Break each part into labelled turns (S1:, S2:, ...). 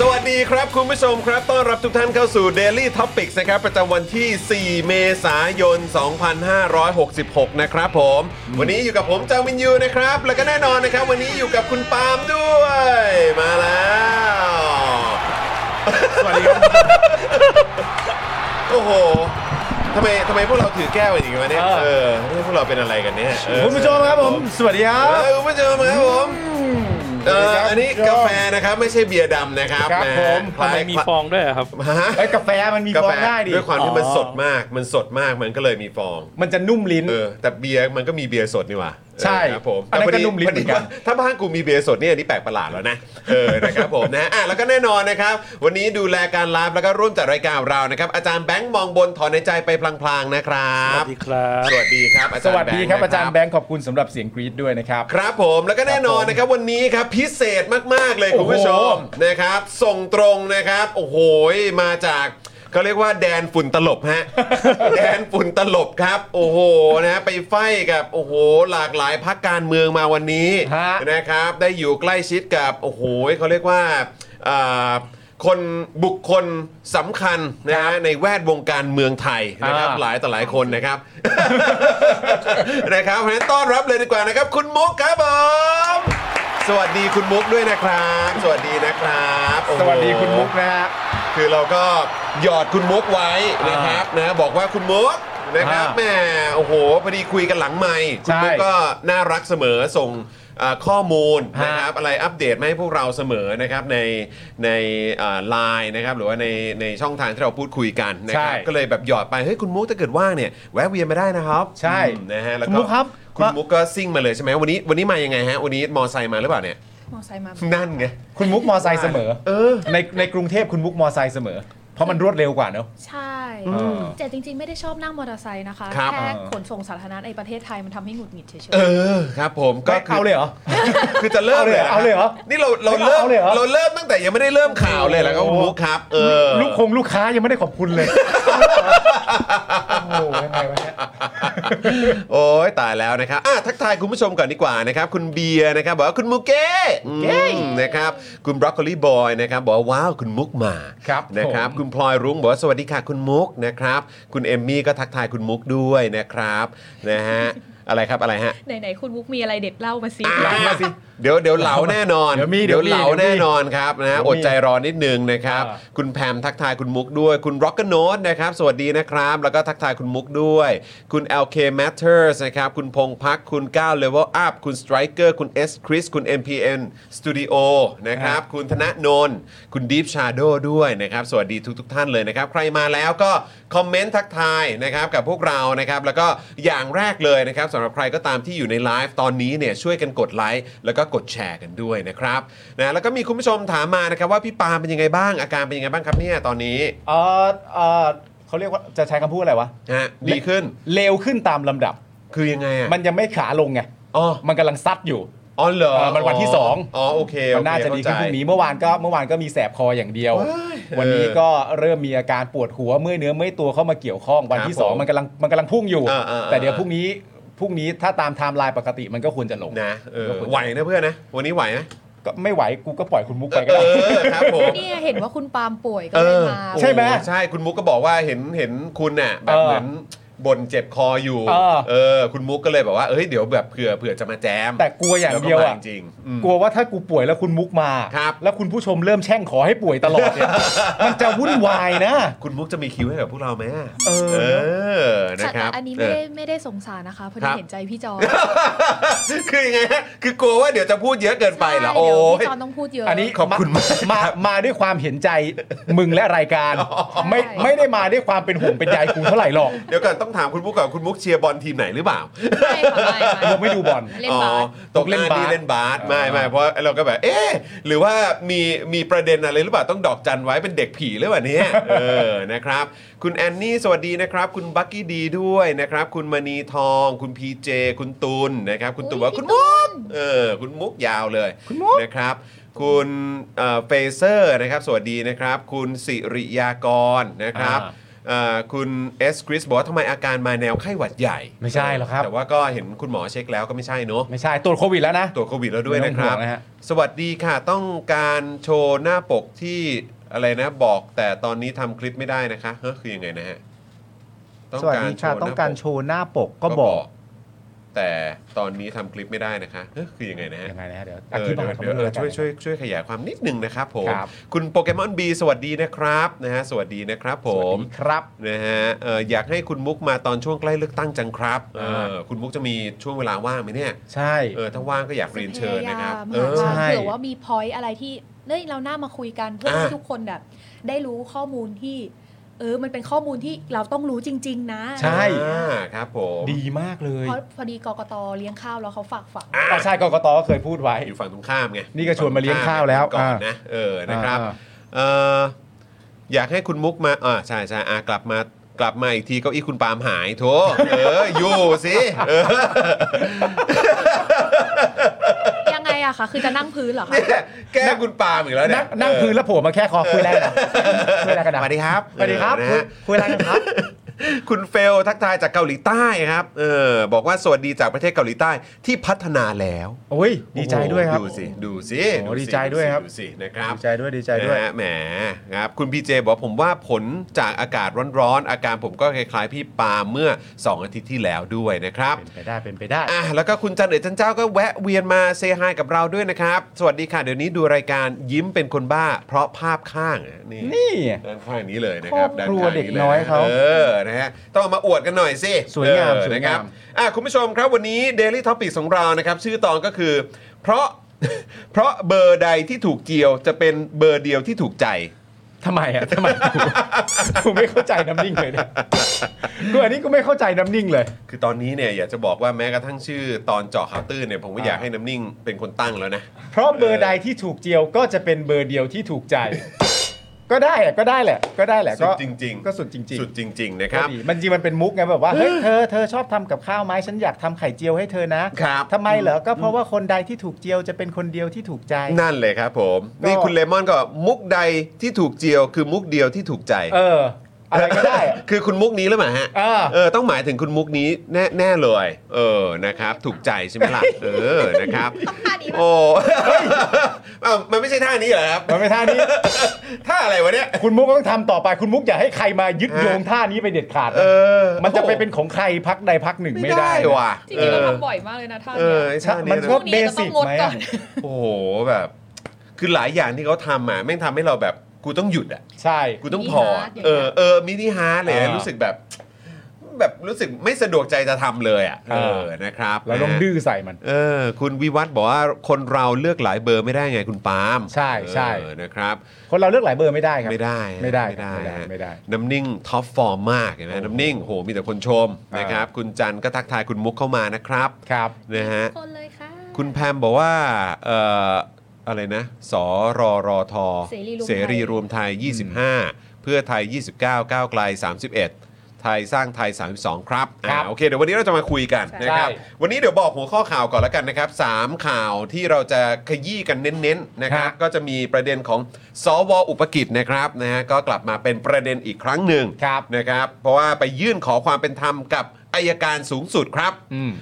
S1: สวัสดีครับคุณผู้ชมครับ ต้อนรับทุกท่านเข้าสู่ Daily Topics นะครับ ประจำวันที่ 4 เมษายน 2566 นะครับผม วันนี้อยู่กับผมจางวินยูนะครับ แล้วก็แน่นอนนะครับ วันนี้อยู่กับคุณปาล์มด้วย มาแล้ว สวัสดีครับ โอ้โหทำไมทำไมพวกเราถือแก้วอย่างนี้วะเนี่ย เออพวกเราเป็นอะไรกันเนี่ยเออ
S2: คุณผู้ชมครับผม สวัสดีครับ
S1: เออคุณผู้ชมครับผมเอออันนี้กาแฟนะครับไม่ใช่เบียร์ดำนะครับ
S2: ครับ
S1: นะ
S2: ผม
S1: คล้าย
S3: ทำไมมีฟองด้วยอะครับ
S1: ฮะ
S2: ไอ้ยกาแฟมันมี
S1: กา
S2: ฟอ
S1: แฟ
S2: งได้ดิ
S1: ด้วยความที่มัน
S3: อ๋อ
S1: สดมากมันสดมากมันก็เลยมีฟอง
S2: มันจะนุ่มลิ้น
S1: เออ แต่เบียร์มันก็มีเบียร์สดนี่หว่า
S2: ใช่
S1: เออครับผม
S2: อันนั้น
S1: แต่พดี
S2: ก็นุ่มลิ้น
S1: พดี
S2: เหมือนกัน
S1: ว่าถ้าบ้านกูมีเบียร์สดเนี่ยอันนี่แปลกประหลาดแล้วนะเออนะครับผมนะอ่ะแล้วก็แน่นอนนะครับ วันนี้ดูแลการไลฟ์แล้วก็ร่วมจัดรายการเรานะครับอาจารย์แบงค์มองบนถอนในใจไปพลางๆนะครับ
S3: สวัสดีครับ
S1: สวัสดีครับอา
S2: ส
S1: จารย์
S2: วัส
S1: แบงค์
S2: ดีครับ
S1: นะ
S2: อาจารย์แบงค์ขอบคุณสำหรับเสียงกรี๊ดด้วยนะครับ
S1: ครับผมแล้วก็แน่นอนนะครับวันนี้ครับพิเศษมาก ๆ เลยคุณผู้ชมนะครับ ส่งตรงนะครับ โอ้โหมาจากเขาเรียกว่าแดนฝุ่นตลบฮ ะ แดนฝุ่นตลบครับ โอ้โหนะไปไฟกับโอ้โห หลากหลายพักการเมืองมาวันนี้
S2: ฮะ
S1: นะครับ ได้อยู่ใกล้ชิดกับโอ้โหเขาเรียกว่าอ่าคนบุคคลสำคัญนะฮะในแวดวงการเมืองไทยนะครับ หลายต่อหลายคนนะครับ นะครับเพราะฉะนั้นต้อนรับเลยดีกว่านะครับ คุณมุกครับผมสวัสดีคุณมุกด้วยนะครับ สวัสดีนะครับโอ้โห
S2: สวัสดีคุณมุกนะฮะ
S1: คือเราก็หยอดคุณมุกไว้นะครับนะบอกว่าคุณมุกนะครับ
S2: อ่า
S1: แหมโอ้โหพอดีคุยกันหลังไมค์คุณมุก
S2: ใช่
S1: ก็น่ารักเสมอส่งอ่าข้อมูล
S2: ฮะ
S1: นะครับอะไรอัปเดตมาให้พวกเราเสมอนะครับในในไลน์นะครับหรือว่าในในช่องทางที่เราพูดคุยกันนะครับ
S2: ใช่
S1: ก็เลยแบบหยอดไปเฮ้ยคุณมุกถ้าเกิดว่างเนี่ยแวะเวียนมาได้นะครับ
S2: ใช่
S1: อืมนะฮะ แล้ว
S2: คุณมุกครับ
S1: คุณ
S2: ว่า
S1: มุกก็ซิ่งมาเลยใช่ไหมวันนี้วันนี้มายังไงฮะ วันนี้มอไซค์มาหรือเปล่าเนี่ย
S4: มอไซค์มา
S1: นั่นไง
S2: คุณมุกมอไซค์เสมอ
S1: เออ
S2: ในในกรุงเทพคุณมุกมอไซค์เสมอ เพราะมันรวดเร็วกว่าเนอะ
S4: ใช่
S2: อืม
S4: เจตจริงๆ ไม่ได้ชอบนั่งมอเตอร์ไซค์นะคะ
S1: ครับ
S4: แค่
S2: อ่า
S4: ขนส่งสาธารณะในประเทศไทยมันทำให้หงุดหงิดเฉย
S1: เออครับผมก็
S2: ก็
S1: คื
S2: เอาเลยเหรอ
S1: คือจะเริ่มเลย
S2: เอาเลยเหรอ
S1: คบนี่เราเรา
S2: เอา
S1: เริ่ม
S2: เลยเหรอ
S1: เราเริ่มตั้งแต่ยังไม่ได้เริ่มข่าวเลยแล้วก็คุณมุกครับ เออ
S2: ลูกคงลูกค้ายังไม่ได้ขอบคุณเลย โอ้โหยังไงวะเนี่ย
S1: โอ้ยตายแล้วนะครับอ่ะทักทายคุณผู้ชมก่อนดีกว่านะครับ คุณเบียร์นะครับบอกว่าคุณมุกเก้อืม
S2: เก้
S1: นะครับ คุณบรอกโคลีบอยนะครับบอกว่าว้าวคุณมุกมา
S2: ครับ
S1: นะครับ
S2: ผม
S1: คุณพลอยรุ้งบอกว่าสวัสดีค่ะคุณมุกนะครับ คุณเอมมี่ก็ทักทายคุณมุกด้วยนะครับนะฮะอะไรครับอะไรฮะ
S4: ๆ ไหนๆ คุณวุกมีอะไรเด็ดเล่ามาซิ
S1: อ่ะเดี๋ยวเดี๋ยวเหลาแน่นอน
S2: เดี๋ยวมี
S1: ยว
S2: เดี๋
S1: เห
S2: ยวมี
S1: ลาแน่นอนครับนะ
S2: เดี๋
S1: อ
S2: ยวมี
S1: ดใจรอนิดนึงนะครับ
S2: อ่า
S1: คุณแพมทักทายคุณมุกด้วย คุณร็อกเกอร์โนตนะครับ สวัสดีนะครับ แล้วก็ทักทายคุณมุกด้วย คุณ LK Matters นะครับ คุณพงพัก คุณ9 Level Up คุณ Striker คุณ S Chris คุณ MPN Studio นะครับ คุณธนนนท์คุณ Deep Shadow ด้วยนะครับ สวัสดีทุกทท่านเลยนะครับ ใครมาแล้วก็คอมเมนต์ทักทายนะครับกับพวกเรานะครับ แล้วก็อย่างแรกเลยนะครับสำหรับใครก็ตามที่อยู่ในไลฟ์ตอนนี้เนี่ยช่วยกันกดไลค์แล้วก็กดแชร์กันด้วยนะครับนะแล้วก็มีคุณผู้ชมถามมานะครับว่าพี่ปาล์มเป็นยังไงบ้าง อาการเป็นยังไงบ้างครับเนี่ยตอนนี้
S2: เออเออเขาเรียกว่าจะใช้คำพูดอะไรวะ
S1: นะฮะดีขึ้น
S2: เร็วขึ้นตามลำดับ
S1: คือยังไงอ่ะ
S2: มันยังไม่ขาลงไง
S1: อ๋อ
S2: มันกำลังซัดอยู่
S1: อ๋อเหรอ
S3: เออมันวันที่สอง
S1: อ๋อโอเค
S3: มั
S1: โอน เค
S3: น่าจะดีขึ้นพ
S1: เข้า
S3: รุ่ง
S1: ใจ
S3: นี้เมื่อวานก็เมื่อวานก็มีแสบคออย่างเดียว
S1: เว้ย
S3: วันนี้ก็เริ่มมีอาการปวดหัวเมื่อยเนื้อเมื่อยตัวเข้ามาเกี่ยวข้องวันที่
S1: ครับ
S3: สอง
S1: ผม
S3: มันกำลังมันกำลังพุ่งอยู่
S1: อ่าอ่าอ่า
S3: แต่เดี๋ยวพรุ่งนี้พรุ่งนี้ถ้าตามไทม์ไลน์ปกติมันก็ควรจะลง
S1: นะเออ
S3: ก็ควรจะ
S1: ไหวนะเพื่อนนะ วันนี้ไหวไหม
S3: ก็ไม่ไหวกูก็ปล่อยคุณมุกไปก็
S1: เอ
S3: ได้
S1: อครับผม
S4: เนี่ยเห็นว่าคุณปาล์มป่วยก็
S1: เอ
S4: เลย
S1: อ
S4: มา
S3: ใช่ไหม
S1: โอ้โใช่คุณมุกก็บอกว่าเห็นเห็นคุณน่ะแบบ
S3: เออ
S1: เหมือนบ่นเจ็บคออยู่
S3: เออ
S1: เออ คุณมุกก็เลยแบบว่าเอ้ยเดี๋ยวแบบเผื่อเผื่อจะมาแจม
S3: แต่กลัวอย่างเดียว
S1: แล้ก็
S3: อ่ะ
S1: มจริงๆอืม
S3: กลัวว่าถ้ากูป่วยแล้วคุณมุกมา
S1: ครับ
S3: แล้วคุณผู้ชมเริ่มแช่งขอให้ป่วยตลอดเนี่ย มันจะวุ่นวายนะ
S1: คุณมุกจะมีคิวให้กับพวกเราไหมอะ
S3: เออ
S1: เออนะ
S4: แต่
S1: ครับ
S4: แต่อันนี้ไม่ได้ไม่ได้สงสารนะคะเพราะ
S1: ครั
S4: ได้
S1: บ
S4: เห็นใจพี่จอน
S1: คือยังไงฮะคือกลัวว่าเดี๋ยวจะพูดเยอะเกินไปเหรอ
S4: ใช่
S1: โอ้
S4: เดี๋ยวย พี่จอนต้องพูดเยอะ
S3: อันนี้
S1: ขอบคุณมาก
S3: มามาด้วยความเห็นใจมึงและรายการ ไม่
S4: ใช่
S3: ไม่ได้มาด้วยความเป็นห่วงเป็นใยกูเท่าไหร่หรอก
S1: เดี๋ยวก่อนต้องถามคุณมุกก่อนคุณมุกเชียร์บอลทีมไหนหรือเปล่า
S4: ไม่ค่ะไม่
S3: กูไม่ดูบอล
S4: ไม่เล่นบาส
S1: อ๋อตกเล่นบาสเล่นบาสไม่
S3: อ่า
S1: ไม่เพราะเราก็แบบ เอ๊ะหรือว่ามีมีประเด็นอะไรหรือเปล่าต้องดอกจันไว้เป็นเด็กผีหรือเปล่า เนี่ย เออนะครับ คุณแอนนี่สวัสดีนะครับ คุณบักกี้ดีด้วยนะครับ คุณมณีทอง คุณพีเจ คุณตุลนะครับ คุณตุล
S4: อุ๊ย
S1: ว่า
S4: พี่
S1: คุณ
S4: ตุ
S1: มุก
S4: ล
S1: เออ คุณมุกยาวเลยนะครับ คุณเฟเซอร์นะครับ สวัสดีนะครับ คุณสิริยากรนะครับเอ่อคุณเอสคริสบอกว่าทำไมอาการมาแนวไข้หวัดใหญ่
S3: ไม่ใช่หรอกครับ
S1: แต่ว่าก็เห็นคุณหมอเช็คแล้วก็ไม่ใช่เนอะ
S3: ไม่ใช่ตรวจโควิดแล้วนะ
S1: ตรวจโควิดแล้วด้วยนะครับ
S3: ไม่ต้องห่วงนะฮะ
S1: สวัสดีค่ะ ต้องการโชว์หน้าปกที่อะไรนะบอกแต่ตอนนี้ทำคลิปไม่ได้นะคะเฮ้ยคือยังไงนะฮะ
S3: สวัสดีค่ะ
S1: หน้ป
S3: ต้องการโชว์หน้าปกก็บอก
S1: แต่ตอนนี้ทำคลิปไม่ได้นะคะเฮ้ยคือยังไงนะฮะ
S3: ยังไงนะฮะเดี๋ยวอ
S1: เออ
S3: ธิ
S1: เดี๋ยว
S3: บา
S1: ย
S3: เขา
S1: เดี๋ยว
S3: ไม่
S1: เออ
S3: รู้แล้วกัน
S1: ช่วยช่วยช่วยขยายความนิดนึงนะครับผม
S3: ครับ
S1: คุณโปเกมอนบีสวัสดีนะครับนะฮะสวัสดีนะครับผ
S3: สวัส
S1: ม
S3: ดีครับ
S1: นะฮะเอ่ออยากให้คุณมุกมาตอนช่วงใกล้เลือกตั้งจังครับเอ
S3: อ่า
S1: อคุณมุกจะมีช่วงเวลาว่างไหมเนี่ย
S3: ใช่
S1: เออถ้าว่างก็อยากเรียนเชิญนะครับเอย
S4: พายาม
S1: อ
S3: ใช่
S4: หาเผื่อว่ามีพอยต์อะไรที่เฮ้ยเราน่ามาคุยกันเพื่อให้
S1: อ่ะ
S4: ทุกคนแบบได้รู้ข้อมูลที่ เออมันเป็นข้อมูลที่เราต้องรู้จริง ๆ นะ
S3: ใช่
S1: าครับผม
S3: ดีมากเลย
S4: เพราะพอดีกกตเลี้ยงข้าวแล้วเขาฝากฝัง
S3: ก็ใช่กกตก็เคยพูดไว้
S1: อยู่ฝั่งตรงข้ามไง
S3: นี่ก็ชวนมาเลี้ยงข้าวแล้ว
S1: ก่อน
S3: อ่า
S1: นะเออนะครับเอ่ออยากให้คุณมุกมาอ่าใช่ใช่อ่ากลับมากลับมาอีกทีเก้าอี้คุณปาล์มหายโถเอออยู่สิเออ
S4: ยังไงอะคะคือจะนั่งพื้นเหรอคะ
S1: เนี่ยแกล้งคุณปาล์มอีกแล้วเนี่
S3: นั่
S1: ย
S3: งนั่งพื้นแล้วโผล่มาแค่คอคุยอะไรกันนะคุยอะไรกันนะ
S1: สวัสดีครับ
S3: สวัสดีครับ
S1: เออนะ
S3: คุ
S1: ฮะ
S3: ยคุยอะไรกันครับ
S1: คุณเฟลทักทายจากเกาหลีใต้ครับ เออ บอกว่าสวัสดีจากประเทศเกาหลีใต้ที่พัฒนาแล้ว
S3: โอ้ยดีใจด้วยครับ
S1: โอ้โหดูสิ ดูสิ
S3: โอ้
S1: สิ
S3: ดีใจด้วยครับ
S1: ดูสินะครับ
S3: ดีใจด้วยดีใจด้วย
S1: นะฮะแหมครับ คุณพีเจบอกผมว่าผลจากอากาศร้อนๆ อาการผมก็คล้ายๆพี่ปาเมื่อ 2 อาทิตย์ที่แล้วด้วยนะครับ
S3: เป็นไปได้เป็นไปได้
S1: อ่ะแล้วก็คุณจันเอ๋ยจันเจ้าก็แวะเวียนมาเซฮายกับเราด้วยนะครับ สวัสดีค่ะ เดี๋ยวนี้ดูรายการยิ้มเป็นคนบ้า เพราะภาพข้างอ่ะนี่
S3: นี่
S1: ด้านข้างนี้เลยนะครับ
S3: ครอบครัว
S1: ด้าข้างล
S3: เด็กน้อยเขา
S1: เออนะฮะต้องเอามาอวดกันหน่อยสิ
S3: สวยงาม
S1: เออ
S3: สวย
S1: นะ
S3: งาม
S1: ครับอ่ะคุณผู้ชมครับวันนี้ Daily t o p i c ของเรานะครับ ชื่อตอนก็คือ เพราะ เพราะเบอร์ใดที่ถูกเจียวจะเป็นเบอร์เดียวที่ถูกใจ
S3: ทำไมอ่ะทำไมกูกูไม่เข้าใจน้ำนิ่งเลยเนี่ยกูอันนี้กูไม่เข้าใจน้ำนิ่งเลย
S1: คือตอนนี้เนี่ยอยากจะบอกว่าแม้กระทั่งชื่อตอนเจาะข่าวตื้นเนี่ยผมก็อยากให้น้ำนิ่งเป็นคนตั้งแล้วนะ
S3: เพราะเบอร์ใดที่ถูกเจียวก็จะเป็นเบอร์เดียวที่ถูกใจ ก็ได้อะก็ได้แหละ ก็ได้แหละ
S1: สุ
S3: ก็
S1: ดจริงๆ
S3: ก็สุดจริง
S1: สุดจริง ๆ นะ
S3: ๆ
S1: ครับ
S3: ก็ดีมันจริงมันเป็นมุกไงแบบว่าเฮ้ยเธอเธอชอบทำกับข้าวไหมฉันอยากทำไข่เจียวให้เธอนะครับ ทำไมเหรอก็เพราะว่าคนใดที่ถูกเจียวจะเป็นคนเดียวที่ถูกใจ
S1: นั่นเลยครับผม
S3: ก็
S1: นี่คุณเลมอนก็มุกใดที่ถูกเจียว คือมุกเดียวที่ถูกใจ
S3: เออ อะไรก็ได้อะ
S1: คือคุณมุกนี้หรือเปล่าฮะ
S3: เออ
S1: เออ ต้องหมายถึงคุณมุกนี้แน่แน่เลย เออ นะครับ ถูกใจใช่ไหมล่ะ เออ นะครับ โอ้ เอ้ามันไม่ใช่ท่านี้เหรอครับ
S3: มันไม่ท่านี้
S1: ท่าอะไรวะเนี่ย
S3: คุณมุกก็ต้องทำต่อไปคุณมุกอย่าให้ใครมายึดโยงท่านี้ไปเด็ดขาดนะ
S1: เออ
S3: มันจะไปเป็นของใครพักใดพักหนึ่ง
S1: ไม่
S3: ไม่
S1: ได้
S3: ได้นะ
S1: ว่ะ
S4: จริงๆ
S1: เอ
S4: เรา
S1: อ
S4: ทำบ่อยมากเลยนะท่าน
S1: เออ
S4: เนี่
S1: ย ไอ้ท่านี้
S3: มัน
S1: นะ
S4: พ
S3: ก็
S4: รุ่งนี้
S3: เบ
S4: ก็ต้
S3: สิ
S4: อก งงด
S3: ไหม
S4: ก่
S3: อะ
S4: อน
S1: โอ้โห แบบ คือหลายอย่างที่เขาทำอ่ะ แม่งทำให้เราแบบ กูต้องหยุดอ่ะ
S3: ใช่
S1: กูต้อง
S4: มินิ
S1: พอ
S4: ฮาร์ทอย่างเงี้ย
S1: เออ เออ มินิฮาร์ดเลยนะ
S3: อ่ารู้
S1: รู้สึกแบบ แบบรู้สึกไม่สะดวกใจจะทำเลยอ่ะ เอ
S3: อ่า
S1: อ นะครับ
S3: เราต้อง
S1: นะฮะ
S3: ดื้อใส่มัน
S1: เออคุณวิวัฒน์บอกว่าคนเราเลือกหลายเบอร์ไม่ได้ไงคุณปาล์ม
S3: ใช่ใช่
S1: เออนะครับ
S3: คนเราเลือกหลายเบอร์ไม่ได้ครับ
S1: ไม่ได้ฮะ
S3: ไม่ได้
S1: ไม่ได้
S3: ไม่ได้
S1: ฮะ
S3: ไม่ได้
S1: น้ำนิ่งท็อปฟอร์มมากเห็นไหม
S3: โอ้โห
S1: น้ำนิ่งโหมีแต่คนชม
S3: อ่าน
S1: นะครับ คุณจันก็ทักทายคุณมุกเข้ามานะครับ
S3: ครับ
S1: นะฮะ
S4: คนเลยค่ะ
S1: คุณแพมบอกว่าเอ่ออะไรนะสรรท
S4: เสรีรวมไทย
S1: รวมไทย 25 เพื่อไทย 29 ก้าวไกล 31 ไทยสร้างไทย 32 ครับ
S3: ครับ
S1: อ่าโอเคเดี๋ยววันนี้เราจะมาคุยกันนะครับ
S2: ใช่
S1: วันนี้เดี๋ยวบอกหัวข้อข่าวก่อนแล้วกันนะครับสามข่าวที่เราจะขยี้กันเน้นๆนะครับ
S3: ครับ
S1: ก็จะมีประเด็นของสวอุปกิจนะครับนะฮะก็กลับมาเป็นประเด็นอีกครั้งหนึ่ง
S3: ครับ
S1: นะครับ เพราะว่าไปยื่นขอความเป็นธรรมกับอายการสูงสุดครับ
S3: อืม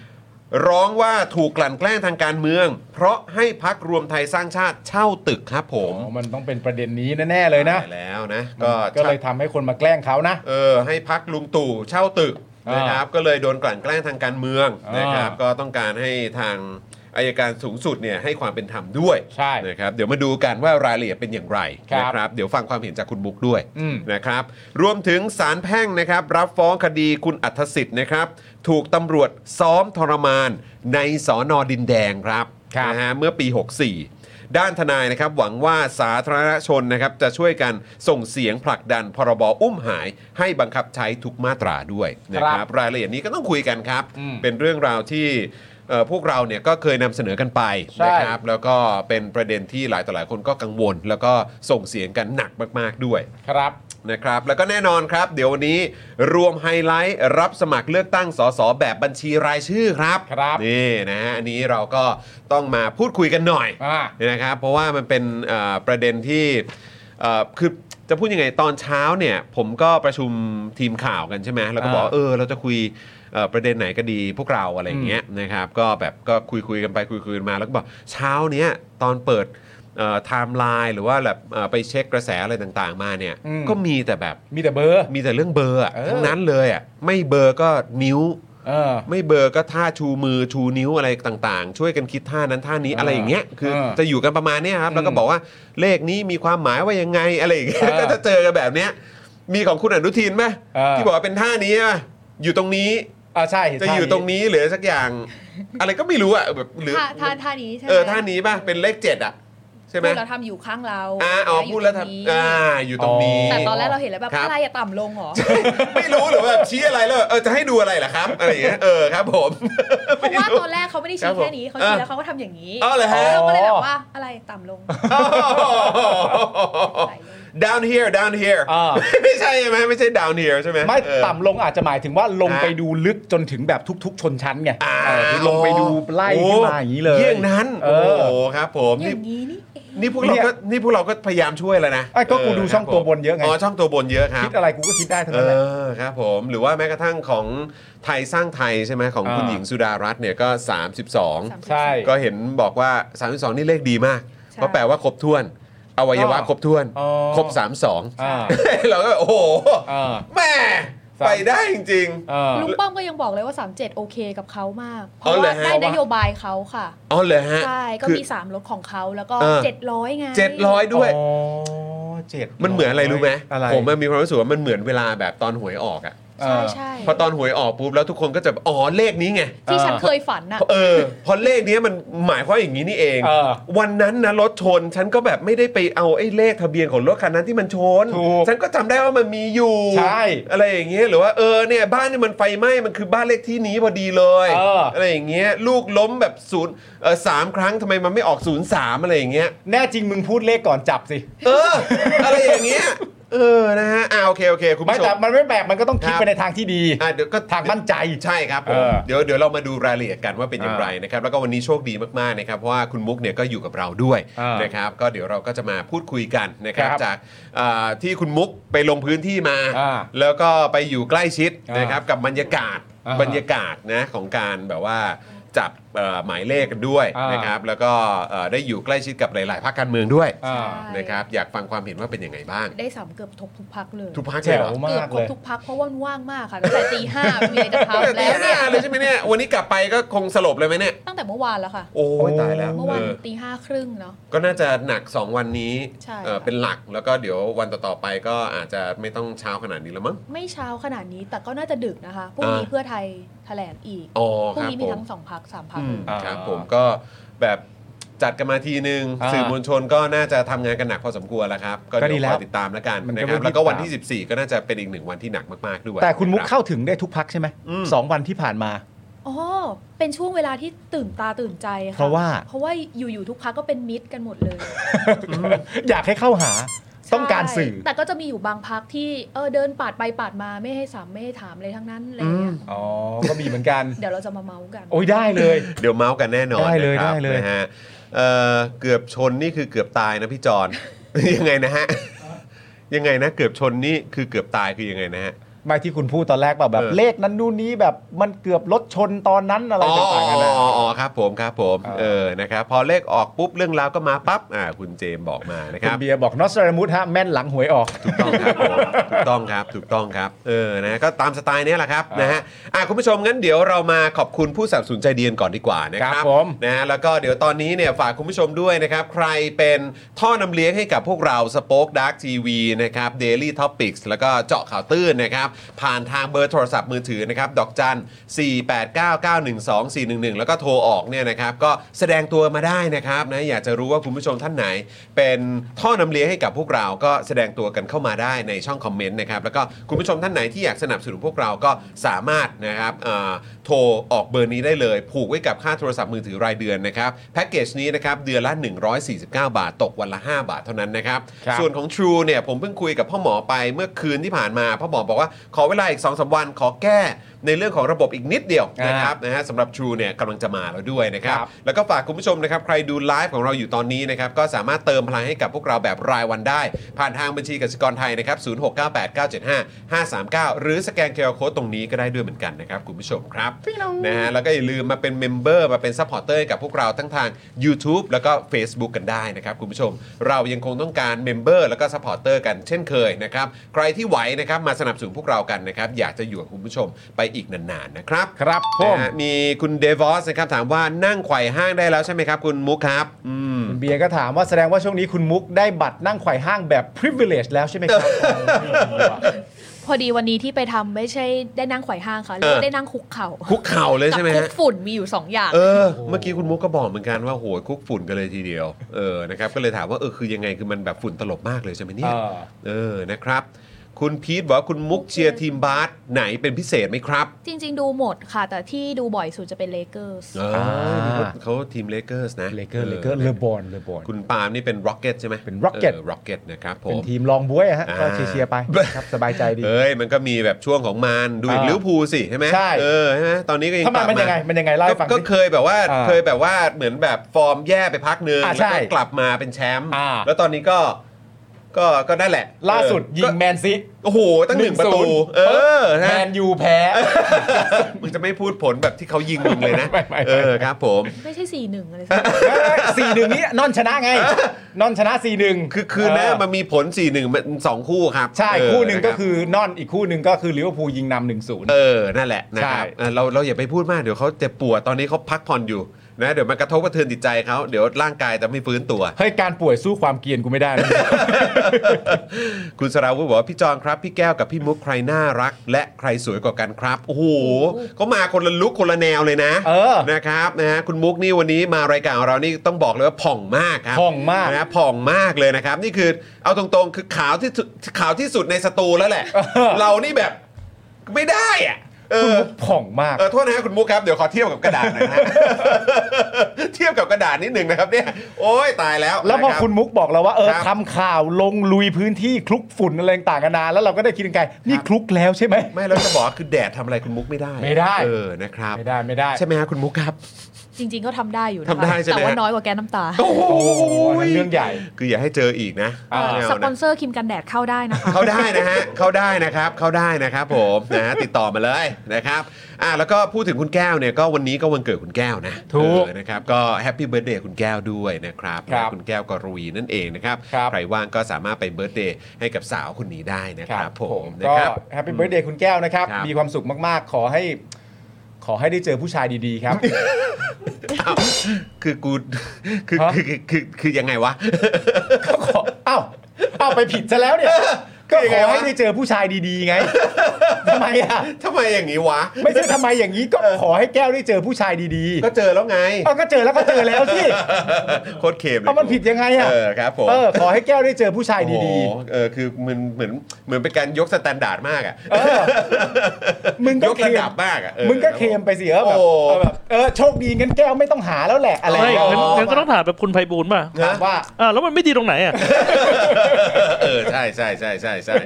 S1: ร้องว่าถูกกลั่นแกล้งทางการเมือง เพราะให้พักรวมไทยสร้างชาติเช่าตึกครับผม
S3: อ๋อมันต้องเป็นประเด็นนี้แน่ๆเลยนะ
S1: ได้แล้วนะ
S3: มัน
S1: ก็
S3: ก็เลยทำให้คนมาแกล้งเขานะ
S1: เออให้พักลุงตู่เช่าตึก
S3: อ่าน
S1: นะครับ ก็เลยโดนกลั่นแกล้งทางการเมือง
S3: อ่าน
S1: นะครับ ก็ต้องการให้ทางอายการสูงสุดเนี่ยให้ความเป็นธรรมด้วย
S3: ใช่
S1: นะครับเดี๋ยวมาดูกันว่ารายละเอียดเป็นอย่างไร
S3: ครับ
S1: นะครับ เดี๋ยวฟังความเห็นจากคุณบุ๊กด้วย
S3: อืม
S1: นะครับ รวมถึงสารแพ่งนะครับ รับฟ้องคดีคุณอัธสิทธิ์นะครับ ถูกตำรวจซ้อมทรมานในสอนอดินแดงครับ
S3: ครับ
S1: นะฮะเมื่อปี 64 ด้านทนายนะครับหวังว่าสาธารณชนนะครับจะช่วยกันส่งเสียงผลักดันพรบอุ้มหาย ให้บังคับใช้ทุกมาตราด้วยนะค
S3: ครั
S1: รับบ รายละเอียดนี้ก็ต้องคุยกันครับ
S3: อืม
S1: เป็นเรื่องราวที่เอ่อพวกเราเนี่ยก็เคยนำเสนอกันไป
S3: ใช่
S1: นะครับแล้วก็เป็นประเด็นที่หลายต่อหลายคนก็กังวล แล้วก็ส่งเสียงกันหนักมากๆด้วย
S3: ครับ
S1: นะครับแล้วก็แน่นอนครับ เดี๋ยววันนี้รวมไฮไลท์รับสมัครเลือกตั้งสสแบบบัญชีรายชื่อครับ
S3: ครับ
S1: นี่นะฮะอันนี้เราก็ต้องมาพูดคุยกันหน่อย
S3: อ่า
S1: นะครับเพราะว่ามันเป็นเอ่อประเด็นที่เอ่อคือจะพูดยังไงตอนเช้าเนี่ยผมก็ประชุมทีมข่าวกันใช่ไหมแล้วก็บอก
S3: อ่า
S1: ว่าเออเราจะคุยเอ่อประเด็นไหนก็ดีพวกเราอะไรอย่างเงี้ยนะครับก็แบบก็คุยคุยๆกันไปคุยคุยกันมาแล้วก็บอกเช้าเนี้ยตอนเปิดไทม์ไลน์หรือว่าแบบเอ่อไปเช็คกระแสอะไรต่างๆ มาเนี่ย
S3: อืม
S1: ก็ มีแต่แบบ
S3: มีแต่เบอร์
S1: มีแต่เรื่องเบอร์อะ
S3: เออ
S1: ทั้งนั้นเลยอ่ะไม่เบอร์ก็นิ้ว
S3: เออ
S1: ไม่เบอร์ก็ท่าชูมือชูนิ้วอะไรต่างๆ ช่วยกันคิดท่านั้นท่านี้
S3: เออ
S1: อะไรอย่างเงี้ยคือ
S3: เออ
S1: จะอยู่กันประมาณเนี้ยครับแล้วก็บอกว่าเลขนี้มีความหมายว่ายังไงอะไรอย่างเงี้ย
S3: เออ
S1: ก็จะเจอกันแบบเนี้ยมีของคุณอนุทินไหม
S3: เออ
S1: ที่บอกว่าเป็นท่านี้อะอยู่ตรงนี้
S3: อ่าใช่เห็น
S1: จะ
S3: ภาพ
S1: อยู่ตรงนี้หรือสักอย่าง อะไรก็ไม่รู้อ่ะแบบหรือ
S4: ท่าท่าท่านี้ใช่ไหม
S1: เออท่านี้ป่ะเป็นเลขเจ็ดอ่ะใช่ไหม
S4: พูดเราทำอยู่ข้างเรา
S1: อ่าอ๋อพูดแล้วทำอ่าอยู่ตรงนี้
S4: แต่ตอนแรกเราเห็นแล้วแบบ
S1: ครับ
S4: อะไรอะต่ำลงเหรอ
S1: ไม่รู้หรือว่าชี้อะไรแล้วเออจะให้ดูอะไรล่ะครับอะไรอย่างเงี้ยเออครับผม
S4: เพราะว่าตอนแรกเขาไม่ได้
S1: ครั
S4: ชี้
S1: บผม
S4: แค่นี้เขาชี้
S1: อ่ะ
S4: แล้วเขาก็ทำอย่างนี้
S1: อ๋อเหรอฮะ
S4: เราก็เลยแบบว่าอะไรต่ำลง
S1: down here down here
S3: อ่า
S1: ไม่ใช่ใช่ไหมไม่ใช่ down here ใช่ไหม
S3: ไม่
S1: เออ
S3: ต่ำลงอาจจะหมายถึงว่าลง
S1: ฮะ
S3: ไปดูลึกจนถึงแบบทุก ๆ ชนชั้นไง
S1: อ่า
S3: เออคือลงไปดูไล่
S1: โ
S3: ขึ้นมาอย่างนี้เลย
S1: เยี่ยงนั้น
S3: เอ
S1: โอ้
S3: อ
S1: โหครับผม
S4: อ
S1: นี่
S4: ย่างนี้นี่เอง
S1: นี่พวกเราก็นี่พวกเราก็พยายามช่วยแล้วนะ
S3: ไอ้ก็กูดูช่อง
S1: ครับผม
S3: ตัวบนเยอะไง
S1: อ๋อช่องตัวบนเยอะครับ
S3: คิดอะไรกูก็คิดได้ทั้ง
S1: เอ
S3: นั้นแหละ
S1: อครับผมหรือว่าแม้กระทั่งของไทยสร้างไทยใช่ไหมของคุณ
S3: อ่า
S1: หญิงสุดารัตน์เนี่ยก็ 32
S4: สามสิบ
S3: ใช่
S1: ก็เห็นบอกว่า 32 นี่เลขดีมาก
S4: ใช่
S1: ก็แปลว่าครบถ้วน อวัยวะ
S3: อ๋อ
S1: ครบถ้วน
S3: อ๋อ
S1: ครบ
S3: อ่า
S1: 32 เราก็แบบโอ้โห
S3: เออ
S1: แม่
S3: สาม
S1: ไปได้จริง
S3: เออ
S4: ลุงป้อมก็ยังบอกเลยว่า 37 โอเคกับเขามาก เพ
S1: อ๋อ
S4: ราะ
S1: เหรอ
S4: ว่า
S1: ฮะ
S4: ได้นโยบายเขาค่ะ
S1: ๆ อ๋อเลยฮะ
S4: ใช่ ก็
S1: คือ
S4: มี 3รถของเขาแล้วก็
S1: เออ
S4: 700 ไง
S1: 700 ด้วย
S3: อ๋อเจ็ด
S1: มันเหมือนอะไรรู้ไหม
S3: อะไร
S1: ผมมันมีความรู้สึกว่ามันเหมือนเวลาแบบตอนหวยออกอะ
S3: เอ
S4: ใช่
S3: อ
S4: ใช่
S1: พอตอนหวยออกปุ๊บแล้วทุกคนก็จะแบบอ๋อเลขนี้ไง
S4: ที่ฉัน
S3: เออ
S4: เคยฝันน่ะ
S1: เออพอเลขนี้มันหมายความอย่างนี้นี่เอง
S3: เออ
S1: วันนั้นนะรถชน ฉันก็แบบไม่ได้ไปเอาไอ้เลขทะเบียนของรถคันนั้นที่มันชน
S3: ถูก
S1: ฉันก็จำได้ว่ามันมีอยู่
S3: ใช่
S1: อะไรอย่างเงี้ยหรือว่าเออเนี่ยบ้านนี่มันไฟไหม้มันคือบ้านเลขที่นี้พอดีเลย
S3: เอออ
S1: ไรอย่างเงี้ยลูกล้มแบบศูนย์เออสามครั้งทำไมมันไม่ออกศูนย์สามอะไรอย่างเงี้ย
S3: แน่จริงมึงพูดเลขก่อนจับสิ
S1: เออ อะไรอย่างเงี้ยเออนะฮะอ่าโอเคโอเคคุณ
S3: ไม่
S1: ผู้ช
S3: แต่
S1: ม
S3: มันไม่แปลกมันก็ต้องคิด
S1: ครับ
S3: ไปในทางที่ดี
S1: อ่ะเดี๋ยวก็
S3: ทางมั่นใจ
S1: ใช่ครับผ
S3: เอ
S1: ม
S3: อ
S1: เดี๋ยวเดี๋ยวเรามาดูรายละเอียดกันว่าเป็นอย่าง
S3: อ่า
S1: ไรนะครับแล้วก็วันนี้โชคดีมากๆนะครับเพราะว่าคุณมุกเนี่ยก็อยู่กับเราด้วย
S3: อ่าน
S1: นะครับก็เดี๋ยวเราก็จะมาพูดคุยกันนะครับ
S3: ครับ
S1: จากเอ่อที่คุณมุกไปลงพื้นที่มา
S3: อ่า
S1: แล้วก็ไปอยู่ใกล้ชิด
S3: อ่าน
S1: นะครับกับบรรยากาศ
S3: อ่าฮะ
S1: บรรยากาศนะของการแบบว่าจับเอ่อหมายเลขกันด้วย
S3: อ่าน
S1: นะครับแล้วก็เอ่อได้อยู่ใกล้ชิดกับหลาย ๆ พรรคการเมืองด้วย
S3: อ่า
S4: ใช่
S1: นะครับอยากฟังความเห็นว่าเป็นยังไงบ้าง
S4: ได้สามเกือบทุกทุกพักเลย
S1: ทุกพรรคเล
S3: แจ๋
S1: ยเหร
S3: ว
S1: อ
S3: มา
S4: เกือบ
S3: ก
S4: คร
S3: เล
S4: บ
S3: ย
S4: ทุกพักเพราะว่าว่างมากค่ะตั้งแต่ตีห้าไม่มีอะไรจะทำ
S1: ตี
S4: แล้ว
S1: ห้า
S4: เนี่ย
S1: เลยใช่ไหมเนี่ยวันนี้กลับไปก็คงสลบเลยไหมเนี่ย
S4: ตั้งแต่เมื่อวานแล้วค่ะ
S1: โอ้ยตายแล้ว
S4: เมื่อวาน
S1: เออ
S4: ตีห้าครึ่งเนาะ
S1: ก็น่าจะหนัก 2 วันนี้
S4: ใช่
S1: เอ่อ
S4: ค่ะ
S1: เป็นหลักแล้วก็เดี๋ยววันต่อๆไปก็อาจจะไม่ต้องเช้าขนาดนี้แล้วมั้ง
S4: ไม่เช้าขนาดนี้แต่ก็น่าจะดึกนะคะพรุ่งนี้
S1: อ่า
S4: เพื่อไทยแถลงอีก
S1: อ๋อ
S4: พรุ่
S1: ค
S4: ง
S1: รับ
S4: นี้
S1: ผ
S4: มี
S1: ม
S4: ทั้งสองพักสามพัก
S1: อืม
S3: อ่า
S1: ครับผมก็แบบจัดกันมาทีนึง
S3: อ่า
S1: สื่อมวลชนก็น่าจะทำงานกันหนักพอสมควรแล้วครับ ก็
S3: ก็ดี
S1: เดี๋ยว
S3: แล้
S1: คอ
S3: วย
S1: ติดตามแล้วกัน
S3: มันก็
S1: นะค
S3: ไม่
S1: รับแล้วก็วัน
S3: รีบ
S1: ที่ 14 ก็น่าจะเป็นอีกหนึ่งวันที่หนักมากๆด้วย
S3: แต่คุณมุก
S1: รับ
S3: เข้าถึงได้ทุกพักใช่ไหม
S1: อืม
S3: สองวันที่ผ่านมา
S4: อ๋อเป็นช่วงเวลาที่ตื่นตาตื่นใจค่
S3: เพราะว่า
S4: เพราะว่าอยู่ๆทุกพักก็เป็นมิตรกันหมดเลย
S3: อยากให้เข้าหา ต้องการสื่อ
S4: ใช่แต่ก็จะมีอยู่บางพักที่เออเดินปาดไปปาดมาไม่ให้สามไม่ให้ถามอะไรทั้งนั้นอะไรเงี้ย
S3: อ๋อ ก็มีเหมือนกัน
S4: เดี๋ยวเราจะมาเมาส์กัน
S3: โอ้ยได้เลย
S1: เดี๋ยวเมาส์กันแน่นอน
S3: ได้เลย
S1: นะครับ
S3: ได้เลย
S1: นะฮะเอ่อเกือบชนนี่คือเกือบตายนะพี่จอน ยังไงนะฮะ ยังไงนะ เกือบชนนี่คือเกือบตายคือยังไงนะฮะ
S3: ไม่ที่คุณพูดตอนแรกแบบแบบ
S1: เออ
S3: เลขนั้นนู่นนี้แบบมันเกือบรถชนตอนนั้นอะไร
S1: อ๋อ
S3: ต่างๆ
S1: อ๋
S3: กั
S1: อน
S3: นะ
S1: อ๋ออ๋อครับผมครับผม
S3: เออ
S1: เออนะครับพอเลขออกปุ๊บเรื่องราวก็มาปั๊บอ่าคุณเจมส์บอกมานะค
S3: คุ
S1: รั
S3: ณ
S1: บ
S3: เบียร์บอกนอสตรามุสฮะแม่นหลังหวยออก
S1: ถูกต้องครับผมถูกต้องครับ ถูกต้องครับ เออ นะ ก็ตามสไตล์เนี้ยแหละครับ นะฮะ อ่ะ คุณผู้ชม งั้นเดี๋ยวเรามาขอบคุณผู้สนับสนุนใจเดียนก่อนดีกว่านะครั
S3: ครับ บผม
S1: นะฮะแล้วก็เดี๋ยวตอนนี้เนี่ย ฝากคุณผู้ชมด้วยนะครับ ใครเป็นท่อนำเลี้ยงให้กับพวกเราสป็อคดักทีวีนะครับ Daily Topics แล้วก็เจาะข่าวตื้นนะครับ ผ่านทางเบอร์โทรศัพท์มือถือนะครับ ดอกจัน 489912411 แล้วก็โทรออกเนี่ยนะครับ ก็แสดงตัวมาได้นะครับนะ อยากจะรู้ว่าคุณผู้ชมท่านไหน เป็นท่อนำเลี้ยงให้กับพวกเรา ก็แสดงตัวกันเข้ามาได้ในช่องคอมเมนต์นะครับ แล้วก็คุณผู้ชมท่านไหนที่อยากสนับสนุนพวกเราก็สามารถนะครับเอ่อโทรออกเบอร์นี้ได้เลย ผูกไว้กับค่าโทรศัพท์มือถือรายเดือนนะครับแพ็กเกจนี้นะครับเดือนละ 149 บาท ตกวันละ 5 บาทเท่านั้นนะครับ
S3: ครับ
S1: ส่วนของ True เนี่ยผมเพิ่งคุยกับพ่อหมอไปเมื่อคืนที่ผ่านมาพ่อหมอบอกว่าขอเวลาอีก2อสวันขอแก้ในเรื่องของระบบอีกนิดเดียวนะครับ ครับนะฮะสำหรับ True เนี่ยกำลังจะมาแล้วด้วยนะครับ
S3: ครับ
S1: แล้วก็ฝากคุณผู้ชมนะครับ ใครดูไลฟ์ของเราอยู่ตอนนี้นะครับ ก็สามารถเติมพลังให้กับพวกเราแบบรายวันได้ ผ่านทางบัญชีกสิกรไทยนะครับ 0698975539 หรือสแกนเคอร์โคตรงนี้ก็ได้ด้วยเหมือนกันนะครับ คุณผู้ชมครับนะฮะแล้วก็อย่าลืมมาเป็นเมมเบอร์มาเป็นซัพพอร์เตอร์กับพวกเราทั้งทาง YouTube แล้วก็ Facebook กันได้นะครับ คุณผู้ชม เรายังคงต้องการเมมเบอร์แล้วก็ซัพพอร์เตอร์กันเช่นเคยนะครับใครที่ไหวนะครับมาสนับสนุนพวกเรากันนะครับอยากจะอยู่กับคุณผู้ชมไปอีกนานๆนะครับ
S3: ครับผม
S1: นะฮะมีคุณเดวอสนะครับถามว่านั่งไขว่ห้างได้แล้วใช่ไหมครับ คุณมุกครับ อืม
S3: เบียร์ก็ถามว่าแสดงว่าช่วงนี้คุณมุกได้บัตรนั่งไขว่ห้างแบบ privilege แล้วใช่ไหมครับ
S4: พอดีวันนี้ที่ไปทำไม่ใช่ได้นั่งไขว่ห้างค่ะเรี
S1: เอ
S4: ยกว่า
S1: อ
S4: ได้นั่งคุกเข่า
S1: คุกเข่าเลย
S4: กั
S1: ใช่ไหม
S4: คุ
S1: ฮะ
S4: กฝุ่นมีอยู่สองอย่าง
S1: เออ เมื่อกี้คุณมุกก็บอกเหมือนกันว่าโหยคุกฝุ่นกันเลยทีเดียว เออนะครับก็เลยถามว่าเออคือยังไงคือมันแบบฝุ่นตลบมากเลยใช่ไหมเนี่ย
S3: เออ
S1: เออนะครับ คุณพีทบอกว่าคุณมุกเชียร์ทีมบาสไหนเป็นพิเศษไหมครับ
S4: จริง ๆ ดูหมดค่ะ แต่ที่ดูบ่อยสุดจะเป็นเลเกอร์ส
S1: เออเขาเขาทีมเลเกอร์สนะ
S3: เลเกอร์เลเกอร์เลบอนเลบอน
S1: คุณปาล์มนี่เป็นร็อกเก็ตใช่ไหม
S3: เป็น Rocket
S1: ร็อกเก็ตนะครับผม
S3: เป็นทีมรองบ้วยอะฮะ
S1: อ่า
S3: ก็เชียร์ๆไปครับสบายใจดี
S1: เอ้ยมันก็มีแบบช่วงของมันดูอย่าง
S3: อ่า
S1: ลิเวอร์พูลสิใช่ไหม
S3: ใช่
S1: เออใช่ไหมตอนนี้ก็ยัง
S3: ทำไม
S1: กลับ
S3: มันยังไง มันยังไงเล่าให้
S1: ก็
S3: ฟัง
S1: ก็
S3: สิ
S1: เคยแบบว่า
S3: อ่า
S1: เคยแบบว่าเหมือนแบบฟอร์มแย่ไปพักนึง
S3: อ่า
S1: แล้วก็
S3: ใช่
S1: กลับมาเป็นแชมป์
S3: อ่า
S1: แล้วตอนนี้ก็ก็ก็นั่นแหละ
S3: ล่าสุด
S1: เออ
S3: ยิงแม
S1: ก็
S3: นซี
S1: โอ้โหตั้งหนึ่งประตู
S3: 1-0
S1: เออ
S3: แม
S1: นะ
S3: นยูแพ้
S1: มึงจะไม่พูดผลแบบที่เขายิงมึงเลยนะ
S3: ไม่ไม่ไม่
S1: เออครับ ผม
S4: ไม่ใช่สี่หนึ่งอะไรสักอย่าง
S3: สี่หนึ่งนี้นอนชนะไง นอนชนะสี่หนึ่ง
S1: คือคือนะมันมีผล4ี่หนึ่งมันสองคู่ครับ
S3: ใช่
S1: เออ
S3: คู่หนึ่งก็
S1: ะรับ
S3: คือนอนอีกคู่หนึ่งก็คือลิเวอร์พูลยิงนำหนึ่งศูนย์
S1: เออ นั่นแหละนะครับ
S3: ใช่
S1: เออเราเราอย่าไปพูดมาก เดี๋ยวเขาเจ็บปวด ตอนนี้เขาพักผ่อนอยู่นะ เดี๋ยวมันกระทบกระเทือนจิตใจเขา เดี๋ยวร่างกายจะไม่ฟื้นตัว
S3: เฮ้ยการป่วยสู้ความเกรียนกูไม่ได้นะ
S1: คุณสราวุฒิบอกว่าพี่จองครับ พี่แก้วกับพี่มุกใครน่ารัก และใครสวยกว่ากันครับ โอ้โหเขามาคนละลุกคนละแนวเลยนะ
S3: เออ
S1: นะครับนะฮะคุณมุกนี่วันนี้มารายการของเรานี่ต้องบอกเลยว่าผ่องมากครับ
S3: ผ่องมาก
S1: นะผ่องมากเลยนะครับ นี่คือเอาตรงๆ คือขาวที่สุดขาวที่สุดในสตูแล้วแหละ เรานี่แบบไม่ได้อะเอ
S3: คุ
S1: อ
S3: ณมุกผ่องมาก
S1: เออโทษนะครับคุณมุกครับเดี๋ยวขอเทียบกับกระดาษหน่อยนะฮ ะ เทียบกับกระดาษนิดหนึ่งนะครับเนี่ยโอ้ยตายแล้ว
S3: แล้วพอ
S1: นะรับ
S3: คุณมุกบอกเราว่าเออ
S1: ครับ
S3: ทำข่าวลงลุยพื้นที่คลุกฝุ่นอะไรต่างกันานาแล้วเราก็ได้คิดในใจนี่คลุกแล้วใช่ไหม
S1: ไม่เราจะบอกว่าคือแดดทำอะไรคุณมุกไม่ได้
S3: ไม่ได้
S1: เออนะครับ
S3: ไม่ได้ไม่ได้
S1: ใช่ไหมฮะคุณมุกครับ
S4: จริง ๆ ก็ทำได้อยู่นะ
S1: ทำได้
S4: คะ
S1: ใช่ไหม
S4: แต่ว่าน้อยกว่าแก้น้ำตา
S1: โอ้โห
S3: อันนั้นเรื่องใหญ่
S1: คืออย่าให้เจออีกนะ
S3: อ่า
S1: ไม่เอา
S4: สปอ
S1: นะ
S4: นเซอร์ครีมกันแดดเข้าได้นะคะ
S1: เขาได้นะฮะเขาได้นะครับเขาได้นะครับผมนะฮะติดต่อมาเลยนะครับอ่ะแล้วก็พูดถึงคุณแก้วเนี่ยก็วันนี้ก็วันเกิดคุณแก้วนะ
S3: ถูก
S1: เออนะครับก็แฮปปี้เบิร์ดเดย์คุณแก้วด้วยนะครับ
S3: ครับ
S1: คุณแก้วกรวีนั่นเองนะครับ
S3: ครับ
S1: ใครว่างก็สามารถไปเบิร์ดเดย์ให้กับสาวคนนี้ได้นะ
S3: ค
S1: ค
S3: รั
S1: รับบ ผ
S3: ผม ม
S1: นะ
S3: ก็
S1: ครับ
S3: แฮปปี้เบิร์ดเดย์คุณแก้วนะครับ
S1: ครับ
S3: มีความสุขมากๆ ขอให้ ขอให้ได้เจอผู้ชายดีๆครับ
S1: อ้าวคือกู คือ
S3: ฮะ
S1: คือคือคือคือยังไงวะ
S3: ก็ขอเอ้าเอ้าไปผิดซะแล้วเนี่ย ก็
S1: ยัง
S3: ข
S1: ไง
S3: อ
S1: วะ
S3: ให้ได้เจอผู้ชายดีๆไง ทำไมอ่ะ
S1: ทำไมอย่างนี้วะ
S3: ไม่ใช่ทำไมอย่างนี้ก็ขอให้แก้วได้เจอผู้ชายดีๆ
S1: ก็เจอแล้วไง
S3: เอาก็เจอแล้วก็เจอแล้วที่
S1: โคตรเค็มเลย
S3: เอามันผิดยังไงอะ
S1: เออครับผม
S3: เออขอให้แก้วได้เจอผู้ชายดี
S1: โอ้โหเออคือมันเหมือนเหมือนเป็นการยกสแตนดาร์ดมากอ่ะ
S3: ๆเออมึง
S1: ย
S3: ก็
S1: ก
S3: เคล
S1: ระ
S3: ม
S1: ดับมากอ่ะออ
S3: มึงก็เคลมไปสิเออแบบ
S1: โอ้
S3: เออแบบเออโชคดีงั้นแก้วไม่ต้องหาแล้วแหละอะไร
S5: ไม่
S3: เงี้ย
S5: งั้นงั้นก็ต้องถามแบบคุณไพบูลย์ป่ะ
S1: ฮะ
S3: ว่า
S5: อ่าแล้วมันไม่ดีตรงไหนอ่ะ
S1: เออใช่ใช่ใช่ใช่ใช่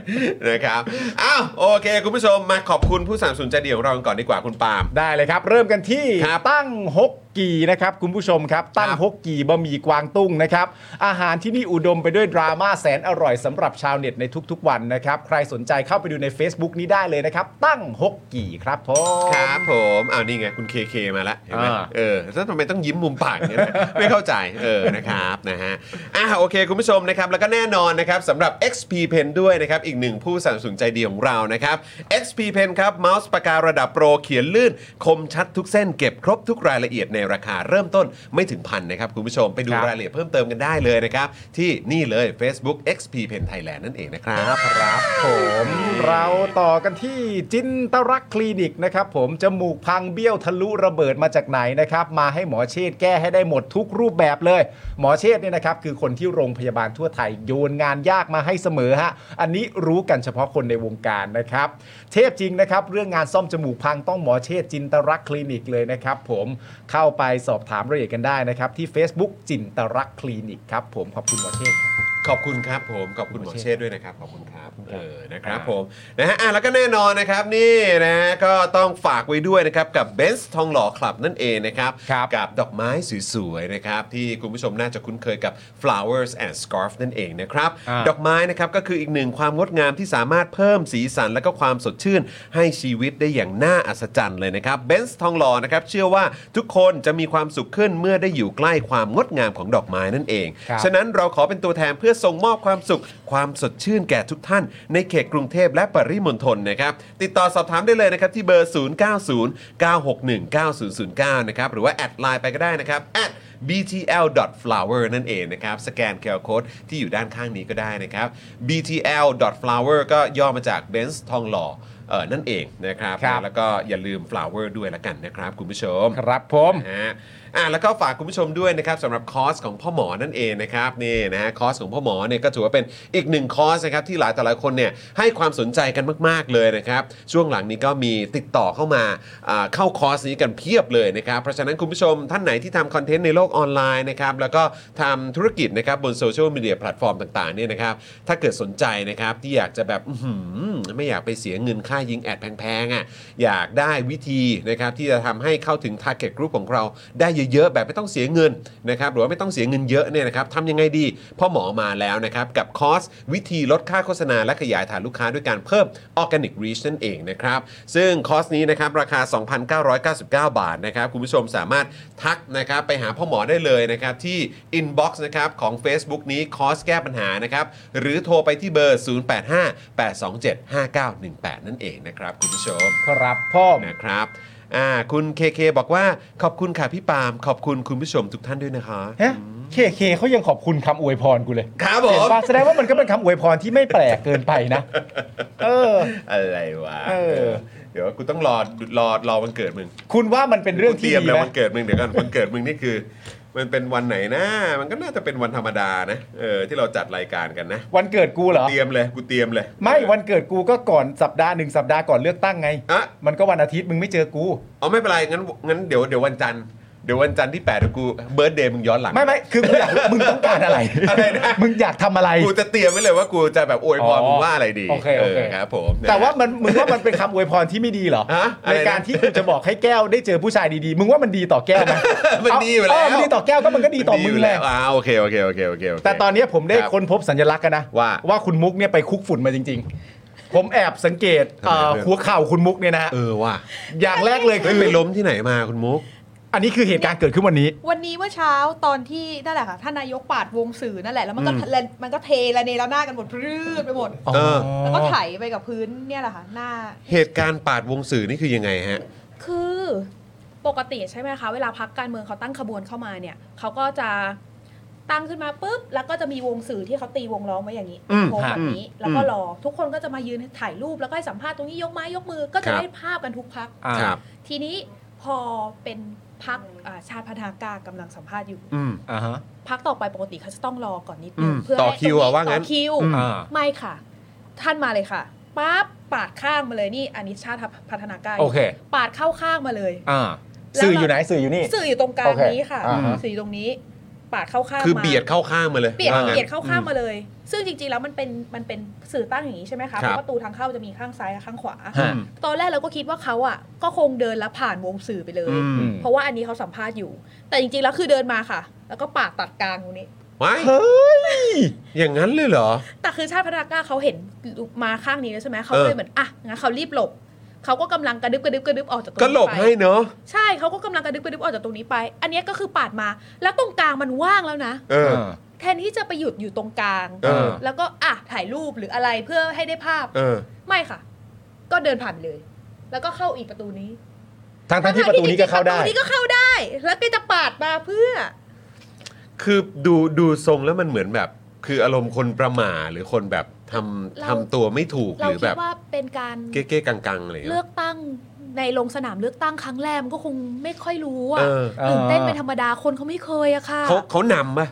S1: นะครับอ้าวโอเค คุณผู้ชมมาขอบคุณผู้สามสนุนใจเดียวของเรากันก่อนดีกว่าคุณปาล์ม
S3: ได้เลยครับ เริ่มกันที่
S1: ครับ
S3: ตั้งฮกกีนะครับคุณผู้ชมครับ ตั้งฮกกีบะหมี่กวางตุ้งนะครับอาหารที่นี่อุดมไปด้วยดราม่าแสนอร่อยสำหรับชาวเน็ตในทุกๆวันนะครับ ใครสนใจเข้าไปดูใน Facebook นี้ได้เลยนะครับ ตั้งฮกกีครับผม
S1: ครับผมอ้าวนี่ไงคุณเคเคมาแล้วเห็นไหม
S3: อ่า
S1: เออแล้วทำไมต้องยิ้มมุมปากเนี่ยนะ ไม่เข้าใจเออนะครับนะฮะอ่ะโอเค คุณผู้ชมนะครับแล้วก็แน่นอนนะครับสำหรับ XP Pen ด้วยนะครับ อีกหนึ่งผู้สนับสนุนใจดีของเรานะครับ XP Pen ครับเมาส์ปากการะดับโปรเขียนลื่น คมชัดทุกเส้นเก็บครบทุกรายละเอียดในราคาเริ่มต้นไม่ถึงพันนะครับคุณผู้ชมไปดูรายละเอียดเพิ่มเติมกันได้เลยนะครับที่นี่เลย Facebook XP Pen Thailand นั่นเองนะครับ
S3: ครับผมเราต่อกันที่จินตรักษณ์คลินิกนะครับผมจมูกพังเบี้ยวทะลุระเบิดมาจากไหนนะครับมาให้หมอเชษฐ์แก้ให้ได้หมดทุกรูปแบบเลย หมอเชษฐ์เนี่ยนะครับคือคนที่โรงพยาบาลทั่วไทยโยนงานยากมาให้เสมอฮะอันนี้รู้กันเฉพาะคนในวงการนะครับ เทพจริงนะครับเรื่องงานซ่อมจมูกพังต้องหมอเชษฐ์จินตรักษณ์คลินิกเลยนะครับผมเข้าไปสอบถามรายละเอียดกันได้นะครับที่ Facebook จินตรักษณ์คลินิกครับผมขอบคุณหมอเชษฐ์ครับ
S1: ขอบคุณครับผมขอบคุณหมอเชษฐ์ด้วยนะครับ ขอบคุณครับเออนะครับผมนะฮะอ่ะแล้วก็แน่นอนนะครับนี่นะฮะก็ต้องฝากไว้ด้วยนะครับกับเบนซ์ทองหล่อคลับนั่นเองนะครับ
S3: ครับ
S1: กับดอกไม้สวยๆนะครับที่คุณผู้ชมน่าจะคุ้นเคยกับ flowers and scarf นั่นเองนะครับ
S3: อ่า
S1: ดอกไม้นะครับก็คืออีกหนึ่งความงดงามที่สามารถเพิ่มสีสันและก็ความสดชื่น ให้ชีวิตได้อย่างน่าอัศจรรย์เลยนะครับเบนซ์ทองหล่อนะครับเชื่อว่าทุกคนจะมีความสุขขึ้นเมื่อได้อยู่ใกล้ความงดงามของดอกไม้นั่นเอง
S3: ครับ
S1: ฉะนั้นเราขอเป็นตัวแทนเพื่อส่งมอบความสุข ความสดชื่นแก่ทุกท่าน ในเขตกรุงเทพและปริมณฑลนะครับ ติดต่อสอบถามได้เลยนะครับ ที่เบอร์ 0909619009 นะครับ หรือว่า แอดไลน์ไปก็ได้นะครับ at btl.flower นั่นเองนะครับ สแกน QR Code ที่อยู่ด้านข้างนี้ก็ได้นะครับ btl.flower ก็ย่อมาจาก Benz ทองหล่อเออนั่นเองนะครับ
S3: ครับ
S1: แล้วก็อย่าลืม flower ด้วยละกันนะครับคุณผู้ชม
S3: ครับผม
S1: นะฮะอ่ะแล้วก็ฝากคุณผู้ชมด้วยนะครับสำหรับคอร์สของพ่อหมอนั่นเองนะครับนี่นะฮะคอร์สของพ่อหมอเนี่ยก็ถือว่าเป็นอีกหนึ่งคอร์สนะครับที่หลายต่อหลายคนเนี่ยให้ความสนใจกันมาก ๆ เลยนะครับ ช่วงหลังนี้ก็มีติดต่อเข้ามาอ่าเข้าคอร์สนี้กันเพียบเลยนะครับ เพราะฉะนั้นคุณผู้ชมท่านไหนที่ทำคอนเทนต์ในโลกออนไลน์นะครับแล้วก็ทำธุรกิจนะครับบนโซเชียลมีเดียแพลตฟอร์มต่างๆเนี่ยนะครับถ้าเกิดสนใจนะครับที่อยากจะแบบอื้อหือไม่อยากไปเสียเงินค่ายิงแอดแพงๆอ่ะอยากได้วิธีนะครับที่จะทำให้เข้าถึง ทาร์เก็ตกลุ่มของเราได้เยอะๆ แบบไม่ต้องเสียเงินนะครับหรือว่าไม่ต้องเสียเงินเยอะเนี่ยนะครับทำยังไงดีพ่อหมอมาแล้วนะครับกับคอร์สวิธีลดค่าโฆษณาและขยายฐานลูกค้าด้วยการเพิ่มออร์แกนิกรีชนั่นเองนะครับซึ่งคอร์สนี้นะครับราคา 2,999 บาทนะครับคุณผู้ชมสามารถทักนะครับไปหาพ่อหมอได้เลยนะครับที่ inbox นะครับของ Facebook นี้คอร์สแก้ปัญหานะครับหรือโทรไปที่เบอร์ 0858275918 นั่นเองนะครับคุณผู้ชม
S3: ครับพ่อม
S1: นะครับอ่าคุณเคเคบอกว่าขอบคุณค่ะพี่ปาล์มขอบคุณคุณผู้ชมทุกท่านด้วยนะคะ
S3: ฮะเคเคเขายังขอบคุณคำอวยพรกูเลย
S1: ครับผ
S3: เห็น
S1: ม
S3: ปะแสดงว่ามันก็เป็นคำอวยพรที่ไม่แปลกเกินไปนะ เออ
S1: อะไรวะ
S3: เออ
S1: เดี๋ยวกูต้องรอรอรอวันเกิดมึง
S3: คุณว่ามันเป็นเรื่อง
S1: กู
S3: ที่
S1: เตรียม
S3: ดี
S1: แล้ว
S3: ไหม
S1: วันเกิดมึงเดี๋ยวก่อนวันเกิดมึงนี่คือ มันเป็นวันไหนนะ มันก็น่าจะเป็นวันธรรมดานะเออที่เราจัดรายการกันนะ
S3: วันเกิดกูเหรอ
S1: เตรียมเลยกูเตรียมเลย
S3: ไม่วันเกิดกูก็ก่อนสัปดาห์หนึ่งสัปดาห์ก่อนเลือกตั้งไง
S1: อะ
S3: มันก็วันอาทิตย์มึงไม่เจอกู
S1: เอาไม่เป็นไรงั้นงั้นเดี๋ยวเดี๋ยววันจันทร์เดี๋ยววันจันทร์ที่แปดเดี๋ยวกูเบิร์ดเดย์มึงย้อนหลัง
S3: ไม่ไม่คือกู อยากรู้ มึงต้องการอะไร
S1: อะไรนะ
S3: มึงอยากทำอะไร
S1: กูจะเตรียมไว้เลยว่ากูจะแบบอวยพรมึงว่าอะไรดี
S3: โอเคโอเค
S1: ครับผมนะ
S3: แต่ว่ามันมึงว่ามันเป็นคำอวยพรที่ไม่ดีเหรอ
S1: ฮะอะไรนะ
S3: ในการที่กูจะบอกให้แก้วได้เจอผู้ชายดีๆ มึงว่ามันดีต่อแก้วไหม
S1: มันดีอยู่แล้ว
S3: เมันดีต่อแก้วก็มันก็ดีต่อมึงแหละ
S1: อ่าโอเคโอเคโอเคโอเคโเค
S3: แต่ตอนนี้ผมได้
S1: ครับ
S3: ค้นพบสัญลักษณ์กันนะ
S1: ว่า
S3: ว่าคุณมุกเนี่ยไปคุกฝุ่นมาจริง ๆ ผมแอบสังเกตเอ่อ
S1: ทำไมเพื่อน
S3: หัวเข่าคุณมุกเนี่ยนะ
S1: เออว่ะ
S3: อย่างแรกเลย
S1: เฮ้ย
S3: คือ
S1: ไปล้มที่ไหนมาคุณมุก
S3: อันนี้คือเหตุการณ์เกิดขึ้นวันนี้
S4: วันนี้เมื่อเช้าตอนที่นั่นแหละค่ะท่านนายกปาดวงสื่อนั่นแหละแล้วมันก็
S3: อืม
S4: และมันก็เทระเนระนาดกันหมดพรืดไปหมด
S1: เออ
S4: แล้วก็ไถไปกับพื้นเนี่ยแหละค่ะหน้า
S1: เหตุการณ์ปาดวงสื่อนี่คือยังไงฮะ
S4: คือปกติใช่ไหมคะ เวลาพักการเมืองเขาตั้งขบวนเข้ามาเนี่ยเขาก็จะ ตั้งขึ้นมาปุ๊บแล้วก็จะมีวงสื่อที่เขาตีวงล้อมไว้อย่างนี้
S1: อืม
S4: วงแบบนี้ แล้วก็
S1: อืม
S4: รอทุกคนก็จะมายืนถ่ายรูปแล้วก็ให้สัมภาษณ์ตรงนี้ยกไม้ยกมือก็
S1: ครั
S4: จะ
S1: บ
S4: ได้ภาพกันทุกพัก
S3: อ่า
S1: ครับ
S4: ทีนี้พอเป็นพักชาติพัฒนากล้ากำลังสัมภาษณ์อยู่
S1: อืม
S3: อ่าฮะ
S4: พักต่อไปปกติเขาจะต้องรอก่อนนิด
S1: อื
S4: นึง
S1: ม
S4: เพื่อ
S1: ต่อ
S4: ให้
S1: คิวอะ
S4: ตร
S1: ว่างั้น
S4: ต่อคิว
S3: อ่า
S4: ไม่ค่ะ ท่านมาเลยค่ะปั๊บปาดข้างมาเลยนี่อันนี้ชาติพัฒนากล้า
S3: โอเค
S4: ปาดเข้าข้างมาเลย
S3: อ่า
S4: แล้ว
S3: สื่ออยู่ไหนสื่ออยู่นี่
S4: สื่ออยู่ตรงกลาง
S3: โอเค
S4: นี้ค่ะ
S3: อ่าฮะ
S4: สื่ออยู่ตรงนี้ ปาดเข้าข้าง
S1: คือ
S4: มา
S1: เบียดเข้าข้างมาเลย
S4: เบียด
S1: ว่างั้น
S4: เบียดเข้าข้างมาเลย ซึ่งจริงๆแล้วมันเป็นมันเป็นสื่อตั้งอย่างนี้ใช่ไหม
S1: ครั
S4: คะ
S1: บ
S4: เพราะประตูทางเข้าจะมีข้างซ้ายกับข้างขวา
S3: ฮะ
S4: ตอนแรกเราก็คิดว่าเขาอ่ะก็คงเดินแล้วผ่านวงสื่อไปเลย
S1: อืม
S4: เพราะว่าอันนี้เขาสัมภาษณ์อยู่ แต่จริงๆแล้วคือเดินมาค่ะ แล้วก็ปาดตัดกลางตรงนี้
S1: ว้ายอย่างนั้นเลยเหรอ
S4: แต่คือชาติพัฒนากล้าเขาเห็นมาข้างนี้แล้วใช่ไหมเขา
S1: เออ
S4: เลยเหมือนอ่ะงั้นเขารีบหลบเขาก็กำลังกระดึบกระดึบกระดึบออกจากตรง
S1: ก็
S4: นี้ไป
S1: หลบให้เนาะ
S4: ใช่เขาก็กำลังกระดึบกระดึบออกจากตรงนี้ไป อันเนี้ยก็คือปาดมา แล้วตรงกลางมันว่างแล้วนะ
S1: เออ
S4: แทนที่จะไปหยุดอยู่ตรงกลาง
S1: เออ
S4: แล้วก็อ่ะถ่ายรูปหรืออะไรเพื่อให้ได้ภาพ
S1: เออ
S4: ไม่ค่ะ ก็เดินผ่านเลย แล้วก็เข้าอีกประตูนี้
S3: ทางทางๆที่ประตูนี้ก็เข้าได้
S4: ประตูนี้ก็เข้าได้ แล้วก็จะปาดมาเพื่อ
S1: คือดูดูทรงแล้วมันเหมือนแบบ คืออารมณ์คนประหม่าหรือคนแบบทำ
S4: เรา
S1: ทำตัวไม่ถูก
S4: เรา
S1: หรือ
S4: คิ
S1: แบ
S4: ด
S1: บ
S4: ว่าเป็นการ
S1: เก๊ๆกังๆอะไรอย่าง
S4: เลื
S1: เงี้
S4: อยกตั้งในลงสนามเลือกตั้งครั้งแรกมันก็คงไม่ค่อยรู้อะ
S1: เออ
S3: อ่า
S4: ตื่นเต้นเป็นธรรมดาคนเขาไม่เคยอะค่ะ
S1: เขาเขานำปะ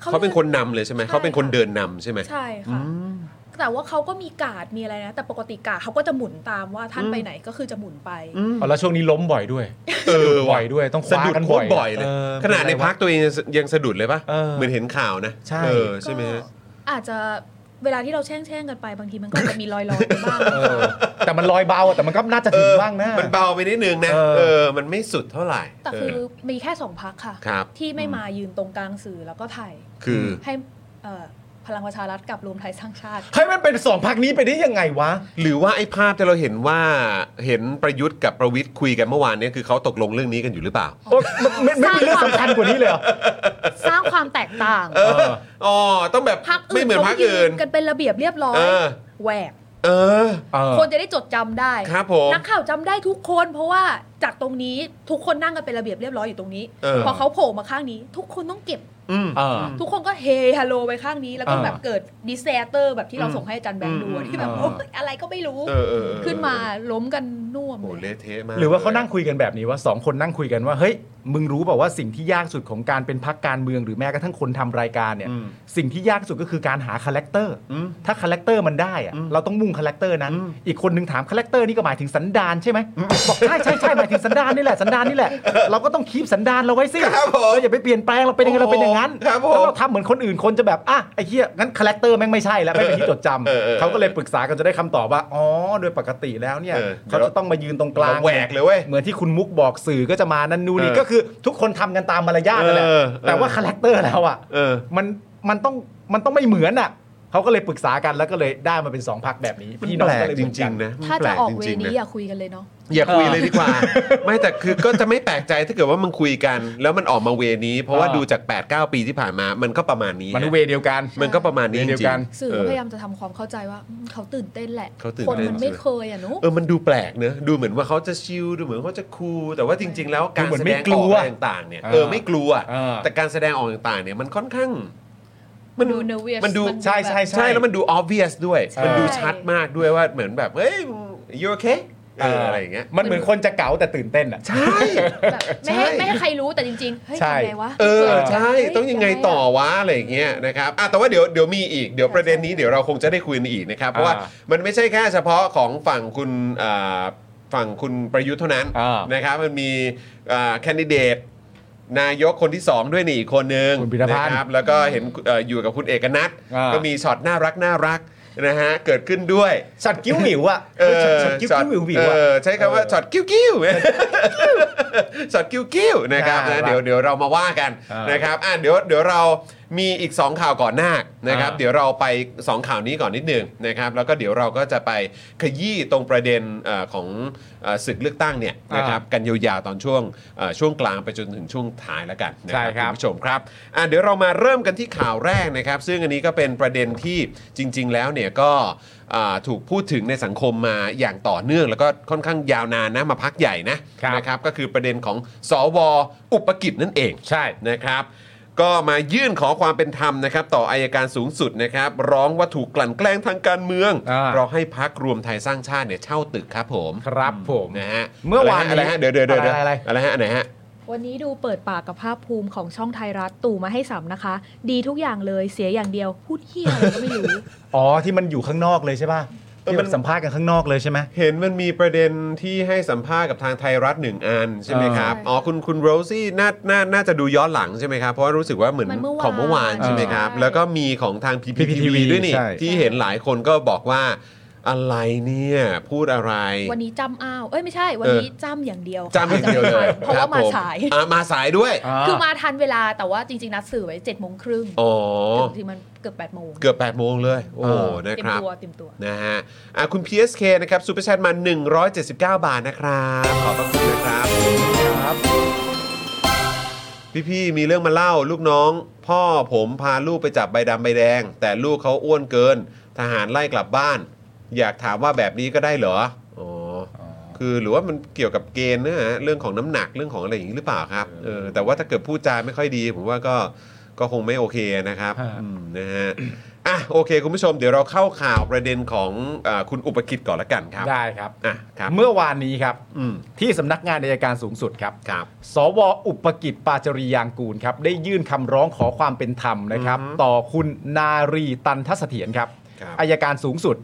S1: เขาเป็นคนนำเลยใช่ไหม
S4: ใช่
S1: เขาเป็นคนเดินนำใช่ไหม
S4: ใช่
S1: อื
S4: ค่ะ
S1: ม
S4: แต่ว่าเขาก็มีการ์ดมีอะไรนะ แต่ปกติการ์ดเขาก็จะหมุนตามว่าท่าน
S1: อืม
S4: ไปไหนก็คือจะหมุนไป
S1: อืม
S3: อ๋อแล้วช่วงนี้ล้มบ่อยด้วย
S1: เออ
S3: บ่อยด้วยต้องค
S1: สะ
S3: ว้า
S1: ดุด
S3: กัน
S1: โค
S3: บ่อ
S1: ต
S3: ย
S1: รบ่อยเลย
S3: ออ
S1: ขนาดในพัก
S3: เป็
S1: ตัวเองยังสะดุดเลยปะ
S3: เออ
S1: เหมือนเห็นข่าวนะ
S3: ใช่
S1: เออใช่ไหมฮะ
S4: อาจจะเวลาที่เราแช่งแช่งๆกันไปบางทีมันก็จะมีรอยๆไปบ้าง
S3: นไรวะเออแต่มันลอยเบาอะแต่มันก็น่าจะถึงบ้างนะ
S1: มันเบาไปนิดนึงนะ
S3: เออ
S1: เออ มันไม่สุดเท่าไหร่
S4: แต่คือ
S1: เ
S4: มีแค่สองพักค่ะ
S1: ครับ
S4: ที่ไม่มายืนตรงกลางสื่อแล้วก็ถ่าย
S1: คือ
S4: ให้เอ่อพลังประชารัฐกับรวมไทยสร้างชาติ
S3: ให้ยมันเป็นสองพักนี้ไปได้ยังไงวะ
S1: หรือว่าไอ้ภาพที่เราเห็นว่าเห็นประยุทธ์กับประวิทย์คุยกันเมื่อวานเนี้คือเขาตกลงเรื่องนี้กันอยู่หรือเปล่า
S3: โอ๊ยมันไม่ไม่มีเรื่องสำคัญกว่านี้เลยเหรอ
S4: สร้างความแตกต่าง
S1: เอออ๋อต้องแบบ
S4: พักอื่น
S1: ไม่เหมือนพักอื่น
S4: เขายืกันเป็นระเบียบเรียบร้อย
S1: เออ
S4: แหวก
S1: เออ
S4: คนจะได้จดจำได้
S1: ครับผม
S4: นักข่าวจำได้ทุกคน เพราะว่าจากตรงนี้ทุกคนนั่งกันเป็นระเบียบเรียบร้อยอยู่ตรงนี้
S1: เออ
S4: พอเขาโผล่มาข้างนี้ ทุกคนต้องเก็บ
S1: อืม
S3: เออ
S4: ทุกคนก็เฮฮัลโหลไปข้างนี้ แล้วก็
S3: เออ
S4: แบบเกิดดิเซเตอร์แบบที่เรา
S1: อืม
S4: ส่งให้อาจารย์แบงค์ดูอะ
S1: อืม
S4: ที่แบบ
S3: เออ
S4: โอยอะไรก็ไม่รู้
S1: เออเออเออ
S4: ขึ้นมาล้มกันน่วม
S1: โห
S4: เลย
S1: เละเทะมาก
S3: หรือว่าเขานั่งคุยกันแบบนี้ว่าสองคนนั่งคุยกันว่าเฮ้ยมึงรู้เปล่าว่าสิ่งที่ยากสุดของการเป็นพักการเมืองหรือแม้กระทั่งคนทำรายการเนี่ย
S1: อืม
S3: สิ่งที่ยากสุดก็คือการหาคาแรคเตอร์
S1: อืม
S3: ถ้าคาแรคเตอร์มันได้อะ
S1: อืม
S3: เราต้องมุ่งคาแรคเตอร์นั้น
S1: อืม
S3: อีกคนนึงถามคาแรคเตอร์นี่ก็หมายถึงสันดานใช่ไหมบอกใช่ใช่ใช่หมายถึงสันดานนี่แหละสันดานนี่แหละ เราก็ต้องคีบสันดานเราไว้สิ
S1: ครับผม
S3: เราอย่าไปเปลี่ยนแปลงเราเป็นยังไงเราเป็นอย่างนั้น
S1: ครับผม
S3: แล้วเราทำเหมือนคนอื่นคนจะแบบอ่ะไอ้เหี้ยงั้นคาแรคเตอร์แม่งไม่ใช่แล้วไม่เป็นที่จดจำ
S1: เออเออ
S3: เขาก็เลยปรึกษากันจะได้คำตอบว่าอ๋อโดยปกติแล้วเนี่ย
S1: เออ
S3: เขาจะต้องมายืนตรงกลาง
S1: แหวกเลยเว้ย
S3: เหมือนที่คุณมุกบอกสื่อก็จะมานั่นนู่นนี่
S1: เออ
S3: ก็คือทุกคนทำกันตามมารยาทนั่นแหละ
S1: เออเออ
S3: แต่ว่าคาแรคเตอร์แล้วอ่ะ
S1: เออ
S3: มันมันต้องมันต้องไม่เหมือนอ่ะเขาก็เลยปรึกษากันแล้วก็เลยได้มาเป็นสองพักแบบนี้
S1: มัน
S3: พี่น้อ
S1: แปลก
S3: งก็เลย
S1: จ
S3: เหมือน
S1: ริ
S3: กั
S1: ง
S3: น
S1: ๆนะมัน
S4: ถ้า
S1: แปล
S4: จะ
S1: ก
S4: ออก
S1: จ
S4: เว
S1: ริงๆนะ
S4: นี้อย่าคุยกันเลยเนาะ
S1: อย่าคุยเลยดีกว่า ไม่แต่คือก็จะไม่แปลกใจถ้าเกิดว่ามันคุยกัน แล้วมันออกมาเวนี้ เพราะว่า
S3: อ่า
S1: ดูจาก 8 9 ปีที่ผ่านมา มันก็ประมาณนี้
S3: มัน
S1: ฮะ
S3: เวเดียวกัน
S1: มันก็ประมาณนี้จ
S3: เวย์เดียว
S1: ริ
S3: กั
S1: ง
S3: น
S1: ๆ
S4: สื่อ
S1: เอ
S4: ก็
S1: อ
S4: พยายามจะทำความเข้าใจว่าอืมเขาตื่นเต้นแหละ
S1: เขาตื่น
S4: คน
S1: เต้น
S4: มันไม่เคยอ่ะหนุ
S1: เออมันดูแปลกเนอะดูเหมือนว่าเขาจะชิลดูเหมือนเขาจะคูลแต่ว่าจริง ๆ แล้วการ
S3: ดูเหมือ
S1: แส
S3: นไม่
S1: ดง
S3: ก
S1: อ
S3: ลั
S1: อก
S3: ว
S1: อะไรต่างๆเนี่ยเออ
S3: อ่า
S1: ไม่กลัว
S3: อ่า
S1: แต่การแสดงออกต่างๆเนี่ยมันค่อนข้าง มัน
S4: ดู nervous
S1: มันดู
S4: มันดู
S3: ใช่ใช่ใช่
S1: ใช่แล้วมันดู obvious ด้วย
S3: ใช่
S1: มันดูชัดมากด้วยว่าเหมือนแบบเฮ้ย you okay เอออะไรอย่างเงี้ย
S3: มันเหมือนคนจะเก๋าแต่ตื่นเต้นอ่ะ
S1: ใช่
S4: แบบไม่ให้ไม่ให้ใครรู้แต่จริงๆเฮ้ย
S3: ใช่
S4: ทำไงวะ
S1: เออ
S4: กิด
S1: ใช่
S4: เฮ้
S1: ต้องยังไงต่อวะอะไรอย่างเงี้ยนะครับอ่ะแต่ว่าเดี๋ยวเดี๋ยวมีอีกเดี๋ยวประเด็นนี้เดี๋ยวเราคงจะได้คุยกันอีกนะครับ เพราะว่า
S3: อ่า
S1: มันไม่ใช่แค่เฉพาะของฝั่งคุณอ่าฝั่งคุณประยุทธ์เท่านั้น
S3: อ่าน
S1: นะครับมันมีแคนดิเดต นายกคนที่ 2 ด้วยนี่อีกคนนึง
S3: คุณพิธภัณฑ์
S1: นะครับแล้วก็เห็นเอ่ออยู่กับคุณเอกนัท
S3: อ่า
S1: ก็มีช็อตน่ารักน่ารักนะฮะเกิดขึ้นด้วย
S3: ช็อตกิ้วหมิวอ่ะ
S1: เออ
S3: ช็อตช็อตกิ้ว
S1: ช็อต
S3: กิ้วหมิวหมิวอ่ะ
S1: เออใช้คำว่าช็อตกิ้วกิ้ว ช็อตกิ้วกิ้วนะครับ
S3: น่ารั
S1: นะ
S3: ก
S1: เดี๋ยวเดี๋ยวเรามาว่ากัน
S3: เออ
S1: นะครับอ่ะเดี๋ยวเดี๋ยวเรามีอีก 2 ข่าวก่อนหน้านะครับ
S3: อ่า
S1: เดี๋ยวเราไป 2 ข่าวนี้ก่อนนิดหนึงนะครับ แล้วก็เดี๋ยวเราก็จะไปขยี้ตรงประเด็นเอ่อของเอ่อศึกเลือกตั้งเนี่ย
S3: อ่าน
S1: นะครับกันยาวๆตอนช่วงเอ่อช่วงกลางไปจนถึงช่วงท้ายแล้วกันนะ
S3: ใช่ครั
S1: ณ
S3: บ
S1: ผู้ชมครับอ่ะเดี๋ยวเรามาเริ่มกันที่ข่าวแรกนะครับ ซึ่งอันนี้ก็เป็นประเด็นที่จริง ๆ แล้วเนี่ยก็ อ่าถูกพูดถึงในสังคมมาอย่างต่อเนื่อง แล้วก็ค่อนข้างยาวนานนะมาพักใหญ่นะครับ นะครับก็คือประเด็นของสวอุปกิจนั่นเอง
S3: ใช่
S1: นะครับ ก็มายื่นขอความเป็นธรรมนะครับต่ออายการสูงสุดนะครับ ร้องว่าถูกกลั่นแกล้งทางการเมือง
S3: อ่า
S1: เราให้พักรวมไทยสร้างชาติเนี่ยเช่าตึกครับผม
S3: ครับผม
S1: นะฮะ
S3: เมื่อวานนี้
S1: อะไรฮะเดี๋ยวเดี๋ยวเดี๋ยวเดี๋ยว
S3: อะไรอะ
S1: อะ
S3: ไร
S1: ไรฮะอันไหนฮะ
S4: วันนี้ดูเปิดปากกับภาพภูมิของช่องไทยรัฐตู่มาให้สัมนะคะ ดีทุกอย่างเลยเสียอย่างเดียว พูดเฮียอะไรก็ไม่รู้
S3: อ๋อที่มันอยู่ข้างนอกเลยใช่ป่ะ
S1: เออ
S3: ที่
S1: มั
S3: มัน นสัมภาษณ์กันข้างนอกเลยใช่ไหม
S1: เห็นมันมีประเด็นที่ให้สัมภาษณ์กับทางไทยรัฐหนึ่งอันใช่ไหมครับ
S4: ใช่
S1: อ๋อคุณคุณโรซี่น่าน่าน่าจะดูย้อนหลังใช่ไหมครับ เพราะว่ารู้สึกว่าเหมือน
S4: มันเมื่อวาน
S1: ของเมื่อวานใช่ไหมครับ
S4: ใช่
S1: แล้วก็มีของทาง PPTV
S3: PPTV
S1: ด้วยนี่
S3: ใช่
S1: ที่เห็นหลายคนก็บอกว่าอะไรเนี่ย พูดอะไร
S4: วันนี้จำอ้าวเอ้ยไม่ใช่ วันนี้จำอย่างเดียว
S1: จำอย่างเดียวเลย
S4: เพราะว่ามาสาย
S1: ครับผมอ่ะมาสายด้วย
S4: คือมาทันเวลาแต่ว่าจริง ๆ นัดสื่อไว้เจ็ดโมงครึ่ง
S1: อ๋อ
S4: จริงๆมันเกือบแปดโมง
S1: เกือบ 8 โมงเลย โอ้โห
S4: เต
S1: นะ
S4: รีย
S1: ค
S4: ม
S1: รับ
S4: ตัวเตรียมตัว
S1: นะฮะอ่ะคุณ PSK นะครับซูเปอร์แชทมา 179 บาทนะครับ ขอบพระคุณนะครับ พี่ๆมีเรื่องมาเล่าลูกน้อง พ่อผมพาลูกไปจับใบดำใบแดง แต่ลูกเขาอ้วนเกิน ทหารไล่กลับบ้าน อยากถามว่าแบบนี้ก็ได้เหรออ๋อคือหรือว่ามันเกี่ยวกับเกณฑ์เนยฮะเรื่องของน้ำหนักเรื่องของอะไรอย่างนี้หรือเปล่าครับเออแต่ว่าถ้าเกิดพูดจาไม่ค่อยดี ผมว่าก็ก็คงไม่โอเคนะครับ
S3: ฮะ
S1: อืมนะฮะ อ่ะโอเค คุณผู้ชมเดี๋ยวเราเข้าข่าวประเด็นของอาคุณอุปกิจก่อนละกันครับ
S3: ได้ครับ
S1: อ่ะครับ
S3: เมื่อวานนี้ครับ
S1: อืม
S3: ที่สำนักงานอัยการสูงสุดครับ
S1: ครับ
S3: สวอุปกิจปาจรียางกูลครับ ได้ยื่นคำร้องขอความเป็นธรรมนะครับ
S1: อือฮึ
S3: ต่อคุณนารีตันทเสถียรครับ
S1: ครับ
S3: อายการสูงสุด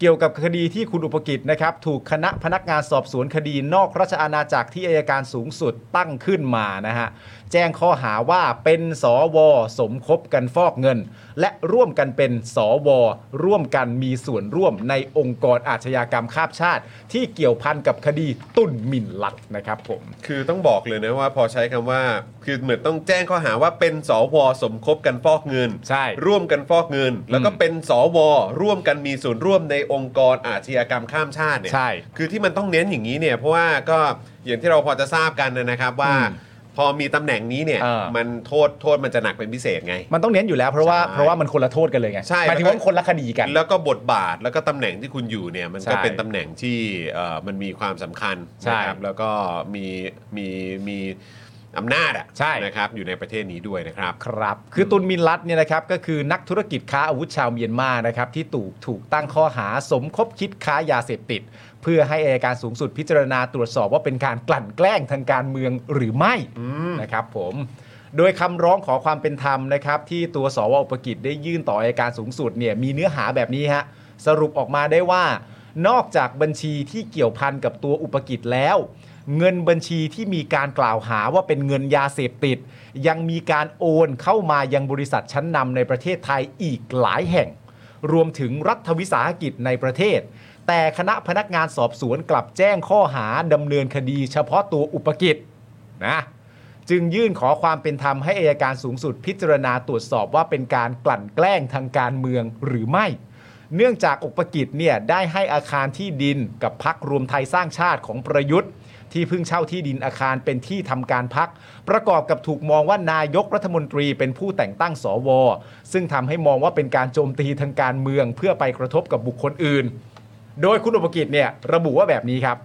S3: เกี่ยวกับคดีที่คุณอุปกิจนะครับ ถูกคณะพนักงานสอบสวนคดีนอกราชอาณาจักรที่อายการสูงสุดตั้งขึ้นมานะฮะแจ้งข้อหาว่าเป็นสวสมคบกันฟอกเงิน และร่วมกันเป็นสวร่วมกันมีส่วนร่วมในองค์กรอาชญากรรมข้ามชาติ ที่เกี่ยวพันกับคดีตุ่นหมิ่นลัดนะครับผม
S1: คือต้องบอกเลยนะว่าพอใช้คำว่า คือเหมือนต้องแจ้งข้อหาว่าเป็นสวสมคบกันฟอกเงิน
S3: ใช่
S1: ร่วมกันฟอกเงิน แล้วก็เป็นสวร่วมกันมีส่วนร่วมในองค์กรอาชญากรรมข้ามชาติเนี่ย
S3: ใช่
S1: คือที่มันต้องเน้นอย่างนี้เนี่ยเพราะว่าก็อย่างที่เราพอจะทราบกันนะครับว่า
S3: อืม
S1: พอมีตำแหน่งนี้เนี่ย
S3: เออ
S1: มันโทษโทษมันจะหนักเป็นพิเศษไง
S3: มันต้องเน้นอยู่แล้วเพราะว่า
S1: ใช่
S3: เพราะว่ามันคนละโทษกันเลยไง
S1: ใช่
S3: หมายถึง
S1: แล้วก็
S3: ว่าคนละคดีกัน
S1: แล้วก็บทบาทแล้วก็ตำแหน่งที่คุณอยู่เนี่ยมันก็
S3: ใช่
S1: เป็นตำแหน่งที่เอ่อมันมีความสำคัญ
S3: ใช่
S1: นะครับแล้วก็มีมีมีอำนาจอะ
S3: ใช่
S1: นะครับอยู่ในประเทศนี้ด้วยนะครับ
S3: ครับ คือตุนมินลัดเนี่ยนะครับก็คือนักธุรกิจค้าอาวุธชาวเมียนมานะครับที่ถูกถูกตั้งข้อหาสมคบคิดค้ายาเสพติด เพื่อให้อายการสูงสุดพิจารณาตรวจสอบว่าเป็นการกลั่นแกล้งทางการเมืองหรือไม่นะครับผม โดยคำร้องขอความเป็นธรรมนะครับที่ตัวสวอุปกิจได้ยื่นต่ออายการสูงสุดเนี่ยมีเนื้อหาแบบนี้ฮะสรุปออกมาได้ว่า นอกจากบัญชีที่เกี่ยวพันกับตัวอุปกิจแล้ว เงินบัญชีที่มีการกล่าวหาว่าเป็นเงินยาเสพติด ยังมีการโอนเข้ามายังบริษัทชั้นนำในประเทศไทยอีกหลายแห่ง รวมถึงรัฐวิสาหกิจในประเทศ แต่คณะพนักงานสอบสวนกลับแจ้งข้อหาดำเนินคดีเฉพาะตัวอุปกิจนะ จึงยื่นขอความเป็นธรรมให้อายการสูงสุดพิจารณาตรวจสอบว่าเป็นการกลั่นแกล้งทางการเมืองหรือไม่ เนื่องจากอุปกิจเนี่ยได้ให้อาคารที่ดินกับพักรวมไทยสร้างชาติของประยุทธ์ ที่เพิ่งเช่าที่ดินอาคารเป็นที่ทำการพัก ประกอบกับถูกมองว่านายกรัฐมนตรีเป็นผู้แต่งตั้งสว ซึ่งทำให้มองว่าเป็นการโจมตีทางการเมืองเพื่อไปกระทบกับบุคคลอื่น โดยคุณอุปกิจเนี่ยระบุว่าแบบนี้ครับ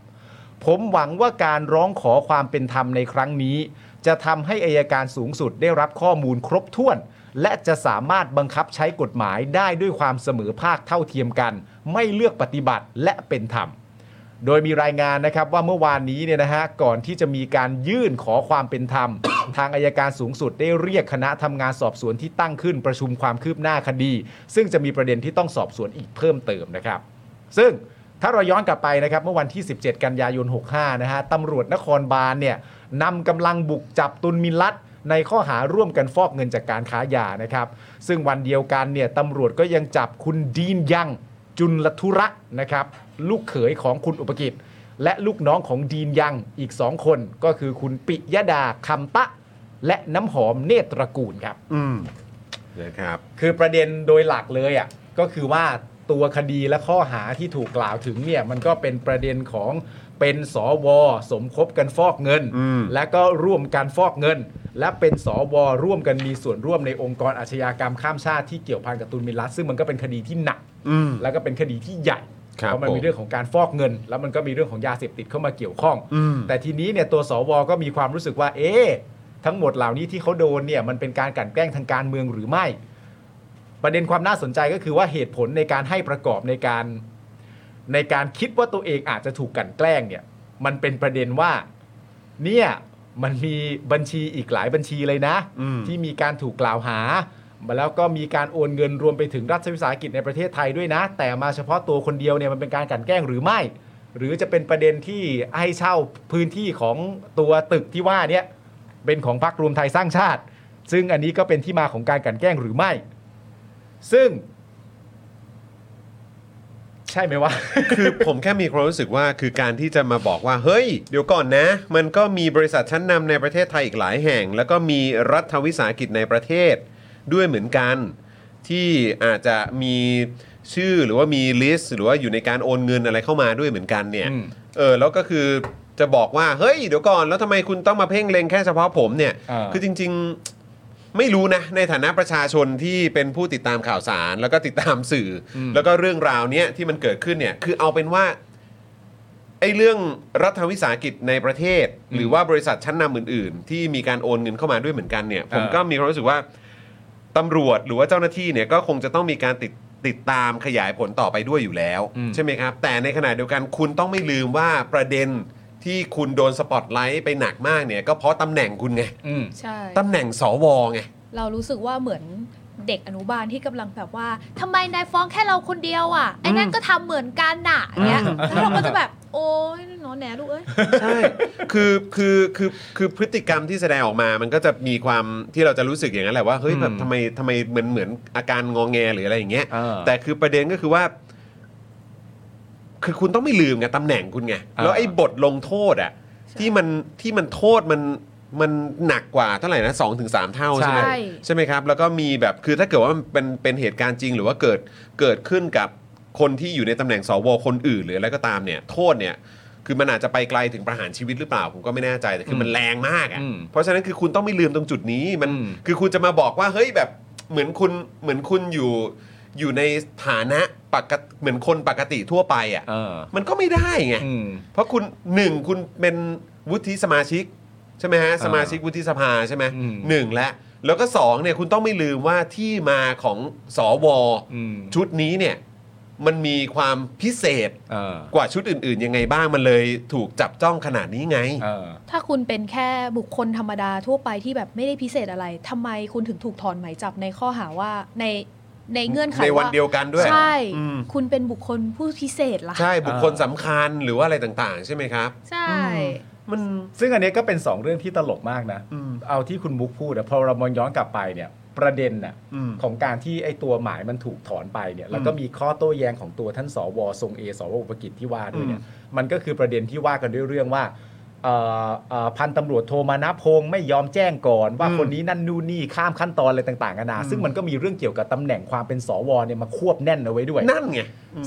S3: ผมหวังว่าการร้องขอความเป็นธรรมในครั้งนี้ จะทำให้อายการสูงสุดได้รับข้อมูลครบถ้วน และจะสามารถบังคับใช้กฎหมายได้ด้วยความเสมอภาคเท่าเทียมกัน ไม่เลือกปฏิบัติและเป็นธรรม โดยมีรายงานนะครับว่าเมื่อวานนี้เนี่ยนะฮะก่อนที่จะมีการยื่นขอความเป็นธรรม ทางอายการสูงสุดได้เรียกคณะทำงานสอบสวนที่ตั้งขึ้นประชุมความคืบหน้าคดี ซึ่งจะมีประเด็นที่ต้องสอบสวนอีกเพิ่มเติมนะครับ ซึ่งถ้าเราย้อนกลับไปนะครับเมื่อวันที่ 17 กันยายน 65 นะฮะตำรวจนครบาลเนี่ยนำกำลังบุกจับตุนมินลัด ในข้อหาร่วมกันฟอกเงินจากการค้ายานะครับ ซึ่งวันเดียวกันเนี่ยตำรวจก็ยังจับคุณดีนยัง จุนลทุระนะครับ ลูกเขยของคุณอุปกิจ และลูกน้องของดีนยังอีก 2 คนก็คือคุณปิยดาคำตะ และน้ำหอมเนตรตระกูลครับ
S1: อืมนะครับ
S3: คือประเด็นโดยหลักเลยอ่ะก็คือว่าตัวคดีและข้อหาที่ถูกกล่าวถึงเนี่ยมันก็เป็นประเด็นของเป็นสวสมคบกันฟอกเงิน
S1: อืม
S3: และก็ร่วมกันฟอกเงิน และเป็นสวร่วมกันมีส่วนร่วมในองค์กรอาชญากรรมข้ามชาติที่เกี่ยวพันกับตุนมินลัดซึ่งมันก็เป็นคดีที่หนัก
S1: อืม
S3: แล้วก็เป็นคดีที่ใหญ่
S1: ครับ
S3: เพราะมัน
S1: ผม
S3: มีเรื่องของการฟอกเงิน แล้วมันก็มีเรื่องของยาเสพติดเข้ามาเกี่ยวข้อง
S1: อืม
S3: แต่ทีนี้เนี่ยตัวสวก็มีความรู้สึกว่า เอ๊ะ ทั้งหมดเหล่านี้ที่เขาโดนเนี่ยมันเป็นการกลั่นแกล้งทางการเมืองหรือไม่ ประเด็นความน่าสนใจก็คือว่าเหตุผลในการให้ประกอบในการ ในการคิดว่าตัวเองอาจจะถูกกลั่นแกล้งเนี่ย มันเป็นประเด็นว่า เนี่ยมันมีบัญชีอีกหลายบัญชีเลยนะ
S1: อืม
S3: ที่มีการถูกกล่าวหา แล้วก็มีการโอนเงินรวมไปถึงรัฐวิสาหกิจในประเทศไทยด้วยนะ แต่มาเฉพาะตัวคนเดียวเนี่ยมันเป็นการกลั่นแกล้งหรือไม่ หรือจะเป็นประเด็นที่ให้เช่าพื้นที่ของตัวตึกที่ว่าเนี่ยเป็นของพรรครวมไทยสร้างชาติ ซึ่งอันนี้ก็เป็นที่มาของการกลั่นแกล้งหรือไม่ ซึ่ง ใช่ไหมวะ
S1: คือผมแค่มีความรู้สึกว่าคือการที่จะมาบอกว่า เฮ้ย เดี๋ยวก่อนนะ มันก็มีบริษัทชั้นนำในประเทศไทยอีกหลายแห่ง แล้วก็มีรัฐวิสาหกิจในประเทศด้วยเหมือนกัน ที่อาจจะมีชื่อหรือว่ามีลิสต์ หรือว่าอยู่ในการโอนเงินอะไรเข้ามาด้วยเหมือนกันเนี่ย
S3: อืม
S1: เออแล้วก็คือจะบอกว่าเฮ้ยเดี๋ยวก่อนแล้วทำไมคุณต้องมาเพ่งเล็งแค่เฉพาะผมเนี่ย
S3: เออ
S1: คือจริง ๆ ไม่รู้นะ ในฐานะประชาชนที่เป็นผู้ติดตามข่าวสาร แล้วก็ติดตามสื่ออแล้วก็เรื่องราวเนี้ยที่มันเกิดขึ้นเนี่ยคือเอาเป็นว่าไอ้เรื่องรัฐวิสาหกิจในประเทศ หรือว่าบริษัทชั้นนำอื่น ๆ ที่มีการโอนเงินเข้ามาด้วยเหมือนกันเนี่ย ผม
S3: เออ
S1: ก็มีความรู้สึกว่าตำรวจหรือว่าเจ้าหน้าที่เนี่ยก็คงจะต้องมีการติดติดตามขยายผลต่อไปด้วยอยู่แล้ว ใช่ไหมครับ แต่ในขณะเดียวกันคุณต้องไม่ลืมว่าประเด็นที่คุณโดนสปอตไลท์ไปหนักมากเนี่ยก็เพราะตำแหน่งคุณไง
S3: อืม
S4: ใช่
S1: ตำแหน่งสวไง
S4: เรารู้สึกว่าเหมือนเด็กอนุบาลที่กำลังแบบว่าทำไมนายฟ้องแค่เราคนเดียวอ่ะไอ้นั่นก็ทำเหมือนกันน่ะอย่างเงี้ยแล้วเราก็จะแบบโอ้ยหนอแหนลูกเอ้ย
S1: ใช่ คือคือคือคือพฤติกรรมที่แสดงออกมา มันก็จะมีความที่เราจะรู้สึกอย่างนั้นแหละว่า เฮ้ย แบบ
S3: อืม
S1: ทำไมทำไมเหมือนเหมือนอาการงองแงหรืออะไรอย่างเงี้ย
S3: เออ
S1: แต่คือประเด็นก็คือว่า คือคุณต้องไม่ลืมไงตำแหน่งคุณไง
S3: ออ
S1: แล้วไอ้บทลงโทษอะที่มันที่มันโทษมันมันหนักกว่าเท่าไหร่นะสองถึงสามเท่าใช่ไหม
S4: ใช่
S1: ใช่ไหมครับ แล้วก็มีแบบคือถ้าเกิดว่ามันเป็นเป็นเหตุการณ์จริง หรือว่าเกิดเกิดขึ้นกับคนที่อยู่ในตำแหน่งสวคนอื่น หรืออะไรก็ตามเนี่ย โทษเนี่ย คือมันอาจจะไปไกลถึงประหารชีวิตหรือเปล่า ผมก็ไม่แน่ใจแต่คือมันแรงมาก
S3: อื
S1: อะ่ะ
S3: ม
S1: เพราะฉะนั้นคือคุณต้องไม่ลืมตรงจุดนี้มัน
S3: อืม
S1: คือคุณจะมาบอกว่าเฮ้ยแบบเหมือนคุณเหมือนคุณอยู่อยู่ในฐานะปกติเหมือนคนปกติทั่วไปอ่ะ
S3: เออ
S1: มันก็ไม่ได้ไง
S3: อืม
S1: เพราะคุณหนึ่งคุณเป็นวุฒิสมาชิก ใช่ไหมฮะ
S3: อ่า
S1: สมาชิกวุฒิสภาใช่ไหม
S3: อืม
S1: หนึ่งและ แล้วก็สองเนี่ยคุณต้องไม่ลืมว่าที่มาของสว
S3: อืม
S1: ชุดนี้เนี่ยมันมีความพิเศษ
S3: เออก
S1: ว่าชุดอื่น ๆ ยังไงบ้างมันเลยถูกจับจ้องขนาดนี้ไง
S3: เออ
S4: ถ้าคุณเป็นแค่บุคคลธรรมดาทั่วไปที่แบบไม่ได้พิเศษอะไรทำไมคุณถึงถูกถอนหมายจับในข้อหาว่าในในเงื่อนไข
S1: ในวัน
S4: ว่า
S1: เดียวกันด้วย
S4: ใช่
S1: อืม
S4: คุณเป็นบุคคลผู้พิเศษล่ะ
S1: ใช่บุคคลสำคัญหรือว่าอะไรต่าง ๆ ใช่ไหมครับ
S4: ใช่
S1: มัน
S3: ซึ่งอันเนี้ยก็เป็น 2 เรื่องที่ตลกมากนะ
S1: อืม
S3: เอาที่คุณมุกพูดอะพอเรามองย้อนกลับไปเนี่ยประเด็นน่ะ
S1: อืม
S3: ของการที่ไอ้ตัวหมายมันถูกถอนไปเนี่ยแล้วก็มีข้อโต้แย้งของตัวท่านสวทรงเอสวอุปกิจที่ว่าด้วยเนี่ยมันก็คือประเด็นที่ว่ากันด้วยเรื่องว่าเอ่อเอ่อพันตำรวจโทมานะพงศ์ไม่ยอมแจ้งก่อน ว่า
S1: อืม
S3: คนนี้นั่นนู่นนี่ข้ามขั้นตอนอะไรต่างๆกันานาซึ่งมันก็มีเรื่องเกี่ยวกับตำแหน่งความเป็นสวเนี่ยมาควบแน่นเอาไว้ด้วย
S1: นั่นไง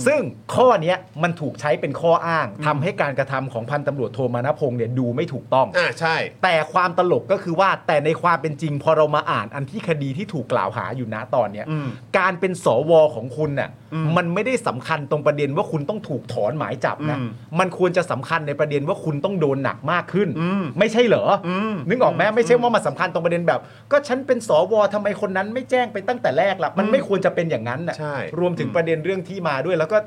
S3: ซึ่งข้อเนี้ยมันถูกใช้เป็นข้ออ้างทำให้การกระทำของพันตำรวจโทมานะพงศ์เนี่ยดูไม่ถูกต้อง
S1: อ่าใช่
S3: แต่ความตลกก็คือว่าแต่ในความเป็นจริงพอเรามาอ่านอันที่คดีที่ถูกกล่าวหาอยู่นะตอนเนี้ย
S1: อืม
S3: การเป็นสวของคุณน่ะมันไม่ได้สำคัญตรงประเด็นว่าคุณต้องถูกถอนหมายจับนะ
S1: อืม
S3: มันควรจะสำคัญในประเด็นว่าคุณต้องโดนหนักมากขึ้น
S1: อืม
S3: ไม่ใช่เหรออ
S1: ม
S3: นึกออกไหมไม่ใช่ว่ามาสำคัญตรงประเด็นแบบ ก็ฉันเป็นสวทำไมคนนั้นไม่แจ้งไปตั้งแต่แรกล่ะมันไม่ควรจะเป็นอย่างนั้นน่ะ
S1: ใช่
S3: รวมถึงประเด็นเรื่องที่มาด้วยแล้วก็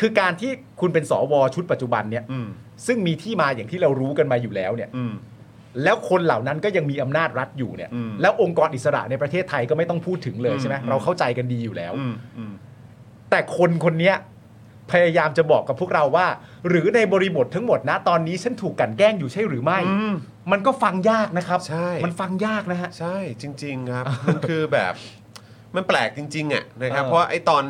S3: คือการที่คุณเป็นสวชุดปัจจุบันเนี่ย
S1: อืม
S3: ซึ่งมีที่มาอย่างที่เรารู้กันมาอยู่แล้วเนี่ย
S1: อืม
S3: แล้วคนเหล่านั้นก็ยังมีอำนาจรัฐอยู่เนี่ย
S1: อืม
S3: แล้วองค์กรอิสระในประเทศไทยก็ไม่ต้องพูดถึงเลย
S1: อืม
S3: ใช่ไหม
S1: อืม
S3: เราเข้าใจกันดีอยู่แล้ว
S1: อืมอืม
S3: แต่คนคนเนี้ยพยายามจะบอกกับพวกเราว่า หรือในบริบททั้งหมดนะตอนนี้ฉันถูกกลันแกล้งอยู่ใช่หรือไม่
S1: อืม
S3: มันก็ฟังยากนะครับ
S1: ใช่
S3: มันฟังยากนะฮะ
S1: ใช่จริง ๆ ครับ มันคือแบบมันแปลกจริง ๆอ่ะนะครับ
S3: เออ
S1: เพราะไอ้ตอน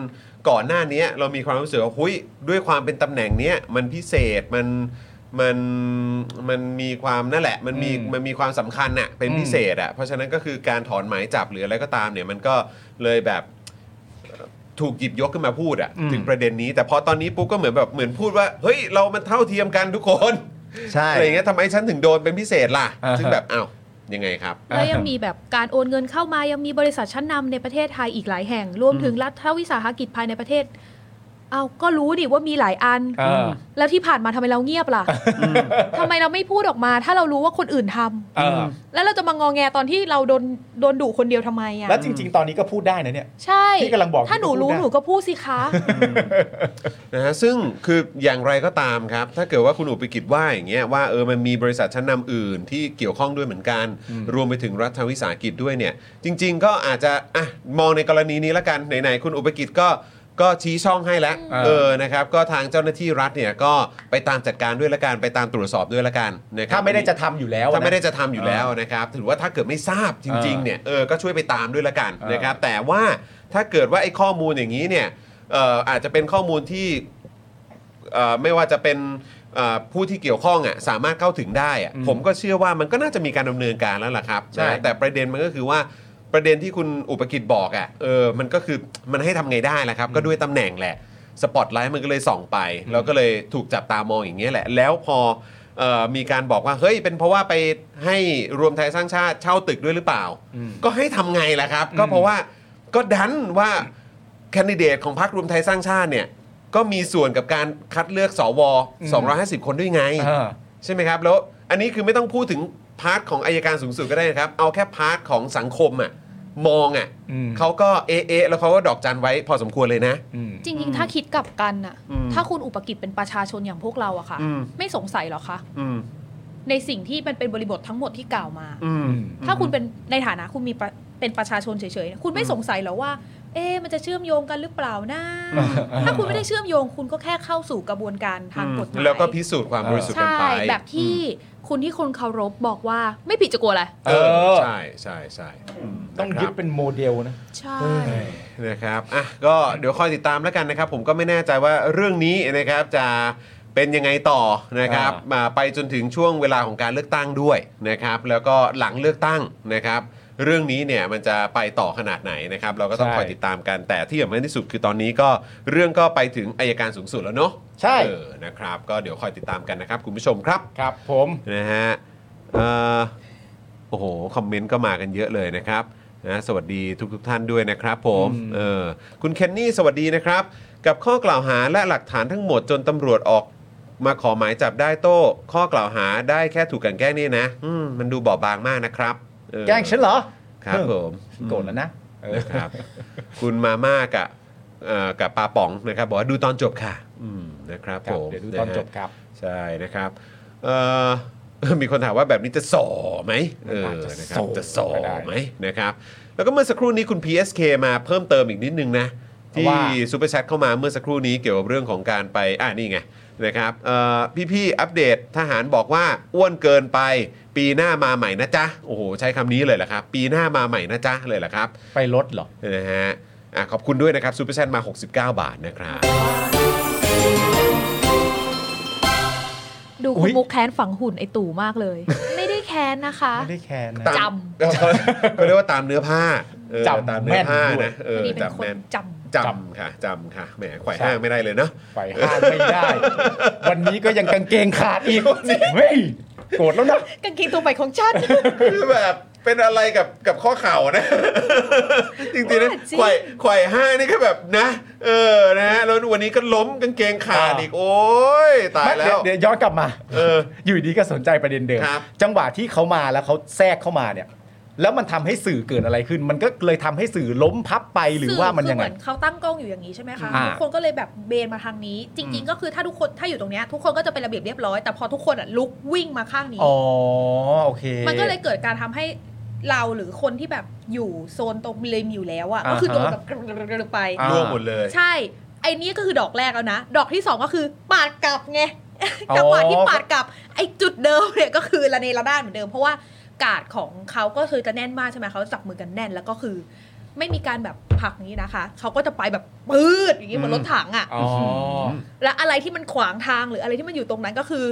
S1: ก่อนหน้าเนี้ยเรามีความรู้สึกว่าหุ้ยด้วยความเป็นตำแหน่งเนี้ยมันพิเศษมันมันมันมีความนั่นแหละ มันมี
S3: อืม
S1: มันมีความสำคัญน่ะเป็น
S3: อืม
S1: พิเศษอ่ะเพราะฉะนั้นก็คือการถอนหมายจับหรืออะไรก็ตามเนี่ยมันก็เลยแบบเอ่อถูกหยิบยกขึ้นมาพูดอ่ะถึงประเด็นนี้ แต่พอตอนนี้ปุ๊บก็เหมือนแบบเหมือนพูดว่าเฮ้ยเรามันเท่าเทียมกันทุกคน
S3: ใช่
S1: อะไรอย่างเงี้ยทำไมฉันถึงโดนเป็นพิเศษล่ะ
S3: อ่าฮะ
S1: ซึ่งแบบอ้าวยังไงครับ
S4: แล้วยังมีแบบการโอนเงินเข้ามายังมีบริษัทชั้นนำในประเทศไทยอีกหลายแห่ง รวมถึงรัฐวิสาหกิจภายในประเทศ เอาก็รู้ดิว่ามีหลายอัน
S3: เออ
S4: แล้วที่ผ่านมาทำไมเราเงียบล่ะทำไมเราไม่พูดออกมา ถ้าเรารู้ว่าคนอื่นทำ
S3: เออ
S4: แล้วเราจะมางอแงตอนที่เราโดนโดนดุคนเดียวทำไมอ่ะ
S3: แล้วจริง ๆ ตอนนี้ก็พูดได้นะเนี่ย
S4: ใช่
S3: พี่กำลังบอก
S4: ถ้าหนูรู้
S3: พี่
S4: หนู
S3: ก็พูดได้
S4: ก็พูดสิ คะ
S1: นะฮะซึ่งคืออย่างไรก็ตามครับ ถ้าเกิดว่าคุณอุปกิจว่าอย่างเงี้ยว่าเออมันมีบริษัทชั้นนำอื่นที่เกี่ยวข้องด้วยเหมือนกัน รวมไปถึงรัฐวิสาหกิจด้วยเนี่ย จริง ๆ ก็อาจจะอ่ะมองในกรณีนี้ละกันไหนๆคุณอุปกิจก็ก็ชี้ช่องให้แล้ว
S3: อืม
S1: เออนะครับก็ทางเจ้าหน้าที่รัฐเนี่ยก็ไปตามจัดการด้วยละกันไปตามตรวจสอบด้วยละกันนะครั
S3: ถ้า
S1: บ
S3: ไม่ได้จะทำอยู่แล้ว
S1: ถ้าไม่ได้
S3: น
S1: จะทำอยู่แล้วนะครับถือว่าถ้าเกิดไม่ทราบจริงๆเนี่ยเออก็ช่วยไปตามด้วยละกัน
S3: เออ
S1: นะครับแต่ว่าถ้าเกิดว่าไอ้ข้อมูลอย่างนี้เนี่ยเอ่ออาจจะเป็นข้อมูลที่เอ่อไม่ว่าจะเป็นเอ่อผู้ที่เกี่ยวข้องอ่ะสามารถเข้าถึงได้อ่ะ
S3: อืม
S1: ผมก็เชื่อว่ามันก็น่าจะมีการดำเนินการแล้วล่ะครับ
S3: ใช่
S1: นะแต่ประเด็นมันก็คือว่าประเด็นที่คุณอุปกิจบอกอ่ะเออมันก็คือมันให้ทำไงได้ล่ะครับ ก็ด้วยตำแหน่งแหละ สปอตไลท์มันก็เลยส่องไป แล้วก็เลยถูกจับตามองอย่างเงี้ยแหละ แล้วพอเออมีการบอกว่าเฮ้ยเป็นเพราะว่าไปให้รวมไทยสร้างชาติเช่าตึกด้วยหรือเปล่า ก็ให้ทำไงล่ะครับ ก็เพราะว่าก็ดันว่าแคนดิเดตของพรรครวมไทยสร้างชาติเนี่ยก็มีส่วนกับการคัดเลือกสว
S3: อืม
S1: 250 คนด้วยไง
S3: เออ
S1: ใช่ไหมครับ แล้วอันนี้คือไม่ต้องพูดถึงพาร์ทของอายการสูงสุดก็ได้นะครับ เอาแค่พาร์ทของสังคมอะมองอะ
S3: อืม
S1: เขาก็เอะเอะแล้วเขาก็ดอกจันไว้พอสมควรเลยนะ
S3: อืม
S4: จริง ๆ ถ้าคิดกลับกันน่ะ
S1: อืม
S4: ถ้าคุณอุปกิจเป็นประชาชนอย่างพวกเราอะค่ะ
S1: อืม
S4: ไม่สงสัยเหรอคะ
S1: อืม
S4: ในสิ่งที่มันเป็นบริบททั้งหมดที่กล่าวมา
S1: อืม
S4: ถ้าคุณเป็นในฐานะคุณมีประเป็นประชาชนเฉยๆ คุณไม่สงสัยเหรอว่า เอ๊ะมันจะเชื่อมโยงกันหรือเปล่านะ ถ้าคุณไม่ได้เชื่อมโยง คุณก็แค่เข้าสู่กระบวนการทางกฎหมาย
S1: แล้วก็พิสูจน์ความบริสุทธิ์กัน
S4: ใช่
S1: ไป
S4: แบบที่คุณที่คนเคารพบอกว่าไม่ผิดจะกลัวอะไร
S3: เอ
S1: เออ
S3: อ
S1: ใช่ใช่ใช่ม
S3: ต้อง
S1: นะค
S3: ยึ
S1: รั
S3: ด
S1: บ
S3: เป็นโมเดลนะ
S4: ใช่
S1: นะครับอ่ะก็เดี๋ยวคอยติดตามแล้วกันนะครับ ผมก็ไม่แน่ใจว่าเรื่องนี้นะครับจะเป็นยังไงต่อนะครับ
S3: อ่าม
S1: มาไปจนถึงช่วงเวลาของการเลือกตั้งด้วยนะครับ แล้วก็หลังเลือกตั้งนะครับ เรื่องนี้เนี่ยมันจะไปต่อขนาดไหนนะครับ เราก็ต้องคอยติดตามกันแต่ที่สำคัญที่สุดคือตอนนี้ก็เรื่องก็ไปถึงอายการสูงสุดแล้วเนาะ
S3: ใช่
S1: เออนะครับ ก็เดี๋ยวคอยติดตามกันนะครับคุณผู้ชมครับ
S3: ครับผม
S1: นะฮะเอ่อโอ้โห คอมเมนต์ก็มากันเยอะเลยนะครับนะสวัสดีทุกทท่านด้วยนะครับผม
S3: อืม
S1: เออคุณเคนนี่สวัสดีนะครับ กับข้อกล่าวหาและหลักฐานทั้งหมดจนตำรวจออกมาขอหมายจับได้โต้ ข้อกล่าวหาได้แค่ถูกกลันแกล้งนี่นะอืมมันดูบอบบางมากนะครับเออ
S3: แกล้งฉันเหรอ
S1: ครับผม
S3: โกรธแล้วนะเออ
S1: นะครับ คุณมาม่ากับเอ่อกับปลาป๋องนะครับ บอกว่าดูตอนจบค่ะอืมนะครับ
S3: ครั
S1: ผ
S3: บ
S1: ม
S3: เดี๋ยวดูตอน
S1: นะฮะ
S3: จบครับ
S1: ใช่นะครับเอ่อ มีคนถามว่าแบบนี้จะส่อไหมเออนะครับ
S3: จะส่อ
S1: จะส่อ
S3: ก็ได้
S1: ไหมนะครับ แล้วก็เมื่อสักครู่นี้คุณ PSK มาเพิ่มเติมอีกนิดนึงนะ ที่
S3: ว่า
S1: ซูเปอร์แชทเข้ามาเมื่อสักครู่นี้เกี่ยวกับเรื่องของการไป อ่านี่ไงนะครับเอ่อพี่ๆอัปเดตทหารบอกว่าอ้วนเกินไป ปีหน้ามาใหม่นะจ๊ะโอ้โหใช้คำนี้เลยเหรอครับ ปีหน้ามาใหม่นะจ๊ะเลยเหรอครับ
S3: ไปลดเหรอ
S1: นะฮะอ่ะขอบคุณด้วยนะครับซูเปอร์แชทมา 69 บาทนะครับ
S4: ดู
S3: อุ๊
S4: คุณ
S3: ย
S4: มุกแค้นฝังหุ่นไอตู่มาก เลย ไม่ได้แค้นนะคะ
S3: ไม่ได้แคร์นะ
S1: ตาม
S4: จ
S1: ก็เรียกว่าตามเนื้อผ้าเออ
S3: จำ
S1: ตามเนื้อผ้า
S3: แม่นด้วย
S1: นะเอ
S4: ำ
S1: อ
S4: พอดีเป็น
S1: จำ
S4: คน
S1: แม่น
S4: จ
S1: จำค่ะจำค่ะแหมไขว่ห้างไม่ได้เลยเนาะ
S3: ไปห้างไม่ ได้ วันนี้ก็ยังกางเกงขาดอีกเฮ้ยโกรธแล้วนะ
S4: ำกางเกงตัวใหม่ของฉัน
S1: คือแบบเป็นอะไรกับกับข้อเข่านะ จริงๆนะ
S4: ว่าจริง
S1: ไขว่ไขว่ห้างนี่ก็แบบนะ เออนะฮะแล้ววันนี้ก็ล้มกางเกงขาด
S3: อ่า
S1: อีกโอ้ยตายแล้
S3: เดี๋ยว วเดี๋ยวย้อนกลับมา
S1: เออ
S3: อยู่ดีก็สนใจประเด็นเดิม
S1: ครับ
S3: จังหวะที่เขามาแล้วเขาแทรกเข้ามาเนี่ย แล้วมันทำให้สื่อเกิดอะไรขึ้น มันก็เลยทำให้สื่อล้มพับไปหรือว่ามันยังไง
S4: คือเหอเขาตั้งกล้องอยู่อย่างนี้ใช่ไหมคะ
S3: อ่า
S4: ทุกคนก็เลยแบบเบนมาทางนี้ จริง ๆ ก็คือถ้าทุกคนถ้าอยู่ตรงเนี้ยทุกคนก็จะเป็นระเบียบเรียบร้อยแต่พอทุกคนอ่ะลุกวิ่งมาข้างนี้
S3: อ๋อโอเค
S4: มันก็เลยเกิดการทำให้เราหรือคนที่แบบอยู่โซนตรงเลมอยู่แล้วอ่ะ
S3: อ่าฮะ
S4: ก็คือโดนแบบกรึ๊บๆๆไป
S3: อ่า
S1: ล่วงหมดเลย
S4: ใช่ ไอ้นี้ก็คือดอกแรกแล้วนะ ดอกที่สองก็คือปาดกลับไง จังหวะที่ปาดกลับไอ้จุดเดิมเนี่ยก็คือระเนระนาดเหมือนเดิม เพราะว่ากาดของเขาก็คือจะแน่นมากใช่ไหมเขาจับมือกันแน่นแล้วก็คือ ไม่มีการแบบผลักนี้นะคะ เขาก็จะไปแบบปืดอย่างนี้เหมือนรถถังอ่ะ
S3: อ๋อ
S4: และอะไรที่มันขวางทางหรืออะไรที่มันอยู่ตรงนั้นก็คือ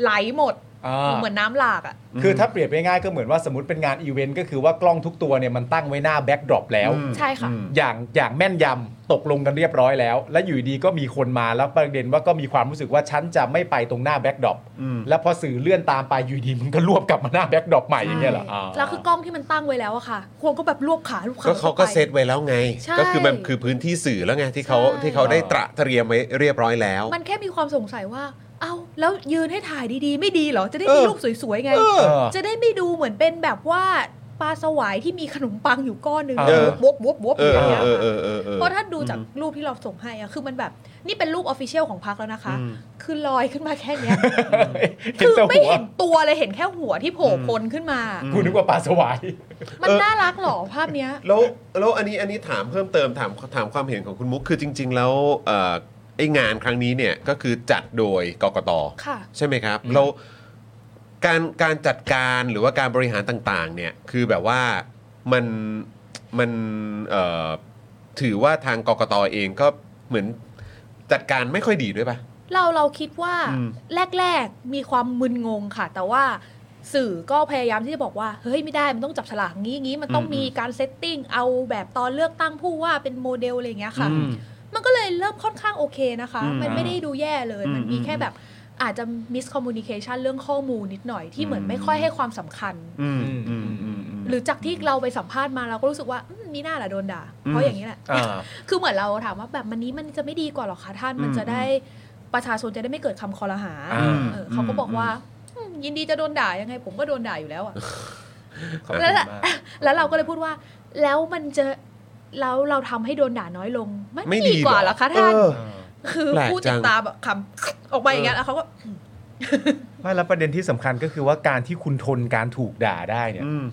S4: ไหลหมด
S3: อ่า
S4: เหมือนน้ำหลากอ่ะ
S3: คือถ้าเปรียบง่ายๆก็เหมือนว่าสมมติเป็นงานอีเวนต์ก็คือว่ากล้องทุกตัวเนี่ยมันตั้งไว้หน้าแบ็กดรอปแล้ว
S1: อืม
S4: ใช่ค่ะ
S3: อย่างอย่างแม่นยำตกลงกันเรียบร้อยแล้ว และอยู่ดีก็มีคนมาแล้วประเด็นว่าก็มีความรู้สึกว่าฉันจะไม่ไปตรงหน้าแบ็กดรอป
S1: อืม
S3: แล้วพอสื่อเลื่อนตามไปอยู่ดีมันก็รวบกลับมาหน้าแบ็กดรอปใหม่อย่างเงี้ยเหรออ่า
S4: แล้วคือกล้องที่มันตั้งไว้แล้วอะค่ะ ควงก็แบบรวบขาลูกค้า
S1: ก็เขาก็
S4: ไป
S1: เซตไว้แล้วไง
S4: ใช่
S1: ก็คือมันคือพื้นที่สื่อแล้วไงที่เขา
S4: ใช่
S1: ที่เขาได้ตระเตรียมไว้เรียบร้อยแล้ว
S4: มันแค่มีความสงสัยว่า เอ้า แล้วยืนให้ถ่ายดีๆ ไม่ดีเหรอ จะได้
S3: เอ
S4: มี
S3: อ
S4: รูปสวยๆไง
S3: เออ
S4: จะได้ไม่ดูเหมือนเป็นแบบว่าปลาสวายที่มีขนมปังอยู่ก้อนหนึ่ง
S3: เออ
S4: วบวบวบ
S1: เอ
S4: อ
S1: อ
S4: ย่างเงี้ย
S1: เออ เอ
S4: ค่ะ
S1: อ เออเออ
S4: เพราะถ้าดูจากรูปที่เราส่งให้อะคือมันแบบนี่เป็นรูปออฟฟิเชียลของพักแล้วนะคะ
S1: อืม
S4: คือลอยขึ้นมาแค่เนี้ย
S3: เห็
S4: คื
S3: น
S4: อ
S3: แต่
S4: ไม่
S3: หัว
S4: เห็นตัวเลยเห็นแค่หัวที่โผล่พ้นขึ้นมา
S3: กูนึกว่าปลาสวาย
S4: มันน่ารักเหรอภาพเนี้ย
S1: แล้วแล้วอันนี้อันนี้ถามเพิ่มเติมถามถามความเห็นของคุณมุกคือจริง ๆ แล้วเอ่อไองานครั้งนี้เนี่ยก็คือจัดโดยกกต
S4: ค่ะ
S1: ใช่ไหมครับแล้วการการจัดการหรือว่าการบริหารต่างๆ เนี่ยคือแบบว่ามันมันเอ่อถือว่าทางกกตเองก็เหมือนจัดการไม่ค่อยดีด้วยป่ะ
S4: เราเราคิดว่า
S1: อืม
S4: แรก ๆ มีความมึนงงค่ะ แต่ว่าสื่อก็พยายามที่จะบอกว่า เฮ้ยไม่ได้มันต้องจับฉลากงี้งี้มันต้องมีการเซตติ้งเอาแบบตอนเลือกตั้งผู้ว่าเป็นโมเดลอะไรอย่างเงี้ยค่ะ มันก็เลยเริ่มค่อนข้างโอเคนะคะ
S1: อืม
S4: มันไม่ได้ดูแย่เลย
S1: อืม
S4: มันมีแค่แบบอาจจะมิสคอมมูนิเคชันเรื่องข้อมูลนิดหน่อยที่เหมือน
S1: อืม
S4: ไม่ค่อยให้ความสำคัญ
S1: อืม
S3: อืมอืม
S4: หรือจากที่เราไปสัมภาษณ์มาเราก็รู้สึกว่าอืมมีหน้าแหละโดนด่าเพราะอย่างนี้แหละ
S3: อ่า
S4: คือเหมือนเราถามว่าแบบมันนี้มันจะไม่ดีกว่าหรอคะท่าน มันจะได้ประชาชนจะได้ไม่เกิดคำคอรหา
S3: อ่า
S4: เออเขาก็บอกว่าอืมยินดีจะโดนด่ายังไง ผมก็โดนด่าอยู่แล้วอะ
S3: ขอบคุ
S4: แล้ว
S3: ณ
S4: แหละ
S3: มาก
S4: แล้วเราก็เลยพูดว่า แล้วมันจะแล้วเราทำให้โดนด่าน้อยลงมัน
S1: ไม่
S4: ไม่
S1: ดี
S4: ดีกว่าเหรอคะท่าน
S1: เออ
S4: คือ
S1: แปลก
S4: ผู้
S1: จั
S4: ติด
S1: ง
S4: ตามอะคำออกมาอย่างเงี้ยแล้วเขาก็
S3: ไม่แล้วประเด็นที่สำคัญก็คือว่าการที่คุณทนการถูกด่าได้เนี่ย
S1: อืม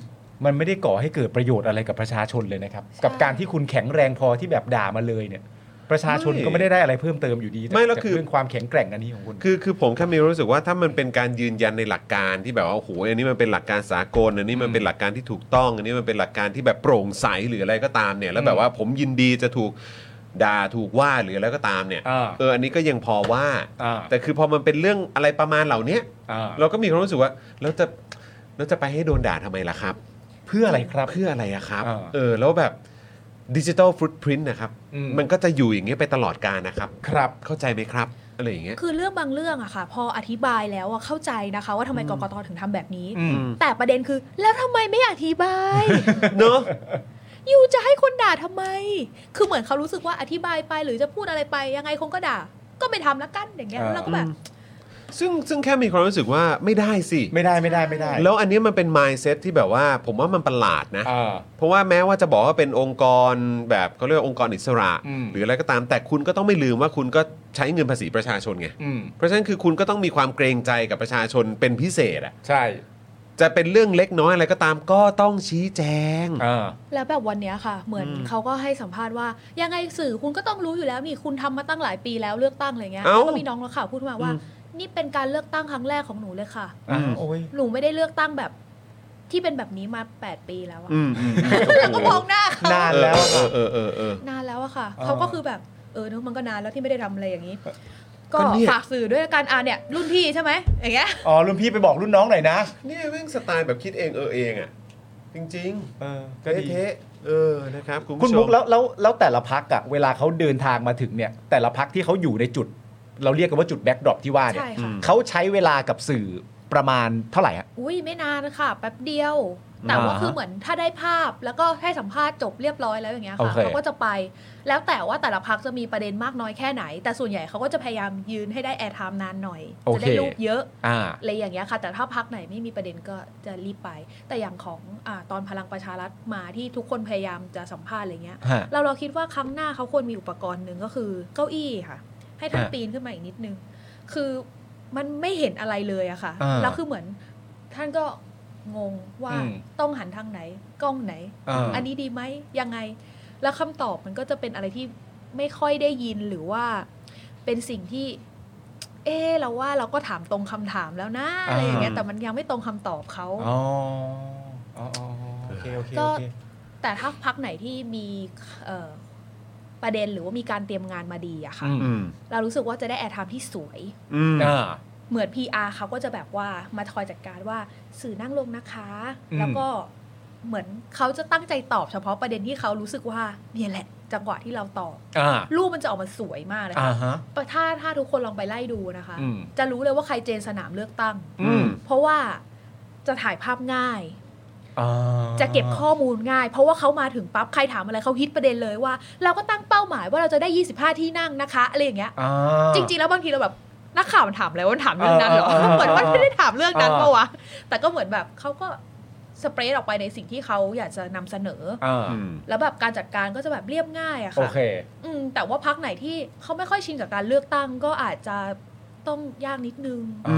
S3: มันไม่ได้ก่อให้เกิดประโยชน์อะไรกับประชาชนเลยนะครับ
S4: ใช่
S3: กับการที่คุณแข็งแรงพอที่แบบด่ามาเลยเนี่ย ประชาชน
S1: ไม่
S3: ก็ไม่ได้ได้อะไรเพิ่มเติมอยู่ดีจาก
S1: ไม่แล้วคือ
S3: จากเรื่องความแข็งแกร่งอันนี้ของคุณ
S1: คือคือผมแค่มีรู้สึกว่าถ้ามันเป็นการยืนยันในหลักการที่แบบว่าโอ้โหอันนี้มันเป็นหลักการสากลอันนี้มันเป็นหลักการที่ถูกต้อง อันนี้มันเป็นหลักการที่แบบโปร่งใสหรืออะไรก็ตามเนี่ย แล้วแบบว่าผมยินดีจะถูกด่าถูกว่าหรืออะไรก็ตามเนี่ย
S3: อ่า
S1: เอออันนี้ก็ยังพอว่า
S3: อ่า
S1: แต่คือพอมันเป็นเรื่องอะไรประมาณเหล่านี้
S3: อ่า
S1: เราก็มีความรู้สึกว่าแล้วจะแล้วจะไปให้โดนด่าทำไมล่ะครับ
S3: เพื่ออะไรครับ
S1: เพื่ออะไรอะครับ
S3: อ่า
S1: เออแล้วแบบดิจิทัลฟุตพิ้นนะครับ
S3: อืม
S1: มันก็จะอยู่อย่างเงี้ยไปตลอดกาลนะครับ
S3: ครับ
S1: เข้าใจไหมครับอะไรอย่างเงี้ย
S4: คือเรื่องบางเรื่องอะค่ะ พออธิบายแล้วอะเข้าใจนะคะ ว่าทำไมกกตถึงทำแบบนี้
S3: อืม
S4: แต่ประเด็นคือ แล้วทำไมไม่อธิบาย
S1: เนอะ
S4: ยูจะให้คนด่าทำไม คือเหมือนเขารู้สึกว่าอธิบายไปหรือจะพูดอะไรไปยังไงคงก็ด่า ก็ไม่ทำละกันอย่างเงี้ย
S3: อ่า
S4: แล้วเราก็แบบ
S1: ซึ่งซึ่งแค่มีความรู้สึกว่าไม่ได้สิ
S3: ไม่ได้ไม่ได้ไม่ได้
S1: แล้วอันเนี้ยมันเป็น mindset ที่แบบว่า ผมว่ามันประหลาดนะ
S3: อ่า
S1: เพราะว่าแม้ว่าจะบอกว่าเป็นองค์กรแบบเขาเรียกว่าองค์กรอิสระ
S3: อืม
S1: หรืออะไรก็ตามแต่คุณก็ต้องไม่ลืมว่าคุณก็ใช้เงินภาษีประชาชนไง
S3: อืม
S1: เพราะฉะนั้นคือคุณก็ต้องมีความเกรงใจกับประชาชนเป็นพิเศษอะ
S3: ใช่
S1: จะเป็นเรื่องเล็กน้อยอะไรก็ตามก็ต้องชี้แจง
S3: อ่า
S4: แล้วแบบวันเนี้ยค่ะ เหมือน
S1: อืม
S4: เขาก็ให้สัมภาษณ์ว่า ยังไงสื่อคุณก็ต้องรู้อยู่แล้วนี่คุณทำมาตั้งหลายปีแล้วเลือกตั้งอะไรเงี้ย
S1: เอ้า
S4: แล้วก็มีน้องนักข่าวพูดมาว่า
S1: อืม
S4: นี่เป็นการเลือกตั้งครั้งแรกของหนูเลยค่ะ
S3: อ่าโอ้ย
S4: หนูไม่ได้เลือกตั้งแบบที่เป็นแบบนี้มาแปดปีแล้วอะ
S1: อืมอืม
S4: แล้วก็มองหน้าเขา
S3: นานแล้ว
S1: เอ
S3: อะ
S1: อเออเออเออ
S4: นานแล้วอะค่ะ
S3: เออ
S4: เขาก็คือแบบเออเนอะมันก็นานแล้วที่ไม่ได้ทำอะไรอย่างนี้
S1: ก็
S4: ก็
S1: เนี่ย
S4: ฝากสื่อด้วยละกันอ่ะเนี่ย รุ่นพี่ใช่ไหมอย่างเงี้ย
S3: อ๋อรุ่นพี่ไปบอกรุ่นน้องหน่อยนะ
S1: เนี่ยแม่งสไตล์แบบคิดเองเออเองอะจริง
S3: เออ
S1: ๆ
S3: ก็ดี
S1: เทะๆเออนะครับคุณ
S3: คุณ
S1: ผู้ช
S3: มุ
S1: ม
S3: กแล้วแล้วแล้วแต่ละพักอะเวลาเขาเดินทางมาถึงเนี่ย แต่ละพักที่เขาอยู่ในจุด เราเรียกกันว่าจุดแบ็กดรอปที่ว่าเนี่ย
S4: ใช่ค่ะ
S3: เขาใช้เวลากับสื่อประมาณเท่าไหร่ฮะ
S4: อุ้ยไม่นานค่ะแป๊บเดียว แต่ว่า
S3: อ่าฮะ
S4: คือเหมือนถ้าได้ภาพแล้วก็ให้สัมภาษณ์จบเรียบร้อยแล้วอย่างเงี้ย
S3: โอ
S4: ค่ะ
S3: เค
S4: เขาก็จะไป แล้วแต่ว่าแต่ละพักจะมีประเด็นมากน้อยแค่ไหน แต่ส่วนใหญ่เขาก็จะพยายามยืนให้ได้แอร์ไทม์นานหน่อย จะได้รูปเยอะ
S3: อ่า
S4: อะไรอย่างเงี้ยค่ะ แต่ถ้าพักไหนไม่มีประเด็นก็จะรีบไป แต่อย่างของอาตอนพลังประชารัฐมาที่ทุกคนพยายามจะสัมภาษณ์อะไรเงี้ย
S3: ฮะ
S4: เราเราคิดว่าครั้งหน้าเขาควรมีอุปกรณ์หนึ่งก็คือเก้าอี้ค่ะ ให้ท่าน
S3: ฮะ
S4: ปีนขึ้นมาอีกนิดนึง คือมันไม่เห็นอะไรเลยอะค่ะ
S3: อ่า
S4: แล้วคือเหมือนท่านก็งงว่า
S3: อืม
S4: ต้องหันทางไหน กล้องไหน
S3: อ่า
S4: นนี้ดีไหมยังไง แล้วคำตอบมันก็จะเป็นอะไรที่ไม่ค่อยได้ยินหรือว่าเป็นสิ่งที่ เออเราว่าเราก็ถามตรงคำถามแล้วนะอะไรอย่างเงี้ยแต่มันยังไม่ตรงคำตอบเขา
S3: อ๋ออ๋ออ๋อโอเคโอเค
S4: ก็
S3: โอเค
S4: แต่ถ้าพักไหนที่มีเอ่อประเด็นหรือว่ามีการเตรียมงานมาดีอะค่ะ
S3: อืม
S4: เรารู้สึกว่าจะได้แอร์ไทม์ที่สวย
S1: อืม
S3: อ่า
S4: เหมือน PR เขาก็จะแบบว่ามาคอยจัดการว่าสื่อนั่งลงนะคะ
S3: อืม
S4: แล้วก็เหมือนเขาจะตั้งใจตอบเฉพาะประเด็นที่เขารู้สึกว่าเนี่ยแหละ จังหวะที่เราตอบ
S3: อ่า
S4: รูปมันจะออกมาสวยมากเลย
S3: อ่า
S4: ค่ะ
S3: ฮะ
S4: ถ้าถ้าทุกคนลองไปไล่ดูนะคะ
S3: อืม
S4: จะรู้เลยว่าใครเจนสนามเลือกตั้ง
S3: อืม
S4: เพราะว่าจะถ่ายภาพง่าย
S3: อ่า
S4: จะเก็บข้อมูลง่าย เพราะว่าเขามาถึงปั๊บใครถามอะไรเขาฮิตประเด็นเลยว่า เราก็ตั้งเป้าหมายว่าเราจะได้ 25 ที่นั่งนะคะอะไรอย่างเงี้ย
S3: อ่า
S4: จริงๆ แล้วบางทีเราแบบนักข่าวมันถามอะไรว่าถามเรื่องนั้นเหรอ
S3: เออเออเออ
S4: เหมือนมันไม่ได้ถามเรื่องนั้น
S3: เออ
S4: ปะวะแต่ก็เหมือนแบบเขาก็สเปรดออกไปในสิ่งที่เขาอยากจะนำเสนอ
S3: อ่า
S1: อืม
S4: แล้วแบบการจัดการก็จะแบบเรียบง่ายอะ
S3: โอ
S4: ค่ะ
S3: เค
S4: อืมแต่ว่าพักไหนที่เขาไม่ค่อยชินกับการเลือกตั้งก็อาจจะต้องยากนิดนึง
S3: อ๋อ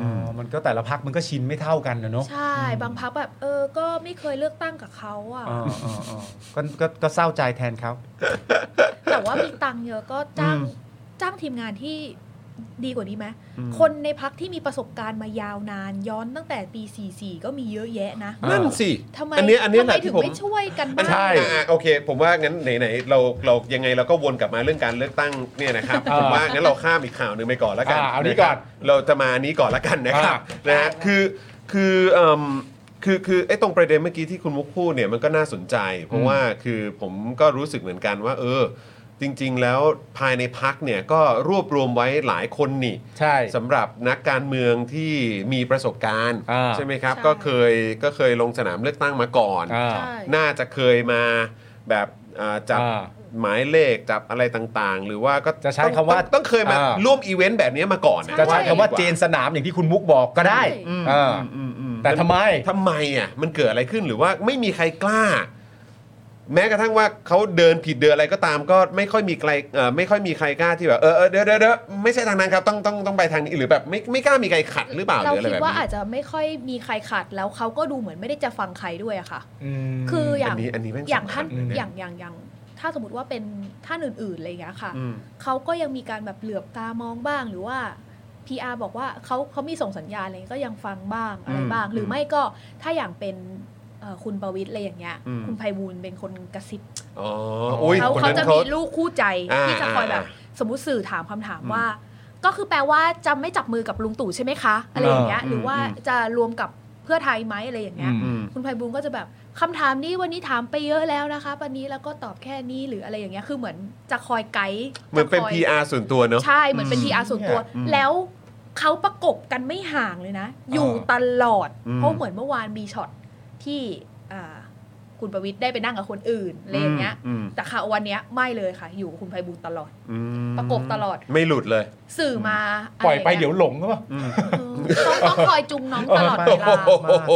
S3: อ
S1: ม
S3: มันก็แต่ละพักมันก็ชินไม่เท่ากันนะเนาะ
S4: ใช่บางพักแบบ เออ ก็ไม่เคยเลือกตั้งกับเขาอะ
S3: อ่าอ่าอ่าก็ก็ก็เศร้าใจแทนเขา
S4: แต่ว่ามีตังค์เยอะก็จ้าง
S3: อืม
S4: จ้างทีมงานที่ดีกว่านี้ไหม
S1: อืม
S4: คนในพักที่มีประสบการณ์มายาวนานย้อนตั้งแต่ปี 44 ก็มีเยอะแยะนะ
S1: นั่นสิ
S4: ทำไม
S1: อันเนี้ยอันเนี้ยแห
S4: ทำไม
S1: ละ
S4: ถึ
S1: ที่
S4: ง
S1: ผม
S4: ไม่ช่วยกันบ้าง
S3: ใช่
S1: อ่ะอ่ะโอเค ผมว่างั้นไหนๆเราเรายังไงเราก็วนกลับมาเรื่องการเลือกตั้งเนี่ยนะครับ
S3: อ่า
S1: ผมว่างั้นเราข้ามอีกข่าวหนึ่งไปก่อนแล้วกัน
S3: อ่าเอานี้
S1: ะ
S3: ก่
S1: ค
S3: อ
S1: รั
S3: น
S1: บเราจะมาอันนี้ก่อนละกันนะครับนะฮะคือคือเอิ่มคือคือไอ้ตรงประเด็นเมื่อกี้ที่คุณมุกพูดเนี่ยมันก็น่าสนใจ เพราะว่าคือผมก็รู้สึกเหมือนกันว่า เออ จริง ๆ แล้วภายในพักเนี่ยก็รวบรวมไว้หลายคนนี่
S3: ใช่
S1: สำหรับนักการเมืองที่มีประสบการณ์
S3: อ่า
S1: ใช่ไหมครับ ก็เคยก็เคยลงสนามเลือกตั้งมาก่อน
S3: อ่า
S4: ใช่
S1: น่าจะเคยมาแบบอ่าจับ
S3: อ่า
S1: หมายเลขจับอะไรต่างๆ หรือว่าก็
S3: จะใช้
S1: ต้อง
S3: คำว่า
S1: ต้องต้องเคยมา
S3: อ่า
S1: ร่วมอีเวนต์แบบนี้มาก่อน
S3: จะใช้
S4: ใช่
S3: คำว่าเจนสนามอย่างที่คุณมุกบอกก็ได้
S4: ใช่
S1: อืม
S3: อ่า
S1: อืมอืม
S3: แต่ทำไม
S1: ทำไมอ่ะมันเกิดอะไรขึ้นหรือว่าไม่มีใครกล้า แม้กระทั่งว่าเขาเดินผิดเดินอะไรก็ตามก็ไม่ค่อยมีใครเอ่อไม่ค่อยมีใครกล้าที่แบบเออเออเดี๋ยวเดี๋ยวเดี๋ยวไม่ใช่ทางนั้นครับต้องต้องต้องไปทางนี้หรือแบบไม่ไม่กล้ามีใครขัดหรือเปล่าห
S4: เรา
S1: รืออะไร
S4: คิด
S1: แบบ
S4: ว่า
S1: นี้
S4: อาจจะไม่ค่อยมีใครขัดแล้วเขาก็ดูเหมือนไม่ได้จะฟังใครด้วยอะค่ะ คืออย่า
S1: อั
S4: ง
S1: นนี้อันนี้แม่ง
S4: อย่าง
S1: สำคั
S4: ท่า
S1: ญ
S4: น
S1: เลยนะ
S4: อย่างอย่างอย่างถ้าสมมติว่าเป็นท่านอื่นๆอะไรอย่างเงี้ยค่ะ
S1: อืม
S4: เขาก็ยังมีการแบบเหลือบตามองบ้างหรือว่า PR บอกว่าเขาเขามีส่งสัญญาณอะไรก็ยังฟังบ้างอะไรบ้าง
S1: อืม
S4: หรือไม่ก็ถ้าอย่างเป็นเอ่อคุณประวิตรอะไรอย่างเงี้ย
S1: อืม
S4: คุณไพบูลย์เป็นคนกระซิบ
S1: อ๋ออุ้ย
S4: เขา
S1: คน
S4: เขา
S1: นั้น
S4: จะ
S1: เขา
S4: มีลูกคู่ใจ
S1: อ่า
S4: ที่จะคอยแบบ
S1: อ่า
S4: สมมติสื่อถามคำถาม
S1: อืม
S4: ว่า ก็คือแปลว่าจะไม่จับมือกับลุงตู่ใช่ไหมคะอะไรอย่างเงี้ย
S1: อ่า
S4: หรือว่า
S1: อืม
S4: จะรวมกับเพื่อไทยไหมอะไรอย่างเงี้ย
S3: อืม
S1: อืม
S4: คุณไพบูลย์ก็จะแบบคำถามนี้วันนี้ถามไปเยอะแล้วนะคะวันนี้แล้วก็ตอบแค่นี้หรืออะไรอย่างเงี้ยคือเหมือนจะคอยไกด์
S1: เหมือนเป็น
S4: จะคย
S1: PR ส่วนตัวเนอะ
S4: ใช่ เหมือนเป็น PR ส่วนตัว
S1: อืม
S4: แล้วเขาประกบกันไม่ห่างเลยนะ อยู่ตลอด
S1: อืม
S4: เพราะเหมือนเมื่อวานมีช็อตที่อ่าคุณประวิทย์ได้ไปนั่งกับคนอื่นอะไรอย่างเงี้ย
S1: อืมอืม
S4: แต่ข่าววันเนี้ยไม่เลยค่ะ อยู่กับคุณไพบูลย์ตลอด
S1: อืม
S4: ประกบตลอด
S1: ไม่หลุดเลย
S4: สื่อมาะร
S3: ปล่อยไปเดี๋ยวหลงก็ป่ะ
S4: เออต้องต้องคอยจุงน้องตลอดเว
S1: โอ้
S4: ลา
S1: โห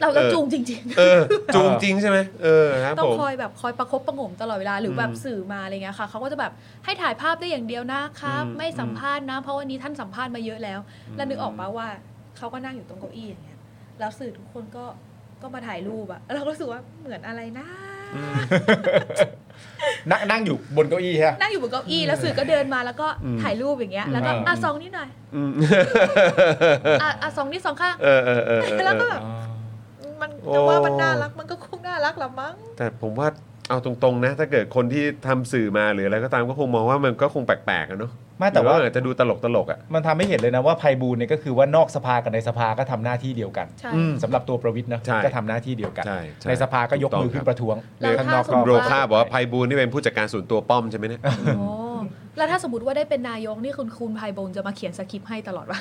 S4: เราจะจูงจริง
S1: เออจูงจริงใช่ไหมเออครับ
S4: ๆ ต้อ
S1: ผ
S4: ง
S1: ม
S4: คอยแบบคอยประคบประหงมตลอดเวลาหรืออ
S1: ม
S4: แบบสื่อมาอะไรเงี้ยค่ะเขาก็จะแบบให้ถ่ายภาพได้อย่างเดียวนะครับ
S1: อืม
S4: ไม่สัมภาษณ์นะ เพราะวันนี้ท่านสัมภาษณ์มาเยอะแล้ว แล้วนึกออกปะว่าเขาก็นั่งอยู่ตรงเก้าอี้อย่างเงี้ยแล้วสื่อทุกคนก็ก็มาถ่ายรูปอะแล้วเราก็รู้สึกว่าเหมือนอะไรนะ
S3: นั่งนั่งอยู่บนเก้าอี้ฮะ
S4: นั่งอยู่บนเก้าอี้แล้วสื่อก็เดินมาแล้วก็
S1: อืม
S4: ถ่ายรูปอย่างเงี้ยแล้วก็
S3: อืม
S4: อ่ะซองนิดหน่อย
S1: อืม
S4: อ่ะอ่ะซองนิดซอง ข้าง
S1: เออเออเออเออ
S4: แล้วก็แบบมันจะว่ามันน่ารักมันก็คงน่ารักละมั้ง
S1: แต่ผมว่าเอาตรงๆนะ ถ้าเกิดคนที่ทำสื่อมาหรืออะไรก็ตามก็คงมองว่ามันก็คงแปลกๆอะเนอะ
S3: ไม่แต่ว่า
S1: หรือจะดูตลกตลกๆอ่ะ
S3: มันทำให้เห็นเลยนะว่าไพบูลย์เนี่ยก็คือว่านอกสภากับในสภาก็ทำหน้าที่เดียวกัน
S4: ใช่
S1: อืม
S3: สำหรับตัวประวิทย์นะ
S1: ใช่
S3: ก็ทำหน้าที่เดียวกัน
S1: ใช่ใช่
S3: สภาก็ยกมื
S1: ถูกต้อ
S3: อ
S1: ง
S3: ขึ้นประท้วง
S4: แล้ว
S3: ข้าง
S4: ถ้าน
S3: อก
S4: ส
S3: ก็
S4: ม
S1: โร
S4: ติ
S1: ค่าบอกว่าไพบูลย์นี่เป็นผู้จัดการส่วนตัวป้อมใช่ไหมเนี่ย
S4: โอ้แล้วถ้าสมมติว่าได้เป็นนายกนี่คุณคุณภัยบงศ์จะมาเขียนสคริปต์ให้ตลอดวะ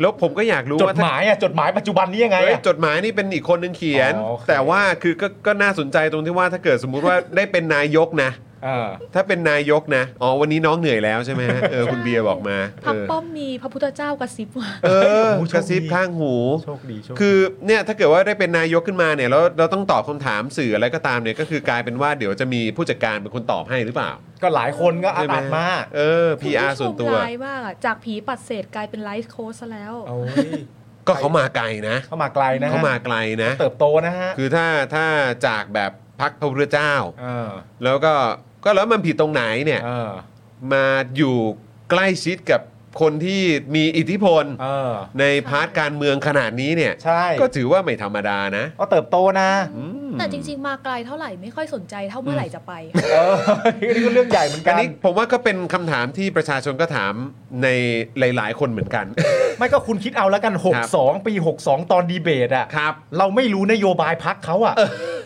S1: แล้วผมก็อยากรู้
S3: จด
S1: ว่า
S3: ห
S1: ถ้า
S3: มายอ่ะจดหมายปัจจุบันนี้ยังไง
S1: เฮ้ย
S3: อะ
S1: จดหมายนี่เป็นอีกคนนึงเขียน
S3: อ๋อโอเค
S1: แต่ว่าคือก็ก็น่าสนใจตรงที่ว่าถ้าเกิดสมมุติว่า ได้เป็นนายกนะ
S3: เออ
S1: ถ้าเป็นนายกนะอ๋อวันนี้น้องเหนื่อยแล้วใช่ไหมฮะเออคุณเบียร์บอกมา
S4: พั
S1: เอก อ
S4: ป้อมมีพระพุทธเจ้ากระซิบว่า
S1: เออ
S3: โอ้โหโชคดี
S1: กระซิบข้างหู
S3: โชคดีโชคดี
S1: คือเนี่ยถ้าเกิดว่าได้เป็นนายกขึ้นมาเนี่ยแล้วเราต้องตอบคำถามสื่ออะไรก็ตามเนี่ยก็คือกลายเป็นว่าเดี๋ยวจะมีผู้จัดการเป็นคนตอบให้หรือเปล่า
S3: ก็หลายคนก็อั
S1: ใช่
S3: ด
S1: ไห
S3: อัดมาก
S1: เออ PR ส่วนตัว
S4: คุณผู้ชมร้ายมากอะจากผีปัดเศษกลายเป็นไลฟ์โค้ชซะแล้ว
S3: โอ้ย
S1: ก็เขามาไกลนะ
S3: เข้ามาไกลนะฮะ
S1: เขามาไกลนะ
S3: เติบโตนะฮะ
S1: คือถ้าถ้าจากแบบพักพระพุทธเจ้า
S3: เออ
S1: แล้วก็ก็แล้วมันผิดตรงไหนเนี่ย
S3: เออ
S1: มาอยู่ใกล้ชิดกับ คนที่มีอิทธิพล
S3: เออ
S1: ในพาร์ทการเมืองขนาดนี้เนี่ย
S3: ใช่
S1: ก็ถือว่าไม่ธรรมดานะ
S3: ก็เติบโตนะ
S1: อืม
S4: แต่จริง ๆ มาไกลเท่าไหร่ไม่ค่อยสนใจเท่าเมื่อไหร่จะไป
S3: เออ นี่ก็เรื่องใหญ่เหมือน
S1: อั
S3: กัน น
S1: นี้ผมว่าก็เป็นคำถามที่ประชาชนก็ถามในหลาย ๆ คนเหมือนกัน
S3: ไม่ก็คุณคิดเอาแล้วกัน
S1: ครับ
S3: 62 ปี 62 ตอนดีเบตอ่ะ
S1: ครับ
S3: เราไม่รู้นโยบายพักเขาอ่ะ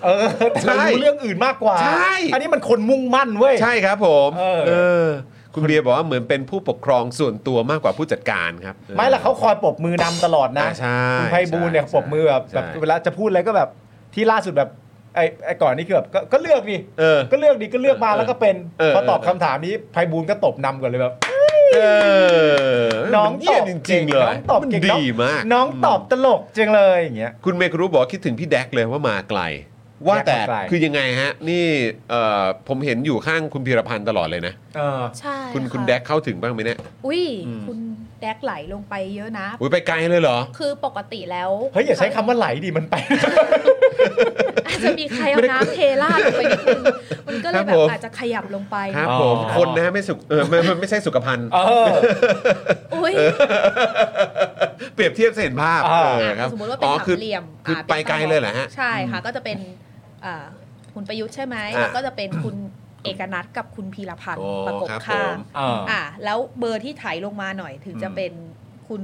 S3: เออแต่เรา
S1: ใช่
S3: รู้เรื่องอื่นมากกว่า
S1: ใช่
S3: อันนี้มันคนมุ่งมั่นเว้ย
S1: ใช่ครับผม
S3: เออ
S1: อคุณเบียร์บอกว่าเหมือนเป็นผู้ปกครองส่วนตัวมากกว่าผู้จัดการครับ
S3: ไม่ละเขาคอยปรบมือนำตลอดนะ
S1: อ่าใช่
S3: คุณไพบูลย์เนี่ย
S1: ใช่
S3: ปรบมือแบบ
S1: ใช่
S3: แบบเวลาจะพูดอะไรก็แบบที่ล่าสุดแบบไอ้ไอ้ก่อนนี่คือแบบก็ก็เลือกดิ
S1: เออ
S3: ก็เลือกดิก็เลือกมาแล้วก็เป็น
S1: เออ
S3: พอตอบคำถามนี้ไพบูลย์ก็ตบนำก่อนเลยแบบ
S1: เออ
S3: น้อง
S1: มั
S3: ต
S1: เยี่ย
S3: อบ
S1: จริงๆเล
S3: น้
S1: ย
S3: องตอบ
S1: มัน
S3: เก่ง
S1: ดีมาก
S3: น้องตอบตลกจังเลยอย่างเงี้ย
S1: คุณเมกรู้บอกว่าคิดถึงพี่แดกเลยว่ามาไกล ว่าแต่
S3: แดกมาไกล
S1: คือยังไงฮะ นี่เอ่อผมเห็นอยู่ข้างคุณพีรพันธ์ตลอดเลยนะ
S3: เออ
S4: ใช่
S1: คุณ
S4: ะ
S1: คุณแดกเข้าถึงบ้างไหมเนี่ย
S4: อุ้ย
S3: อืม
S4: คุณแดกไหลลงไปเยอะนะ
S1: อุ้ยไปไกลเลยเหรอ
S4: คือปกติแล้ว
S3: เฮ้ยอย่าใช้คำว่าไหลดิมันไป
S4: อาจจะมีใครเอาน้ำเทราดลงไปนิดนึงมันก็เล
S1: ครั
S4: ย
S1: บ
S4: แบบ
S1: ผม
S4: อาจจะขยับลงไป
S1: ครับผม
S3: อ๋อ
S1: คนนะไม่สุขเออไม่ไม่ไม่ใช่สุขภัณฑ์
S3: เออ
S4: อุ้ย
S1: เปรียบเทียบเห็นภาพ
S3: อ่า
S1: เออครับ
S4: สมมติว่าเป็น
S1: อ๋อ
S4: สาม
S1: คือ
S4: เหลี่ยม
S1: คือ
S4: อ่า
S1: ไปไกลเลยเหรอฮะ
S4: ใช่ค่ะ ก็จะเป็นอ่าคุณประยุทธ์ใช่ไหม
S1: อ่ะ
S4: แล้วก็จะเป็นคุณเอกนัทกับคุณพีรพันธ์
S1: อ๋อ
S4: ประกบ
S1: ครับผ
S4: ข้าง
S1: ม
S3: เอออ
S4: อ่าแล้วเบอร์ที่ไถลงมาหน่อยถึงจะ
S3: อืม
S4: เป็นคุณ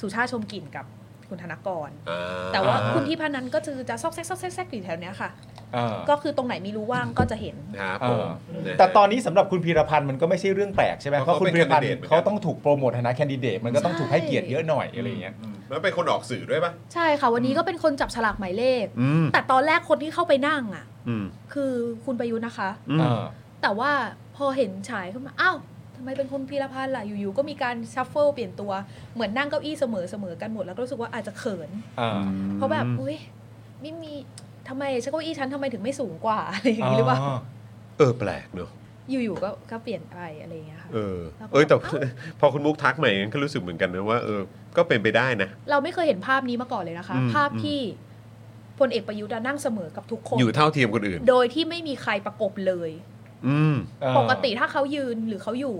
S4: สุชาติชมกลิ่นกับคุณธนกร
S1: อ่
S4: แต่ว่าคุณที่พนันก็คือจะซอกแซกซอกแซกซอกแซกอยู่แถวเนี้ยค่ะ
S3: เออ
S4: ก็คือตรงไหนมีรูว่างก็จะเห็น
S1: ครับผมะฮะ
S3: แต่ตอนนี้สำหรับคุณพีรพันธ์มันก็ไม่ใช่เรื่องแปลกใช่ไหม
S1: เพ
S3: เพ
S1: ราะ
S3: ราะ
S1: เขา
S3: คุณ
S1: เป็น
S3: พีรพันธ์
S1: candidate เหมือนกัน
S3: เขาต้องถูกโปรโมทในฐานะแคนดิเดตมันก็ต้องถูกให้เกียรติเยอะหน่อยอะไรอย่างเงี้ย
S1: มแล้วเป็นคนออกสื่อด้วยป่ะ
S4: ใช่ค่ะ วันนี้ก็เป็นคนจับฉลากหมายเลข
S1: อืม
S4: แต่ตอนแรกคนที่เข้าไปนั่งอ่ะ
S1: อืม
S4: คือคุณประยุทธ์นะคะ
S1: อืม
S3: เออ
S4: แต่ว่าพอเห็นฉายขึ้นมา อ้าวทำไมเป็นคุณพีรพันธ์ล่ะ อยู่ๆ ก็มีการชัฟเฟิลเปลี่ยนตัว เหมือนนั่งเก้าอี้เสมอเสมอกันหมด แล้วก็รู้สึกว่าอาจจะเขิน
S3: เออ
S4: เพราะแบบ อุ้ยไม่มีทำไมฉันเก้าอี้ฉันทำไมถึงไม่สูงกว่า อะไรอย่างนี้หรือว่า
S1: เออแปลกเนอะ
S4: อยู่ๆ ก็ก็เปลี่ยนไปอะไรอย่างเงี้ยค่ะ
S1: เออ เอ้ยแต่ พอคุณมุกทักใหม่างนั้นก็รู้สึกเหมือนกันนะว่าเออก็เป็นไปได้นะ
S4: เราไม่เคยเห็นภาพนี้มาก่อนเลยนะคะ
S1: อืม
S4: ภาพที่พลเอกประยุทธ์อะนั่งเสมอกับทุกคน
S1: อยู่เท่าเทียมคนอื่น
S4: โดยที่ไม่มีใครประกบเลย
S1: อืม
S4: ปกติถ้าเขายืนหรือเขาอยู่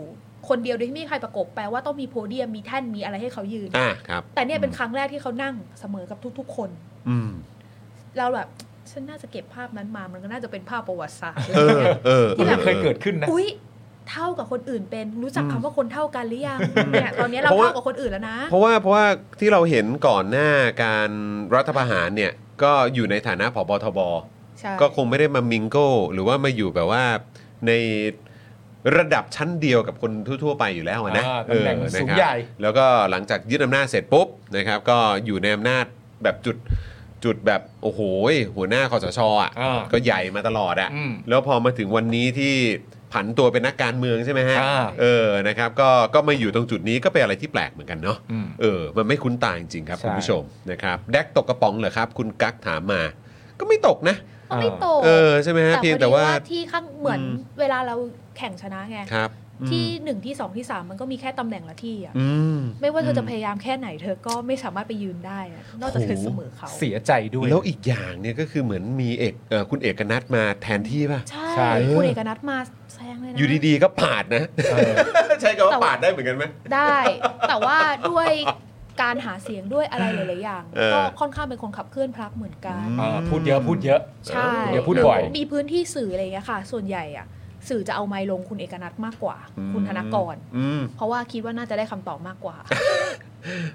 S4: คนเดียวโดยที่ไม่มีใครประกบแปลว่าต้องมีโพเดียมมีแท่นมีอะไรให้เขายืน
S1: อ่ะครับ
S4: แต่เนี่ยเป็นครั้งแรกที่เขานั่งเสมอกับทุก ๆ คน
S1: อืม
S4: เราแบบฉันน่าจะเก็บภาพนั้นมา มันก็น่าจะเป็นภาพประวัติศาสตร์
S1: เออ เออ
S3: ที่มันเคยเกิดขึ้นนะ
S4: อุ๊ย เท่ากับคนอื่นเป็นรู้จักคำว่าคนเท่ากันหรือยังเนี่ยตอนนี้เราเท่ากับคนอื่นแล้วนะ
S1: เพราะว่าเพราะว่าที่เราเห็นก่อนหน้าการรัฐประหารเนี่ย ก็อยู่ในฐานะผบทบ
S4: ใช่
S1: ก็คงไม่ได้มามิงโก้ หรือว่ามาอยู่แบบว่าในระดับชั้นเดียวกับคนทั่ว ๆ ไปอยู่แล้วอะนะ
S3: อ่าตำแหน่ง
S1: เออ
S3: สูง
S1: นะครับ
S3: ใหญ่
S1: แล้วก็หลังจากยึดอำนาจเสร็จปุ๊บนะครับ ก็อยู่ในอำนาจแบบจุดจุดแบบโอ้โหยหัวหน้าคอสชอ่ะ
S3: อ่า
S1: ก็ใหญ่มาตลอดอ่ะ
S3: อืม
S1: แล้วพอมาถึงวันนี้ที่ผันตัวเป็นนักการเมืองใช่ไหมฮะ
S3: อ่า
S1: เออนะครับ ก็ก็มาอยู่ตรงจุดนี้ก็เป็นอะไรที่แปลกเหมือนกันเนาะ
S3: อืม
S1: เออ มันไม่คุ้นตาจริงๆครับ
S3: ใช่
S1: คุณผู้ชมนะครับ แดกตกกระป๋องเหรอครับ คุณกั๊กถามมา ก็ไม่ตกนะ
S4: ก็ไม่โต
S1: เออ ใช่ไหมฮะ
S4: แต่พอ
S1: เพียง
S4: ดี
S1: แต่ว่า
S4: ว่าที่ข้างเหมือน
S1: อืม
S4: เวลาเราแข่งชนะไง
S1: ครับ
S4: ที่หนึ่งที่สองที่สามมันก็มีแค่ตำแหน่งละที่อะ
S1: อืม
S4: ไม่ว่าเธอจะพยายามแค่ไหนเธอก็ไม่สามารถไปยืนได้อะนอกจากเธอเสมอเขา
S3: เสียใจด้วย
S1: แล้วอีกอย่างเนี่ยก็คือเหมือนมีเอกเอ่อคุณเอกนัทมาแทนที่ป่ะ
S4: ใช่
S3: ใช่
S4: คุณเอกนัทมาแซงเลยนะ
S1: อยู่ดีๆก็ปาดนะ
S3: เออ
S1: ใช้คำว่า
S4: แต่ว่า
S1: ปาดได้เหมือนกันไหม
S4: ได้ แต่ว่าด้วยการหาเสียงด้วยอะไรหลาย ๆ อย่าง
S1: เออ
S4: ก็ค่อนข้างเป็นคนขับเคลื่อนพรรคเหมือนกัน
S3: เออพูดเยอะพูดเยอะ
S4: ใช่
S3: อย่าพูดบ่อย
S4: มีพื้นที่สื่ออะไรอย่างเงี้ยค่ะ ส่วนใหญ่อะสื่อจะเอาไมค์ลงคุณเอกนัทมากกว่า คุณธนกร
S1: อืม
S4: เพราะว่าคิดว่าน่าจะได้คำตอบมากกว่า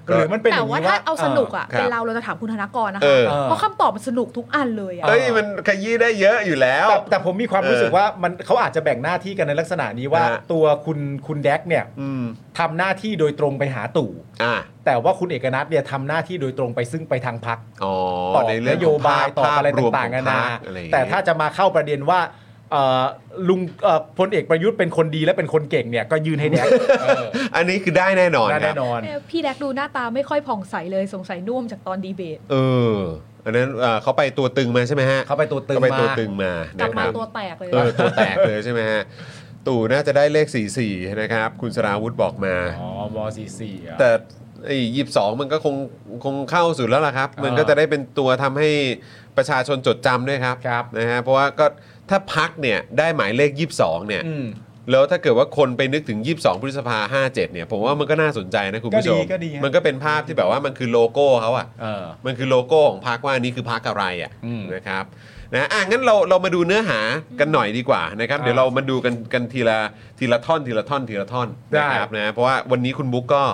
S3: หรือมันเป็นอ
S4: แต่
S3: ย่าง
S4: ว่าถ้า
S3: นี้ว่า
S4: เอาสนุกอะ
S1: ครับ
S4: เป็นเราเราจะถามคุณธนกรนะ
S1: เอ
S4: คะ
S1: อ
S4: เพราะคำตอบมันสนุกทุกอันเลยอะ
S1: เอ้ย มันขยี้ได้เยอะอยู่แล้ว
S3: แต่แต่ผมมีความรู้สึก
S1: เออ
S3: ว่ามันเขาอาจจะแบ่งหน้าที่กันในลักษณะนี้ว่า
S1: ฮะ
S3: ตัวคุณคุณแดกเนี่ย
S1: อืม
S3: ทำหน้าที่โดยตรงไปหาตู่
S1: อ่ะ
S3: แต่ว่าคุณเอกนัทเนี่ยทำหน้าที่โดยตรงไปซึ่งไปทางพัก
S1: อ๋อ
S3: ต่อ
S1: ในเรื่
S3: น
S1: อง
S3: โยบาย
S1: ขงภพ
S3: ต่ออะไร
S1: ภพวม
S3: ต่างๆ
S1: ขอ
S3: นานา
S1: พรรคอะไรอย่ง
S3: แต่
S1: เงี้ย
S3: ถ้าจะมาเข้าประเด็นว่าเอ่อลุงเอ่อพลเอกประยุทธ์เป็นคนดีและเป็นคนเก่งเนี่ยก็ยืนให้แดกเออ
S1: อันนี้คือได้แน่นอน
S3: ได้
S1: ค
S3: แน่
S1: รับ
S3: นอน
S4: เออพี่แดกดูหน้าตาไม่ค่อยผ่องใสเลยสงสัยน่วมจากตอนดีเบต
S1: เออ อันนั้นเอ่อเขาไปตัวตึงมาใช่ไหมฮะ
S3: เข้าไปตัวตึง
S1: เขาไปตัว
S3: มา
S1: ตึงมาก
S4: ลั
S1: นะ
S4: บ
S1: ค
S4: มา
S1: รับ
S4: ตัวแตกเลย
S1: เออตัวแตกเลยใช่ไหมฮะ ตู่น่าจะได้เลข 44 นะครับ คุณสราวุธบอกมา
S3: อ๋อวสี่สี่อ่ะ
S1: แต่ไอ้ยีบสองมันก็คงคงเข้าสุดแล้วล่ะครับ
S3: อ่ามั
S1: มันก็จะได้เป็นตัวทำให้ประชาชนจดจำด้วยครับ
S3: ครับ
S1: นะฮะเพราะว่าก็ถ้าพักเนี่ยได้หมายเลข 22 เนี่ย
S3: อืม
S1: แล้วถ้าเกิดว่าคนไปนึกถึง 22 พฤษภา57 เนี่ย ผมว่ามันก็น่าสนใจนะคุณผู้ชม
S3: ก็ดีก็ดีฮะ
S1: มันก็เป็นภาพที่แบบว่ามันคือโลโก้เขาอะ
S3: เออ
S1: มันคือโลโก้ของพรรคว่านี่คือพรรคอะไรอ่ะ
S3: อืม
S1: นะครับนะอ่ะงั้นเราเรามาดูเนื้อหากันหน่อยดีกว่านะครับ
S3: อ่า
S1: เดี๋ยวเรามาดูกันกันทีละทีละท่อนทีละท่อนทีละท่อน
S3: ได้
S1: นะครับนะเพราะว่าวันนี้คุณบุ๊กก็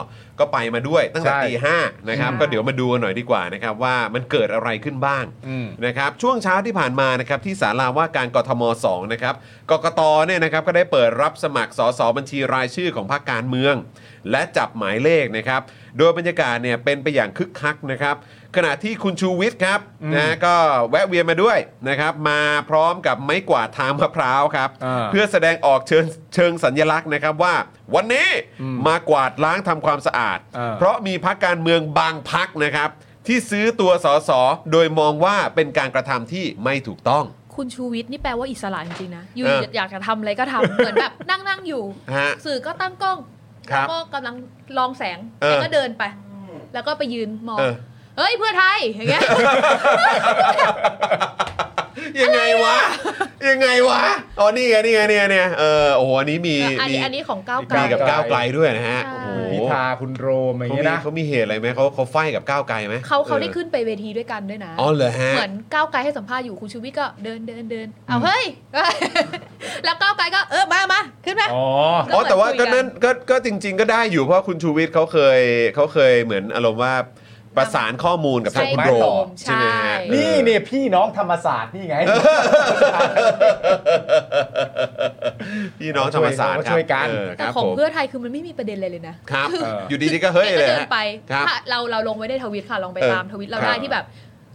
S1: ก็ไปมาด้วยตั้งแต่
S3: ใช่
S1: ตีห้านะครับก็เดี๋ยวมาดูกันหน่อยดีกว่านะครับว่ามันเกิดอะไรขึ้นบ้าง
S3: อืม
S1: นะครับช่วงเช้าที่ผ่านมานะครับที่ศาลาว่าการกทม2นะครับกกตเนี่ยนะครับก็ได้เปิดรับสมัครสสบัญชีรายชื่อของพรรคการเมือง และจับหมายเลขนะครับโดยบรรยากาศเนี่ยเป็นไปอย่างคึกคักนะครับขณะที่คุณชูวิทย์ครับนะก็แวะเวียนมาด้วยนะครับมาพร้อมกับไม้กวาดทางมะพร้าวครับ
S3: อ่า
S1: เพื่อแสดงออกเชิงเชิงสัญลักษณ์นะครับว่า วันนี้มากวาดล้างทำความสะอาด
S3: อ่า
S1: เพราะมีพักการเมืองบางพักนะครับ ที่ซื้อตัวสสโดยมองว่าเป็นการกระทำที่ไม่ถูกต้อง
S4: คุณชูวิทย์นี่แปลว่าอิสระจริงๆนะ อยู่
S1: เออ
S4: ดีอยากจะทำอะไรก็ทำ เหมือนแบบนั่งนั่งๆอยู่
S1: ฮะ
S4: สื่อก็ตั้งกล้อง
S1: ครับ
S4: แล้วก็กำลังลองแสง
S1: เออ
S4: แล้วก็เดินไป แล้วก็ไปยืนมอง
S1: เออ
S4: เฮ้ยเพื่อไทยอย่างเงี้ย
S1: ยังไงวะ ยังไงวะอ๋อนี่ไงนี่ไงเนี่ยเนี่ยเออโอ้โหอันนี้มี
S4: อัน
S1: มี
S4: นี้อันนี้ของก้าวไกล
S1: มีกับก้าวไกลด้วยนะฮะ
S4: ใช่
S1: โอ้โห
S3: พิธาคุณโรมอย่าง
S1: เขามี
S3: เงี้ยนะ
S1: เขามีเหตุอะไรไหมเขาเขาไฟกับก้าวไกลไหม
S4: เขาเขาได้
S1: ออ
S4: ขึ้นไปเวทีด้วยกันด้วยนะ
S1: อ๋อเหรอฮะ
S4: เหมือนก้าวไกลให้สัมภาษณ์อยู่คุณชูวิทย์ก็เดินเดินเดินเอาเฮ้ย แล้วก้าวไกลก็เออมามาขึ้นมา
S3: อ๋อ
S1: อ๋อแต่ว่าก็
S4: เหมือนคุยกัน
S1: นั่นก็ก็จริง ๆ ก็ได้อยู่เพราะคุณชูวิทย์เขาเคยเขาเคยเหมือนอารมณ์ว่าประสานข้อมูลกับทางคุณโรม
S3: ใช่
S1: ใช่ไหมฮะ
S3: นี่เนี่ยพี่น้องธรรมศาสตร์นี่ไง
S1: พี่น้องธรรมศาสตร์ครับ
S3: ช่วยกัน
S1: เออค
S4: แต่
S1: รับ
S4: ของ
S1: ผม
S4: เพื่อไทยคือมันไม่มีประเด็นอะไรเลยนะ
S1: ครับ
S3: เออ
S1: อ
S3: อ
S1: ยู่ดีๆก็เฮ้ย
S4: ก็
S1: เลย
S4: เดิน
S1: ฮะ
S4: ไป
S1: ครับ
S4: ถ้าเราเราลงไว้ในทวิตค่ะ ลองไป
S1: เออ
S4: ตามทวิตเรา
S1: ครับ
S4: ได้ที่แบบ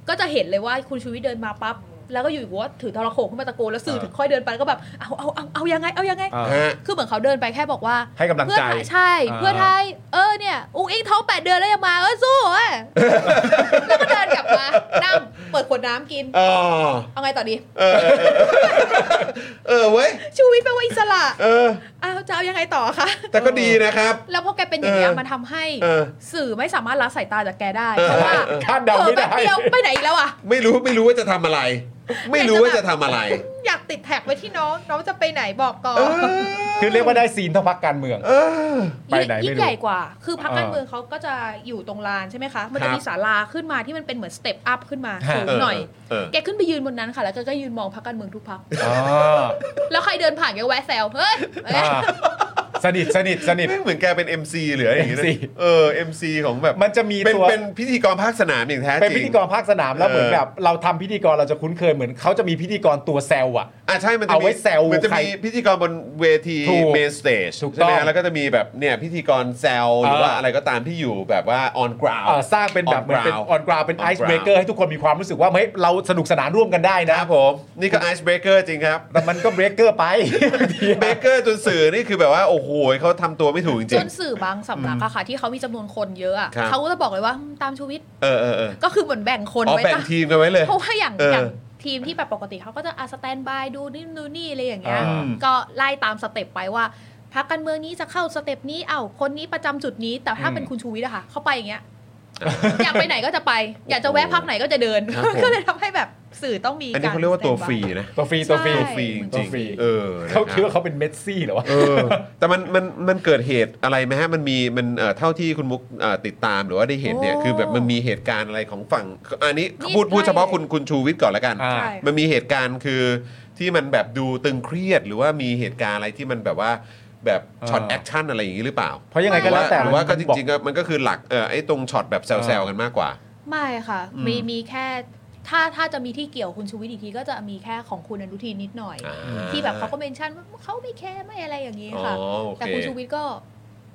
S4: ก็จะเห็นเลยว่าคุณชูวิทย์เดินมาปั๊บ แล้วก็อยู่ว่าถือโทรโขงขึ้นมาตะโกนแล้วสื่อ
S3: เออ
S4: ถึงค่อยเดินไปแล้วก็แบบ เอาเอาเอาเอายังไง เอายังไง
S3: อ่า
S1: ฮะ
S4: คือเหมือนเขาเดินไปแค่บอกว่า
S3: ให้กำลัง
S4: เพื่อ
S3: ใจ
S4: ไทยใช่
S3: อ่า
S4: เพื่อไทย เออเนี่ย อุ้งอิงท้องแปดเดือนแล้วยังมา เออสู้เว้ย แล้วก็เดินกลับมา นั่งเปิดขวดน้ำกิน
S1: อ๋อ
S4: เอาไงต่อดี
S1: เออเออเออเว้ย
S4: ชูวิทย์แปลว่าอิสระ
S1: เออ
S4: อ้าวจะเอายังไงต่อคะ
S1: แต่ก็ดีนะครับ
S4: แล้วพอแกเป็นอย่างเงี้ย
S1: เออ
S4: มันทำให้
S1: เออ
S4: สื่อไม่สามารถละสายตาจากแกได้
S1: เออ
S4: เพราะว่า
S3: คาดเดาไม่ได้
S4: ผลอแป๊บเยวไปไหนอีกแล้วอ่ะ
S1: ไม่รู้ไม่รู้ว่าจะทำอะไร ไม่รู้ว่าจะทำอะไร
S4: อยากติดแท็กไว้ที่น้อง น้องจะไปไหนบอกก่อน
S1: เออ
S3: คือเรียกว่าได้ซีนเท่าพักการเมือง
S1: เออ
S3: ไปไหนไม่รู้
S4: ยิ่งใหญ่กว่า คือพรรคการ
S3: เออ
S4: เมืองเขาก็จะอยู่ตรงลานใช่ไหมคะ มัน
S1: ครับ
S4: จะมีศาลาขึ้นมาที่มันเป็นเหมือนสเต็ปอัพขึ้นมา
S3: ฮะ
S4: สูงหน่อย
S1: เออ
S4: แกขึ้นไปยืนบนนั้นค่ะ แล้วแกก็ยืนมองพรรคการเมืองทุกพรรค
S3: อ๋อ
S4: แล้วใครเดินผ่านแกแวะแซว เฮ้ยเอ้ย
S3: อ่าสนิทสนิทสนิท
S1: ไม่เหมือนแกเป็น MC หรืออะไรอย่างเงี้ย
S3: MC
S1: เออ MC ของแบบ
S3: มันจะมี
S1: เป็น
S3: ตัว
S1: เป็นพิธีกรภาคสนามอย่างแท้จริง
S3: เป็นพิธีกรภาคสนามแล้ว
S1: เออ
S3: เหมือนแบบ เราทำพิธีกรเราจะคุ้นเคยเหมือนเขาจะมีพิธีกรตัวแซวอ่ะ
S1: อ่ะใช่ มันจะ
S3: เอาไว้
S1: มี
S3: แซว
S1: มันจะ
S3: ใคร
S1: มีพิธีกรบนเวที
S3: ถูก
S1: เมนสเตจ
S3: ถูก
S1: ใช่ไหม
S3: ต้อง
S1: แล้วก็จะมีแบบเนี่ยพิธีกรแซวหรือ
S3: เออ
S1: ว่าอะไรก็ตามที่อยู่แบบว่าออนกราว
S3: เอ่อสร้างเป็นแบบ
S1: On
S3: เหมือนเป็น
S1: ground
S3: ออนกราวเป็น
S1: On
S3: ไอซ์เบรกเกอร์ให้ทุกคนมีความรู้สึกว่าเฮ้ยเราสนุกสนานร่วมกันได้
S1: ค
S3: นะ
S1: รับผม นี่ก็ไอ c ์เบรกเกอร์จริงครับ
S3: แต่มันก็เบรกเกอร์ ไป
S1: เบรกเกอร์จนสื่อนี่คือแบบว่า โอ้โหเขาทำตัวไม่ถูกจ
S4: จ
S1: ริง
S4: นสื่อบางสำนักอะค่ะ ที่เขามีจำนวนคนเยอะอะ
S1: ครับ
S4: เขาก็จะบอกเลยว่าอืมตามชูวิทย์
S1: ๆเออเออเออ
S4: ก็คือเหมือนแบ่งคน
S1: อ๋อ
S4: ไว้
S1: แบ่ง
S4: ตาม
S1: ทีมกันไว้เลย
S4: เพราะว่าอย่าง
S1: เอออ
S4: อย่างทีมที่แบบปกติเขาก็จะอาสแตนบายดูนี่ดูนี่อะไรอย่างเงี้ย
S3: อ่า
S4: ก็ไล่ตามสเต็ปไปว่าพรรคการเมืองนี้จะเข้าสเต็ปนี้เอ้าคนนี้ประจำจุดนี้ แต่ถ้าเป็นคุณชูวิทย์อะค่ะ เข้าไปอย่างเงี้ยอยากไปไหนก็จะไป อยากจะแวะพักไหนก็จะเดิน
S1: ครับผม
S4: ก็เลยทำให้แบบสื่อต้องมี
S1: อันนี้
S4: ก
S1: เขาเรียกว่าตัวฟรีนะ
S3: ตัวฟรีตัวฟรี
S4: ใช่
S1: ตัวฟรีจ
S3: ตั
S1: ริ
S3: ว
S1: ง
S3: ฟรี
S1: ๆเออนะ
S3: เขา
S1: รับ
S3: คิดว่าเขาเป็นเมสซี่เหรอวะ
S1: เออแต่มันมันมันเกิดเหตุอะไรไหมฮะมันมีมันเอ่อเท่าที่คุณมุกเอ่อติดตามหรือว่าได้เห็นเนี่ย
S4: โอ้
S1: คือแบบมันมีเหตุการณ์อะไรของฝั่งอันนี้
S4: นี่
S1: พูดพูด
S4: ใกล้
S1: เฉพาะคุณคุณชูวิทย์ก่อนละกัน
S3: อ่า
S4: ใช่
S1: มันมีเหตุการณ์คือที่มันแบบดูตึงเครียด หรือว่ามีเหตุการณ์อะไรที่มันแบบว่าแบบช็อต
S3: เออ
S1: แอคชั่นอะไรอย่างนี้หรือเปล่า
S3: เพราะยังไงก็แล้วแต่
S1: หรือว่าก็จ
S3: มันบอ
S1: ริงๆก็มันก็คือหลักเออไอ้ตรงช็อตแบบแซวๆกันมากกว่า
S4: ไม่ค่ะ
S3: อืม
S4: มีมีแค่ถ้าถ้าจะมีที่เกี่ยวคุณชูวิทย์อีกทีก็จะมีแค่ของคุณอนุทินนิดหน่อย
S1: อ่า
S4: ที่แบบเขาก็เมนชั่นว่าเขาไม่แคร์ไม่อะไรอย่างนี้ค่ะ
S1: อ๋อโอเค
S4: แต่คุณชูวิทย์ก็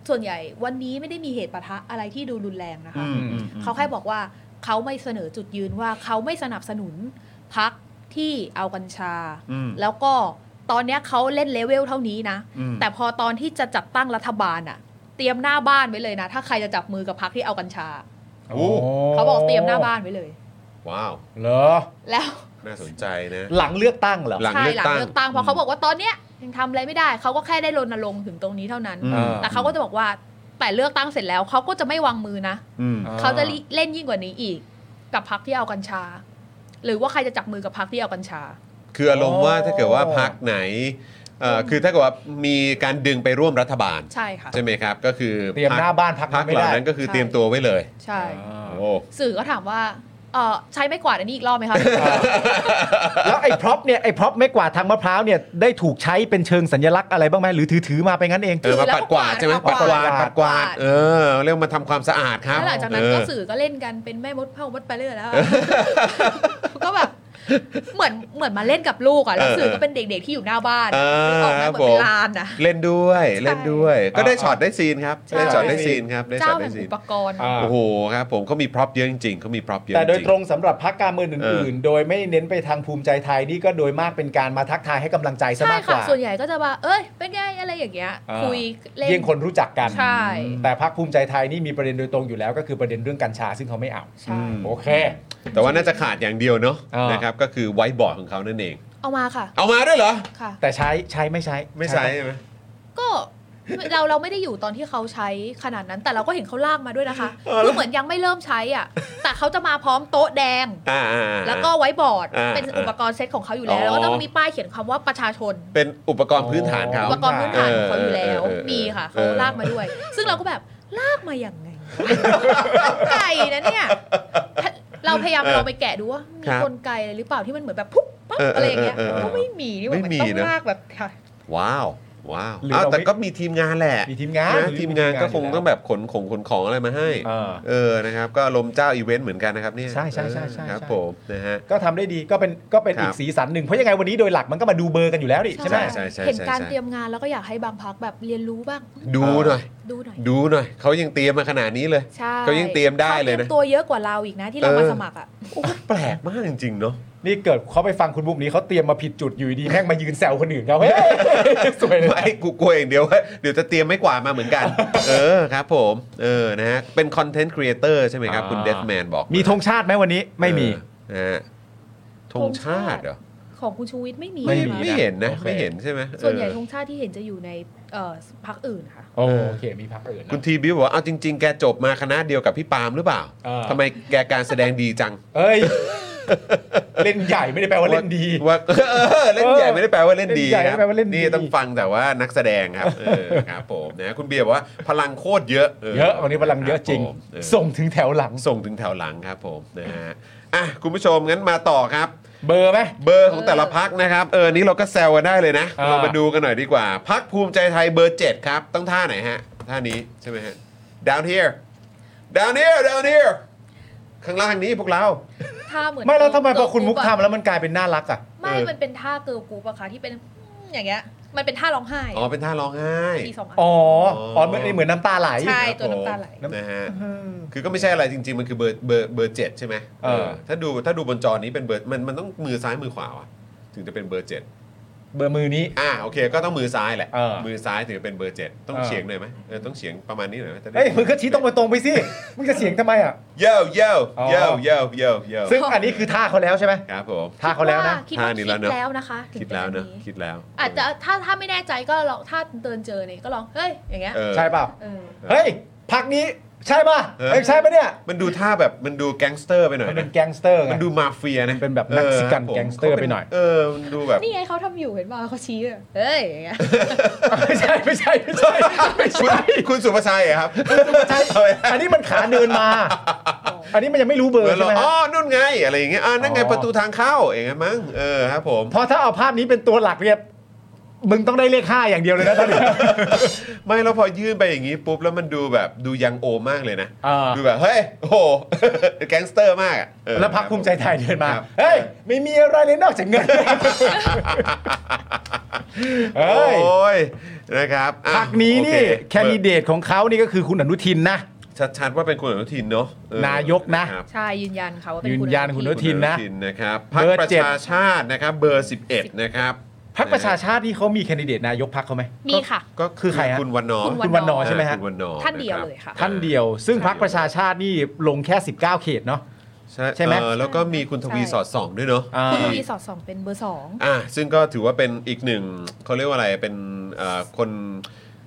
S4: ส่วนใหญ่วันนี้ไม่ได้มีเหตุปะทะอะไรที่ดูรุนแรงนะคะ
S3: อืมอืม
S4: เขาแค่บอกว่าเขาไม่เสนอจุดยืนว่าเขาไม่สนับสนุนพักที่เอากัญชา
S3: อืม
S4: แล้วก็ตอนเนี้ยเขาเล่นเลเวลเท่านี้นะ
S3: อืม
S4: แต่พอตอนที่จะจัดตั้งรัฐบาลอะเตรียมหน้าบ้านไว้เลยนะ ถ้าใครจะจับมือกับพักที่เอากัญชา
S1: โอ้
S4: เขาบอกเตรียมหน้าบ้านไว้เลย
S1: ว้าว
S3: เหรอ
S4: แล้ว
S1: น่าสนใจนะ
S3: หลังเลือกตั้งเหรอ
S1: หลัง
S4: ใช่
S1: เลือก
S4: หลั
S1: ตั้
S4: ง
S1: ง
S4: เลือกตั้งเพราะเขาบอกว่าตอนเนี้ยยังทำอะไรไม่ได้ เขาก็แค่ได้รณรงค์ถึงตรงนี้เท่านั้น
S3: อืม
S4: แต่เขาก็จะบอกว่าแต่เลือกตั้งเสร็จแล้วเขาก็จะไม่วางมือนะ
S1: อืม
S3: อ่
S4: เขาจะเล่นยิ่งกว่านี้อีก กับพักที่เอากัญชา หรือว่าใครจะจับมือกับพักที่เอากัญชา
S1: คืออารมณ์ว่าถ้าเกิดว่าพักไหน เอ่อคือถ้าเกิดว่ามีการดึงไปร่วมรัฐบาล
S4: ใช่ค่ะ
S1: ใช่ไหมครับ ก็คือ
S3: เตรียมหน้าบ้านพัก
S1: พัก
S3: ไม่
S1: เหล่า
S3: ได้
S1: นั้นก็คือ
S4: ใช่
S1: เตรียมตัวไว้เลย
S4: ใช่
S1: โอ้
S4: สื่อก็ถามว่าเออใช้ไม่กวาดอันนี้อีกรอบไหมคะ
S3: แล้วไอ้พร็อพเนี่ยไอ้พร็อพไม่กวาดทางมะพร้าวเนี่ยได้ถูกใช้เป็นเชิงสัญลักษณ์อะไรบ้างไหมหรือถือถือมาไปงั้นเอง
S1: เออมาปัดกวาดใช่ไหม
S4: แล้วก็
S1: ปัดกวาดปัดกวาด
S4: ปัดกวาด
S1: เออเรียกมาทำความสะอาดครับ
S4: แล้วหลังจากนั้นก็
S1: เออ
S4: สื่อก็เล่นกันเป็นแม่มดพ่อมดไปเรื่อยแล้วอะ ก็แบบเหมือนเหมือนมาเล่นกับลูกอ่ะแล้ว
S1: เออ
S4: สื่อก็เป็นเด็กๆที่อยู่หน้าบ้าน
S1: เออ
S4: นึกออกไหมเหมือน
S1: ผม
S4: เป็นลานนะ
S1: เล่นด้วยเล่นด้วย ก็ได้
S3: อ่า
S1: ช็อตได้ซีนครับ
S4: ใช่
S1: ได้ช็อตได้ซีนครับได้ช็
S4: เจ้า
S1: อต
S4: แห่
S1: ได้
S4: ง
S1: ซี
S4: อุ
S1: น
S4: ปกรณ์
S3: อ่า
S1: โอ้โหครับผมเขามีพร็อพเยอะจริงๆเขามีพร็อพเยอะ
S3: แต่โดย
S1: จริง
S3: ตรงสำหรับพรรคการเมือง
S1: เอ
S3: อื่
S1: อ
S3: นๆ โดยไม่เน้นไปทางภูมิใจไทยนี่ก็โดยมากเป็นการมาทักทายให้กำลังใจซะ
S4: ใช่
S3: มากก
S4: ค่ะ
S3: ว่า
S4: ส่วนใหญ่ก็จะว่า เอ้ย เป็นไง อะไรอย่างเงี้ย
S3: อ่า
S4: คุยเล่น
S3: เยี่ยงคนรู้จักกัน
S4: ใช่
S3: แต่พรรคภูมิใจไทยนี่มีประเด็นโดยตรงอยู่แล้ว ก็คือประเด็นเรื่องกัญชาซึ่งเขาไม่เอา
S4: ใช่
S3: โอเค
S1: แต่ว่าน่าจะขาดอย่างเดียวเนาะ
S3: อ่าน
S1: นะครับก็คือไว้บอร์ดของเขานั่นเอง
S4: เอามาค่ะ
S1: เอามาด้วยเหรอ
S4: ค่ะ
S3: แต่ใช้ใช้ไม่ใช้
S1: ไม่ใช่ใช่ไหม
S4: ก็เราเราไม่ได้อยู่ตอนที่เขาใช้ขนาดนั้น แต่เราก็เห็นเขาลากมาด้วยนะคะคือเหมือนยังไม่เริ่มใช้อ่ะ แต่เขาจะมาพร้อมโต๊ะแดง
S1: อ่าอ่าอ่า
S4: แล้วก็ไว้บอร์ด
S1: อ่า
S4: เป็นอุปกรณ์เซตของเขาอยู่แล้ว
S1: อ๋อ
S4: แล้วก็ต้องมีป้ายเขียนคำว่าประชาชน
S1: เป็นอุปกรณ์พื้นฐานเขา
S4: อุปกรณ์พื้นฐานของเขาอยู่แล้ว
S1: เออเออเออเออ
S4: มีค่ะเขาลากมาด้วย ซึ่งเราก็แบบลากมาอย่างไง ไก่นะเนี่ยถ้าเราพยายาม
S1: เออ
S4: ลองไปแกะดูว่ามี
S1: ครับ
S4: กลไกอะไรหรือเปล่าที่มันเหมือนแบบปุ๊บปั๊บ
S1: เออเออ
S4: อะไรอย่างเงี้ย
S1: เออเออ
S4: ก็ไม่มีนี่หว่า
S1: ไม่
S4: มัน
S1: มี
S4: ต้อง
S1: นะ
S4: ลากแบบ
S1: ว้าวว้าว
S3: หรือ
S1: อ้าว
S3: เรา
S1: แต่
S3: ไม่
S1: ก็มีทีมงานแหละ
S3: มีทีมงาน
S1: นะทีมงานก็คงต้องแบบขนของขนของอะไรมาให้
S3: เออ
S1: เออ นะครับ ก็ลมเจ้าอีเวนต์เหมือนกันนะครับเนี่ย
S3: ใช่ใช่ใช่ใช่
S1: เออครับ
S3: ใช่
S1: ผมนะฮะ
S3: ก็ทำได้ดีก็เป็นก็เป็น
S1: ครับ
S3: อีกสีสันหนึ่งเพราะยังไงวันนี้โดยหลักมันก็มาดูเบอร์กันอยู่แล้วดิใช่ไหม
S1: ใช่ใช่
S4: เห็นการ
S1: ใช่
S4: เตรียมงานแล้วก็อยากให้บางพักแบบเรียนรู้บ้าง
S1: ดูหน่อย
S4: ดูหน่อย
S1: ดูหน่อย เขายังเตรียมมาขนาดนี้เลย
S4: ใช่
S1: เขายังเตรียมได้เลยนะ
S4: ขาตรีมตัวเยอะกว่าเราอีกนะที่เรา
S1: เออ
S4: มาสมัครอ่ะ
S1: โอ้แปลกมากจริง ๆ เนาะ
S3: นี่เกิดเขาไปฟังคุณบุ๊กนี้เขาเตรียมมาผิดจุดอยู่ดีแม่งมายืนแซวคนอื่นเขาเฮ้ย สวยเลย
S1: ไม่กูกลัวอย่างเดียวว่าเดี๋ยวจะเตรียมไม่กวาดมาเหมือน กัน เออครับผม เออ นะฮะ เป็นคอนเทนต์ครีเอเตอร์ใช่ไหมครับ คุณ
S3: อ่า
S1: เดฟแมนบอก
S3: มีธงชาติไหมวันนี้ไม่มี
S1: เออนะฮะธงชาติเหรอ
S4: ของคุณชูวิทย์ไม่มี
S1: ไม่
S4: ใช่ไหม
S1: ไม่เห็นนะ
S3: โอเค
S1: ไม่เห็นใช่ไหม
S4: ส่วนใหญ่
S1: เอ
S4: ธ
S1: อง
S4: ชาติที่เห็นจะอยู่ในเอ่อพักอื่นค่ะ
S3: โอเค มีพักอื่นนะ
S1: คุณทีบิวบอกว่าเอาจริง ๆ แกจบมาคณะเดียวกับพี่ปาล์มหรือเปล่า
S3: เออ
S1: ทำไมแกการแสดงดีจัง
S3: เอ้ย เล่นใหญ่ไม่ได้แปลว่าเล่นดี
S1: ว่าเออเล่นใหญ่ไม่ได้แปลว่าเล่นดี
S3: เล่นใหญ่
S1: ค
S3: ไม่
S1: รับ
S3: ได้แปลว่าเล่นดี
S1: ต้องฟังแต่ว่านักแสดงครับเออครับผมนะคุณเบียร์บอกว่าพลังโคตรเยอะ
S3: เยอะวันนี้พลังเยอะจริง
S1: คบผมเออ
S3: ส่งถึงแถวหลัง
S1: ส่งถึงแถวหลังครับผมนะฮะอ่ะคุณผู้ชมงั้นมาต่อครับ
S3: เบอร์ไหม
S1: เบอร์ของแต่ละพักนะครับเออนี้เราก็แซวกันได้เลยนะ
S3: อ่า
S1: เรามาดูกันหน่อยดีกว่าพักภูมิใจไทยเบอร์ 7 ครับ ต้องท่าไหนฮะ ท่านี้ใช่ไหมฮะ down here down here down here ข้างล่างนี้พวกเรา
S4: ถ้าเหมือน
S3: ไม่แล้วทำไมพ
S4: เกิ
S3: อ
S4: ร์ล
S3: คุณมุก
S4: รุ๊ปอะ
S3: ทำแล้วมันกลายเป็นน่ารักอ่ะ
S4: ไม่
S1: เออ
S4: มันเป็นท่าเกิร์ลกรุ๊ปอะค่ะที่เป็นอย่างเงี้ย มันเป็นท่าร้องไห้
S1: อ๋อเป็นท่าร้องไห้
S4: มีสองอัน
S3: อ๋อ
S1: อ๋
S3: อ๋
S1: อ
S3: อเหมือนเหมือนน้ำตาไหล
S4: ใช่ ตัวน้ำตาไหล
S1: ครับผมนะฮะคือก็ไม่ใช่อะไรจริง ๆ มันคือเบอร์เบอร์เบอร์เจ็ดใช่ไหม
S3: เออ
S1: ถ้าดูถ้าดูบนจอนี้เป็นเบอร์มันมันต้องมือซ้ายมือขวาวะถึงจะเป็นเบอร์เจ็ด
S3: เบอร์มือนี้
S1: อ่าโอเค ก็ต้องมือซ้ายแหละ
S3: เออ
S1: มือซ้ายถึงจะเป็นเบอร์เจ็ดต้อง
S3: เออ
S1: เฉียงหน่อยไหมเออต้องเฉียงประมาณนี้หน่อยไหมจะได้
S3: เอ้ยมึงก็ชี้ตรงไปตรงไปสิ มึงจะเสียงทำไมอ่ะ
S1: เย่เย่
S3: อ๋อ
S1: เย่เย่เย่เย่
S3: ซึ่งอันนี้คือท่าเขาแล้วใช่ไหม
S1: ครับผม
S3: ท่าเขาแล้วนะ
S4: คิดว่า
S1: ท่านี้
S4: คิด
S1: แล้วเนอะ
S4: แล้วนะคะถึง
S1: คิดแล้วนะ
S4: จ
S1: คิดแล้ว
S4: อาจจะถ้าถ้าไม่แน่ใจก็ลองถ้าเดินเจอเนี่ยก็ลอง เฮ้ย อย่างเงี้ย
S1: เออ
S3: ใช่เปล่า
S4: เออ
S3: เฮ้ยพักนี้ใช่ป่ะ
S1: เออ
S3: เอ้ยใช่ป่ะเนี่ย
S1: มันดูท่าแบบมันดูแก๊งสเตอร์ไปหน่อย
S3: มันเป็
S1: นะ
S3: นแก๊งสเตอร์ไง
S1: มันดูมาเฟียนะ
S3: เป็นแบบเม็กซิกัน
S1: ออครับผม
S3: แก๊งสเตอร์ไปหน่อย
S1: เออมันดูแบบ
S4: นี่ไงเขาทำอยู่เห็นป่ะเขาชี้อะเฮ้ย อย่างเงี้ย
S3: ไม่ใช่ไม่ใช่ไม่ใช่ไม่
S1: คุณ
S3: ใช่
S1: คุณสุภาชัยเหรอครับ
S3: อันนี้มันขาเดินมา อันนี้มันยังไม่รู้เบอร์
S1: เออ
S3: ใช่
S1: เรา
S3: ไหม
S1: อ๋อ
S3: ฮะ
S1: นู่นไง อะไรอย่างเงี้ยอ่านั่นไง
S3: อ๋อ
S1: ประตูทางเข้าอย่างเงี้ยมั้ง เออครับผม
S3: เพราะถ้าเอาภาพนี้เป็นตัวหลักเนี่ยมึงต้องได้เลขห้าอย่างเดียวเลยนะตอนนี้
S1: ไม่แล้วพอยื่นไปอย่างงี้ปุ๊บ แล้วมันดูแบบดูยังโอมากเลยนะ
S3: อ่า
S1: ดูแบบ เฮ้ย โอ้โห แก๊งสเตอร์มากอะเออ
S3: แล้วพักภูมิใจไทยเดินมา
S1: ครับ
S3: เฮ้ย ไม่มีอะไรเลยนอกจากเงิ น เฮ้ย
S1: โอ้ยนะครับอ่ะ
S3: พักนี้นี่
S1: โอ
S3: แคนดิเดตของเขานี่ก็คือคุณอนุทินนะ
S1: ชัดๆว่าเป็นคุณอนุทินเนาะเออน
S3: ายกนะ
S1: ครับ
S4: ใช่ ยืนยันค่ะว่าเป็น
S3: ยืน
S4: คุณ
S3: ยันคุณอนุ
S4: ทิ
S3: ทินนะ
S1: คุณอนะครับพัก
S3: เบอร์
S1: ประ
S3: เจ็ด
S1: ชาชาตินะครับ เบอร์ 11 นะครับ
S3: พักประชาชาตินี่เขามีแคนดิเดตนายกพักเขาไหม
S4: มีค่ะ
S1: ก็
S3: คือใครฮะ
S1: คุณวันนอร์
S3: คุณวันนอร์ใช่ไหมฮะ
S1: คุณวันนอร์
S4: ท่านเดียว
S1: ะครับ
S4: เลยค่ะ
S3: ท่านเดียว ซึ่งพักประชาชาตินี่ลงแค่ 19 เขตเนาะ ใช่ไหม
S1: เออแล้วก็มีคุณทวี
S4: ใช่
S1: สอดส่องด้วยเนาะ
S3: อ่า
S4: คุณทวีสอดส่องเป็นเบอร์สอง
S1: อ่าซึ่งก็ถือว่าเป็นอีกหนึ่งเขาเรียกว่าอะไรเป็นเอ่อคน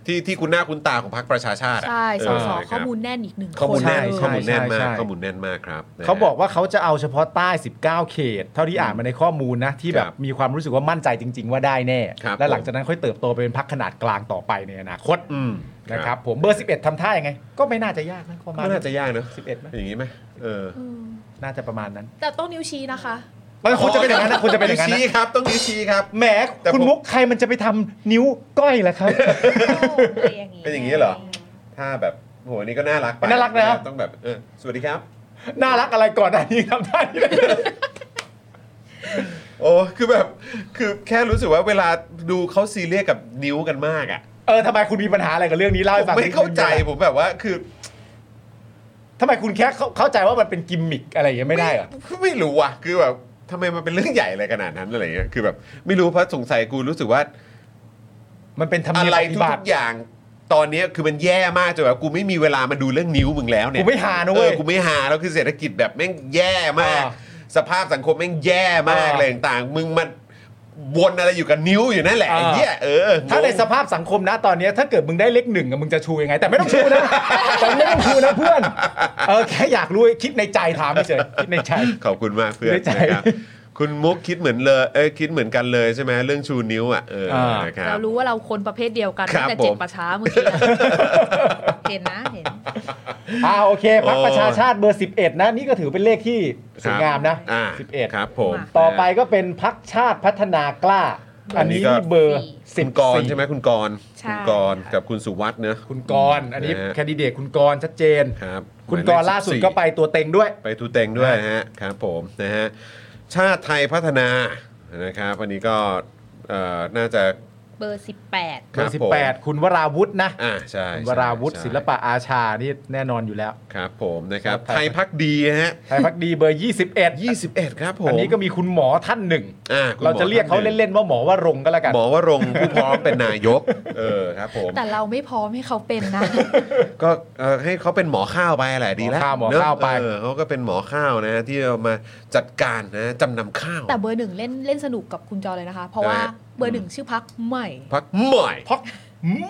S1: ที่ที่คุณหน้าคุณตาของพรรคประชาชาติอะ
S4: ใช่สส
S1: เ
S4: ข้อมูลแน่นอีกหนึ่ง
S1: ข้อมูลแน่น
S4: คน
S1: ข้อมูลแน่นมาก
S3: ใช่ใช่
S1: ข้อมูลแน่นมากครับนะฮะ
S3: เขาบอกว่าเขาจะเอาเฉพาะใต้ 19 เขต เท่าที่อ่านมาในข้อมูลนะ ที่แบบ
S1: ครับ
S3: มีความรู้สึกว่ามั่นใจจริง ๆ ว่าได้แน่
S1: ครับ
S3: และหลังจากนั้นค่อยเติบโตไปเป็นพักขนาดกลางต่อไปในอนาคต
S1: อืม
S3: นะครับผมเบอร์ 11ทำท่ายังไง ก็ไม่น่าจะยากนะประมาณ
S1: ไม่น่าจะยากเนอะ
S3: 11ไหม
S1: อย่างนี้ไหมเออ
S4: อืม
S3: น่าจะประมาณนั้น
S4: แต่ต้องนิ้วชี้นะคะ
S3: เอ้ยคุณจะเป็นอย่างนั้นนะคุณจะเป็นอย่างนั้น
S1: วชี้
S3: นะครับ
S1: ต้องนิ้วชี้ครับ
S3: แหม
S1: แต่ผม
S3: คุณมุกใครมันจะไปทำนิ้วก้อยล่ะครับ
S4: อะไรอย่างงี้
S1: เป็นอย่างนี้เหรอ ถ้าแบบโหอันนี่ก็น่ารักไป
S3: น่ารักนะครับ
S1: ต้องแบบเออสวัสดีครับ
S3: น่ารักอะไรก่อนอันานี้ทำได้เลย
S1: โอ้คือแบบคือแค่รู้สึกว่าเวลาดูเขาซีเรียสกับนิ้วกันมากอ่ะ
S3: เออทำไมคุณมีปัญหาอะไรกับเรื่องนี้เล่าให้
S1: ผม
S3: ฟัง
S1: ไม่เข้าใจผมแบบว่าคือ
S3: ทำไมคุณแค่เข้าเข้าใจว่ามันเป็นกิมมิคอะไรอย่างเงี้ยไม่ได้เหรอ
S1: คือไม่รู้อ่ะคือแบบทำไมมันเป็นเรื่องใหญ่อะไรขนาดนั้นอะไรเงี้ยคือแบบไม่รู้เพราะสงสัยกูรู้สึกว่า
S3: มันเป็นธรรม
S1: อะ
S3: เนียม
S1: ไร
S3: ปฏิ
S1: ทุ
S3: บั
S1: ก
S3: ติ
S1: ๆอย่างตอนเนี้ยคือมันแย่มากจนแบบกูไม่มีเวลามาดูเรื่องนิ้วมึงแล้วเนี่ย
S3: กูไม่หานะเว้ย
S1: ออกูไม่หาแล้วคือเศรษฐกิจแบบแม่งแย่มาก
S3: อ่า
S1: สภาพสังคมแม่งแย่มาก
S3: อ่า
S1: อะไรต่างๆมึงมันวนอะไรอยู่กับนิ้วอยู่นั่นแหละ
S3: อ่า
S1: ไอ้เหี้ยเออ
S3: ถ้าในสภาพสังคมนะตอนเนี้ยถ้าเกิดมึงได้เลขหนึ่งอะมึงจะชูยังไง แต่ไม่ต้องชู นะ แต่ไม่ต้องชูนะเพื่อนเออแค่อยากรู้คิดในใจถามเฉยๆคิดในใจ
S1: ขอบคุณมากเพื่อน
S3: ไม่ใจ
S1: นะครับคุณมุกคิดเหมือนเลยเอ้ยคิดเหมือนกันเลยใช่ไหมเรื่องชูนิ้วอ่ะเออ
S3: อ่าน
S1: นะครับ
S4: เรา รู้ว่าเราคนประเภทเดียวกัน
S1: ครับ
S4: ตั้งแต่เจ็ด
S1: ผม
S4: ประช้าเมื่อกี้นะเห็นนะเห็น
S3: อ่าโอเคพัก
S1: โอ้
S3: ประชาชาติเบอร์ 11 นะ นี่ก็ถือเป็นเลขที่สวยงามนะ
S1: อ่า
S3: 11
S1: ครับผม
S3: ต่อไปก็เป็นพักชาติพัฒนากล้า อันนี้นี่เบอร์
S1: คุ
S3: สิบ
S1: ณกรณ์ใช่ไหมคุณกรณ์
S4: ใช่
S1: คุณกรณ์กับคุณสุวัสด์เนอะ
S3: คุณกรณ์อันนี้
S1: นะฮะ
S3: แคนดิเดตคุณกรณ์ชัดเจน
S1: ครับ
S3: คุณ
S1: ห
S3: ก
S1: มยเข
S3: รณ์ล่าสุด
S1: 14
S3: ก็ไปตัวเต็งด้วย
S1: ไปทูเต็งด้วยนะฮะครับผมนะฮะชาติไทยพัฒนานะครับอันนี้ก็เอ่อน่าจะ
S4: เบอร์สิบแปด
S3: เบ
S1: ค
S3: อ
S1: รับ
S3: ร์
S1: ผม
S3: 18 คุณวราวุฒินะ
S1: อ่าใช่
S3: คุณ
S1: ใช่
S3: วราวุฒิ
S1: ใช่
S3: ศิลปะอาชานี่แน่นอนอยู่แล้ว
S1: ครับผมนะครับ
S3: ชาติ
S1: ไท
S3: ไท
S1: ย
S3: ย
S1: พักดีฮะ
S3: ไทยพักดีเบอร์ 21
S1: 21 ครับผม
S3: อันนี้ก็มีคุณหมอท่านหนึ่ง
S1: อ่คุณหม
S3: เรา
S1: อ
S3: จะเรียกเขาเล่น ๆ ว่าหมอว่ารงค์ก็แล้วกัน
S1: หมอว่ารงค์ผู้พร้อมเป็นนายก เออครับผม
S4: แต่เราไม่พร้อมให้เขาเป็นนะ
S1: ก็เอ่อให้เขาเป็นหมอข้าวไปแหละดีแล้ว
S3: หมอข้าวหมอข้าวไป
S1: เนอะเออเขาก็เป็นหมอข้าวนะที่เอามาจัดการนะจำนำข้าว
S4: แต่เบอร์หนึ่งเล่นเล่นสนุกกับคุณจอเลยนะคะ เพราะว่า
S1: ใช่ไหม
S4: เบอร์หนึ่งชื่อพักใหม่
S1: พักใหม่
S3: พัก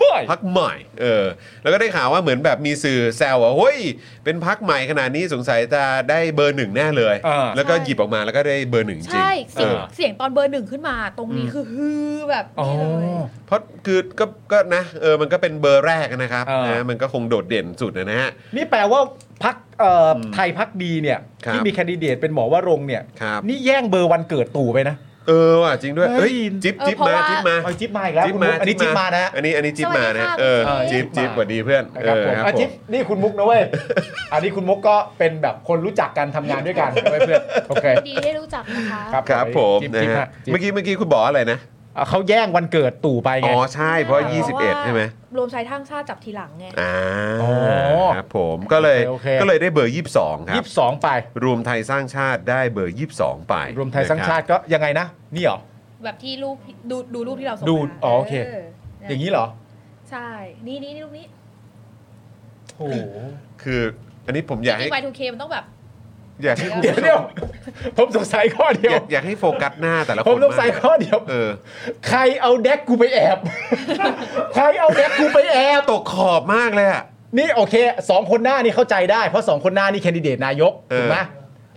S3: เมื่อย
S1: พักใหม่ เออ แล้วก็ได้ข่าวว่าเหมือนแบบมีสื่อแซวว่าเฮ้ย เป็นพักใหม่ขนาดนี้สงสัยจะได้เบอร์หนึ่งแน่เลย
S3: อ่า
S1: แล้วก็
S4: ใช่
S1: หยิบออกมาแล้วก็ได้เบอร์หนึ่งจริง
S4: ใช่
S1: เอ
S4: เสียง
S1: อ
S4: เสียงตอนเบอร์หนึ่งขึ้นมา ตรงนี้คือฮือแบบนี้เลย
S3: อ๋อ
S1: เพราะคือก็ก็นะ เออ มันก็เป็นเบอร์แรกนะครับ
S3: อ่าน
S1: นะมันก็คงโดดเด่นสุดนะฮะ
S3: นี่แปลว่าพักเอ่ออไทยพักดีเนี่ย
S1: ครับ
S3: ที่มีแคนดิเดตเป็นหมอว่ารงค์เนี่ย
S1: ครับ
S3: นี่แย่งเบอร์วันเกิดตู่ไปนะ
S1: เออว่ะจริงด้วยเอ้ย
S3: เฮ้ย
S1: จิ๊บ
S4: เออ
S1: จิ๊บ
S4: เพราะ
S1: มา
S4: ว่า
S1: จิ๊บมา
S3: เอาจิ๊บมาอีกแล้ว
S1: จิ๊บ
S3: คุณ
S1: มา
S3: มุกอันนี้จิ๊บมานะ
S1: อันนี้อันนี้จิ๊บมานะ
S4: สวัสดีค่ะ
S1: เออ
S4: คุณจิ๊
S1: จิ๊บบ จิ๊บสวัสดีเพื่อน
S3: นะครับผม
S1: เออ
S3: อ่ะจิ๊บนี่คุณมุกนะเว้ย อันนี้คุณมุกก็เป็นแบบคนรู้จักกันทำงานด้วย กันเว้ยเพื่อนโอเค
S4: ดีได้รู้จักนะคะ
S3: ครับ
S1: ครับผม
S3: จิ๊บ
S1: นะ
S3: จิ๊บ
S1: ฮะ
S3: ฮะจิ๊บ
S1: เมื่อกี้เมื่อกี้คุณบอกอะไรนะ
S3: อ่ะเขาแย่งวันเกิดตู่ไป
S1: อ๋อ
S3: ไง
S1: ใช่เพราะ 21 ใช่ไหม
S4: เพราะว่ารวมไทยทั้างชาติจับทีหลังไง
S1: อ่า
S3: อ๋อ
S1: ครับผมก็เลย
S3: โอเคโอเค
S1: ก็เลยได้เบอร์ 22 ครั
S3: ยี่
S1: บ
S3: สิบสองไป
S1: รวมไทยสร้างชาติได้เบอร์ 22 ไป
S3: รวมไทยสร้างชาติก็ยังไงนะ นี่เหรอ
S4: แบบที่รูปดูดูรูปที่เราส่ง
S3: ดู
S4: มา
S3: อ๋อโอเค อย่าง
S4: นี้
S3: นี้เหรอ
S4: ใช่ นี่นี่นี่รูปนี้
S3: โอ้โห
S1: นะครับคืออันนี้ผมอยากให้
S4: ที่ Y2K มันต้องแบบ
S1: อยากให้คุณ
S3: เดี๋ยวเดี๋ยวผมสงสัยข้อเดียวย
S1: อากอยากให้โฟกัสหน้าแต่ละคน
S3: ผมสงสัยข้อเดียว
S1: เออ
S3: ใครเอาแดกกูไปแอบ ใครเอาแดกกูไปแอบ
S1: ตกขอบมากเลยอ่ะ
S3: นี่โอเคสองคนหน้านี่เข้าใจได้เพราะสองคนหน้านี่แคนดิเดตนายก
S1: เออ
S3: ถูกไหม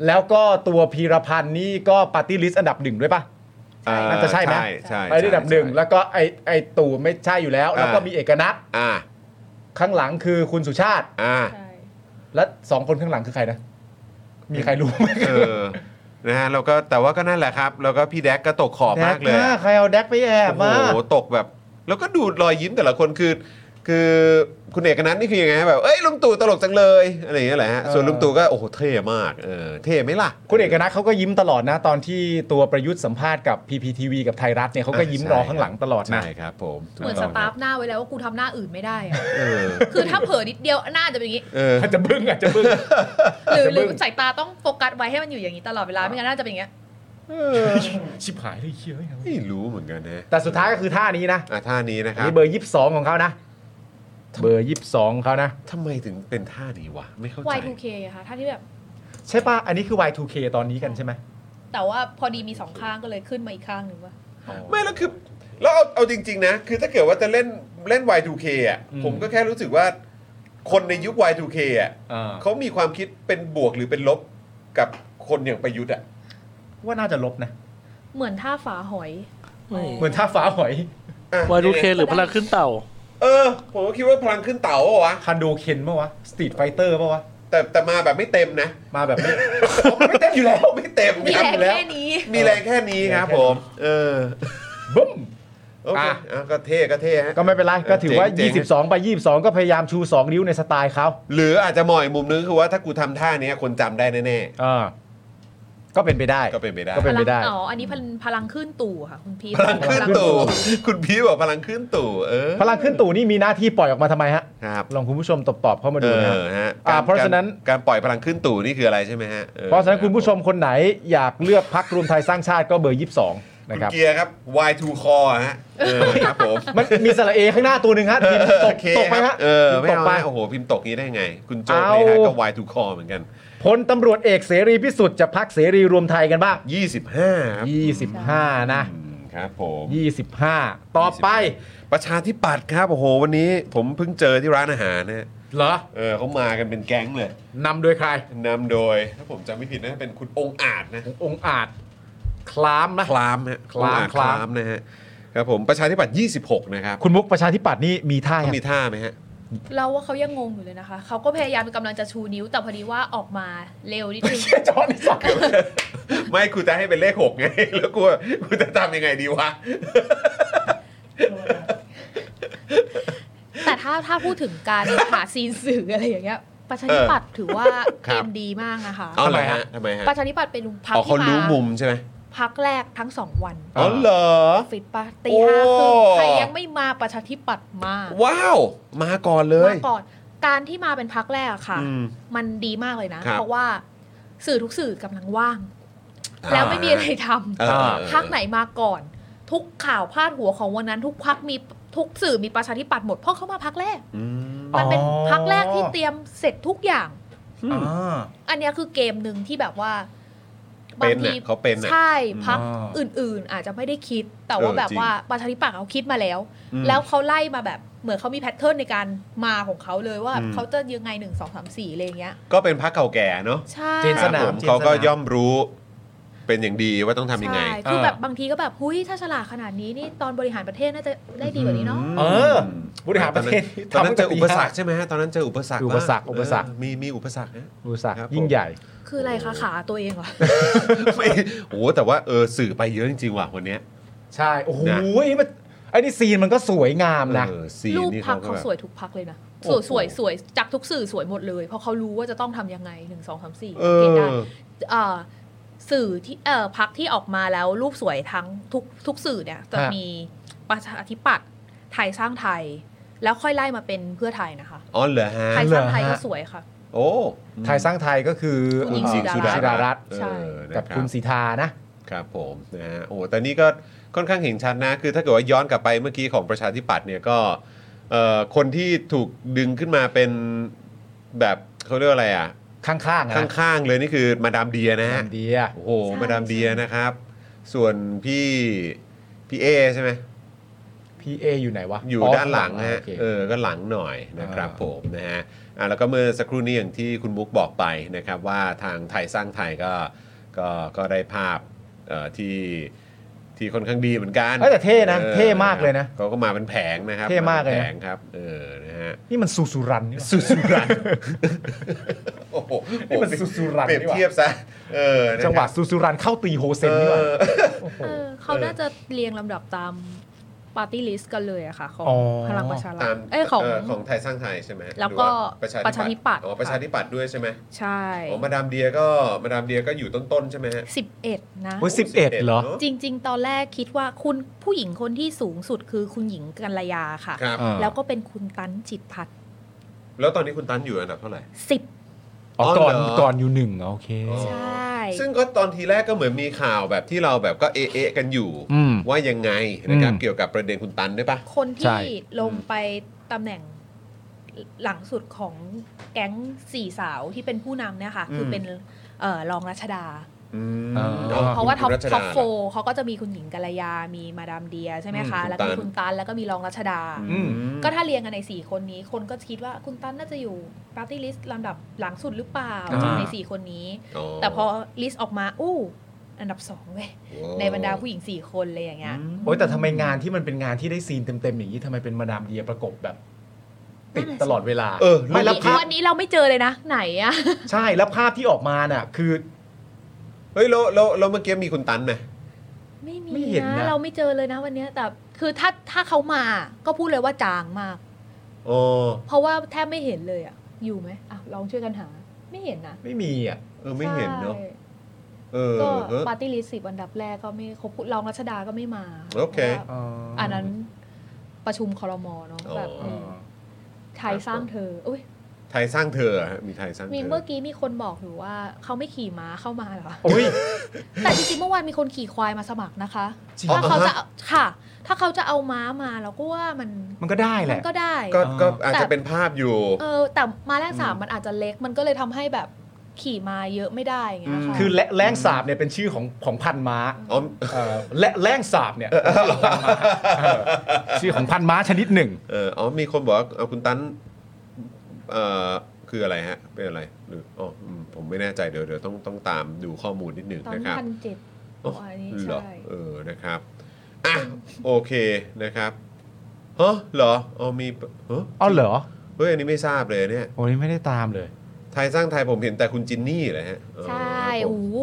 S3: แล้วก็ตัวพีรพันธ์นี่ก็ปาร์ตี้ลิสต์อันดับหนึ่งด้วยป่ะ น่าจะใช่ไหม
S1: ใช่ใช่
S3: ไปอันดับหนึ่งแล้วก็ไอไอตู่ไม่ใช่อยู่แล้ว แล้วก็มีเอกนัท
S1: อ่า
S3: ข้างหลังคือคุณสุชาติ
S1: อ่า
S4: ใช่
S3: และสองคนข้างหลังคือใครนะ มีใครรู้ไหม
S1: เออนะฮะแล้วก็แต่ว่าก็นั่นแหละครับ แล้วก็พี่แดกก็ตกขอบมากเลย
S3: แด
S1: อะ
S3: น่ใครเอาแดกไปแอบมา
S1: โอ้โหตกแบบ แล้วก็ดูรอยยิ้มแต่ละคนคือ คือคุณเอกนัทนี่คือยังไงฮะแบบเอ้ยลุงตู่ตลกจังเลยอะไรอย่างเงี้ยแหละฮะ
S3: เออ
S1: ส่วนลุงตู่ก็โอ้โหเท่มากเออเท่ไหมล่ะ
S3: คุณเอกนัทเขาก็ยิ้มตลอดนะ ตอนที่ตัวประยุทธ์สัมภาษณ์กับ PPTV กับไทยรัฐเนี่ยเขาก็ยิ้มรอข้างหลังตลอดนะ
S1: ใช่ครับผม
S4: เหมือนสตาฟหน้าไว้แล้วว่ากูทำหน้าอื่นไม่ได้อะ
S1: เออ
S4: คือถ้าเผลอนิดเดียวหน้าจะเป็นอย่างนี้
S1: เออ
S3: อาจจะบึ้งอาจจะบึ้ง
S4: หรือหรือ
S3: จะบึ้ง
S4: สายตาต้องโฟกัสไว้ให้มันอยู่อย่างนี้ตลอดเวลาไม่งั้นหน่าจะเป็นอย่างเงี้ย
S3: ชิบหายเลยเคี้ยวยังไงวะ
S1: ไม่รู้เหมือนกันนะ
S3: แต่สุดท้ายก็คือท่านี้นะ
S1: อ่ะท่านี้นะค
S3: อัน
S1: รับ
S3: นี่เบอร์ 22 ของเขานะ เบอร์ 22ของเขานะ
S1: ทำไมถึงเป็นท่านี้วะไม่เข้าใจ
S4: Y2K อะค่ะถ้าที่แบบ
S3: ใช่ป่ะ อันนี้คือ Y2K ตอนนี้กันใช่ไหม
S4: แต่ว่าพอดีมีสองข้างก็เลยขึ้นมาอีกข้างหนึ่งว่า
S1: ไม่แล้วคือแล้วเอาเอาจริง ๆ นะ คือถ้าเกิดว่าจะเล่น เล่น Y2K อ่ะผมก็แค่รู้สึกว่าคนในยุค Y2K อ่ะ
S3: อ่า
S1: เขามีความคิดเป็นบวกหรือเป็นลบกับคนอย่างประยุทธ์อ่ะ
S3: ว่าน่าจะลบนะ
S4: เหมือนท่าฝาหอย
S3: เหมือนท่าฟ้าหอย
S1: อ่ะ
S5: วายดูเคหรือพลังขึ้นเต่า
S1: เออ ผมก็คิดว่าพลังขึ้นเต่าอะวะ
S3: คันโดเคนปะวะสตรีทไฟเตอร์ปะวะ
S1: แต่แต่มาแบบไม่เต็มนะ
S3: มาแบบนี้ ไม่เต็มอยู่แล้ว
S1: ไม่เต็ม
S4: มี
S1: ครั
S4: แร
S1: บ
S4: งแค่นี้
S1: มีแรงแค่นี้ครับผมเออ
S3: บึ้ม
S1: โอเค
S3: อ่ะ
S1: อ่ะก็เท่ก็เท่ฮะ
S3: ก็ไม่เป็นไร ก็ถือว่า
S1: เจ๋ง
S3: 22 ไป 22 ก็พยายามชู 2 นิ้วในสไตล์เขา
S1: หรืออาจจะมองอีกมุมนึงคือว่าถ้ากูทำท่าเนี้ยคนจำได้แน่
S3: อ่าก็เป็นไปได้
S1: ๆก็เป็นไปได้
S3: ก็ เป็นไปได้
S4: พลังอ๋อ อันนี้พลังพลังขึ้นตู่ค่ะ คุณพีท
S1: พลังขึ้นตู่ คุณพี่บอกพลังขึ้นตู่เออ
S3: พลังขึ้นตู่นี่มีหน้าที่ปล่อยออกมาทำไมฮะ
S1: ครับ
S3: ลองคุณผู้ชมตอบตอบๆเข้ามา
S1: เอ
S3: ดูนะ
S1: อฮะ
S3: อ่ะ
S1: ก
S3: เพราะฉะนั้น
S1: กการปล่อยพลังขึ้นตู่นี่คืออะไรใช่ไหมฮะออ
S3: เพราะฉะนั้นคุณผู้ชมคนไหนอยากเลือก พักรวมไทยสร้างชาติก็เบอร์ 22
S1: คุ
S3: นะ
S1: ณ
S3: ครับ
S1: เกียร์ครับ Y2 c o ฮะเออครับผม
S3: มันมีสระเอข้างหน้าตัวหนึ่งฮะทีมต
S1: โอก เค
S3: ตกไปฮะ
S1: เออ
S3: ทีม
S1: ไม่
S3: ตก
S1: เอา
S3: ไป
S1: นะโอ้โหพิมพ์ตกนี้ได้ไง คุณโจ
S3: เอา
S1: เพลฮะก็ Y2 c o เหมือนกัน
S3: พลตำรวจเอกเสรีพิสุทธิ์จะพักเสรีรวมไทยกันบ้าง
S1: 25ครับ
S3: 25 นะ
S1: อืมครับผม
S3: 25 ต่อไป
S1: ประชาธิปัตย์ครับโอ้โหวันนี้ผมเพิ่งเจอที่ร้านอาหารนะฮะ
S3: เหรอ
S1: เออเขามากันเป็นแก๊งเลย
S3: นำโดยใคร
S1: นำโดย ถ้าผมจำไม่ผิดนะเป็นคุณองค์อาจนะ
S3: องค์อาจ คล้ามนะ
S1: คลามฮะ
S3: คลาม
S1: องอจ
S3: คลาม
S1: นะฮะครับผมประชาธิปัตย์26 นะครับ
S3: คุณมุกประชาธิปัตย์นี่มีท่า
S1: ต้อ
S3: ยัง
S1: งมีท่าไหมฮะ
S4: เราว่าเขายังงงอยู่เลยนะคะ เขาก็พยายามกำลังจะชูนิ้ว แต่พอดีว่าออกมาเร็วนิดนึง
S3: จอนสัก
S1: ไม่กูจะให้เป็นเลข 6 ไง แล้วกูกูจะทำยังไงดีวะ
S4: แต่ถ้าถ้าพูดถึงการหาซีนสื่ออะไรอย่างเงี้ย ประชาธิปัตย์ถือว่า
S1: ครั
S4: เก
S1: บ
S4: มดีมากนะคะ
S1: เอาเลยฮะทำไมฮะ
S4: ประชาธิปัตย์เป็นพัก
S1: อ๋อเขา
S4: ที่มา
S1: รู้มุมใช่ไหม
S4: พักแรกทั้งสองวัน
S1: อ๋อเหรอ
S4: ฟิตปะตี
S1: โอ้
S4: ห้าครึ่งใครยังไม่มาประชาธิปัตย์มา
S1: ว้าว มาก่อนเลย
S4: มาก่อนการที่มาเป็นพักแรกอะค่ะ
S1: อืม
S4: มันดีมากเลยนะ
S1: ครับ
S4: เพราะว่าสื่อทุกสื่อกำลังว่าง แล้วไม่มีอะไรท
S1: เออเออเออ
S4: ำพักไหนมาก่อน ทุกข่าวพาดหัวของวันนั้น ทุกพักมีทุกสื่อมีประชาธิปัตย์หมดเพราะเขามาพักแรก
S1: อืม
S4: มันเป็นพักแรกที่เตรียมเสร็จทุกอย่าง
S3: า
S4: อันเนี้ยคือเกมหนึ่งที่แบบว่า
S1: เป็นน่ะเขาเป็นน่ะ
S4: ใช่พัก
S3: อ่า
S4: อื่น ๆ อาจจะไม่ได้คิด แต่
S1: เออ
S4: ว่าแบบ
S1: จริง
S4: ว่าประชาธิปัตย์เขาคิดมาแล้ว
S1: อืม
S4: แล้วเขาไล่มาแบบเหมือนเขามีแพทเทิร์นในการมาของเขาเลยว่า
S1: อืม
S4: เขาจะยังไงหนึ่งสองสามสี่อะไรอย่างเงี้ย
S1: ก็เป็นพักเก่าแก่เนอะ
S4: ใช่
S3: เจน
S1: ครับ
S3: สาม
S1: ผม
S3: เจนสนาม
S1: เขาก็ย่อมรู้เป็นอย่างดีว่าต้องทำยังไง
S4: ใช่คือแบบบางทีก็แบบหุ้ยถ้าฉลาดขนาดนี้นี่ตอนบริหารประเทศน่าจะได้ดีกว่านี้เนาะ
S3: เออบริหารประเทศ
S1: ตอนนั้นเจอ
S3: ทำตั้
S1: อุ
S3: ง
S1: ป
S3: แต่ปี
S1: สรรคใช่ไหมฮะตอนนั้นเจออุปสรรค
S3: อุปสรรค
S1: บ้าง
S3: อุปสรรค
S1: เออมีมีอุปสรรคนะ
S3: อุปสรรค
S1: ครับ
S3: ยิ่งใหญ่
S4: คืออะไรคะขาตัวเองเหรอ
S1: ไม่โอ้โหแต่ว่าเออสื่อไปเยอะจริงๆว่ะวันเนี้ย
S3: ใช่ โอ้โห
S1: นะ
S3: นี่มันไอ้นี่ซีนมันก็สวยงามนะ
S1: เออซีน
S4: รูป
S1: นี่
S4: พั
S1: เขา
S4: ก
S1: ก็
S4: เขา
S1: แบบ
S4: สวยทุกพักเลยนะ
S1: โอ้
S4: สวย
S1: โห
S4: สวยสวยจากทุกสื่อสวยหมดเลย เพราะเขารู้ว่าจะต้องทำยังไงหนึ่งสองสามสี่
S1: เอ
S4: เกณฑ์
S1: อ
S4: ได้เอ่อสื่อที่เอ่อพักที่ออกมาแล้วรูปสวยทั้งทุกทุกสื่อเนี่ยจะ
S3: ฮะ
S4: มีประชาธิปัตย์ไทยสร้างไทย แล้วค่อยไล่มาเป็นเพื่อไทยนะคะ
S1: อ๋อเหรอฮะ
S4: ไทยสร้างไทยก็สวยค่ะ
S1: โอ้
S3: ไทยสร้างไทยก็คือ
S4: คุณหญิง
S3: เอ่อ
S4: สุดารัตน์
S3: สุดารัตน์
S1: เออ
S4: ใช่
S1: นะ
S3: กับ
S1: รับ
S3: คุณสีทานะ
S1: ครับผมนะฮะโอ้แต่นี่ก็ค่อนข้างเห็นชัดนะ คือถ้าเกิดว่าย้อนกลับไปเมื่อกี้ของประชาธิปัตย์เนี่ยก็เอ่อคนที่ถูกดึงขึ้นมาเป็นแบบเขาเรียกว่าอะไรอ่ะ
S3: ข้างๆนะ
S1: ข้างๆเลยนี่คือมาดามเดียนะฮะ
S3: นำเดีย
S1: โอ้โห
S4: ใช่
S1: มาดามเดียนะครับ ส่วนพี่พี่เอใช่ไหม
S3: พี่เออยู่ไหนวะ
S1: อยู่ด้านหลังนะฮะ
S3: โอเค
S1: เออก็หลังหน่อยนะครับ
S3: อ่า
S1: ผมนะฮะอ่ะแล้วก็เมื่อสักครู่นี้อย่างที่คุณมุกบอกไปนะครับ ว่าทางไทยสร้างไทยก็ก็ก็ได้ภาพเอ่อที่ที่ค่อนข้างดีเหมือนกัน
S3: เอ้ยแต่เท่นะ
S1: ออ
S3: เท่มากเลยนะ
S1: เขาก็มาเป็นแผงนะครับ
S3: เท่มากเลย
S1: ป็น
S3: นะ
S1: แผงครับเออนะฮะ
S3: นี่มันสุสุรันนี่หว่า
S1: สุสุรันโอ้โห
S3: นี่มันสุสุรัน
S1: เปรียบ
S3: นี่หว่า
S1: เทียบซะเออนะครับ
S3: จังหวะสุสุรันเข้าตีโฮเซนนี่หว่า
S1: เออ
S4: เออเขาน่าจะเรียงลำดับตามปาร์ตี้ลิสต์กันเลยอะค่ะ ของ
S3: อ๋อ
S4: พลังประชารั
S1: ตา
S4: ฐ
S1: ม
S4: เอ้ยของ
S1: เของไทยสร้างไทยใช่ไหม
S4: แล้ว
S1: หรือ
S4: ก็
S1: ว่าประชาธิปัตย์
S4: ประชาธิปัตย์
S1: อ๋อประชาธิปัตย์ด้วยใช่ไหม
S4: ใช่
S1: อ๋อมาดามเดียก็มาดามเดียก็อยู่ต้นๆใช่ไหมฮะ
S4: สิบเอ็ดนะ
S3: โอ้ยสิบเอ็ดเหรอ
S1: นะ
S4: จริง ๆ ตอนแรกคิดว่าคุณผู้หญิงคนที่สูงสุดคือคุณหญิงกัลยาค่ะ
S1: ครับ
S3: อ่า
S4: แล้วก็เป็นคุณตันจิตพัฒน์
S1: แล้วตอนนี้คุณตันอยู่อันดับเท่าไหร่
S4: สิบ
S3: อ๋อ
S1: อ๋อ
S3: ก่อน
S1: เหรอ
S3: ก่อนอยู่หนึ่งอ๋อโอเค
S1: อ๋อ
S4: ใช่
S1: ซึ่งก็ตอนทีแรกก็เหมือนมีข่าวแบบที่เราแบบก็เอะเอะกันอยู่
S3: อืม
S1: ว่ายังไงนะครับ
S3: อืม
S1: เกี่ยวกับประเด็นคุณตันด้วยปะ
S4: คน
S3: ใช่
S4: ที่ลงไปตำแหน่งหลังสุดของแก๊งสี่สาวที่เป็นผู้นำเนี่ยค่ะ คืออ
S1: ม
S4: เป็นเอ่อรองรัชดา
S1: อืม
S3: เออ
S1: อ๋อ
S4: เพราะว่าท็อป
S1: คุณชด
S4: ท็อปโฟร์เขาก็จะมีคุณหญิงกัลยา มีมาดามเดียใช่ไหมคะ
S1: อืม
S4: แล้วก็มี
S1: คุ
S4: คุณ ณ
S1: ตั
S4: ตั
S1: น
S4: นแล้วก็มีรองรัชดา
S1: อืม
S4: ก็ถ้าเรียงกันใน 4 คนนี้ คนก็คิดว่าคุณตันน่าจะอยู่ปาร์ตี้ลิสต์ลำดับหลังสุดหรือเปล่า
S3: อ่า
S4: ใน 4 คนนี้
S1: อ๋
S4: แต่พอลิสต์ออกมา อู้ อันดับ2เว้ยในบรรดาผู้หญิง 4 คนเลยอย่างเงี้ย
S3: โอ้ยแต่ทำไมงานที่มันเป็นงานที่ได้ซีนเต็มๆอย่างนี้ทำไมเป็นมาดามเดียประกบแบบ ติดตลอดเวลา
S1: เออ
S3: ไม่แล้วภาพ
S4: วันนี้เราไม่เจอเลยนะ ไหนอะ
S3: ใช่แล้วภาพที่ออกมาน่ะ คือ
S1: เฮ้ยแล้วแล้วแล้วเมื่อกี้มีคุณตันไหม
S4: ไม่มี
S3: ไม่เห็นนะ
S4: เราไม่เจอเลยนะวันเนี้ยแต่คือถ้าถ้าเขามาก็พูดเลยว่าจางมาก
S1: โอ้
S4: เพราะว่าแทบไม่เห็นเลยอะอยู่ไหมอ่ะลองช่วยกันหา ไม่เห็นนะ
S3: ไม่มีอ่ะ
S1: เออไม่เห็นเนาะ
S4: ใช่
S1: เออ
S4: ก็
S1: เออ
S4: ปาร์ตี้ลิสต์สิบอันดับแรกก็ไม่ครบรองรัชดาก็ไม่มา
S1: โอเค
S4: พราะว่าอันนั้นประชุมคอรมอเนาะแบบ
S1: อ๋อ
S4: ไทยสร้างเธออุ้ย
S1: ไทยสร้างเธอฮะมีไทยสร้างเธ
S4: มี
S1: อ
S4: เมื่อกี้มีคนบอกอยู่ว่าเขาไม่ขี่ม้าเข้ามาเหรอ
S3: โอ้ย
S4: แต่จริงๆเมื่อวานมีคนขี่ควายมาสมัครนะคะ
S3: จริง
S4: ถ้าเขาจะค่ะ ถ้าเขาจะเอาม้ามาเราก็ว่ามัน
S3: มันก็ได้แห
S4: มั
S3: ละ
S4: นก็ได้
S1: ก็
S3: เออ
S1: ก็อาจจะเป็นภาพอยู่
S4: เออแต่มาแรกสามมันอาจจะเล็กมันก็เลยทำให้แบบขี่มาเยอะไม่ได้อย่างเงี้ยค่ะ
S3: คือแรแรงสาบเนี่ยเป็นชื่อของของพันม้า
S1: อ๋อ
S3: เออและแรงสาบเนี่ยเออชื่อของพันม้าชนิดหนึ่ง
S1: เอออ๋อมีคนบอกว่าเอาคุณตันเอ่อคืออะไรฮะ เป็นอะไรหรืออ๋ออืมผมไม่แน่ใจเดี๋ยวเดี๋ยวต้องต้องตามดูข้อมูลนิดหนึ่ง
S4: ตอ
S1: นะค
S4: นนี้
S1: รับ
S4: พันเจ็ด
S1: โอ้
S4: อันนี้
S1: เหรอ
S4: ใช่
S1: เออนะครับอ่ะโอเคนะครับฮะเหรออ๋อมีเออ
S3: อ้าวเหรอ
S1: เฮ้ยอันนี้ไม่ทราบเลยเนี่ย
S3: โอ้ยไม่ได้ตามเลย
S1: ไทยสร้างไทยผมเห็นแต่คุณจินนี่แหละฮะอ๋อ
S4: ใช่
S1: ครับผม
S4: โอ้โห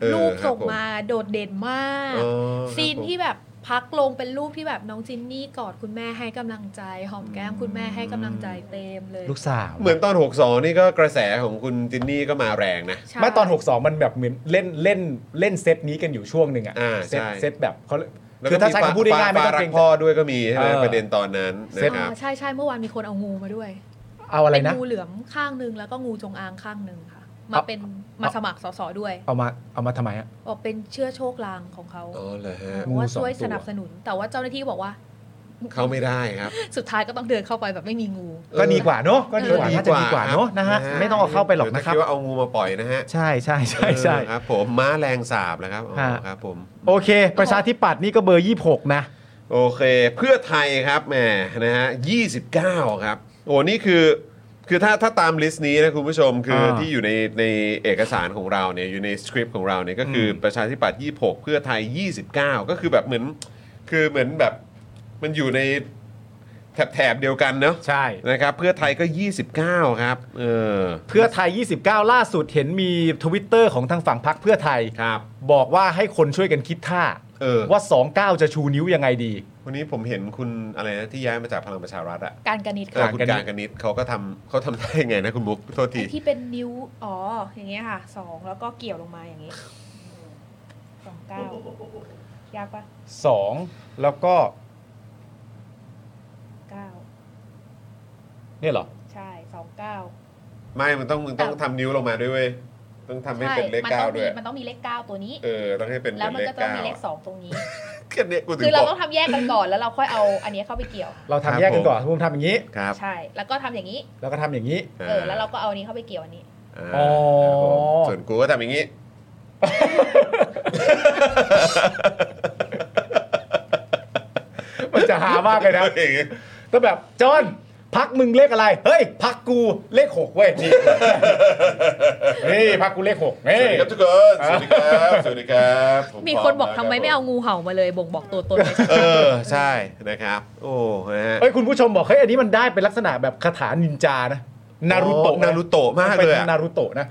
S1: เออ
S4: รูปส่ง
S1: ครับผม
S4: มาโดดเด่นมาก
S1: อ๋อครับ
S4: ซีน
S1: ผม
S4: ที่แบบพักลงเป็นรูปที่แบบน้องจินนี่กอดคุณแม่ให้กำลังใจ หอมแก้มคุณแม่ให้กำลังใจเต็มเลย
S3: ลูกสาว
S1: เหมือนตอน 62 นี่ก็กระแสของคุณจินนี่ก็มาแรงนะ
S4: ใช่
S3: ไม่ตอน 62 มันแบบเหมือนเล่นเล่นเล่นเซตนี้กันอยู่ช่วงหนึ่งอ่ะ
S1: อ่า
S3: เซต
S1: ใช่
S3: เซตแบบเขา
S1: แล้ว
S3: คื
S1: ก็
S3: อถ้าใช้คำพูดง่ายๆไม่
S1: ฟ้า
S3: ต้อง
S1: รั
S3: เกร
S1: ก
S3: ง
S1: พ่อ
S3: ใจ
S1: ด้วยก็มีใช่ไหม
S3: เออ
S1: ประเด็นตอนนั้นนะครับ
S4: อ่าใช่ใช่เมื่อวานมีคนเอางูมาด้วย
S3: เอาอะไร
S4: เป็น
S3: นะ
S4: งูเหลือมข้างหนึงแล้วก็งูจงอางข้างหนึงค่ะ มา
S3: เอา
S4: เป็นมาสมัครสสด้วย
S3: เอามาเอามาทำไมอะ
S4: บอกเป็นเชื่อโชคลางของเขา
S1: อ๋อเหรอฮะ
S4: เพราะว่า
S3: งูสอง
S4: ช่วย
S3: ตัว
S4: สนับสนุน แต่ว่าเจ้าหน้าที่บอกว่า
S1: เข้าไม่ได้ครับ
S4: สุดท้ายก็ต้องเดินเข้าไปแบบไม่มีงู
S3: ก็ดีกว่าเนอะก็ดีกว่าน่าจะดีกว่าเนอะนะฮะ
S1: ครับ
S3: ไม่ต้องเอาเข้าไปหรอกนะครับ
S1: เดี๋ยวจคิดว่าเอางูมาปล่อยนะฮะ
S3: ใช่ใช่ใช่ใช่
S1: เออครับ ผมม้าแรงสาบแล้วครับอ๋อ
S3: ฮะ
S1: ครับผม
S3: โอเค ประชาธิปัตย์นี่ก็เบอร์ 26 นะ
S1: โอเค เพื่อไทยครับแหมนะฮะ29 ครับ โอ้นี่คือ คือถ้าถ้าตามลิสต์นี้นะคุณผู้ชม คืออา ที่อยู่ในในเอกสารของเราเนี่ยอยู่ในสคริปต์ของเราเนี่ยก็คืออ
S3: ม
S1: ประชาธิปัตย์26 เพื่อไทย 29 ก็คือแบบเหมือน คือเหมือนแบบมันอยู่ในแถบแถบเดียวกันเนาะ
S3: ใช่
S1: นะครับ เพื่อไทยก็ 29 ครับ เออ
S3: เพื่อไทย 29 ล่าสุดเห็นมีทวิตเตอร์ของทางฝั่งพรรคเพื่อไทย
S1: ครับ
S3: บอกว่าให้คนช่วยกันคิดท่า
S1: เออ
S3: ว่า 29 จะชูนิ้วยังไงดี
S1: วันนี้ผมเห็นคุณอะไรนะที่ย้ายมาจากพลังประชารัฐอะ
S4: การกระนิด
S1: เออ
S4: ค่ะ
S1: คุณการกนิดเขาก็ทำเขาทำได้ยังไงนะคุณบุ๊คโทษที
S4: ไอ้ที่เป็นนิ้ว อ๋อ อย่างเงี้ยค่ะสองแล้วก็เกี่ยวลงมาอย่างงี้สองเก้ายากปะ
S3: 2 แล้วก็
S4: เก้า
S3: เนี่ยเหรอ
S4: ใช่สองเก้า
S1: ไม่มึงต้องมึงต้องทำนิ้วลงมาด้วยเว้ย ต้องทำให้
S4: ใช่
S1: เป็นเลข
S4: มั
S1: เก้า
S4: ต้อง
S1: ด้
S4: มี
S1: วย
S4: มันต้องมีเลขเก้าตัวนี้
S1: เออ ต้องให้เป็น
S4: แล้ว
S1: เป็น
S4: มัน
S1: เลข
S4: ก็จะต้อง
S1: เก้า
S4: มีเลขสองตรง นี้
S1: แค่เนี้ยกูถึง
S4: คือเรา
S1: บอ
S4: ต้อก งทำแยกกันก่อนแล้วเราค่อยเอาอันเนี้ยเข้าไปเกี่ยว
S3: เรา
S1: ครั
S3: ทำ
S1: บ
S3: แยกกันก่อน
S1: ผม
S3: ภูมิทำอย่างนี้
S1: ครับ
S4: ใช่ แล้วก็ทำอย่างนี้
S3: แล้วก็ทำอย่างนี้
S4: เออ แล้วเราก็เอาอันนี้เข้าไปเกี่ยวอันนี้
S1: อ่า
S3: อ๋อ
S1: ครับผมส่วนกูก็ทำอย่างนี้
S3: มันจะหามากเลยนะ
S1: อย่างงี้
S3: แต่แบบจอห์นพักมึงเลขอะไร เฮ้ยพักกูเลขหกเว้ยนี่ นี่พักกูเลขหก
S1: ส
S3: นี่
S1: วัสดีครับทุกคน สวัสดีครับ สวัสดีครับผ
S4: มีคนบอก
S1: พ
S4: ทำ
S1: ร้
S4: ไมไม่เอางูเห่ามาเลยบ่งบอกตัวตนไม่ใช่
S1: เออ ใช่นะครับ โอ้นะฮะ
S3: เฮ้ยคุณผู้ชมบอกเฮ้ยอันนี้มันได้เป็นลักษณะแบบคาถานินจานะนารูโตะ
S1: อ้นารูโตะมากเลย
S3: ป็
S1: อะ
S3: นนารูโตะนะ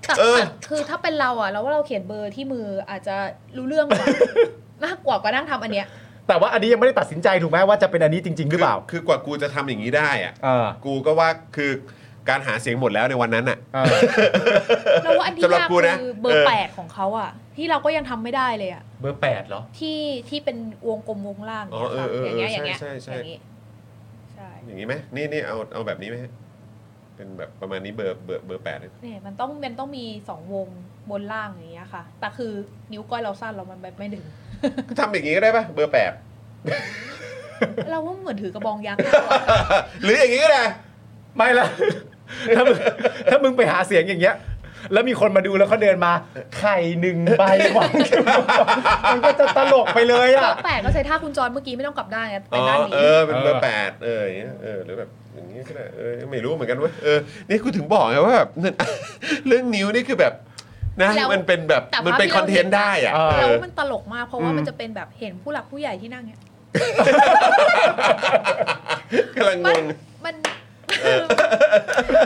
S4: แต่
S1: เออ
S4: แต่คือถ้าเป็นเราอ่ะเราว่าเราเขียนเบอร์ที่มืออาจจะรู้เรื่องกว่า มากกว่าก็นั่งทำอันเนี้ย
S3: แต่ว่าอันนี้ยังไม่ได้ตัดสินใจถูกไหมว่าจะเป็นอันนี้จริง ๆ หรือเปล่า
S1: คืคือกว่ากูจะทำอย่างนี้ได้อะ
S3: เออ
S1: กูก็ว่าคือการหาเสียงหมดแล้วในวันนั้นอะ
S3: เออ
S4: เราว่าอันนี้
S1: สำหรับ
S4: ยาก
S1: กูนะ
S4: คือเบอร์
S1: เออ
S4: แปดของเขาอ่ะ ที่เราก็ยังทำไม่ได้เลยอ่ะ
S3: เบอร์แปดเหรอ
S4: ที่ที่เป็นวงกลมวงล่าง
S1: อ๋อเออเออเออ
S4: อย่างเงี้ยอย่างเงี้ย
S1: ใช่ใช่ใช่
S4: อย่างงี้ใช่
S1: อย่างนี้ไหมนี่นี่เอาเอาแบบนี้ไหมฮะเป็นแบบประมาณนี้เบอร์เบอร์เบอร์แปดเนี่ย
S4: เนี่ยมันต้องมันต้องมีสองวงบนล่างอย่างเงี้ยค่ะ แต่คือนิ้วก้อยเราสั้นเรามันแบบไม่ถึง
S1: ทำอย่างนี้ก็ได้ปะเบอร์แปด
S4: เราว่าเหมือนถือกระบองยักษ์
S1: หรืออย่างนี้ก็ได้
S3: ไม่ละ ถ้ามึงถ้ามึงไปหาเสียงอย่างเงี้ย แล้วมีคนมาดูแล้วเขาเดินมา ไข่หนึ่งใบหวังมันก็จะตลกไปเลยอ่ะ
S4: แปลกก็ใช้ท่าคุณจอนเมื่อกี้ไม่ต้องกลับด้านไงไป
S1: อ๋อ
S4: ด้านนี้
S1: เออเป็นเบอร์แปดเอออย่างเงี้ยเออหรือแบบอย่างงี้ก็ได้เออไม่รู้เหมือนกันเว่าเออนี่กูถึงบอกไงว่าแบบ เรื่องนิ้วนี่คือแบบนะ
S4: แล้ว
S1: มันเป็นแบบ
S4: แต่
S1: มัน
S4: ภาพ
S1: เป็น
S4: ที่
S1: ค
S4: รา
S1: อนเทนต์ได้อ่ะ
S3: เออ
S1: เอ
S4: แล้ว
S1: อ
S4: มันตลกมากเพราะว่า
S1: อืม
S4: มันจะเป็นแบบเห็นผู้หลักผู้ใหญ่ที่นั่งเนี่ย
S1: กำลังง
S4: มัน
S1: ง
S4: มัน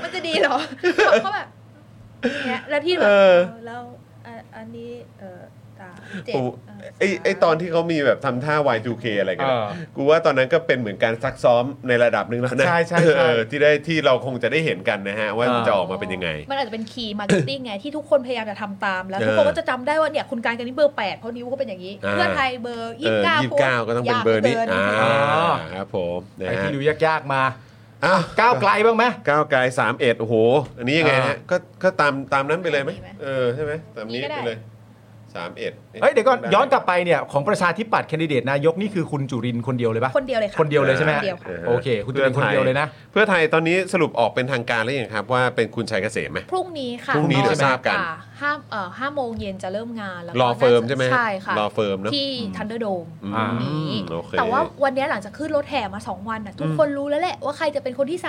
S4: มันจะดีเหรอเขาแบบเนี่ยแล้วที่แบบ
S1: เออ
S4: เออแล้วอ่ะอันนี้เออตาเจ็บ
S1: โอ้
S4: เ
S1: ไอไอตอนที่เขามีแบบทำท่า Y2K อะไรกันอะ
S3: เออ
S1: กูว่าตอนนั้นก็เป็นเหมือนการซักซ้อมในระดับหนึ่งแล้วนะ
S3: ใช่ใช่ใช่
S1: เออที่ได้ที่เราคงจะได้เห็นกันนะฮะ ว่ามันจะออกมาเป็นยังไง
S4: มันอาจจะเป็นคีย์มาร์เก็ตติ้ง ไงที่ทุกคนพยายามจะทำตาม แล้วทุกคนก็จะจำได้ว่าเนี่ยคุณการกันนี่เบอร์ 8 เพราะนิ้วเขาเป็นอย่างนี้
S1: อ่า
S4: เพื่อไทยเบอร์
S1: เอ
S4: ยี่สิ
S1: อบ
S4: เก้า
S1: ยี่สิบเก้าก็ต้องเป็นเบอร์นี้อ่าครับผมนะ
S3: ไอ้
S1: ฮะ
S3: ที่ดูยากๆมา
S1: อ้าว
S3: ก้าวไกลบ้างไหม
S1: ก้าวไกลสามเอ็ดโอ้โห อันนี้ยังไง
S3: อ่า
S1: ฮะก็ก็ตามตามนั้นไปเลยไหมเออใช่ไหมตามนี้ไปเลยสามเอ็ด
S3: เฮ้ยเดี๋ยวก่อนย้อนกลับไปเนี่ยของประชาธิปัตย์แคนดิเดตนายกนี่คือคุณจุรินทร์คนเดียวเลยปะ
S4: คนเดียวเลยค่ะ
S3: คนเดียวเลยใช่ไหม
S4: คนเดียวค่ะ
S3: โอเค คุณจุรินทร์คนเดียวเลยนะ
S1: เพื่อไทยตอนนี้สรุปออกเป็นทางการแล้วยังครับ ว่าเป็นคุณชัยเกษมไหม
S4: พรุ่งนี้ค่ะ
S1: พรุ่งนี้เดี๋ยวทราบกัน
S4: ค่ะห้าเอ่อห้าโมงเย็นจะเริ่มงานแล้วก็
S1: รอเฟิร์มใช่ไหมฮ
S4: ใช่ค่ะ
S1: รอเฟิร์มเนอะ
S4: ที่ทันเดอร์โดม
S1: อืม
S3: อ่า
S1: โอเค
S4: แต่ว่าวันนี้หลังจากขึ้นรถแห่มา 2 วันน่ะทุกคนรู้แล้วแหละว่าใครจะเป็นคนที่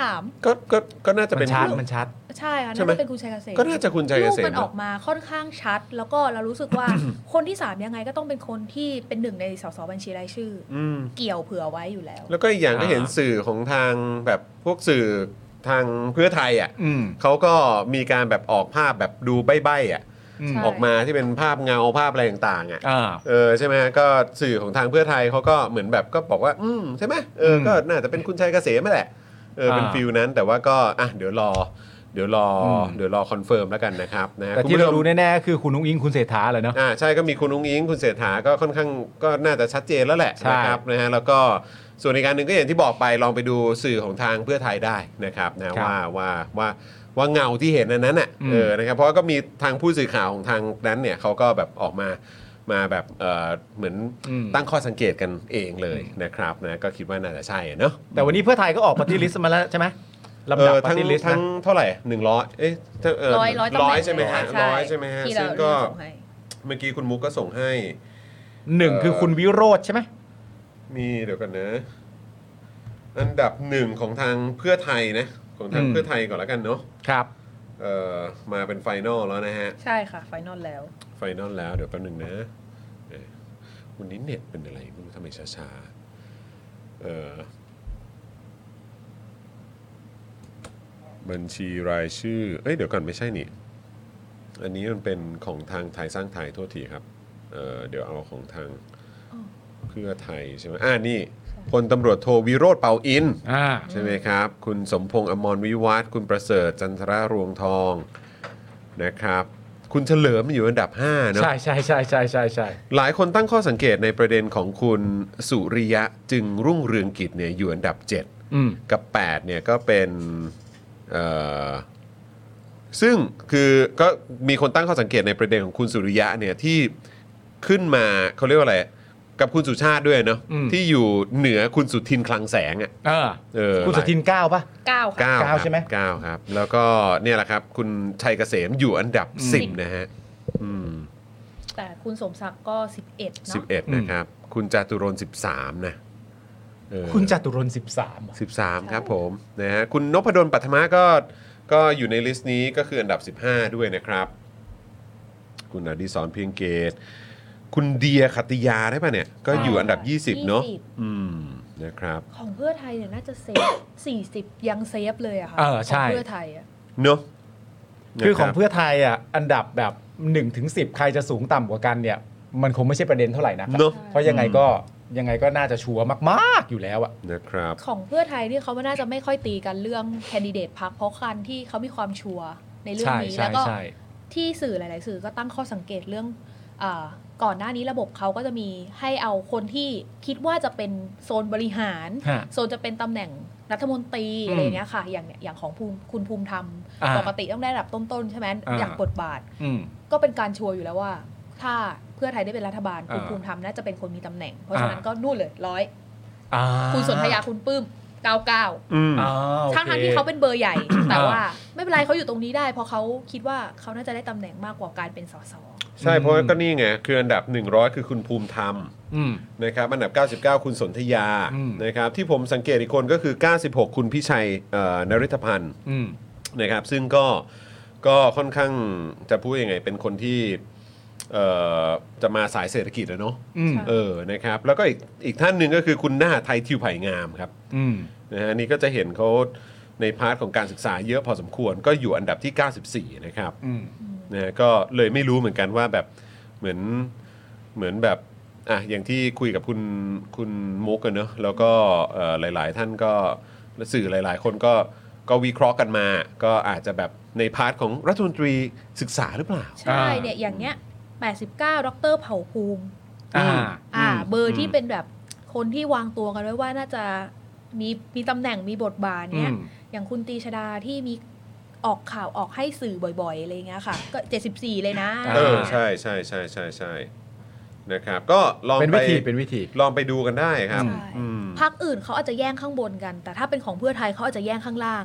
S1: ก็ก็ก็น่าจะ
S3: มั
S1: เป็น
S3: นชัดมันชัด
S4: 3 ใช่ค่ะ
S1: ใช่
S4: น่า
S1: ไหม
S4: จะเป็นคุณชัยเกษม
S1: ก็น่าจะคุณชัยเก
S4: รูป
S1: ษม
S4: มันออกมาค่อนข้างชัด แล้วก็เรารู้สึกว่า คนที่ 3 ยังไงก็ต้องเป็นคนที่เป็นหนึ่งในสสบัญชีรายชื่ออ
S1: อืม
S4: เกี่ยวเผื่อไว้อยู่แล้ว
S1: แล้วก็อีกอย่างก็เห็น
S3: อ่า
S1: สื่อของทางแบบพวกสื่อทางเพื่อไทยอ่ะ
S3: อืม
S1: เขาก็มีการแบบออกภาพแบบดูใบ้ๆอ่ะ
S3: อืม
S4: ใช่
S1: ออกมาที่เป็นภาพเงาภาพอะไรต่างๆอ่ะ
S3: อ่า
S1: เออใช่ไหมก็สื่อของทางเพื่อไทยเขาก็เหมือนแบบก็บอกว่า อืมใช่ไหมเออ
S3: อืม
S1: ก็น่าจะเป็นคุณชัยเกษมนั่นแหละเออเป็น
S3: อ่า
S1: ฟิลนั้นแต่ว่าก็อ่ะเดี๋ยวรอ เดี๋ยวรออ
S3: ม
S1: เดี๋ยวรอคอนเฟิร์มแล้วกันนะครับนะ
S3: แต่
S1: คุณ
S3: ที่
S1: ผู้ช
S3: เรา
S1: ม
S3: รู้แน่ๆคือคุณนุ้งอิงคุณเศรษฐาแหละเนาะ
S1: อ่าใช่ก็มีคุณอุ้งอิงคุณเศรษฐาก็ค่อนข้างก็น่าจะชัดเจนแล้วแหละ
S3: ใช่
S1: นะครับนะฮะแล้วก็ส่วนอีกการหนึ่งก็อย่างที่บอกไปลองไปดูสื่อของทางเพื่อไทยได้นะครับนะว่าว่าว่าว่าเงาที่เห็นอันนั้นน่ะเออนะครับเพราะว่าก็มีทางผู้สื่อข่าวของทางนั้นเนี่ยเขาก็แบบออกมามาแบบเออเหมือน
S3: อืม
S1: ตั้งข้อสังเกตกันเองเลยนะครับนะก็คิดว่าน่าจะใช่อะเนอะ
S3: แต่วันนี้เพื่อไทยก็ออกปฏิริษีมาแล้วใช่ไหมลำดับ
S1: เออ
S3: ป
S1: ทั้ง
S3: ฏิริษี
S1: ทั้
S3: นะ
S1: งเท่าไหร่หนึ่งร้อยเอ๊ะถ้าเ
S4: ร้อยร้อยตำแหน่ง
S1: ร้อยใช่ไหมฮะ
S4: ใช่
S1: ร้อยใช่ไหมฮะ
S4: ที่เรา
S1: ซึ่งก็
S4: เลือกส่งให้
S1: เมื่อกี้คุณมุกก็ส่งให้
S3: หนึ่ง
S1: เอ่อ
S3: คือคุณวิโรธใช่ไหม
S1: มีเดี๋ยวกันนะ อันดับหนึ่งของทางเพื่อไทยนะ ของทาง
S3: อืม
S1: เพื่อไทยก่อนแล้วกันเนาะ
S3: ครับ
S1: เออมาเป็นไฟนอลแล้วนะฮะ
S4: ใช่ค่ะไฟนอลแล้ว
S1: ไฟนอลแล้วเดี๋ยวแป๊บหนึ่งนะเอ่อวันนี้เน็ตเป็นอะไรไม่รู้ทำไมช้าๆเออบัญชีรายชื่อ เอ้ยเดี๋ยวก่อนไม่ใช่นี่ อันนี้มันเป็นของทางไทยสร้างไทยโทษทีครับเออเดี๋ยวเอาของทาง
S4: อ๋อ
S1: เพื่อไทยใช่ไหมอ่านี่พลตำรวจโทวิโรธเปาอิน
S3: อ่า
S1: ใช่ไหมครับ คุณสมพงษ์อมรวิวัฒน์คุณประเสริฐจันทรารวงทองนะครับ คุณเฉลิมอยู่อันดับ 5 เนอะ
S3: ใช่ใช่ใช่ใช่ใช่ใช่
S1: หลายคนตั้งข้อสังเกตในประเด็นของคุณสุริยะจึงรุ่งเรืองกิจเนี่ยอยู่อันดับ
S3: อืม
S1: 7 กับ 8 เนี่ยก็เป็นเอ่อซึ่งคือก็มีคนตั้งข้อสังเกตในประเด็นของคุณสุริยะเนี่ยที่ขึ้นมาเขาเรียกว่าอะไร กับคุณสุชาติด้วยเนาะ
S3: อืม
S1: ที่อยู่เหนือคุณสุทินคลังแสงอะ
S3: เออ
S1: เออ
S3: คุณสุทินเก้าป่ะ
S4: 9 ค่ะ
S1: เก้า
S3: เก้า
S1: ครับ
S3: ใช่ไหม
S1: เก้าครับ แล้วก็เนี่ยแหละครับ คุณชัยเกษมอยู่อันดับ 10 นะฮะอืม
S4: แต่คุณสมศักดิ์ก็ 11เนาะ
S1: 11 นะครับ คุณจาตุรนต์13 นะเออ
S3: คุณจตุรนสิบสาม
S1: 13 ครับผมนะฮะคุณนพดลปัทมาก็ก็อยู่ในลิสต์นี้ก็คืออันดับ 15 ด้วยนะครับ คุณอดิศรเพียงเกต คุณเดียขัตติยาได้ป่ะเนี่ย ก็อยู่อันดับ 20 เนาะ
S4: ยี่สิบ
S1: อืมนะครับ
S4: ของเพื่อไทยเนี่ยน่าจะเซฟ 40 ยังเซฟเลยอะค่ะ
S3: เออ
S4: ขอ
S3: ใช่
S4: งเพื่อไทยอะ
S1: เนาะ
S3: คือของ
S1: นะรับ
S3: เพื่อไทยอ่ะอันดับแบบ1นถึงสิใครจะสูงต่ำกว่ากันเนี่ย มันคงไม่ใช่ประเด็นเท่าไหร่นะ
S1: เนอะ
S3: เพราะยังไงก็ยังไงก็น่าจะชัวร์มากๆอยู่แล้วอ่ะ
S1: นะครับ
S4: ของเพื่อไทยนี่เขาไม่น่าจะไม่ค่อยตีกันเรื่องแคนดิเดตพักเพราะคันที่เขามีความชัวร์ในเรื่อง
S3: ใช่
S4: นี้
S3: ใช่
S4: แล้วก็
S3: ใช่
S4: ที่สื่อหลาย ๆ สื่อก็ตั้งข้อสังเกตเรื่องอาก่อนหน้านี้ระบบเขาก็จะมีให้เอาคนที่คิดว่าจะเป็นโซนบริหาร
S3: ฮะ
S4: โซนจะเป็นตำแหน่งรัฐมนตรี
S3: อืม
S4: อะไรเงี้ยค่ะ อย่างเนี่ยอย่างของภูมิคุณภูมิธรรม
S3: อ่า
S4: ปกติต้องได้ระดับต้น ๆ ใช่ไหม
S3: อ่า
S4: อย่างบทบาท
S3: อืม
S4: ก็เป็นการชัวร์อยู่แล้วว่า ถ้าเพื่อไทยได้เป็นรัฐบาลคุณ
S3: อ่า
S4: ภูมิธรรมน่าจะเป็นคนมีตำแหน่ง เพราะฉะนั้น
S3: อ่า
S4: ก็นู่นเลยร้อย
S3: อ่า
S4: คุณสนธยาคุณปื้ม เก้าเก้า
S1: อืม
S2: อ่าโอค
S4: ทั้งทที่เขาเป็นเบอร์ใหญ่ แต่ว่าไม่เป็นไรเขาอยู่ตรงนี้ได้ เพราะเขาคิดว่าเขาน่าจะได้ตำแหน่งมากกว่าการเป็นสส
S1: ใช่เพราะ
S2: อืม
S1: ก็นี่ไงคืออันดับ 100 คือคุณภูมิธรรม
S2: อืม
S1: นะครับอันดับ 99 คุณสนธยา
S2: อืม
S1: นะครับที่ผมสังเกตอีกคนก็คือ 96 คุณพิชัยเอ่อนฤทธพันธ์
S2: อืม
S1: นะครับซึ่งก็ก็ค่อนข้างจะพูดยังไงเป็นคนที่เอ่อจะมาสายเศรษฐกิจอะเนาะ
S2: อืม
S1: เออนะครับแล้วก็อีกอีกท่านหนึ่งก็คือคุณหน้าไทยทิวไผ่งามครับ
S2: อืม
S1: นะฮะนี่ก็จะเห็นเขาในพาร์ทของการศึกษาเยอะพอสมควรก็อยู่อันดับที่ 94 นะครับ
S2: อืม
S1: นะฮะก็เลยไม่รู้เหมือนกันว่าแบบเหมือนเหมือนแบบอ่ะอย่างที่คุยกับคุณคุณมุกกันเนอะแล้วก็เอ่อหลาย ๆ ท่านก็สื่อหลาย ๆ คนก็ก็วิเคราะห์กันมา ก็อาจจะแบบในพาร์ทของรัฐมนตรีศึกษาหรือเปล่า
S4: ใช่
S2: อ่า
S4: เนี่ยอย่างเนี้ย89ดรเผ่าภูมิ
S2: อ่า
S4: อ่า
S1: อืม
S4: เบอร์ที่
S1: อืม
S4: เป็นแบบคนที่วางตัวกันไว้ว่าน่าจะมีมีตำแหน่งมีบทบาทเนี่ย
S2: อืม
S4: อย่างคุณตรีชดาที่มีออกข่าวออกให้สื่อบ่อยๆอะไรเงี้ยค่ะ ก็ 74 เลยนะ
S2: อ่า
S1: เออใช่ใช่ใช่ใช่ใช่นะครับก็ลอง
S2: เป็น
S1: ไป
S2: วิธีเป็นวิธี
S1: ลองไปดูกันได้ครับ
S4: ใช่
S1: อืม
S4: พักอื่นเขาอาจจะแย่งข้างบนกัน แต่ถ้าเป็นของเพื่อไทยเขาอาจจะแย่งข้างล่าง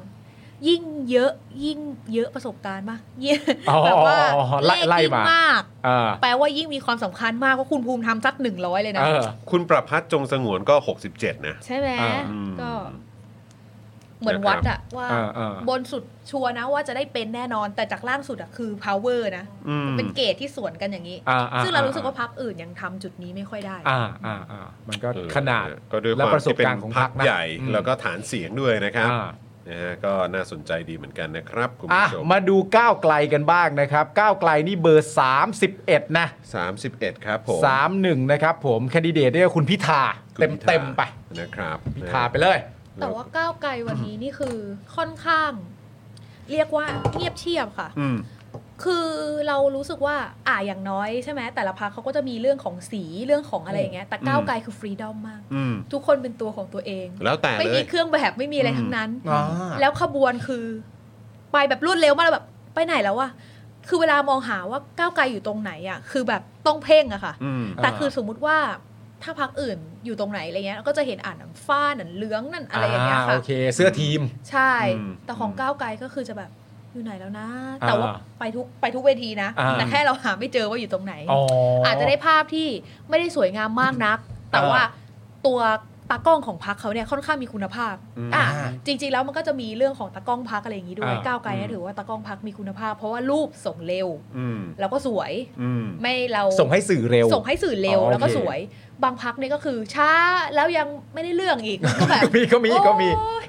S4: ยิ่งเยอะยิ่งเยอะประสบการณ์มาก ยิ่ง
S2: อ๋อ
S4: แบบว่า
S2: ไล่ไล่
S4: ยิ่ง
S2: มา
S4: มาก
S2: อ่า
S4: แปลว่ายิ่งมีความสำคัญมากเพราะคุณภูมิทำสักหนึ่งร้อยเลยนะ
S2: เออ
S1: คุณประพัฒน์จงสงวนก็ 67 นะ
S4: ใช่ไหม
S2: อ่า
S4: ก็ เหมือนวัดอะว่า
S2: อ่าอ่า
S4: บนสุดชัวร์นะว่าจะได้เป็นแน่นอนแต่จากล่างสุดอะคือ power นะ
S1: อืม
S4: เป็นเกรดที่สวนกันอย่างนี้
S2: อ่าอ่า
S4: ซึ่งเรารู้สึกว่าพักอื่นยังทำจุดนี้ไม่ค่อยได้
S2: อ่าอ่าอ่ามันก็
S1: เออ
S2: ขนาด
S1: ก็ด้วยค
S2: และ
S1: วาม
S2: ประสบ
S1: ที่เป็น
S2: การณ์ของ
S1: พร
S2: พ
S1: ร
S2: ร
S1: ค
S2: รคนะ
S1: ใหญ่
S2: อืม
S1: แล้วก็ฐานเสียงด้วยนะครับ
S2: อ่า
S1: นะฮะก็น่าสนใจดีเหมือนกันนะครับ คุณ
S2: อ่ะ
S1: ผู้ชม
S2: มาดูก้าวไกลกันบ้างนะครับ ก้าวไกลนี่เบอร์ 31 นะ
S1: 31 ครับผม
S2: 31 นะครับผมแคนดิเดตนี่ก็คุณพิธา
S1: คุณ
S2: เต็ม
S1: พิธา
S2: เต็มๆไป
S1: นะครับ
S2: พิธาไปเลย
S4: แต่ว่าก้าวไกลวันนี้นี่คือค่อนข้าง เรียกว่าเงียบเชียบค่ะ
S1: อืม
S4: คือเรารู้สึกว่าอ่าอย่างน้อยใช่ไหมแต่ละพักเขาก็จะมีเรื่องของสีเรื่องของอะไรอย่างเงี้ยแต่ก้าวไกลคือฟรีดอมมาก
S1: อืม
S4: ทุกคนเป็นตัวของตัวเอง
S1: แล้วแต่
S4: ไม่
S1: เล
S4: มี
S1: ย
S4: เครื่องแบบไม่มีอะไรทั้งนั้น
S2: อ่า
S4: แล้วขบวนคือไปแบบรวดเร็วมากแล้วแบบไปไหนแล้ววะคือเวลามองหาว่าก้าวไกลอยู่ตรงไหนอะคือแบบต้องเพ่งอะค่ะ
S1: อืม
S4: แต่
S2: อ่า
S4: คือสมมุติว่าถ้าพักอื่นอยู่ตรงไหนอะไรเงี้ยก็จะเห็นอ่านหนังฟ้าหนังเหลืองนั่นอะไรอย่างเงี้ย
S2: า
S4: ค่ะ
S2: โอเค เสื้อทีม
S4: ใช่
S1: อืม
S4: แต่ของก้าวไกลก็คือจะแบบอยู่ไหนแล้วนะ แต่ว่า
S2: อ่า
S4: ไปทุกไปทุกเวทีนะ
S2: อ่า
S4: แต่แค่เราหาไม่เจอว่าอยู่ตรงไหน
S2: อ๋อ
S4: อา
S2: อา
S4: จจะได้ภาพที่ไม่ได้สวยงามมากนัก แต่
S2: อ่า
S4: ว่าตัวตากล้องของพักเขาเนี่ยค่อนข้างมีคุณภาพ
S1: อืม
S4: อ่ะจริง ๆ แล้วมันก็จะมีเรื่องของตากล้องพักอะไรอย่างนี้ด้วย
S2: อ่า
S4: ก้าวไกลเนี่ยถือว่าตากล้องพักมีคุณภาพ เพราะว่ารูปส่งเร็ว
S1: อืม
S4: แล้วก็สวย
S1: อืม
S4: ไม่เรา
S2: ส่งให้สื่อเร็ว
S4: ส่งให้สื่อเร็ว
S2: อ๋อ
S4: แล้วก็
S2: โอเค
S4: สวย บางพักเนี่ยก็คือช้าแล้วยังไม่ได้เรื่องอีกก็แบบ
S2: ก็ มีก็มีก็มี
S4: โอ๊ย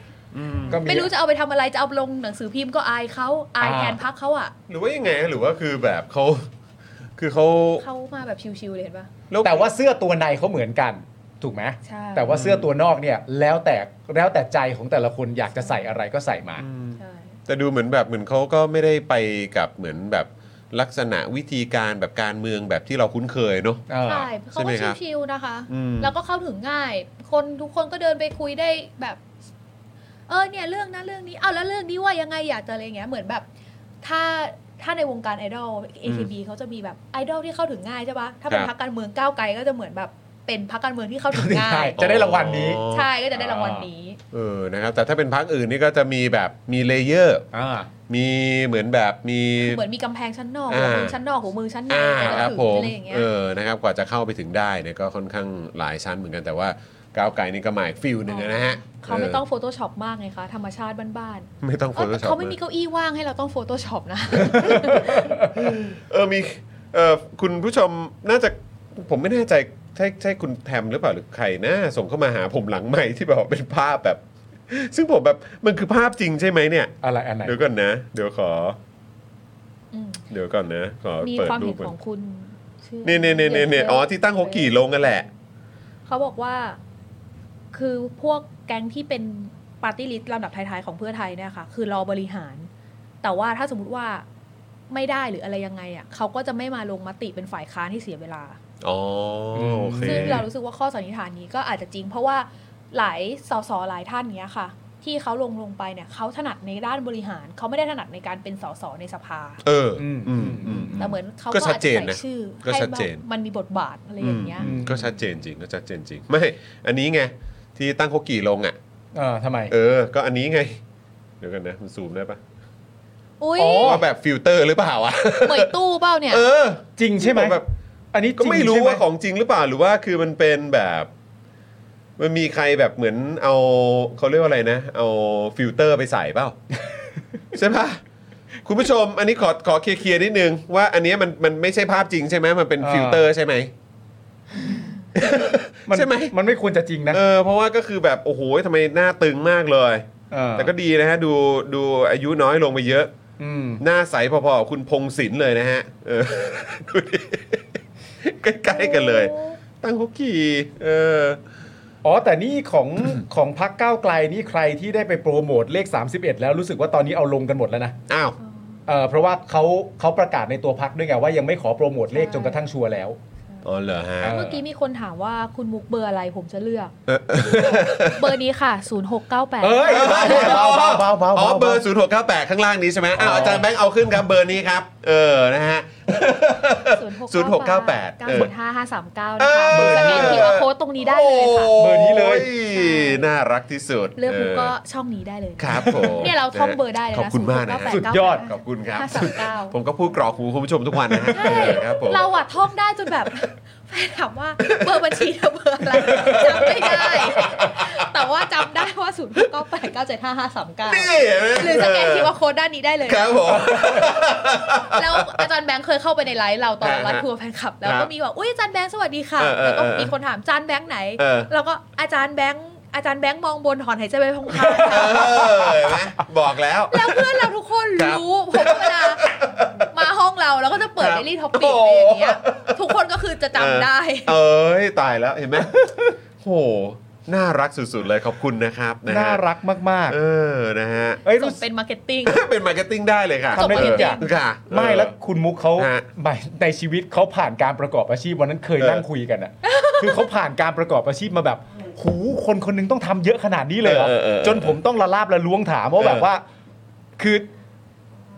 S2: ก็มี
S4: ไม่รู้จะเอาไปทำอะไรจะเอาลงหนังสือพิมพ์ก็อายเขาอาย
S2: อ่า
S4: แทนพักเขาอ่ะ
S1: หรือว่ายังไงหรือว่าคือแบบเขา คือเขา
S4: เขามาแบบชิวๆเลยเห็นปะ
S1: ล้ว
S2: แต่ว่าเสื้อตัวในเขาเหมือนกัน ถูกไหม
S4: ใช่
S2: แต่ว่าเสื้อตัวนอกเนี่ยแล้วแต่แล้วแต่ใจของแต่ละคนอยากจะใส่อะไรก็ใส่มา
S1: อืม แต่ดูเหมือนแบบเหมือนเขาก็ไม่ได้ไปกับเหมือนแบบลักษณะวิธีการแบบการเมืองแบบที่เราคุ้นเคยเนอะ
S2: เออ
S4: ใช่เขา
S1: ใช่ไหม
S4: ก็
S1: ครับ
S4: ชิวๆนะคะ
S1: อืม
S4: แล้วก็เข้าถึงง่าย คนทุกคนก็เดินไปคุยได้แบบ เออเนี่ยเรื่องนั้นเรื่องนี้เอาวแล้วเรื่องนี้ว่ายังไงอยากจะอะไรอย่างเงี้ยเหมือนแบบ ถ้าถ้าในวงการไอดอล AKB เขาจะมีแบบไอดอลที่เข้าถึงง่ายใช่ปะถ้าเป็นพรรคการเมืองก้าวไกลก็จะเหมือนแบบเป็นพรรคการเมืองที่เข้าถึงง่าย
S2: จะได้รางวัลนี้
S1: อ๋อ
S4: ใช่ก็จะได้รางวัลนี้
S1: เออ นะครับ แต่ถ้าเป็นพักอื่นนี่ก็จะมีแบบมีเลเยอร์
S2: อ่า
S1: มีเหมือนแบบมี
S4: เหมือนมีกำแพงชั้นนอก
S1: อ่า
S4: หัวมือชั้นนอกหัวมือชั้นใน
S1: อ่า
S4: ก็
S1: ค
S4: จะ
S1: รับ
S4: ถึ
S1: ผ
S4: ง
S1: ม
S4: อะไรอย่างเงี้ย
S1: เออ นะครับ กว่าจะเข้าไปถึงได้เนี่ยก็ค่อนข้างหลายชั้นเหมือนกัน แต่ว่าก้าวไกลนี่ก็หมายฟิลหนึ่งนะฮะ
S4: เขาไม่ต้องโฟโต้ช็อปมากไงคะธรรมชาติบ้าน
S1: เออไม่ต้อง
S4: ๆ
S1: โฟโต้ช็อป
S4: เขาไม่มีเก้าอี้ว่างให้เราต้องโฟโต้ช็อปนะ
S1: เออ มี เออคุณผู้ชมน่าจะ ผมไม่แน่ใจ ใช่ใช่คุณแทมหรือเปล่าหรือใครนะ ส่งเข้ามาหาผมหลังใหม่ที่แบบว่าเป็นภาพแบบ ซึ่งผมแบบ มันคือภาพจริงใช่ไหมเนี่ย
S2: อะไรอันไหน
S1: เดี๋ยวก่อนนะ เดี๋ยวขอ
S4: อืม
S1: เดี๋ยวก่อนนะ ขอ
S4: มี
S1: เปิด
S4: ความ
S1: รู
S4: เห็
S1: ป
S4: น
S1: ก่อน
S4: ของคุณชื่อ
S1: เนี่ยเนี่ยเนี่ยเนี่ยเนี่ยอ๋อ ที่ตั้งฮกกี่ลงกันแหละ
S4: เขาบอกว่า คือพวกแก๊งที่เป็นปาร์ตี้ลิสต์ลำดับท้ายๆของเพื่อไทยเนี่ยค่ะ คือรอบริหาร แต่ว่าถ้าสมมติว่าไม่ได้หรืออะไรยังไงอ่ะเขาก็จะไม่มาลงมติเป็นฝ่ายค้านที่เสียเวลา
S1: อ๋อ โอเค
S4: ซึ่งเรารู้สึกว่าข้อสันนิษฐานนี้ก็อาจจะจริง เพราะว่าหลายสสหลายท่านเนี้ยค่ะ ที่เขาลงลงไปเนี่ยเขาถนัดในด้านบริหาร เขาไม่ได้ถนัดในการเป็นสสในสภา
S1: เอออ
S2: ม
S1: อืมอืม
S4: แต่เหมือนเขา
S1: ก็
S4: ก็
S1: ชั
S4: อา
S1: ด
S4: จ
S1: เจ
S4: จะ
S1: น
S4: ใส่
S1: นะ
S4: ชื่อ
S1: ก็ชัดเจน
S4: ให้มันมีบทบาทอะไรอย่างเงี้ย
S1: อืมก็ชัดเจนจริง ก็ชัดเจนจริง ไม่ อันนี้ไง ที่ตั้งฮกกี่ลงอ่ะ
S3: อ่าทำไม
S1: เออ ก็อันนี้ไง เดี๋ยวกันนะมันซูมได้ปะ
S4: อุ้ย
S3: อ๋อ
S1: ว่าแบบฟิลเตอร์หรือเปล่าอ่ะ
S4: เหมยตู้เปล่าเนี่ย
S1: เออ
S3: จริงใช่ไหม
S1: แบบ
S3: อันนี้
S1: ก็ไม่รู้ว่า
S3: ข
S1: ข
S3: อ
S1: องจริงหรือเปล่าหรือว่าคือมันเป็นแบบ มันมีใครแบบเหมือนเอาเขาเรียกว่าอะไรนะ เอาฟิลเตอร์ไปใส่ เปล่า ใช่ปะคุณผู้ชม อันนี้ขอขอเคลียร์ๆนิดนึง ว่าอันเนี้ยมันมันไม่ใช่ภาพจริงใช่ไหมมันเป็นฟิลเตอร์ใช่ไหม
S3: มัน
S1: ใช่ไหม
S3: มันไม่ควรจะจริงนะ
S1: เออเพราะว่าก็คือแบบโอ้โหทำไมหน้าตึงมากเลย
S3: เออ
S1: แต่ก็ดีนะฮะ ดูดูอายุน้อยลงไปเยอะ
S3: อืม
S1: หน้าใสพอๆกับคุณพงศิลป์เลยนะฮะ เออดูดิใกล้ๆกันเลย ตั้งฮกกี้เออ
S3: อ๋อ แต่นี่ของ ของพักก้าวไกลนี่ใครที่ได้ไปโปรโมทเลข 31 แล้วรู้สึกว่าตอนนี้เอาลงกันหมดแล้วนะ
S1: อ้าว
S3: เอ่อเพราะว่าเขาเขาประกาศในตัวพักด้วยไงว่ายังไม่ขอโปรโมทเลขจนกระทั่งชัวร์แล้ว
S1: อ๋อเหรอฮะ
S3: เออ
S4: เมื่อกี้มีคนถามว่าคุณมุกเบอร์อะไรผมจะเลือก เบอร์นี้ค่ะ 0698
S3: เอ้ยเบาเบาเบาเบาเบา
S1: อ๋อ
S3: เบา
S1: เบอร์ 0698 ข้างล่างนี้ใช่ไหมอ้าวอาจารย์แบงค์เอาขึ้นครับ เบอร์นี้ครับ เออ นะฮะ 0698 เออ
S4: 95539 นะคะ
S1: เออ
S4: สแกนคิวอาร์โค้ดตรงนี้ได้เลยค่ะ
S1: โ
S3: เบอร์นี้เลย
S1: โน่ารักที่สุด
S4: เลือกมุกก็ช่องนี้ได้เลยนะ
S1: ครับผม
S4: เนี่ยเราท่องเบอร์ได้เลยนะ
S1: ขอบคุณมากนะฮะ
S4: 098
S3: สุดยอด
S1: ขอบคุณครับ
S4: ห้าสามเก้า
S1: ผมก็พูดกรอกหูคุณผู้ชมทุกวันนะฮะ
S4: ใช่
S1: เออครับผม
S4: เราอะท่องได้จนแบบ แฟนถามว่าเบอร์บัญชีเธอเบอร์อะไรจำไม่ได้ แต่ว่าจำได้ว่า0 9 8 9 7 5 5 3
S1: นี่
S4: 9
S1: เห็นไหม
S4: หรือสแกนคิวอาร์โค้ดด้านนี้ได้เลย
S1: ครับผม
S4: แล้วอาจารย์แบงค์เคยเข้าไปในไลฟ์เราตอนไลฟ์ทัวร์แฟนคลับ แล้ว
S1: ครั
S4: ก็
S1: บ
S4: มีว่าอุ้ยอาจารย์แบงค์สวัสดีค่ะ
S1: เออเออ
S4: แล้วก็
S1: เออ
S4: มีคนถามอาจารย์แบงค์ไหน
S1: เออ
S4: เราก็อาจารย์แบงค์อาจารย์แบงค์มองบนถอนหายใจไปพอง
S1: เออเห็นไหมบอกแล้ว
S4: ๆแล้วเพื่อนเราทุกคน
S1: ครับ
S4: รู้เพราะว่าเวลามาห้องเราแล้วก็จะเปิด
S1: ครับ
S4: เดลี่ท็อปปิ้
S1: โอ้
S4: อะไรอย่างเงี้ยทุกคนก็คือจะจำได้
S1: เอ้ย ตายแล้วเห็นไหมโห น่ารักสุด ๆ เลยขอบคุณนะครับะฮะ
S3: น่ารักมาก
S1: เออ นะฮะ
S3: ๆ เอ้ย
S4: ส
S3: รู้
S4: ม
S3: สึ
S4: เป็
S3: ก
S4: นมาร์เก็ตติ้ง
S1: เป็นมาร์เก็ตติ้งได้เลยค่ะ
S4: ทำได้ทุกอย่าง
S1: เค่ะ
S3: ไม่
S1: เออ
S3: แล้วคุณมุกเขา
S1: ฮะ
S3: ไม่ในชีวิตเขาผ่านการประกอบอาชีพวันนั้นเคย
S1: เออ
S3: นั่งคุยกัน อะคือเขาผ่านการประกอบอาชีพมาแบบ หูคนคนหนึงต้องทำเยอะขนาดนี้เลยเหรอ
S1: เออเออเออ
S3: จนผมต้องละลาบละล้วงถามว่า
S1: เออ
S3: แบบว่า คือ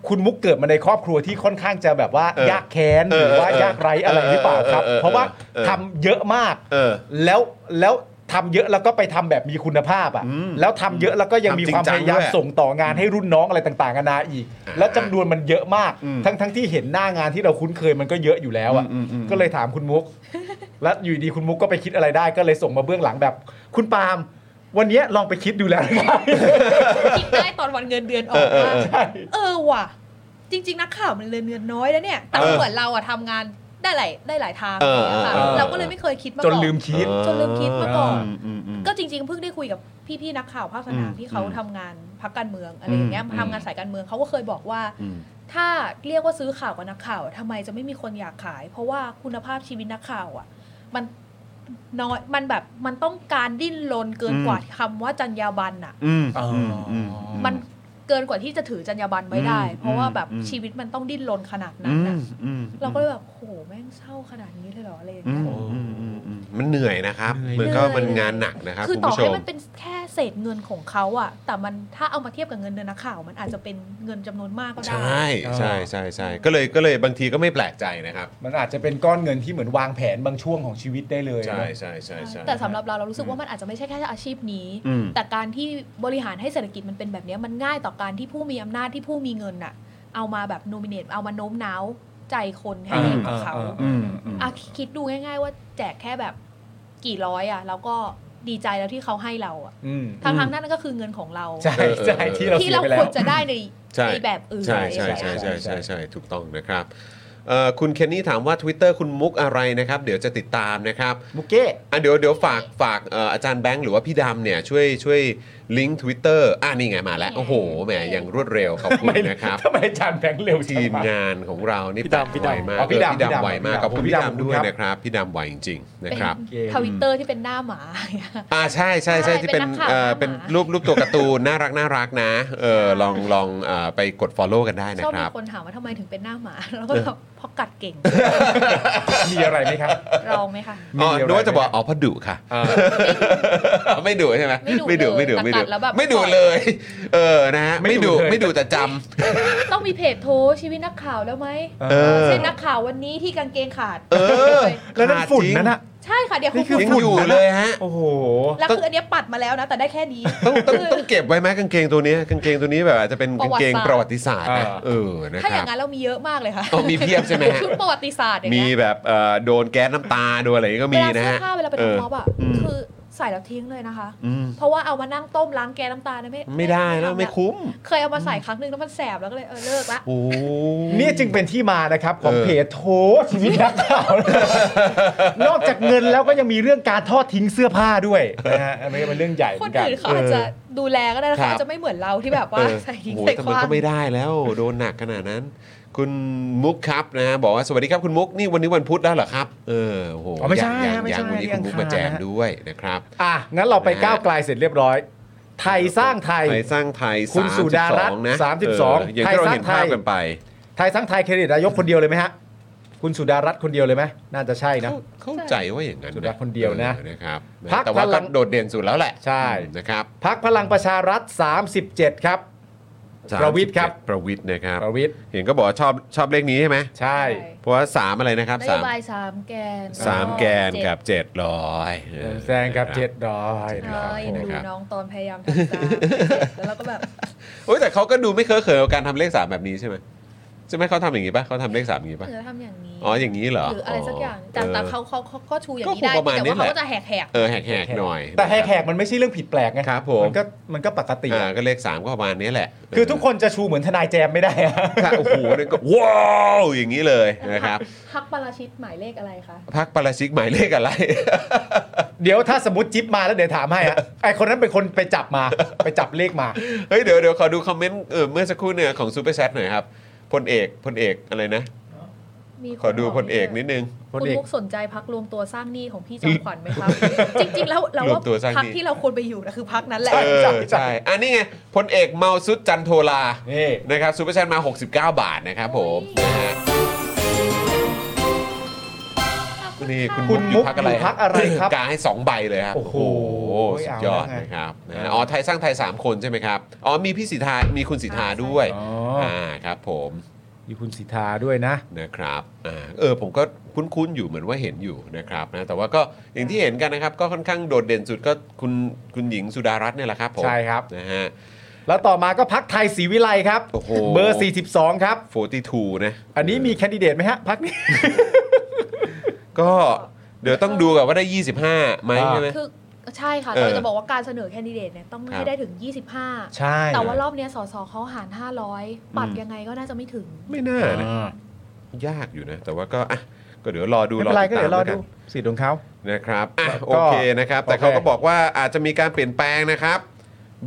S3: คุณมุกเกิดมาในครอบครัวที่ค่อนข้างจะแบบว่า
S1: เออย
S3: ากแค้น
S1: เอ
S3: ห
S1: อ
S3: รือว่า
S1: เออเออย
S3: ากไรอะไรหรือเปล่าครับ
S1: เออเออเออ
S3: เพราะว่า
S1: เออ
S3: ทำเยอะมาก
S1: เออ
S3: แล้วแล้วทำเยอะแล้วก็ไปทำแบบมีคุณภาพอ่ะ
S1: อืม
S3: แล้วทำเยอะแล้วก็ยังมีความ
S1: ทำจริ
S3: พ
S1: งจัง
S3: ยายาม
S1: ด้วย
S3: ส่งต่องานให้รุ่นน้องอะไรต่างๆนานาอีก
S1: อ่า
S3: แล้วจำนวนมันเยอะมาก
S1: อืม
S3: ทั้งทั้งที่เห็นหน้างานที่เราคุ้นเคยมันก็เยอะอยู่แล้วอ่ะ
S1: อืมอืมอืม
S3: ก็เลยถามคุณมุก แล้วอยู่ดีคุณมุกก็ไปคิดอะไรได้ก็เลยส่งมาเบื้องหลังแบบ คุณปาล์มวันเนี้ยลองไปคิดดูแล้วนะครับ
S4: คิดได้ตอนวันเงินเดือนออกว่าเออว่ะ จริง ๆ นักข่าวมันเงินเดือนน้อยแล้วเนี่ย แต่ว่า
S1: เออ
S4: เหมือนเราอะทำงานได้หลายได้หลายทาง
S1: เออ
S4: อย่างเงี้ยค่ะ
S1: เออเออ
S4: เราก็เลยไม่เคย คิดมา
S3: จ
S4: ก่อน น
S3: ลืมคิด
S4: จนลืมคิดมาก่อน
S1: มมอืม
S4: ก็จริง ๆ เพิ่งได้คุยกับพี่ๆนักข่าวภาคสนาม
S1: อืม
S4: ที่เขา
S1: อืม
S4: ทำงานพักการเมืองอะไรอย่างเงี้ย
S1: อืม
S4: ทำงานสายการเมืองเขาก็เคยบอกว่า
S1: อืม
S4: ถ้าเรียกว่าซื้อข่าวกับนักข่าวทำไมจะไม่มีคนอยากขาย เพราะว่าคุณภาพชีวิตนักข่าวอ่ะ มันน้อยมันแบบมันต้องการดิ้นรนเกิน
S1: อืม
S4: กว่าคำว่าจรรยาบรรณอ่ะ
S1: อืม
S3: อ๋ออื
S1: มอืม
S4: มันเกินกว่าที่จะถือจรรยาบรรณไว้ได้
S1: อืม
S4: เพราะว่าแบบ
S1: อืม
S4: ชีวิตมันต้องดิ้นรนขนาด
S1: อื
S4: นั้นนะ
S1: มอืม
S4: เราก็เลยแบบโหแม่งเศร้าขนาดนี้เลยเหรออะไรอย่าง
S1: อื
S4: เงี้
S1: ม
S4: ย
S1: อืมอืมอืมมันเหนื่อยนะครับเหมือนก็มันงานหนักนะครับ
S4: คือ
S1: คุณ
S4: ต่อ
S1: ผู้ช
S4: ให้
S1: ม
S4: มันเป็นแค่เศษเงินของเขาอะแต่มันถ้าเอามาเทียบกับเงินเดือนนักข่าว มันอาจจะเป็นเงินจำนวนมากก็ได้
S1: ใช่ใช่ใช่ใช่ก็เลยก็เลยบางทีก็ไม่แปลกใจนะครับ
S3: มันอาจจะเป็นก้อนเงินที่เหมือนวางแผนบางช่วงของชีวิตได้เลย
S1: ใช่
S3: นะ
S1: ใช่ใช่ใช่
S4: แต่สำหรับเราเรารู้สึกว่ามันอาจจะไม่ใช่แค่อาชีพนี้
S1: อืม
S4: แต่การที่บริหารให้เศรษฐกิจมันเป็นแบบเนี้ยมันง่ายต่อการที่ผู้มีอำนาจที่ผู้มีเงินอะเอามาแบบโนมิเนตเอามาโน้มน้าวใจคนให้ดีกับเขา
S3: อ่าอ่าอ่า
S1: อืมอืม
S4: อะคิดดูง่ายๆว่าแจกแค่แบบกี่ร้อยอ่ะ แล้วก็ดีใจแล้วที่เขาให้เราอ่ะ
S3: อืม
S4: ทางทางๆนั้นก็คือเงินของเรา
S3: ใช่ใช่ที่เรา
S4: ที่
S3: เสีย
S4: เรา
S3: ไปแล้
S4: คว วรจะได้ใน
S1: ใช่
S4: ในแบบอื่น
S1: ใช่
S4: อะไรอ
S1: ใช่
S4: ย่าง
S1: ใช่
S4: เงี้ย
S1: ใช่ใช่ใช่ถูกต้องนะครับเอ่อคุณเคนนี่ถามว่า Twitter คุณมุกอะไรนะครับ เดี๋ยวจะติดตามนะครับ
S3: มุกเก้
S1: อ่ะเดี๋ยวเดี๋ยวฝากฝากเอ่ออาจารย์แบงค์หรือว่าพี่ดำเนี่ยช่วยช่วยลิงก์ Twitter อ่ะนี่ไงมาแล้ว โอ้โหแหมอย่างรวดเร็วขอบคุณ
S3: ไม่
S1: นะครับ
S3: ทำไมอาจารย์แบงค์เร็วจัง
S1: ทีม
S3: วะ
S1: งานของเรานี่
S5: พี่ดำพี่ดำ
S1: ไวมาก
S3: อ๋อพี่
S1: เอ
S3: ดำ
S1: อพี่
S3: พี่
S1: ดำ
S3: ดำ
S1: ไวมากขอบคุณ
S3: พี่
S1: พี่
S3: ดำ
S1: ดำด้วย
S3: ขอบคุณครับ
S1: นะครับ พี่ดำไวจริงๆนะ
S4: เป็น
S1: ครับ
S4: ทวิตเตอร์ที่เป็นหน้าหมา
S1: อ่าใช่ใช่ใช่
S4: ใช่
S1: ที่เป็น
S4: เป็นนักข่าว
S1: เอ่อ
S4: หน้า
S1: เป็น
S4: หมารู
S1: รูปรูปตัวการ์ตูน น่ารักน่ารักนะเออลองลองเอ่อไปกด Follow กันได้นะ
S4: ชอบ
S1: ค
S4: มี
S1: รับ
S4: คนถามว่าทำไมถึงเป็นหน้าหมา แล้วก็แบบเพราะกัดเก่ง
S3: มีอะไรไหมครับ
S4: ลองไหมคะ
S1: อ๋อ
S3: มีอะไร
S1: นึกว่าจะบอกอ๋อเพราะดุค่ะ
S3: อ่า
S1: ไม่ดุใช่ไหม
S4: ไม่ดุ
S1: ไม่ดุ
S4: เลย
S1: ไม่ดุ
S4: แต่กัดแล้วแบบ
S1: ไม่ดุเลย เออนะฮะ
S3: ไม่
S1: ไม่
S3: ดุ
S1: ดุ
S3: เลย
S1: ไม่ดุแต่จ
S4: ต้องมีเพจโทรชีวิตนักข่าวแล้วไหม
S1: เออ
S4: เช่นนักข่าววันนี้ที่กางเกงขาด
S1: ำเออ
S4: เลย
S3: แล้วนั่นฝุ่นนั่นอะ
S1: ข
S4: ใช่ค่ะเดี๋ยว
S3: นี่คือ
S1: ยัง
S4: ณ
S1: อยู่เลยฮะ
S3: โอ้โห
S4: แล้วคืออันเนี้ยปัดมาแล้วนะ แต่ได้แค่นี้
S1: ต้องต้องต้องเก็บไว้ไหมกางเกงตัวเนี้ยกางเกงตัวนี้แบบอาจจะเป็นกางเกงป
S4: ประ ระวั
S1: วั
S4: ติ
S1: ติศา
S4: ศา
S1: สต
S4: สต
S1: ร์
S4: ร์
S1: นะเออนะ
S4: ถ้า
S1: ค
S4: อ
S1: รับ
S4: ย่างนั้นเรามีเยอะมากเลยค่ะ
S1: อ๋อมีเพียบใช่ไหมฮะ
S4: ชุดประวัติศาสตร์อย่าง
S1: มี
S4: เงี้ย
S1: แบบเอ่อโดนแก๊สน้ำตาโดนอะไรก็มีนะ
S4: เวลาเสื้
S1: ฮะ
S4: อผ้าเวลาไป
S1: เออ
S4: ทำม็อบอ่ะ
S1: อืม
S4: คือใส่แล้วทิ้งเลยนะคะ
S1: อืม
S4: เพราะว่าเอามานั่งต้มล้างแกน้ำตาลนะไม่
S1: ไม่ได้แล้ว
S4: ทำ
S1: ไม่คุ้ม
S4: เคยเอามาใส่ครั้งหนึ่งแล้วมันแสบแล้วก็เลยเออเลิกละ
S1: โอ้
S3: นี่จึงเป็นที่มานะครับของเพจโถชีวิตนักข่าว นอกจากเงินแล้วก็ยังมีเรื่องการทอดทิ้งเสื้อผ้าด้วยนะฮะอันนี้ก็เป็นเรื่องใหญ่เห
S4: ค
S3: มื
S4: น
S3: อนกัน
S4: อื่นเขาอาจจะดูแลก็ได้นะ
S1: ครับ
S4: คะอาจจะไม่เหมือนเราที่แบบว่า
S1: เออ
S4: ใส่ทิ้ง
S1: โอ้โห
S4: ใส่
S1: แต่
S4: ค
S1: มัน
S4: ว้าง
S1: ก็ไม่ได้แล้ว โดนหนักขนาดนั้น คุณมุกครับนะฮะบอกว่าสวัสดีครับคุณมุกนี่วันนี้วันพุธแล้วเหรอครับ เออโอ้โห
S3: อ๋อไม่ใช่
S1: ยังยัง
S3: ไม่
S1: ยั
S3: ใช่
S1: งวันนี้คุณมุก
S3: ยัง
S1: มาแจม
S3: ค่ะ
S1: ด้วยนะครับ
S3: อ่ะงั้นเราไปก้าวไกลเสร็จเรียบร้อย ไทยสร้างไทย
S1: ไทยสร้างไทย
S3: คุณสุดารัตน์
S1: 32นะ
S3: สามสิบ
S1: เ
S3: สอง
S1: อย่าง
S3: ไทย
S1: ที่เรา
S3: สร้าง
S1: เห็นภาพ
S3: ไทย
S1: กันไป
S3: ไทยสร้างไทยเครดิตนายกคนเดียวเลยไหมฮะ คุณสุดารัตน์คนเดียวเลยไหมน่าจะใช่นะ
S1: เข้าเข้าใจว่าอย่างนั้น
S3: สุดาคนเดียวนะ
S1: ออนะครับ
S3: พรรค
S1: แต่ว่า
S3: พลั
S1: ก็
S3: ง
S1: โดดเด่นสุดแล้วแหละ
S3: ใช่
S1: นะครับ
S3: พักพลังประชารัฐ 37 ครับ ประวิตรครับ
S1: 37ประวิทย์นะครับ
S3: ประวิทย์
S1: เห็นก็บอกว่าชอบชอบเลขนี้ใช่ไหม
S3: ใช่
S1: เพราะว่าสามอะไรนะครับ
S4: น
S1: สา
S4: โย
S1: ม
S4: บายสามแกน
S1: สามแกนกับเจ็ดร้อยเออ
S3: แซงกับเจ็ดร้อย
S4: เจ็ด
S3: นะค
S4: ร้
S3: รับ
S4: อย
S3: ผม
S4: ดู
S1: ครับ
S4: น้องตอนพยายามทำตามแล้วเราก็ แบบ
S1: โอ้ยแต่เขาก็ดูไม่เคอะเขินกับการทำเลขสามแบบนี้ใช่ไหมใช่ไหมเขาทำอย่างนี้ป่ะเขาทำเลขสามอย่างนี้ป่ะ
S4: เธอทำอย่างนี้
S1: อ๋ออย่างนี้เหรอ
S4: หรืออะไรสักอย่างแต่
S1: ออ
S4: แต่เขาเขาเขาก็ชูอย่าง
S1: ก็ค
S4: นี้
S1: ง
S4: ได้
S1: ประมาณ
S4: แต่
S1: นี้
S4: ว่า
S1: แหละ
S4: เขาก็จะแหกแหก
S1: เออแหกๆหน่อย
S3: แต่แหกๆมันไม่ใช่เรื่องผิดแปลกไง
S1: ครับผม
S3: มันก็มันก็ปกติ
S1: อ่าก็เลขสามก็ประมาณนี้แหละ
S3: คือทุกคนจะชูเหมือนทนายแจมไม่ได้อะ
S1: ถ้าโอ้โหนี่ก็ว้าวอย่างนี้เลย
S4: ๆ
S1: นะครับ
S4: พักปาราชิตหมายเลขอะไรคะ
S1: พักปาราชิกหมายเลข อะไร
S3: เดี๋ยวถ้าสมมติจิ๊บมาแล้วเดี๋ยวถามให้ อะไอคนนั้นเป็นคนไปจับมา ไปจับเลขมา
S1: เฮ้ยเดี๋ยวเดี๋ยวขอดูคอมเมนต์เออเมื่อสักครู่เนี่ยของซูเปอร์แชทหน่อยครับพลเอกพลเอกอะไรนะ
S4: มีคน
S1: ขอดู
S4: บ
S1: พลเอกนิดนึง
S3: พล
S4: คุณ
S3: เอก
S4: มุกสนใจพักรวมตัวสร้างหนี้ของพี่จอมขวัญไหมครับ จริงๆแล้วเรา
S1: รว
S4: ว่าม
S1: ตัวสร้างหนี้
S4: พักที่เราควรไปอยู่นะคือพักนั้นแหละ
S1: เออใช่อันนี้ไงพลเอกเมาสุดจันโทลา
S3: นี่
S1: นะครับซูเปอร์แชทมา 69 บาทนะครับผมนะฮะนี่คุณ
S3: คุณ
S1: มุกอยู่พักอะไร
S3: มุกอยู่พรรคอะไรครับ
S1: กาให้สองใบเลยครับ
S3: โอ้โห
S1: สุดยอด
S3: เอาแล้วไง
S1: นะครับนะฮะอ๋อไทยสร้างไทยสามคนใช่ไหมครับอ๋อมีพี่สิทธามีคุณสิทธาด้วย
S3: อ๋อ
S1: อ่าครับผม
S3: มีคุณสิทธาด้วยนะ
S1: นะครับอาเออผมก็คุ้นๆอยู่เหมือนว่าเห็นอยู่นะครับนะแต่ว่าก็อย่างที่เห็นกันนะครับ ก็ค่อนข้างโดดเด่นสุดก็คุณคุณหญิงสุดารัตน์เนี่ยแหละครับผม
S3: ใช่ครับ
S1: นะฮะ
S3: แล้วต่อมาก็พักไทยศรีวิไลครับ
S1: โอ้โห
S3: เบอร์ 42 ครับ
S1: 42 นะ
S3: อันนี้มีแคนดิเดตไหมฮะพักนี้
S1: ก็เดี๋ยวต้องดูกับว่าได้ 25ไหม
S3: อ่า
S1: ใช่ไหม
S4: คือใช่ค่ะ
S1: เออ
S4: เราจะบอกว่าการเสนอแคนดิเดตเนี่ยต้อง
S1: ครับ
S4: ให้ได้ถึง 25
S3: ใช่
S4: แต่ว่ารอบเนี้ยสสเขาหาร 500 ปัดยังไงก็น่าจะไม่ถึง
S1: ไม่น่านะ
S3: อ่าย
S1: ากอยู่นะ แต่ว่าก็อ่ะก็เดี๋ยวรอดู
S3: ไม่เป็นไรก็เดี๋ยวรอ
S1: ติตามแล้
S3: ดู
S1: น
S3: สิทธิ์ของเขา
S1: นะครับอ่ะ
S3: ก็
S1: โอเคนะครับ แต่
S3: โอเค
S1: เขาก็บอกว่าอาจจะมีการเปลี่ยนแปลงนะครับ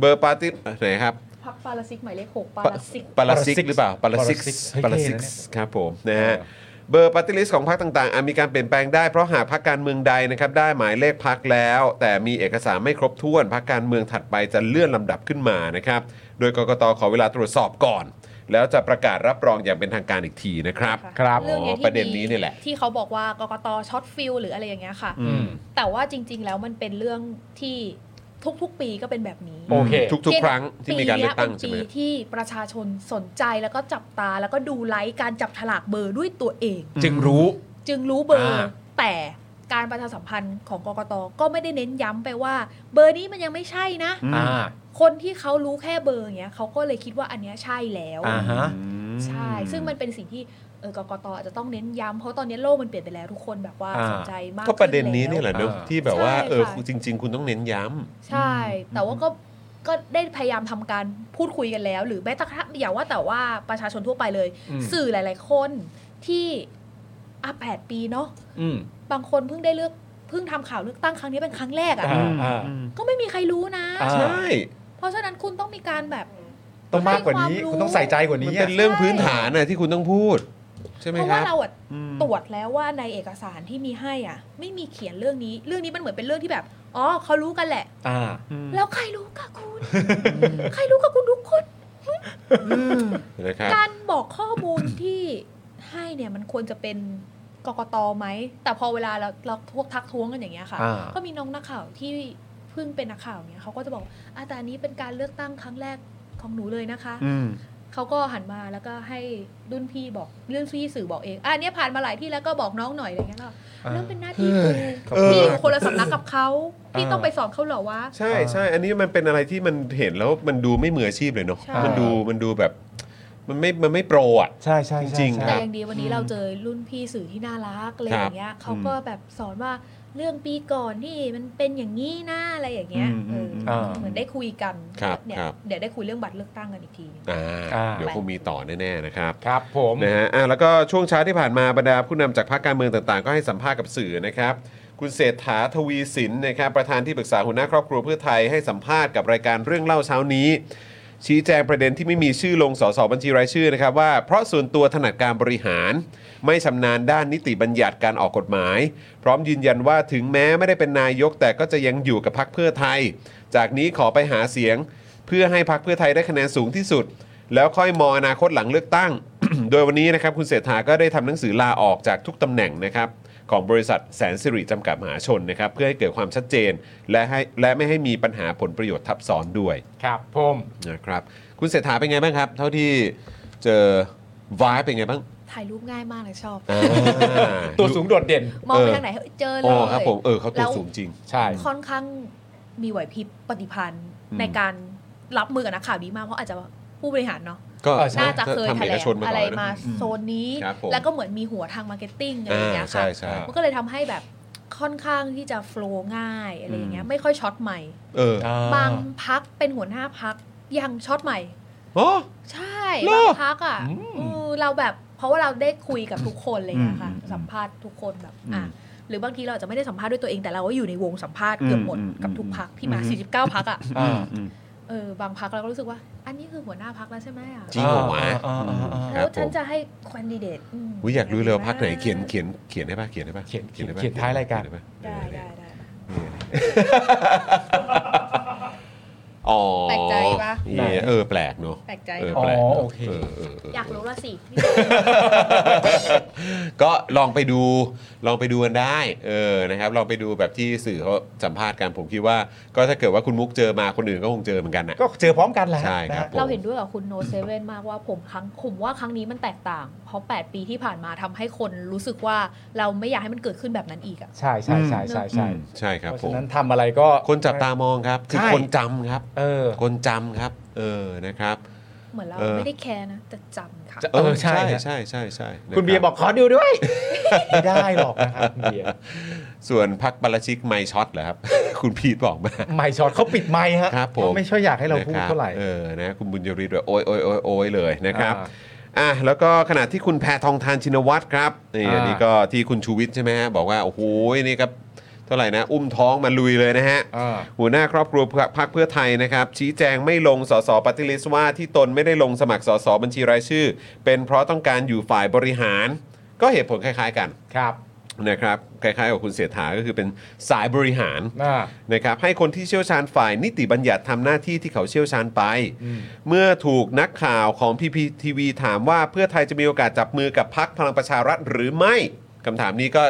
S1: เบอร์ปาร์ตี้ไหนครับ
S4: พักปาราซิกหมายเลข 6 ปาราซิก
S1: ปาราซิกหรือเปล่าปาราซิก
S3: Parasix
S1: ปาราซิก
S3: เฮ้ยเท่นะเนี่ย
S1: ครับผมนะฮะเบอร์ป a r t ต l i ลิสของพรรคต่างๆอาจมีการเปลี่ยนแปลงได้เพราะหากพรรคการเมืองใดนะครับได้หมายเลขพรรคแล้ว แต่มีเอกสารไม่ครบถ้วนพรรคการเมืองถัดไปจะเลื่อนลำดับขึ้นมานะครับโดยกกตขอเวลาตรวจสอบก่อน แล้วจะประกาศรับรองอย่างเป็นทางการอีกทีนะครับ
S4: ค่ะ
S3: ครับ
S4: เรื่องเนี้ย
S1: อ๋อประเด็น
S4: ที่
S1: นี้
S4: มี
S1: นี่แหละ
S4: ที่เขาบอกว่ากกตช็อตฟิลหรืออะไรอย่างเงี้ยค่ะ
S1: อืม
S4: แต่ว่าจริง ๆ แล้วมันเป็นเรื่องที่ทุกๆ ปีก็เป็นแบบนี้
S3: โอเค
S1: ทุกๆ ครั้งที่มีการเลือกตั้ง
S4: ปี
S1: ใช่ไหม
S4: นี้ยเป็นปีที่ประชาชนสนใจแล้วก็จับตาแล้วก็ดูไลค์การจับฉลากเบอร์ด้วยตัวเอง
S3: จึงรู้
S4: จึงรู้เบอร์
S3: อ่า
S4: แต่การประชาสัมพันธ์ของกกตก็ไม่ได้เน้นย้ำไปว่า เบอร์นี้มันยังไม่ใช่นะ
S3: อ่า
S4: คนที่เขารู้แค่เบอร์อย่างเงี้ยเขาก็เลยคิดว่าอันเนี้ยใช่แล้ว
S3: อ่าฮะ
S1: อืม
S4: ใช่ ซึ่งมันเป็นสิ่งที่เออกกตอาจจะต้องเน้นย้ำเพราะตอนนี้โลกมันเปลี่ยนไปแล้วทุกคนแบบว่า
S3: อ่า
S4: สนใจมาก
S1: ก็ประเด็นนี้
S4: ขึ้
S1: เนี่ยแหละเนอะ
S3: อ่า
S1: ที่แบบว่า
S4: ใช่
S1: เออ
S4: ค่ะ
S1: จริง ๆ คุณต้องเน้นย้ำ
S4: ใช่ แต่ว่าก็ก็ได้พยายามทำการพูดคุยกันแล้ว หรือแม้แต่ถ้าอย่าว่าแต่ว่าประชาชนทั่วไปเลย
S3: อืม
S4: สื่อหลาย ๆ คนที่อ่ะแปดปีเนาะ
S3: อืม
S4: บางคนเพิ่งได้เลือกเพิ่งทำข่าวเลือกตั้งครั้งนี้เป็นครั้งแรก
S3: อ่า
S4: อะ่ะ
S3: อ่า
S4: ก็ไม่มีใครรู้นะ
S3: อ่า
S1: ใช่
S4: เพราะฉะนั้นคุณต้องมีการแบบ
S3: ต้องมากกว่านี้
S4: ให้ความรู้
S3: คุณต้องใส่ใจกว่า
S1: มัน
S3: นี้
S1: เป็น
S3: อะ
S1: เรื่องพื้นฐานน่ะที่คุณต้องพูด ใช่ไหม
S4: เพราะ
S1: ครั
S4: ว่า
S1: บ
S4: เราอะตรวจแล้วว่าในเอกสารที่มีให้อ่ะ ไม่มีเขียนเรื่องนี้ เรื่องนี้มันเหมือนเป็นเรื่องที่แบบอ๋อเขารู้กันแหละ
S3: อ่า
S4: แล้วใครรู้กับคุณ ใครรู้กับคุณทุกคน
S1: นะครับ
S4: การบอกข้อมูลที่ให้เนี่ยมันควรจะเป็นกกตไหม แต่พอเวลาเราเราพวกทักท้วงกันอย่างเงี้ยค่ะ
S3: อ่า
S4: ก็มีน้องนักข่าวที่เพิ่งเป็นนักข่าวเงี้ยเขาก็จะบอกอาแต่อันนี้เป็นการเลือกตั้งครั้งแรกของหนูเลยนะคะ เขาก็หันมาแล้วก็ให้รุ่นพี่บอกเรื่องพี่สื่อบอกเองอ่ะเนี่ยผ่านมาหลายที่แล้วก็บอกน้องหน่อยอะไรเงี้ยแล้วเรื่องเป็นหน้าที่ครู
S3: ครับ
S4: พี่อยู่คนละสำนักกับเขาพี่ต้องไปสอนเขาเหรอวะ
S1: ใช่ใช่อันนี้มันเป็นอะไรที่มันเห็นแล้วมันดูไม่มืออาชีพเลยเนาะ
S4: ใช่
S1: มันดูมันดูแบบมันไม่มันไม่โปรอ่ะ
S3: ใช่ใช่
S1: จริงค
S4: แต่
S1: รับ
S4: ยังดีวันนี้เราเจอรุ่นพี่สื่อที่น่ารักอะไรอย่างเงี้ยเขาก็แบบสอนว่าเรื่องปีก่อนนี่มันเป็นอย่างนี้นะอะไรอย่างเงี้ย
S1: อืม
S4: เอออา เหมือนได้คุยกัน
S1: ครับ
S4: เนี่ย
S1: ครับ
S4: เดี๋ยวได้คุยเรื่องบัตรเลือกตั้งกันอีกที
S1: อ่า
S3: อ่า
S1: เดี๋ยวคงมีต่อแน่ๆนะครับ
S3: ครับผม
S1: นะฮะอ่ะแล้วก็ช่วงเช้าที่ผ่านมาบรรดาผู้นำจากภาคการเมืองต่างๆ ก็ให้สัมภาษณ์กับสื่อนะครับ คุณเศรษฐาทวีสินนะครับประธานที่ปรึกษาหัวหน้าครอบครัวเพื่อไทยให้สัมภาษณ์กับรายการเรื่องเล่าเช้านี้ ชี้แจงประเด็นที่ไม่มีชื่อลงสสบัญชีรายชื่อนะครับว่าเพราะส่วนตัวถนัดการบริหาร ไม่ชำนาญด้านนิติบัญญัติการออกกฎหมาย พร้อมยืนยันว่าถึงแม้ไม่ได้เป็นนายกแต่ก็จะยังอยู่กับพรรคเพื่อไทย จากนี้ขอไปหาเสียง เพื่อให้พรรคเพื่อไทยได้คะแนนสูงที่สุด แล้วค่อยมองอนาคตหลังเลือกตั้ง โดยวันนี้นะครับคุณเศรษฐาก็ได้ทำหนังสือลาออกจากทุกตำแหน่งนะครับของบริษัทแสนสิริจำกัดมหาชนนะครับเพื่อให้เกิดความชัดเจน และให้และไม่ให้มีปัญหาผลประโยชน์ทับซ้อนด้วย
S3: ครับผม
S1: นะครับคุณเศรษฐาเป็นไงบ้างครับ เท่าที่เจอวายเป็นไงบ้าง
S4: ถ่ายรูปง่ายมากเลยชอบ
S1: อ่า
S3: ตัวสูงโดดเด่น
S4: มองไปทางไหนเฮ้ยเจอเล
S1: อ๋อย ครับผมเออเขาตัวสูงจริง
S3: ใช่
S4: ค่อนข้างมีไหวพริบปฏิพันธ์
S1: อืม
S4: ในการรับมือกับนักข่าวดีมากเพราะอาจจะผู้บริหารเนาะ
S1: ก็
S3: เออใช่
S4: น่าจะเคย
S1: ทำ
S4: แถ
S1: เอ
S4: ล
S1: ก
S4: ง
S1: ชนมา
S4: อะ
S1: ก่
S4: ไร
S1: อนนะ
S4: มาโซนนี้
S1: ครับผม
S4: แล้วก็เหมือนมีหัวทางมาร์เก็ตติ้งอะไรอ
S1: อ่า
S4: ย่างเงี้ย
S1: ใช่
S4: ค่ะ
S1: ใช่
S4: มันก็เลยทำให้แบบค่อนข้างที่จะโฟลว์ง่ายอะไรอย่างเงี้ยไม่ค่อยช็อตใหม่
S1: เออบ
S4: างพักเป็นหัวหน้าพักยังช็อตใหม่
S1: อ๋อ
S4: ใช่
S1: เหรอบ
S4: างพักอ่ะ
S3: อืม
S4: เออเราแบบเพราะว่าเราได้คุยกับทุกคนอะไรอย่างเลยนะคะ
S1: อืมอืม
S4: สัมภาษณ์ทุกคนแบบ
S1: อืม
S4: อ่ะหรือบางทีเราอาจจะไม่ได้สัมภาษณ์ด้วยตัวเองแต่เราก็อยู่ในวงสัมภาษณ์เกือบหมด
S1: อืมอืม
S4: กับทุกพักที่มา
S1: อืม
S4: สี่สิบเก้าพักอ่ะ
S3: อ่า
S1: อืม
S4: เออบางพักเราก็รู้สึกว่า อันนี้คือหัวหน้าพักแล้วใช่ไหมอ่ะ
S1: จริงเหรอวะ
S3: อ่าอ่าอ่า
S1: ค
S3: อ่า
S1: รั
S4: แล้
S1: บผ
S4: วฉัน
S1: ม
S4: จะให้ค a นดิเดต
S1: อุ้ยอยากรู้เลยว่าพักไหนเขียนเขียนเขียนได้ปะเขียนได้ปะ
S3: เขียน
S1: ได้ปะ
S3: เขียนท้ายรายการ
S1: เขีนได้ปะ
S4: ได้ได้ได้
S1: อ๋อ
S4: แปลกใจปะ
S1: เนี่ยเออแปลกเนอะ
S4: แปลกใจ
S1: เออ
S4: เนอะ
S3: อ๋อ
S1: แปลกนะ
S3: โอเค
S1: เออเออเออ
S4: อยากรู้ละ สิ
S1: ก็ลองไปดูลองไปดูกันได้เออนะครับลองไปดูแบบที่สื่อเขาสัมภาษณ์กันผมคิดว่า ก็ถ้าเกิดว่าคุณมุกเจอมาคนอื่นก็คงเจอเหมือนกันนะ
S3: ก็เจอพร้อมกันแหละ
S1: ใช่ครับ
S3: นะฮะ
S4: เราเห็นด้วยกับคุณโนเซเว่นมากว่าผมครั้งผมว่าครั้งนี้มันแตกต่าง เพราะ 8 ปีที่ผ่านมาทำให้คนรู้สึกว่าเราไม่อยากให้มันเกิดขึ้นแบบนั้นอีกอะ
S3: ใช่ใช่ใช่ใช่ใช่
S1: อืมใช่ครับ
S3: เพราะ
S1: ผม
S3: ฉะนั้นทำอะไรก็
S1: คนจับตามองครับคือ
S3: ใช่
S1: คนจำครับ
S3: เออ
S1: คนจำครับ เออนะครับ
S4: เหมือนเรา
S1: เออ
S4: ไม่ได้แคร์นะแต่จำค่ะ
S3: จะ เออใช่
S1: เออใช่ใช่ใช่นะ
S3: คุณเบียร์
S1: รับ
S3: บอกขอดูด้วย ไม่ได้หรอกนะครับคุณเบียร์
S1: ส่วนพักปาราชิกไม่ช็อตเหรอครับ คุณพีทบอกมา
S3: ไม่ช็อตเขาปิดไม่ฮะ
S1: ครับผม
S3: เขาไม่ช่วยอยากให้เราพูดเท่าไหร่
S1: นะครับเออนะคุณบุญยริศแบบโอ้ยโอ้ยโอ้ยโอ้ยเลยนะครับ
S3: อ่า
S1: อ่ะแล้วก็ขณะที่คุณแพทองทานชินวัตรครับนี่
S3: อ่า
S1: อันนี้ก็ที่คุณชูวิทย์ใช่ไหมฮะบอกว่า โอ้โหนี่ครับเท่าไหร่นะ อุ้มท้องมาลุยเลยนะฮะ
S3: อ่า
S1: หัวหน้าครอบครัวพรรคเพื่อไทยนะครับ ชี้แจงไม่ลงสสปฏิลิสว่าที่ตนไม่ได้ลงสมัครสสบัญชีรายชื่อ เป็นเพราะต้องการอยู่ฝ่ายบริหาร ก็เหตุผลคล้ายๆกัน
S3: ครับ
S1: นะครับคล้ายๆกับคุณเสถาก็คือเป็นสายบริหาร
S3: อ่า
S1: นะครับให้คนที่เชี่ยวชาญฝ่ายนิติบัญญัติทำหน้าที่ที่เขาเชี่ยวชาญไป เมื่อถูกนักข่าวของพีพีทีวีถามว่าเพื่อไทยจะมีโอกาสจับมือกับพักพลังประชารัฐหรือไม่คำถามนี้ก็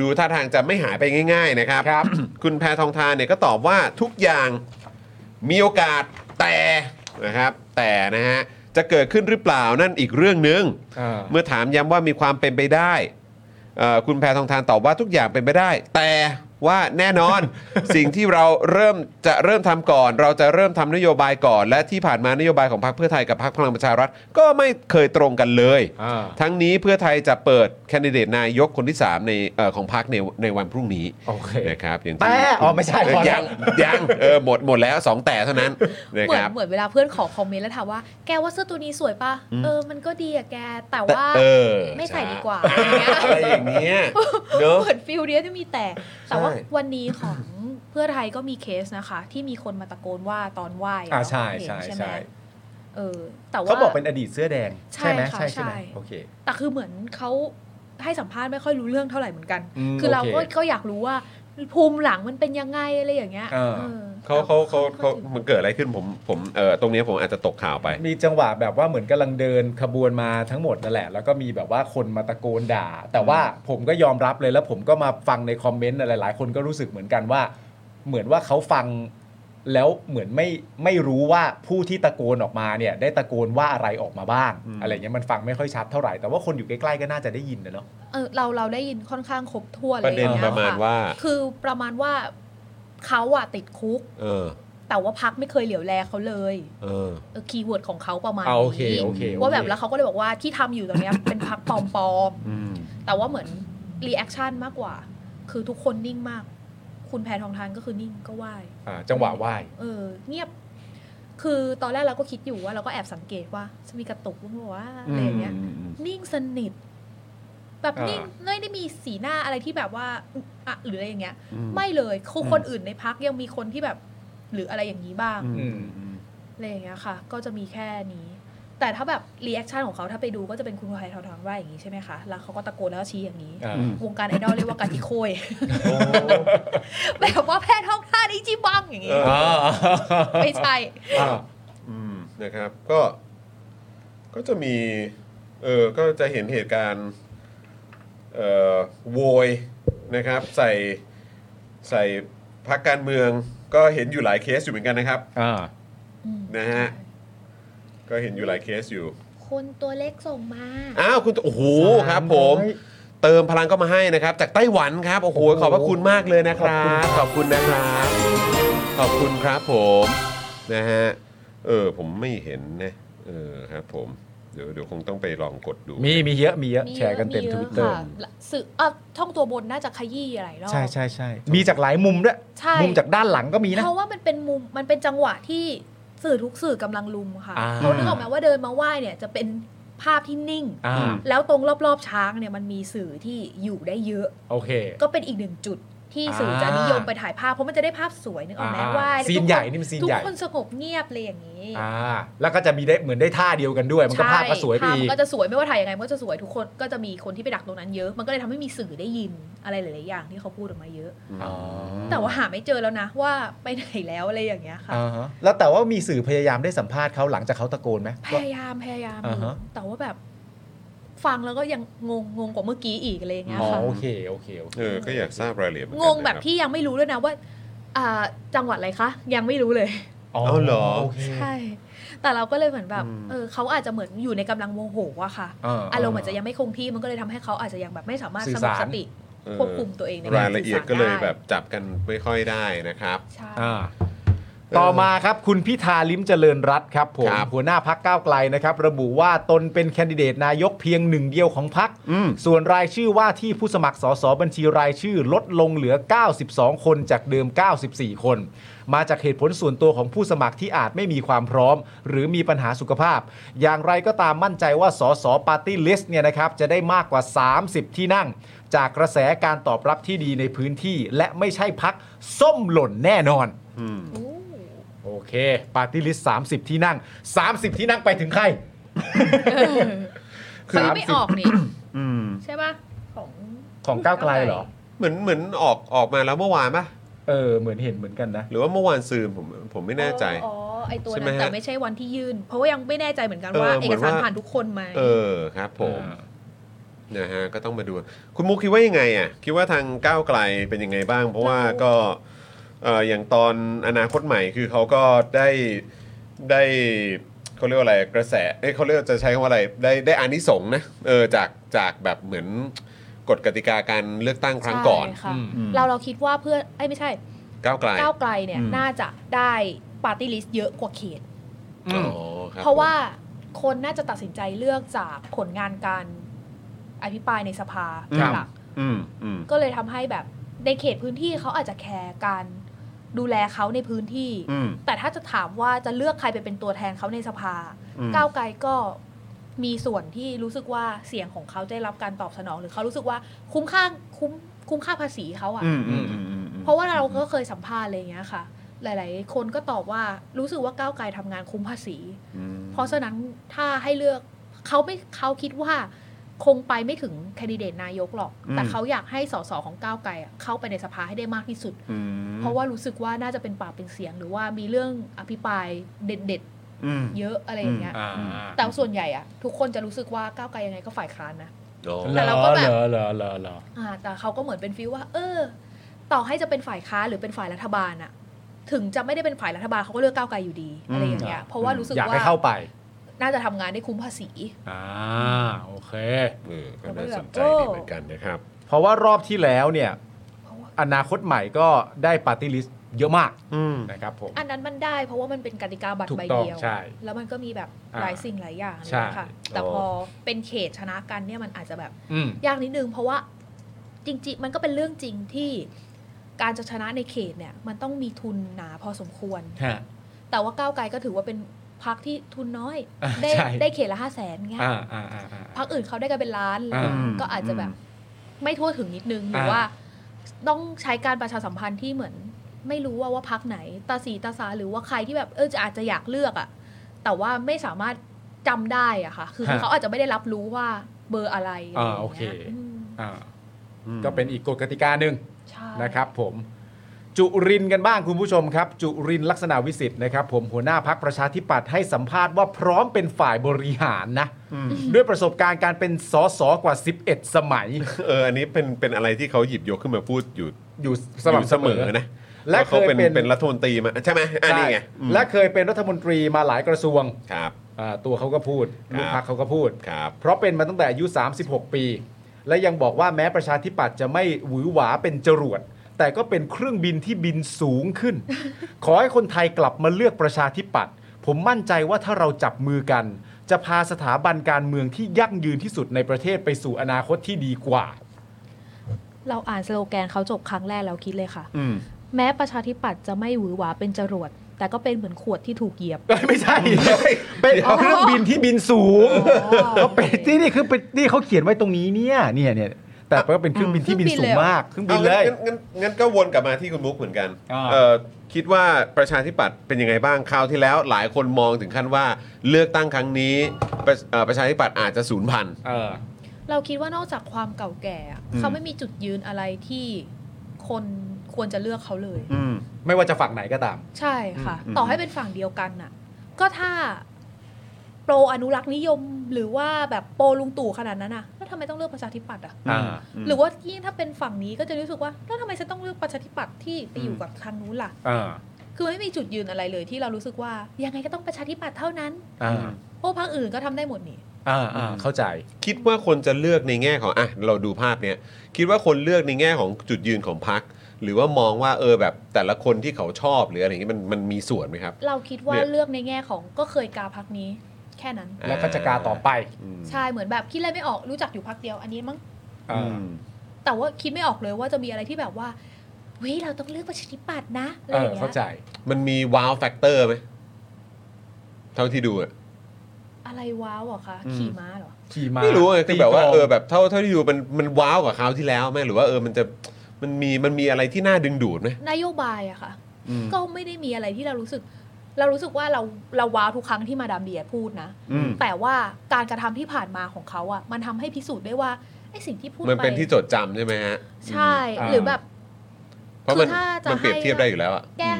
S1: ดูท่าทางจะไม่หายไปง่าย ๆนะครับ
S3: ครับ
S1: คุณแพทองทานเนี่ยก็ตอบว่าทุกอย่างมีโอกาสแต่นะครับแต่นะฮะจะเกิดขึ้นหรือเปล่านั่นอีกเรื่องหนึ่ง
S3: อ่า
S1: เมื่อถามย้ำว่ามีความเป็นไปได้เอ่อคุณแพทองทานตอบว่าทุกอย่างเป็นไปได้ แต่ว่าแน่น อน สิ่งที่เราเริ่มจะเริ่มทำก่อน เราจะเริ่มทำนโยบายก่อน และที่ผ่านมานโยบายของพรรคเพื่อไทยกับพรรคพลังประชารัฐก็ไม่เคยตรงกันเลย
S3: อ่า
S1: ทั้งนี้เพื่อไทยจะเปิดแคนดิเดตนายกคนที่ 3 ในเอ่อของพรรคในในวันพรุ่งนี้
S3: โอเค
S1: นะครับอย่างที่
S3: แต่อ๋อไม่ใช่
S1: เอ
S3: พอ
S1: อ
S3: แล้
S1: ยั
S3: ว
S1: งยังเออหมดหมดแล้วสองแต่เท่านั้นนะค
S4: เหมือน
S1: รับ
S4: เหมือนเวลาเพื่อนขอคอมเมนต์แล้วถามว่าแกว่าเสื้อตัวนี้สวยปะ
S1: อืม
S4: เออมันก็ดีอะแกแต่ว่า
S1: เออ
S4: ไม่ใส่ดีกว่าอะไรเงี้ย
S1: อะไรอย่างเงี้ยเนอะ
S4: เหมือนฟิลเดียจะมีแต่ แต่ว่า
S1: ใช่
S4: วันนี้ของเพื่อไทยก็มีเคสนะคะ ที่มีคนมาตะโกนว่าตอนไหว
S3: อ่าใช่
S4: เห็น
S3: ใช่
S4: ไหม
S3: ใช่
S4: เออ แต่ว่า
S3: เขาบอกเป็นอดีตเสื้อแดง ใช่ไหม
S4: ใช่
S3: ใช่
S4: ค่ะ
S3: ใช่ไหม
S4: ใช่
S3: โอเค
S4: แต่คือเหมือนเขาให้สัมภาษณ์ไม่ค่อยรู้เรื่องเท่าไหร่เหมือนกัน
S3: อืม
S4: คือเราก็
S3: โอเค
S4: ก็อยากรู้ว่าภูมิหลังมันเป็นยังไงอะไรอย่างเงี้ย
S3: เออ
S4: ออ
S1: เขาเขาเขาเขา
S4: ถึง
S1: มันเกิดอะไรขึ้นผมผมเออตรงเนี้ยผมอาจจะตกข่าวไป
S3: มีจังหวะแบบว่าเหมือนกำลังเดินขบวนมาทั้งหมดนั่นแหละ แล้วก็มีแบบว่าคนมาตะโกนด่า แต่ว่าผมก็ยอมรับเลยแล้วผมก็มาฟังในคอมเมนต์หลายๆคนก็รู้สึกเหมือนกันว่า เหมือนว่าเขาฟัง แล้วเหมือนไม่ไม่รู้ว่าผู้ที่ตะโกนออกมาเนี่ย ได้ตะโกนว่าอะไรออกมาบ้าง อะไรเงี้ยมันฟังไม่ค่อยชัดเท่าไหร่แต่ว่าคนอยู่ใกล้ๆก็น่าจะได้ยินนะเนาะ
S4: เออเราเราได้ยินค่อนข้างครบถ้วน
S1: ป
S4: เล
S1: ระ
S4: ย
S1: เด็น
S4: น
S1: ประมาณว่า
S4: คือประมาณว่าเขาอะติดคุก
S1: เออ
S4: แต่ว่าพักไม่เคยเหลียวแลเขาเลย
S1: เออ
S4: คีย์เวิร์ดของเขาประมาณ
S3: อ่าโอเค
S4: นี้
S3: โอเคโอเค
S4: ว่าแบบแล้วเขาก็เลยบอกว่าที่ทำอยู่ตรงเนี้ย เป็นพักปลอม
S1: อืม
S4: ๆแต่ว่าเหมือนรีแอคชั่นมากกว่า คือทุกคนนิ่งมาก คุณแพทองทานก็คือนิ่งก็ไหว
S3: อ่าจังหวะไหว
S4: เออเงียบ คือตอนแรกเราก็คิดอยู่ว่าเราก็แอบสังเกตว่าจะมีกระตุกบ้างหรอว่าอะไรอย่างเงี้ย นิ่งสนิท แบบ
S3: อ่านิ่
S4: นิ่งไม่ได้มีสีหน้าอะไรที่แบบว่าอึะอะหรืออะไรอย่างเงี้ย
S1: อืม
S4: ไม่เลยคือคนอื่นในพักยังมีคนที่แบบ หรืออะไรอย่างนี้บ้าง
S3: อืม
S4: อะไรอย่างเงี้ยค่ะ ก็จะมีแค่นี้ แต่ถ้าแบบรีแอคชั่นของเขาถ้าไปดูก็จะเป็นคุณไทยทองทองว่าอย่างนี้ใช่ไหมคะ แล้วเขาก็ตะโกนแล้วก็ชี้อย่างนี้
S3: อ่า
S4: วงการไอดอลเรียกว่ากาจิโคย แบบว่าแพทย์ท้องท่านิจิบังอย่างงี้
S3: อ่า
S4: ไม่ใช่
S3: อ่า
S1: อืมนะครับก็ก็จะมีเออก็จะเห็นเหตุการณ์เอ่อโวยนะครับใส่ใส่พักการเมืองก็เห็นอยู่หลายเคสอยู่เหมือนกันนะครับ
S3: อ่า
S4: อืม
S1: นะฮะ ก็เห็นอยู่หลายเคสอยู่
S4: คนตัวเล็กส่งมา
S1: อ้าวคุณโอ้โหครับผมเติมพลังก็มาให้นะครับ จากไต้หวันครับโอ้โหขอบพระคุณมากเลยนะครับ ขอบคุณนะครับ ขอบคุณครับผมนะฮะเออผมไม่เห็นนะเออครับผมเดี๋ยวเดี๋ยวคงต้องไปลองกดดู
S3: มีมีเยอะมีเยอะ
S4: มี
S3: แชร์กันเต็ม
S4: ย
S3: ท
S4: อะ
S3: วิตเตอร์
S4: ค่ะและสื่ออ่ะท่องตัวบนน่าจะขยี้อะไรรอบ
S3: ใช่ใช่ใช่มีจากหลายมุมด้วย
S4: ใช่
S3: มุมจากด้านหลังก็มีนะ
S4: เพราะว่ามันเป็นมุมมันเป็นจังหวะที่สื่อทุกสื่อกำลังลุมค่ะ
S3: อ่า
S4: เขานึกออกไหมว่าเดินมาไหว้เนี่ยจะเป็นภาพที่นิ่ง
S3: อ่า
S4: แล้วตรงรอบๆช้างเนี่ยมันมีสื่อที่อยู่ได้เยอะ
S3: โอเค
S4: ก็เป็นอีกหนึ่งจุดที่สื่อจะนิยมไปถ่ายภาพ เพราะมันจะได้ภาพสวยนึกออกไหม
S3: อ่า
S4: ไหว้
S3: ซีนใหญ่นี่มันซีนใหญ่
S4: ทุกคนสงบเงียบเลยอย่างนี้
S3: อ่าแล้วก็จะมีได้เหมือนได้ท่าเดียวกันด้วย มันก็ภาพก็สวยไป
S4: ใช่ภาพ
S3: อีก
S4: มันก็จะสวยไม่ว่าถ่ายยังไงมันก็จะสวยทุกคนก็จะมีคนที่ไปดักตรงนั้นเยอะ มันก็เลยทำให้มีสื่อได้ยินอะไรหลายๆอย่างที่เขาพูดออกมาเยอะ
S3: อ๋อ
S4: แต่ว่าหาไม่เจอแล้วนะว่าไปไหนแล้วอะไรอย่างเงี้ยค่ะ
S3: อ่าฮะแล้วแต่ว่ามีสื่อพยายามได้สัมภาษณ์เขาหลังจากเขาตะโกนไหม
S4: พ
S3: ว่า
S4: ยายามพยายาม
S3: อ่าฮะ
S4: อยู่แต่ว่าแบบ ฟังแล้วก็ยังงงงงกว่าเมื่อกี้อีกอะไรอย่างเงี้ย
S3: อ๋อ
S4: ค่ะ
S3: โอเคโอเคโอเค
S1: เออ ก็อยากทราบรายละเอียดเหมือนกั
S4: ง
S1: น
S4: งแบบ
S1: นะครับ
S4: ที่ยังไม่รู้ด้วยนะว่าอ่าจังหวัดอะไรคะยังไม่รู้เลย
S3: อ๋อ
S1: เอาเหรอ
S3: โอเค
S4: ใช่ แต่เราก็เลยเหมือนแบบเออเขาอาจจะเหมือนอยู่ในกำลังโมโหอะค่ะ
S3: อ่า
S4: อารมณ์อาจจะยังไม่คงที่มันก็เลยทำให้เขาอาจจะยังแบบไม่สามารถ
S3: สื่
S4: ส
S3: อง
S4: บ
S3: สาร
S4: สติ
S1: เออ
S4: ควบคุมตัวเองในก
S1: รายละเอียดก็เลย
S4: สื่สารไ
S1: แบบจับกันไม่ค่อยได้นะครับ
S4: ใช่
S3: อ่าต่อมาครับคุณพิธาลิ้มเจริญรัตน์ครับผม
S1: ครับ
S3: หัวหน้าพักก้าวไกลนะครับ ระบุว่าตนเป็นแคนดิเดตนายกเพียงหนึ่งเดียวของพัก
S1: อืม
S3: ส่วนรายชื่อว่าที่ผู้สมัครสสบัญชีรายชื่อลดลงเหลือ 92 คนจากเดิม 94 คน มาจากเหตุผลส่วนตัวของผู้สมัครที่อาจไม่มีความพร้อม หรือมีปัญหาสุขภาพ อย่างไรก็ตามมั่นใจว่าสสปาร์ตี้ลิสต์เนี่ยนะครับจะได้มากกว่า 30 ที่นั่ง จากกระแสการตอบรับที่ดีในพื้นที่ และไม่ใช่พักส้มหล่นแน่นอน โอเค ปาร์ตี้ลิสต์30 ที่นั่ง 30 ที่นั่งไปถึ งใคร
S4: คือไม่ออกนี่
S1: อืม
S4: ใช่ปะของ
S3: ของก้าวไกลเหรอ
S1: เหมือนเหมือนออกออกมาแล้วเมื่อวานปะ
S3: เออ เหมือนเห็นเหมือนกันนะ
S1: หรือว่าเมื่อวานซืนผมผมไม่แน่ใจ
S4: อ๋ออ๋อไอตัว
S1: ใช่ไหม
S4: นั้น
S1: ฮะ
S4: แต่ไม่ใช่วันที่ยื่น เพราะว่ายังไม่แน่ใจเหมือนกัน
S1: เออ
S4: ว่า
S1: เหมื
S4: เอ
S1: อน
S4: กสาร
S1: ว่า
S4: ผ่านทุกคนไหม
S1: เออครับผมนะฮะก็ต้องมาดู คุณมุกคิดว่ายังไงอ่ะคิดว่าทางก้าวไกลเป็นยังไงบ้าง เพราะว่าก็เอ่ออย่างตอนอนาคตใหม่คือเขาก็ได้ได้เขาเรียกว่าอะไรกระแสเอ้ยเขาเรียกจะใช้คำว่าอะไรได้ได้อานิสงส์นะเออจากจากแบบเหมือนกฎกติกาการเลือกตั้งครั้งก่อน
S4: ใช่ค่ะ
S3: อืม
S4: เราเราคิดว่าเพื่อไอ้ยไม่ใช่
S1: ก้าวไกล
S4: ก้าวไกลเนี่ย
S1: อืม
S4: น่าจะได้ปาร์ตี้ลิสต์เยอะกว่าเขต
S1: อ๋อคบ
S4: เพราะว่าคนน่าจะตัดสินใจเลือกจากผลงานการอภิปรายในสภาเป็นหลัก
S1: อืมอืม
S4: ก็เลยทำให้แบบในเขตพื้นที่เขาอาจจะแคร์การดูแลเขาในพื้นที่
S1: อืม
S4: แต่ถ้าจะถามว่าจะเลือกใครไปเป็นตัวแทนเขาในสภา
S1: อืม
S4: ก้าวไกลก็มีส่วนที่รู้สึกว่าเสียงของเขาได้รับการตอบสนอง หรือเขารู้สึกว่าคุ้มค่าคุ้มคุ้มค่าภาษีเขาอะ
S1: อืมอืมอืมอืมอืม
S4: เพราะว่าเราก็เคยสัมภาษณ์อะไรอย่างเงี้ยค่ะ หลายๆ คนก็ตอบว่ารู้สึกว่าก้าวไกลทำงานคุ้มภาษี
S1: อืม
S4: เพราะฉะนั้นถ้าให้เลือกเขาไม่เขาคิดว่าคงไปไม่ถึงแคนดิเดตนายกหรอก แต่เขาอยากให้สสของก้าวไกลอะเข้าไปในสภาให้ได้มากที่สุด
S1: อืม
S4: เพราะว่ารู้สึกว่าน่าจะเป็นปากเป็นเสียง หรือว่ามีเรื่องอภิปรายเด็ด
S1: อืม
S4: ๆ เยอะอะไรอย่างเงี้ย
S3: อ่า
S4: แต่ส่วนใหญ่อะทุกคนจะรู้สึกว่าก้าวไกลยังไงก็ฝ่ายค้านนะ
S1: อ๋อ
S4: แต่เราก็แบบ
S3: เหรอเหรอเหรอเหรอ
S4: อ่าแต่เขาก็เหมือนเป็นฟีลว่า เออ ต่อให้จะเป็นฝ่ายค้านหรือเป็นฝ่ายรัฐบาลอะ ถึงจะไม่ได้เป็นฝ่ายรัฐบาลเขาก็เลือกก้าวไกลอยู่ดีอะไรอย่างเงี้ยเพราะว่ารู้สึก
S3: อยาก
S4: ว่า
S3: ให้เข้าไป
S4: น่าจะทำงานได้คุ้มภาษี
S3: อ่าโอเค
S1: เออก็น่าสนใจดีเหมือนกันนะครับ
S3: เพราะว่ารอบที่แล้วเนี่ย อนาคตใหม่ก็ได้ปาร์ตี้ลิสต์เยอะมาก
S1: อืม
S3: นะครับผม
S4: อันนั้นมันได้เพราะว่ามันเป็นกติกาบัตร
S3: ถูก
S4: ใบ
S3: ต้อง
S4: เดียว
S3: ใช่
S4: แล้วมันก็มีแบบ
S3: อ่า
S4: หลายสิ่งหลายอย่างอะไร
S3: ใช่
S4: อย่างเลยค่ะ แต่
S1: อ๋อ
S4: พอเป็นเขตชนะกันเนี่ยมันอาจจะแบบ
S3: อืม
S4: ยากนิดนึง เพราะว่าจริงๆ มันก็เป็นเรื่องจริงที่การจะชนะในเขตเนี่ยมันต้องมีทุนหนาพอสมควร
S3: ฮะ
S4: แต่ว่าก้าวไกลก็ถือว่าเป็นพักที่ทุนน้อย
S3: อ่า
S4: ได้
S3: ใช่
S4: ได้เขตละห้าแสนเงี้ย
S3: อ่าอ่าอ่าอ่า
S4: พักอื่นเขาได้กันเป็นล้าน
S3: อ่า
S4: ก็อาจจะแบบไม่ทั่วถึงนิดนึงห
S3: อ่า
S4: รือว่า ต้องใช้การประชาสัมพันธ์ที่เหมือน ไม่รู้ว่าว่าพักไหน ตาสีตาสาหรือว่าใครที่แบบเออจะอาจจะอยากเลือกอะแต่ว่าไม่สามารถจำได้อะค่ะ คือเขาอาจจะไม่ได้รับรู้ว่าเบอร์อะไระ
S3: อ่า
S4: ไรย่งงี้ย
S3: โอเค
S4: ม
S3: อ่าก็เป็นอีกกฎกติกาหนึ่ง
S4: ใช่
S3: นะครับผมจุรินทร์กันบ้างคุณผู้ชมครับ จุรินทร์ลักษณะวิสิทธ์นะครับ ผมหัวหน้าพักประชาธิปัตย์ให้สัมภาษณ์ว่าพร้อมเป็นฝ่ายบริหารนะ ด้วยประสบการณ์การเป็นสสกว่า 11 สมัย
S1: เอออันนี้เป็นเป็นอะไรที่เขาหยิบยกขึ้นมาพูดอยู่
S3: อยู่สม่ำเสมอ
S1: ยู่นะ
S3: และ
S1: ว่าเขาเป็น
S3: เคยเป็น
S1: เป็นรัฐมนตรีมาใช่ไหมอันนี้ไงอืม
S3: และเคยเป็นรัฐมนตรีมาหลายกระทรวง
S1: ครับ
S3: อ่าตัวเขาก็พูดลูก
S1: ครับ
S3: พักเขาก็พูด
S1: ครับ
S3: เพราะเป็นมาตั้งแต่อายุ 36 ปี และยังบอกว่าแม้ประชาธิปัตย์จะไม่หวือหวาเป็นจรวด แต่ก็เป็นเครื่องบินที่บินสูง ขึ้น ขอให้คนไทยกลับมาเลือกประชาธิปัตย์ผมมั่นใจว่าถ้าเราจับมือกัน จะพาสถาบันการเมืองที่ยั่งยืนที่สุดในประเทศไปสู่อนาคตที่ดีกว่า
S4: เราอ่านสโลแกนเขาจบครั้งแรกเราคิดเลยค่ะ
S1: อืม
S4: แม้ประชาธิปัตย์จะไม่หวือหวาเป็นจรวด แต่ก็เป็นเหมือนขวดที่ถูกเหยียบ
S3: เอ้ยไม่ใช่ เป็นเครื่องบินที่บินสูงเขาเป็นที่นี่คือเป็นนี่เขาเขียนไว้ตรงนี้เนี่ยเนี่ยเนี่ยแต่ก็เป็นเครื่องบินที่บินสูงมากเครื่องบินเลย
S1: อางั้นงั้นงั้นงั้นก็วนกลับมาที่คุณมุกเหมือนกัน
S3: อ่า
S1: เอ่อคิดว่าประชาธิปัตย์เป็นยังไงบ้างคราวที่แล้ว หลายคนมองถึงขั้นว่าเลือกตั้งครั้งนี้ประเอ่อประชาธิปัตย์อาจจะสูญพันธุ์
S3: เออ
S4: เราคิดว่านอกจากความเก่าแก่อะ
S1: อืม
S4: เขาไม่มีจุดยืนอะไรที่คนควรจะเลือกเขาเลย
S1: อืม
S3: ไม่ว่าจะฝั่งไหนก็ตาม
S4: ใช่ค่ะ
S1: อืม
S4: ต่อให้เป็นฝั่งเดียวกันน่ะ ก็ถ้าโปรอนุรักษ์นิยมหรือว่าแบบโปรลุงตู่ขนาดนั้นน่ะแล้วทำไมต้องเลือกประชาธิปัตย์อ่ะ
S3: อ่า
S1: ม
S4: หรือว่ายิ่งถ้าเป็นฝั่งนี้ก็จะรู้สึกว่าแล้วทำไมฉันต้องเลือกประชาธิปัตย์ที่ไปอยู่กับทางนู้นล่ะ
S3: เออ
S4: คือไม่มีจุดยืนอะไรเลย ที่เรารู้สึกว่ายังไงก็ต้องประชาธิปัตย์เท่านั้น
S3: อ่า
S4: โอ้พรรคอื่นก็ทำได้หมดนี่
S3: อ่าอ่าเข้าใจ
S1: คิดว่าคนจะเลือกในแง่ของอ่ะเราดูภาพเนี้ยคิดว่าคนเลือกในแง่ของจุดยืนของพรรคหรือว่ามองว่าเออแบบแต่ละคนที่เขาชอบหรืออะไรอย่างงี้มันมันมีส่วนไหมครับ
S4: เราคิดว่า
S1: เนี่ย
S4: เลือกในแง่ของก็เคยกาพักนี้ แค่นั้น
S3: แล้วก็จะกาต่อไป
S1: อืม
S4: ใช่เหมือนแบบคิดอะไรไม่ออกรู้จักอยู่พักเดียวอันนี้มั้ง
S3: เอ
S1: อื
S3: อ
S1: ม
S4: แต่ว่าคิดไม่ออกเลยว่าจะมีอะไรที่แบบว่าเฮ้ยเราต้องเลือกประชาธิปัตย์นะอะไร
S3: เอ
S4: อ
S3: อย่าง
S4: เงี้
S3: เข้าย ใจ
S1: มันมีว้าวแฟกเตอร์ไหมเท่าที่ดูอะ
S4: อะไรว้าวอะคะ
S1: อืม
S4: ขี่ม้าเหรอ
S3: ขี่มา
S1: ไม่รู้ไงคือแบบว่า
S3: ตีกลง
S1: เออแบบเท่าเท่าที่ดูมันมันว้าวกว่าคราวที่แล้วไหมหรือว่าเออมันจะมันมีมันมีอะไรที่น่าดึงดูดไหม
S4: นโยบายอะค่ะ
S1: อืม
S4: ก็ไม่ได้มีอะไรที่เรารู้สึก เรารู้สึกว่าเราเราว้าวทุกครั้งที่มาดามเดียพูดนะ
S1: อืม
S4: แต่ว่าการกระทำที่ผ่านมาของเขาอะมันทำให้พิสูจน์ได้ว่าไอ้สิ่งที่พูด
S1: มัน
S4: ไป
S1: เป็นที่จดจำใช่ไหมฮะ
S4: ใช่
S3: อ่า
S4: หรือแบบ
S1: เพราะมัน
S4: คือถ้าจะ
S1: มันเปรียบเทียบ
S4: ให้
S1: ได้อยู่แล้วอ่ะ
S4: แกล้ง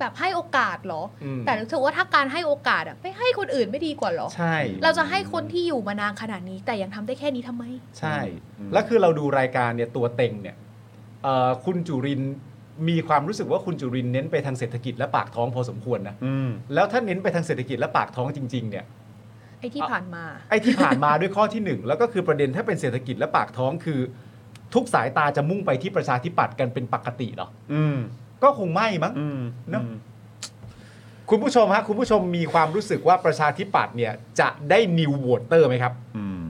S4: แบบให้โอกาสเหรอ
S3: อืม
S4: แต่รู้สึกว่าถ้าการให้โอกาสอะไปให้คนอื่นไม่ดีกว่าเหรอ
S3: ใช่
S4: เราจะให้คนที่อยู่มานานขนาดนี้ แต่ยังทำได้แค่นี้ทำไม
S3: ใช่ แล้วคือเราดูรายการเนี่ยตัวเต็งเนี่ยเอ่อคุณจุรินทร์มีความรู้สึกว่าคุณจุรินทร์เน้นไปทางเศรษฐกิจและปากท้องพอสมควรนะ
S1: อืม
S3: แล้วถ้าเน้นไปทางเศรษฐกิจและปากท้องจริง ๆ เนี่ย
S4: ไอ้ที่ผ่านมา
S3: ไอ้ที่ผ่านมาด้วยข้อที่หนึ่งแล้วก็คือประเด็นถ้าเป็นเศรษฐกิจและปากท้องคือ ทุกสายตาจะมุ่งไปที่ประชาธิปัตย์กันเป็นปกติเหรอ
S1: อืม
S3: ก็คงไม่มั้ง
S1: อืม
S3: เนอะ คุณผู้ชมฮะคุณผู้ชมมีความรู้สึกว่าประชาธิปัตย์เนี่ยจะได้นิวโหวตเตอร์ไหมครับ
S1: อืม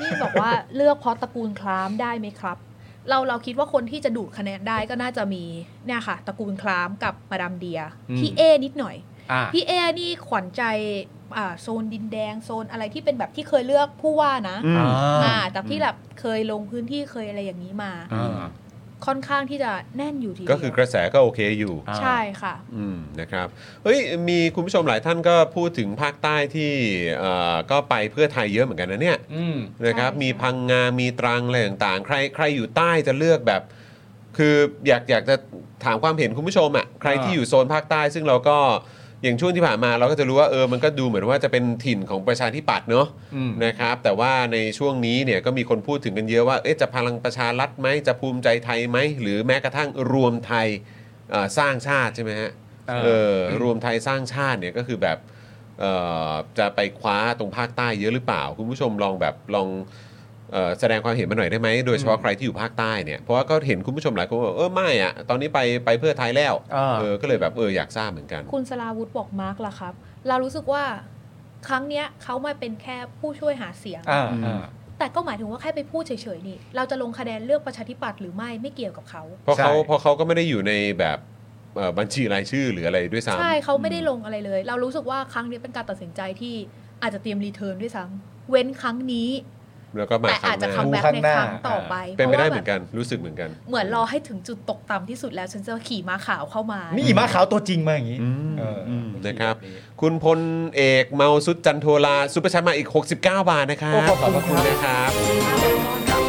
S4: นี่บอกว่าเลือกเพราะตระกูลคลามได้ไหมครับ เราเราคิดว่าคนที่จะดูดคะแนนได้ก็น่าจะมีเนี่ยค่ะ ตระกูลคลามกับมาดามเดีย
S3: อืม
S4: พี่เอนิดหน่อย
S3: อ่า
S4: พี่เอนี่ขวัญใจอ่าโซนดินแดงโซนอะไรที่เป็นแบบที่เคยเลือกผู้ว่านะ
S1: อืม
S4: อ่าแต่ที่แบบเคยลงพื้นที่เคยอะไรอย่างนี้มา ค่อนข้างที่จะแน่นอยู่ทีเดียว
S1: ก็คือกระแสก็โอเคอยู่
S4: ใช่ค่ะ
S1: อืมนะครับเฮ้ยมีคุณผู้ชมหลายท่านก็พูดถึงภาคใต้ที่เอ่อก็ไปเพื่อไทยเยอะเหมือนกันนะเนี่ย
S3: อืม
S1: นะครับ
S4: ใช่
S1: มี
S4: ค่ะ
S1: พังงา มีตรังอะไรต่างๆ ใครใครอยู่ใต้จะเลือกแบบ คืออยากอยากจะถามความเห็นคุณผู้ชมอ่ะใคร
S3: อ่า
S1: ที่อยู่โซนภาคใต้ ซึ่งเราก็อย่างช่วงที่ผ่านมาเราก็จะรู้ว่าเออมันก็ดูเหมือนว่าจะเป็นถิ่นของประชาธิปัตย์เนาะ
S3: อืม
S1: นะครับแต่ว่าในช่วงนี้เนี่ยก็มีคนพูดถึงกันเยอะว่าเอ๊ะจะพลังประชารัฐไหมจะภูมิใจไทยไหม หรือแม้กระทั่งรวมไทยเอ่อสร้างชาติใช่ไหมฮะ
S3: เออ
S1: เออรวมไทยสร้างชาติเนี่ยก็คือแบบเอ่อจะไปคว้าตรงภาคใต้เยอะหรือเปล่า คุณผู้ชมลองแบบลองเอ่อแสดงความเห็นมาหน่อยได้ไหมโดยเฉพาะใครที่อยู่ภาคใต้เนี่ยเพราะว่าก็เห็นคุณผู้ชมหลายคนบอกเออไม่อะตอนนี้ไปไปเพื่อไทยแล้ว
S3: อ่า
S1: เออก็เลยแบบเอออยากทราบเหมือนกัน
S4: คุณสลาวุธบอกมาร์กล่ะครับ เรารู้สึกว่าครั้งเนี้ยเขามาเป็นแค่ผู้ช่วยหาเสียง
S3: อ่าอ่า
S4: แต่ก็หมายถึงว่าแค่ไปพูดเฉยๆนี่ เราจะลงคะแนนเลือกประชาธิปัตย์หรือไม่ไม่เกี่ยวกับเขา
S1: เพราะเขา
S3: ใช่
S1: เพราะเขาก็ไม่ได้อยู่ในแบบเอ่อบัญชีรายชื่อหรืออะไรด้วยซ้ำ
S4: ใช่เขาไม่ได้ลงอะไรเลย เรารู้สึกว่าครั้งนี้เป็นการตัดสินใจที่อาจจะเตรียมรีเทิร์นด้วยซ้ำเว้นครั้งนี้
S1: แล้วก็มา
S4: แต่
S1: ครั้
S4: อาจ
S1: งห
S4: จะ
S1: น้า
S4: คัมแบ็ก
S3: ดูข้า
S4: ใน
S3: งหน้า
S4: ครั้งต่อไป
S1: เป็นไปได้
S4: พ
S1: เห
S4: ราะว่า
S1: มือนกันรู้สึกเหมือนกัน
S4: แบบเหมือนรอให้ถึงจุดตกต่ำที่สุดแล้วฉันจะขี่ม้าขาวเข้ามา
S3: นี่
S4: นี่
S3: ม้าขาวตัวจริงมาอย่างนี้
S1: อืม
S3: เอออ
S1: มนะครับ คุณพลเอกเมาสุดจันโทลาซุปเปอร์แชทมาอีก 69 บาทนะครับ
S3: โอ้ขอบคุณ
S1: พระ
S3: ครับ
S1: นะครับ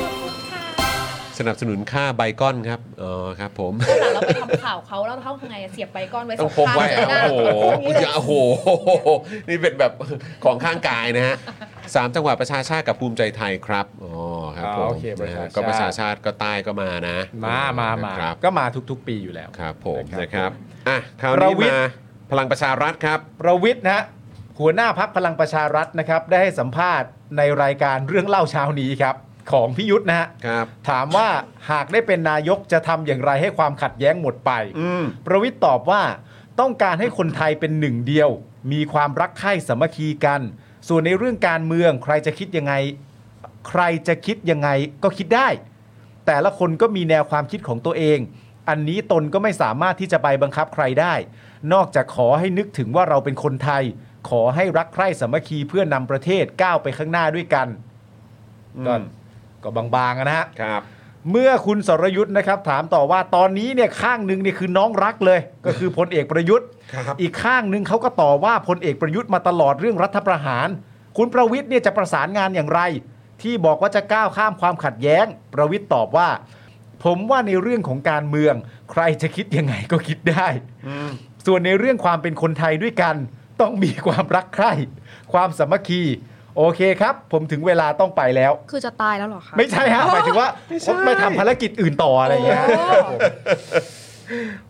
S1: สนับสนุนค่าไบคอนครับอ๋อครับผม
S4: เราไปทำข่าวเขาแล้วเราท่องยังไงอะเสียบใบก้อนไว้ส
S1: ต้
S4: อ
S1: อง งพก
S4: ข้าง
S1: ไว้
S4: เลยหน้า
S1: โอ้โห
S4: โค้งนี้เลย
S1: อย่าโอ้โห นี่เป็นแบบของข้างกายนะฮะสามจังหวัดประชาชาติกับภูมิใจไทยครับอ๋อครับผม
S3: อ่าโอเคประชาชาติ
S1: นะฮะก็ประชาชาติก็ใต้ก็มานะ
S3: มามามา
S1: ครับ
S3: ก็มาทุก ๆ ปีอยู่แล้ว
S1: ครับผม
S3: นะ
S1: นะ
S3: ค
S1: ค
S3: รั
S1: รั
S3: บบ
S1: อ่ะ คราวนี้
S3: ประวิตร
S1: มาพลังประชารัฐครับ
S3: ประวิทย์นะฮะหัวหน้าพักพลังประชารัฐนะครับ ได้ให้สัมภาษณ์ในรายการเรื่องเล่าเช้านี้ครับ ของพิยุทธ์นะฮะ
S1: ครับ
S3: ถามว่าหากได้เป็นนายกจะทำอย่างไรให้ความขัดแย้งหมดไป
S1: อืม
S3: ประวิทย์ตอบว่าต้องการให้คนไทยเป็นหนึ่งเดียว มีความรักใคร่สามัคคีกัน ส่วนในเรื่องการเมืองใครจะคิดยังไง ใครจะคิดยังไงก็คิดได้ แต่ละคนก็มีแนวความคิดของตัวเอง อันนี้ตนก็ไม่สามารถที่จะไปบังคับใครได้ นอกจากขอให้นึกถึงว่าเราเป็นคนไทย ขอให้รักใคร่สามัคคีเพื่อนำประเทศก้าวไปข้างหน้าด้วยกันก็ก็บางๆอะนะฮะ
S1: ครับ
S3: เมื่อคุณสรยุทธ์นะครับถามต่อว่าตอนนี้เนี่ยข้างหนึ่งเนี่ยคือน้องรักเลย ก็คือพลเอกประยุทธ์
S1: ครับ
S3: อีกข้างหนึ่งเขาก็ต่อว่าพลเอกประยุทธ์มาตลอดเรื่องรัฐประหาร คุณประวิทย์เนี่ยจะประสานงานอย่างไร ที่บอกว่าจะก้าวข้ามความขัดแย้ง ประวิทย์ตอบว่า ผมว่าในเรื่องของการเมือง ใครจะคิดยังไงก็คิดได้ ส่วนในเรื่องความเป็นคนไทยด้วยกัน ต้องมีความรักใคร่ความสามัคคี โอเคครับ ผมถึงเวลาต้องไปแล้ว
S4: คือจะตายแล้วเหรอคะ
S3: ไม่ใช่ฮะหมายถึงว่าไปทำภารกิจอื่นต่ออะไรอย่างเงี้ย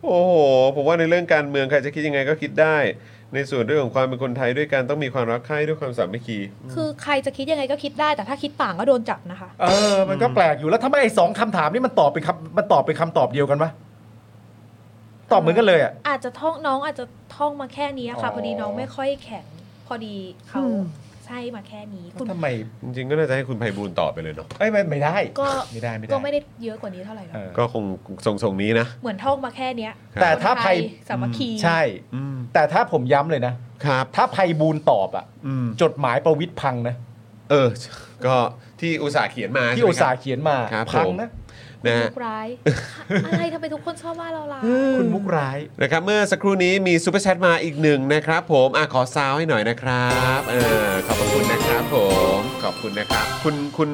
S4: โอ้
S1: โอ้โห ผมว่าในเรื่องการเมืองใครจะคิดยังไงก็คิดได้ ในส่วนเรื่องของความเป็นคนไทยด้วยกันต้องมีความรักใคร่ด้วยความสามัคคี
S4: คือใครจะคิดยังไงก็คิดได้ แต่ถ้าคิดต่างก็โดนจับนะคะ
S3: เออ มันก็แปลกอยู่แล้วทำไมไอ้สองคำถามนี่มันตอบเป็นคำมันตอบเป็นคำตอบเดียวกันปะตอบเหมือนกันเลยอ่ะ
S4: อาจจะท่องน้องอาจจะท่องมาแค่นี้ค่ะ
S3: อ๋อ
S4: พอดีน้องไม่ค่อยแข็ง พอดีเขาใช่มาแค่นี้คุณ
S3: ทำไม
S1: จริงๆ ก็น่าจะให้คุณไพบูลย์ตอบไปเลยเนาะ
S3: เอ้ยไม่ไม่ได้
S4: ก็
S3: ไม่ได้ไม่ได้
S4: ก็ไม่ได้เยอะกว่านี้เท่าไหร่หร
S3: เอ
S4: อก
S3: อ
S1: ก็คงทรงๆนี้นะ
S4: เหมือนท่องมาแค่เนี้ย
S3: แต่ถ้า
S4: คน
S3: ไพ
S4: ยสามัคคี
S3: ใช่
S1: อืม
S3: แต่ถ้าผมย้ำเลยนะ
S1: ครับ
S3: ถ้าไพบูลย์ตอบอ่ะ
S1: อืม
S3: จดหมายประวิทย์พังนะ
S1: เอ อ ก็ที่อุตสาห์เขียนมา
S3: ที่
S1: ใช่ไหม
S3: อุตสา
S1: คบ
S3: ห์เขียนมา
S1: ครับ
S3: พัง
S1: ผม
S3: นะ
S1: นะฮะ
S4: ทุกร้าย อะไรทำไมทุกคนชอบว่าเราล่ะ
S3: คุณมุกร้าย
S1: นะครับเมื่อสักครู่นี้มีซูเปอร์แชทมาอีกหนึ่งนะครับผมอะขอซาวให้หน่อยนะครับเออขอบพระคุณนะครับผมขอบคุณนะครับ คุณคุณ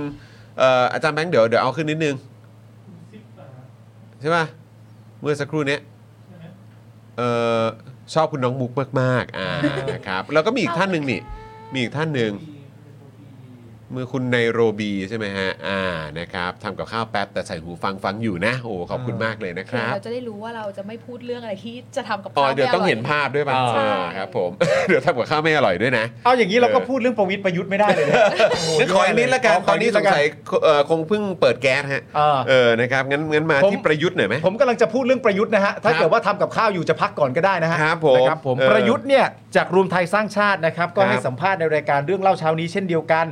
S1: เอ่ออาจารย์แบงค์เดี๋ยวเดี๋ยวเอาขึ้นนิดนึงใช่ป่ะเมื่อสักครู่เนี้ยเอ่อชอบคุณน้องมุกมากๆอ่านะครับแล้วก็มีอีกท่านหนึ่งนี่มีอีกท่านหนึ่งเมื่อคุณไนโรบีใช่ไหมฮะอ่านะครับทำกับข้าวแป๊บแต่ใส่หูฟังฟังอยู่นะโอ้ขอบคุณมากเลยนะ
S4: โอ
S1: ค
S4: เครับ เราจะได้รู้ว่าเราจะไม่พูดเรื่องอะไรที่จะทำกับ
S1: อ๋อ
S4: ข้าว
S1: เดี๋ยว
S4: ไม่ร่
S1: ต้องเห็นภาพด้วยป่ะ
S4: ใช่
S1: อ่าครับผม เดี๋ยวทำกับข้าวไม่อร่อยด้วยนะ
S3: เอาอย่างนี้เราก็
S1: เออ
S3: พูดเรื่องประวิทย์ประยุทธ์ไม่ได้เลยนะโโห
S1: นึกขออีกนิดละกัน
S3: ข
S1: ตอนนี้
S3: ด
S1: ส
S3: ละ
S1: ง
S3: กั
S1: สัยเอ่อคงเพิ่งเปิดแก๊สฮะ
S3: อ่า
S1: เออนะครับงั้นงั้นมา
S3: ผม
S1: ที่ประยุทธ์หน่อยไหม
S3: ผมกำลังจะพูดเรื่องประยุทธ์นะฮะ ถ้า
S1: ครับ
S3: เกิดว่าทำกับข้าวอยู่จะพักก่อนก็ได้นะฮะ
S1: ครับผม
S3: นะครับผม
S1: เออ
S3: ประยุทธ์เนี่ยจากรวมไทยสร้างชาตินะครับ ก็ให้
S1: ครับ
S3: สัมภาษณ์ในรายการเรื่องเล่าเช้านี้เช่นเดียวกัน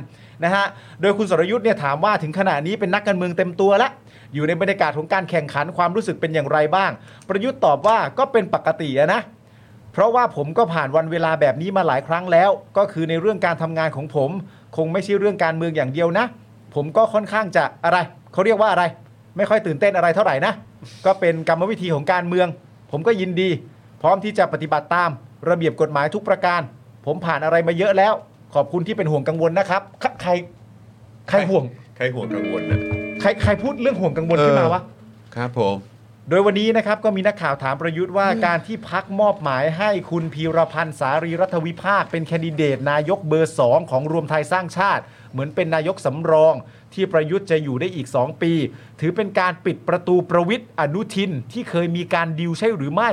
S3: นะฮะ โดยคุณสรยุทธ์เนี่ยถามว่าถึงขณะนี้เป็นนักการเมืองเต็มตัวแล้ว อยู่ในบรรยากาศของการแข่งขันความรู้สึกเป็นอย่างไรบ้าง ประยุทธ์ตอบว่าก็เป็นปกติอะนะ เพราะว่าผมก็ผ่านวันเวลาแบบนี้มาหลายครั้งแล้ว ก็คือในเรื่องการทำงานของผม คงไม่ใช่เรื่องการเมืองอย่างเดียวนะ ผมก็ค่อนข้างจะอะไรเขาเรียกว่าอะไร ไม่ค่อยตื่นเต้นอะไรเท่าไหร่นะ ก็เป็นกรรมวิธีของการเมือง ผมก็ยินดี พร้อมที่จะปฏิบัติตามระเบียบกฎหมายทุกประการ ผมผ่านอะไรมาเยอะแล้ว ขอบคุณที่เป็นห่วงกังวลนะครับใครใครใครห่วง
S1: ใครห่วงกังวลนะ
S3: ใครใครพูดเรื่องห่วงกังวลขึ้นมาวะ
S1: ครับผม
S3: โดยวันนี้นะครับก็มีนักข่าวถามประยุทธ์ว่าการที่พักมอบหมายให้คุณพีรพันธ์สารีรัฐวิภาค เป็นแคนดิเดตนายกเบอร์สองของรวมไทยสร้างชาติ เหมือนเป็นนายกสำรอง ที่ประยุทธ์จะอยู่ได้อีก 2 ปี ถือเป็นการปิดประตูประวิทย์อนุทินที่เคยมีการดิวใช่หรือไม่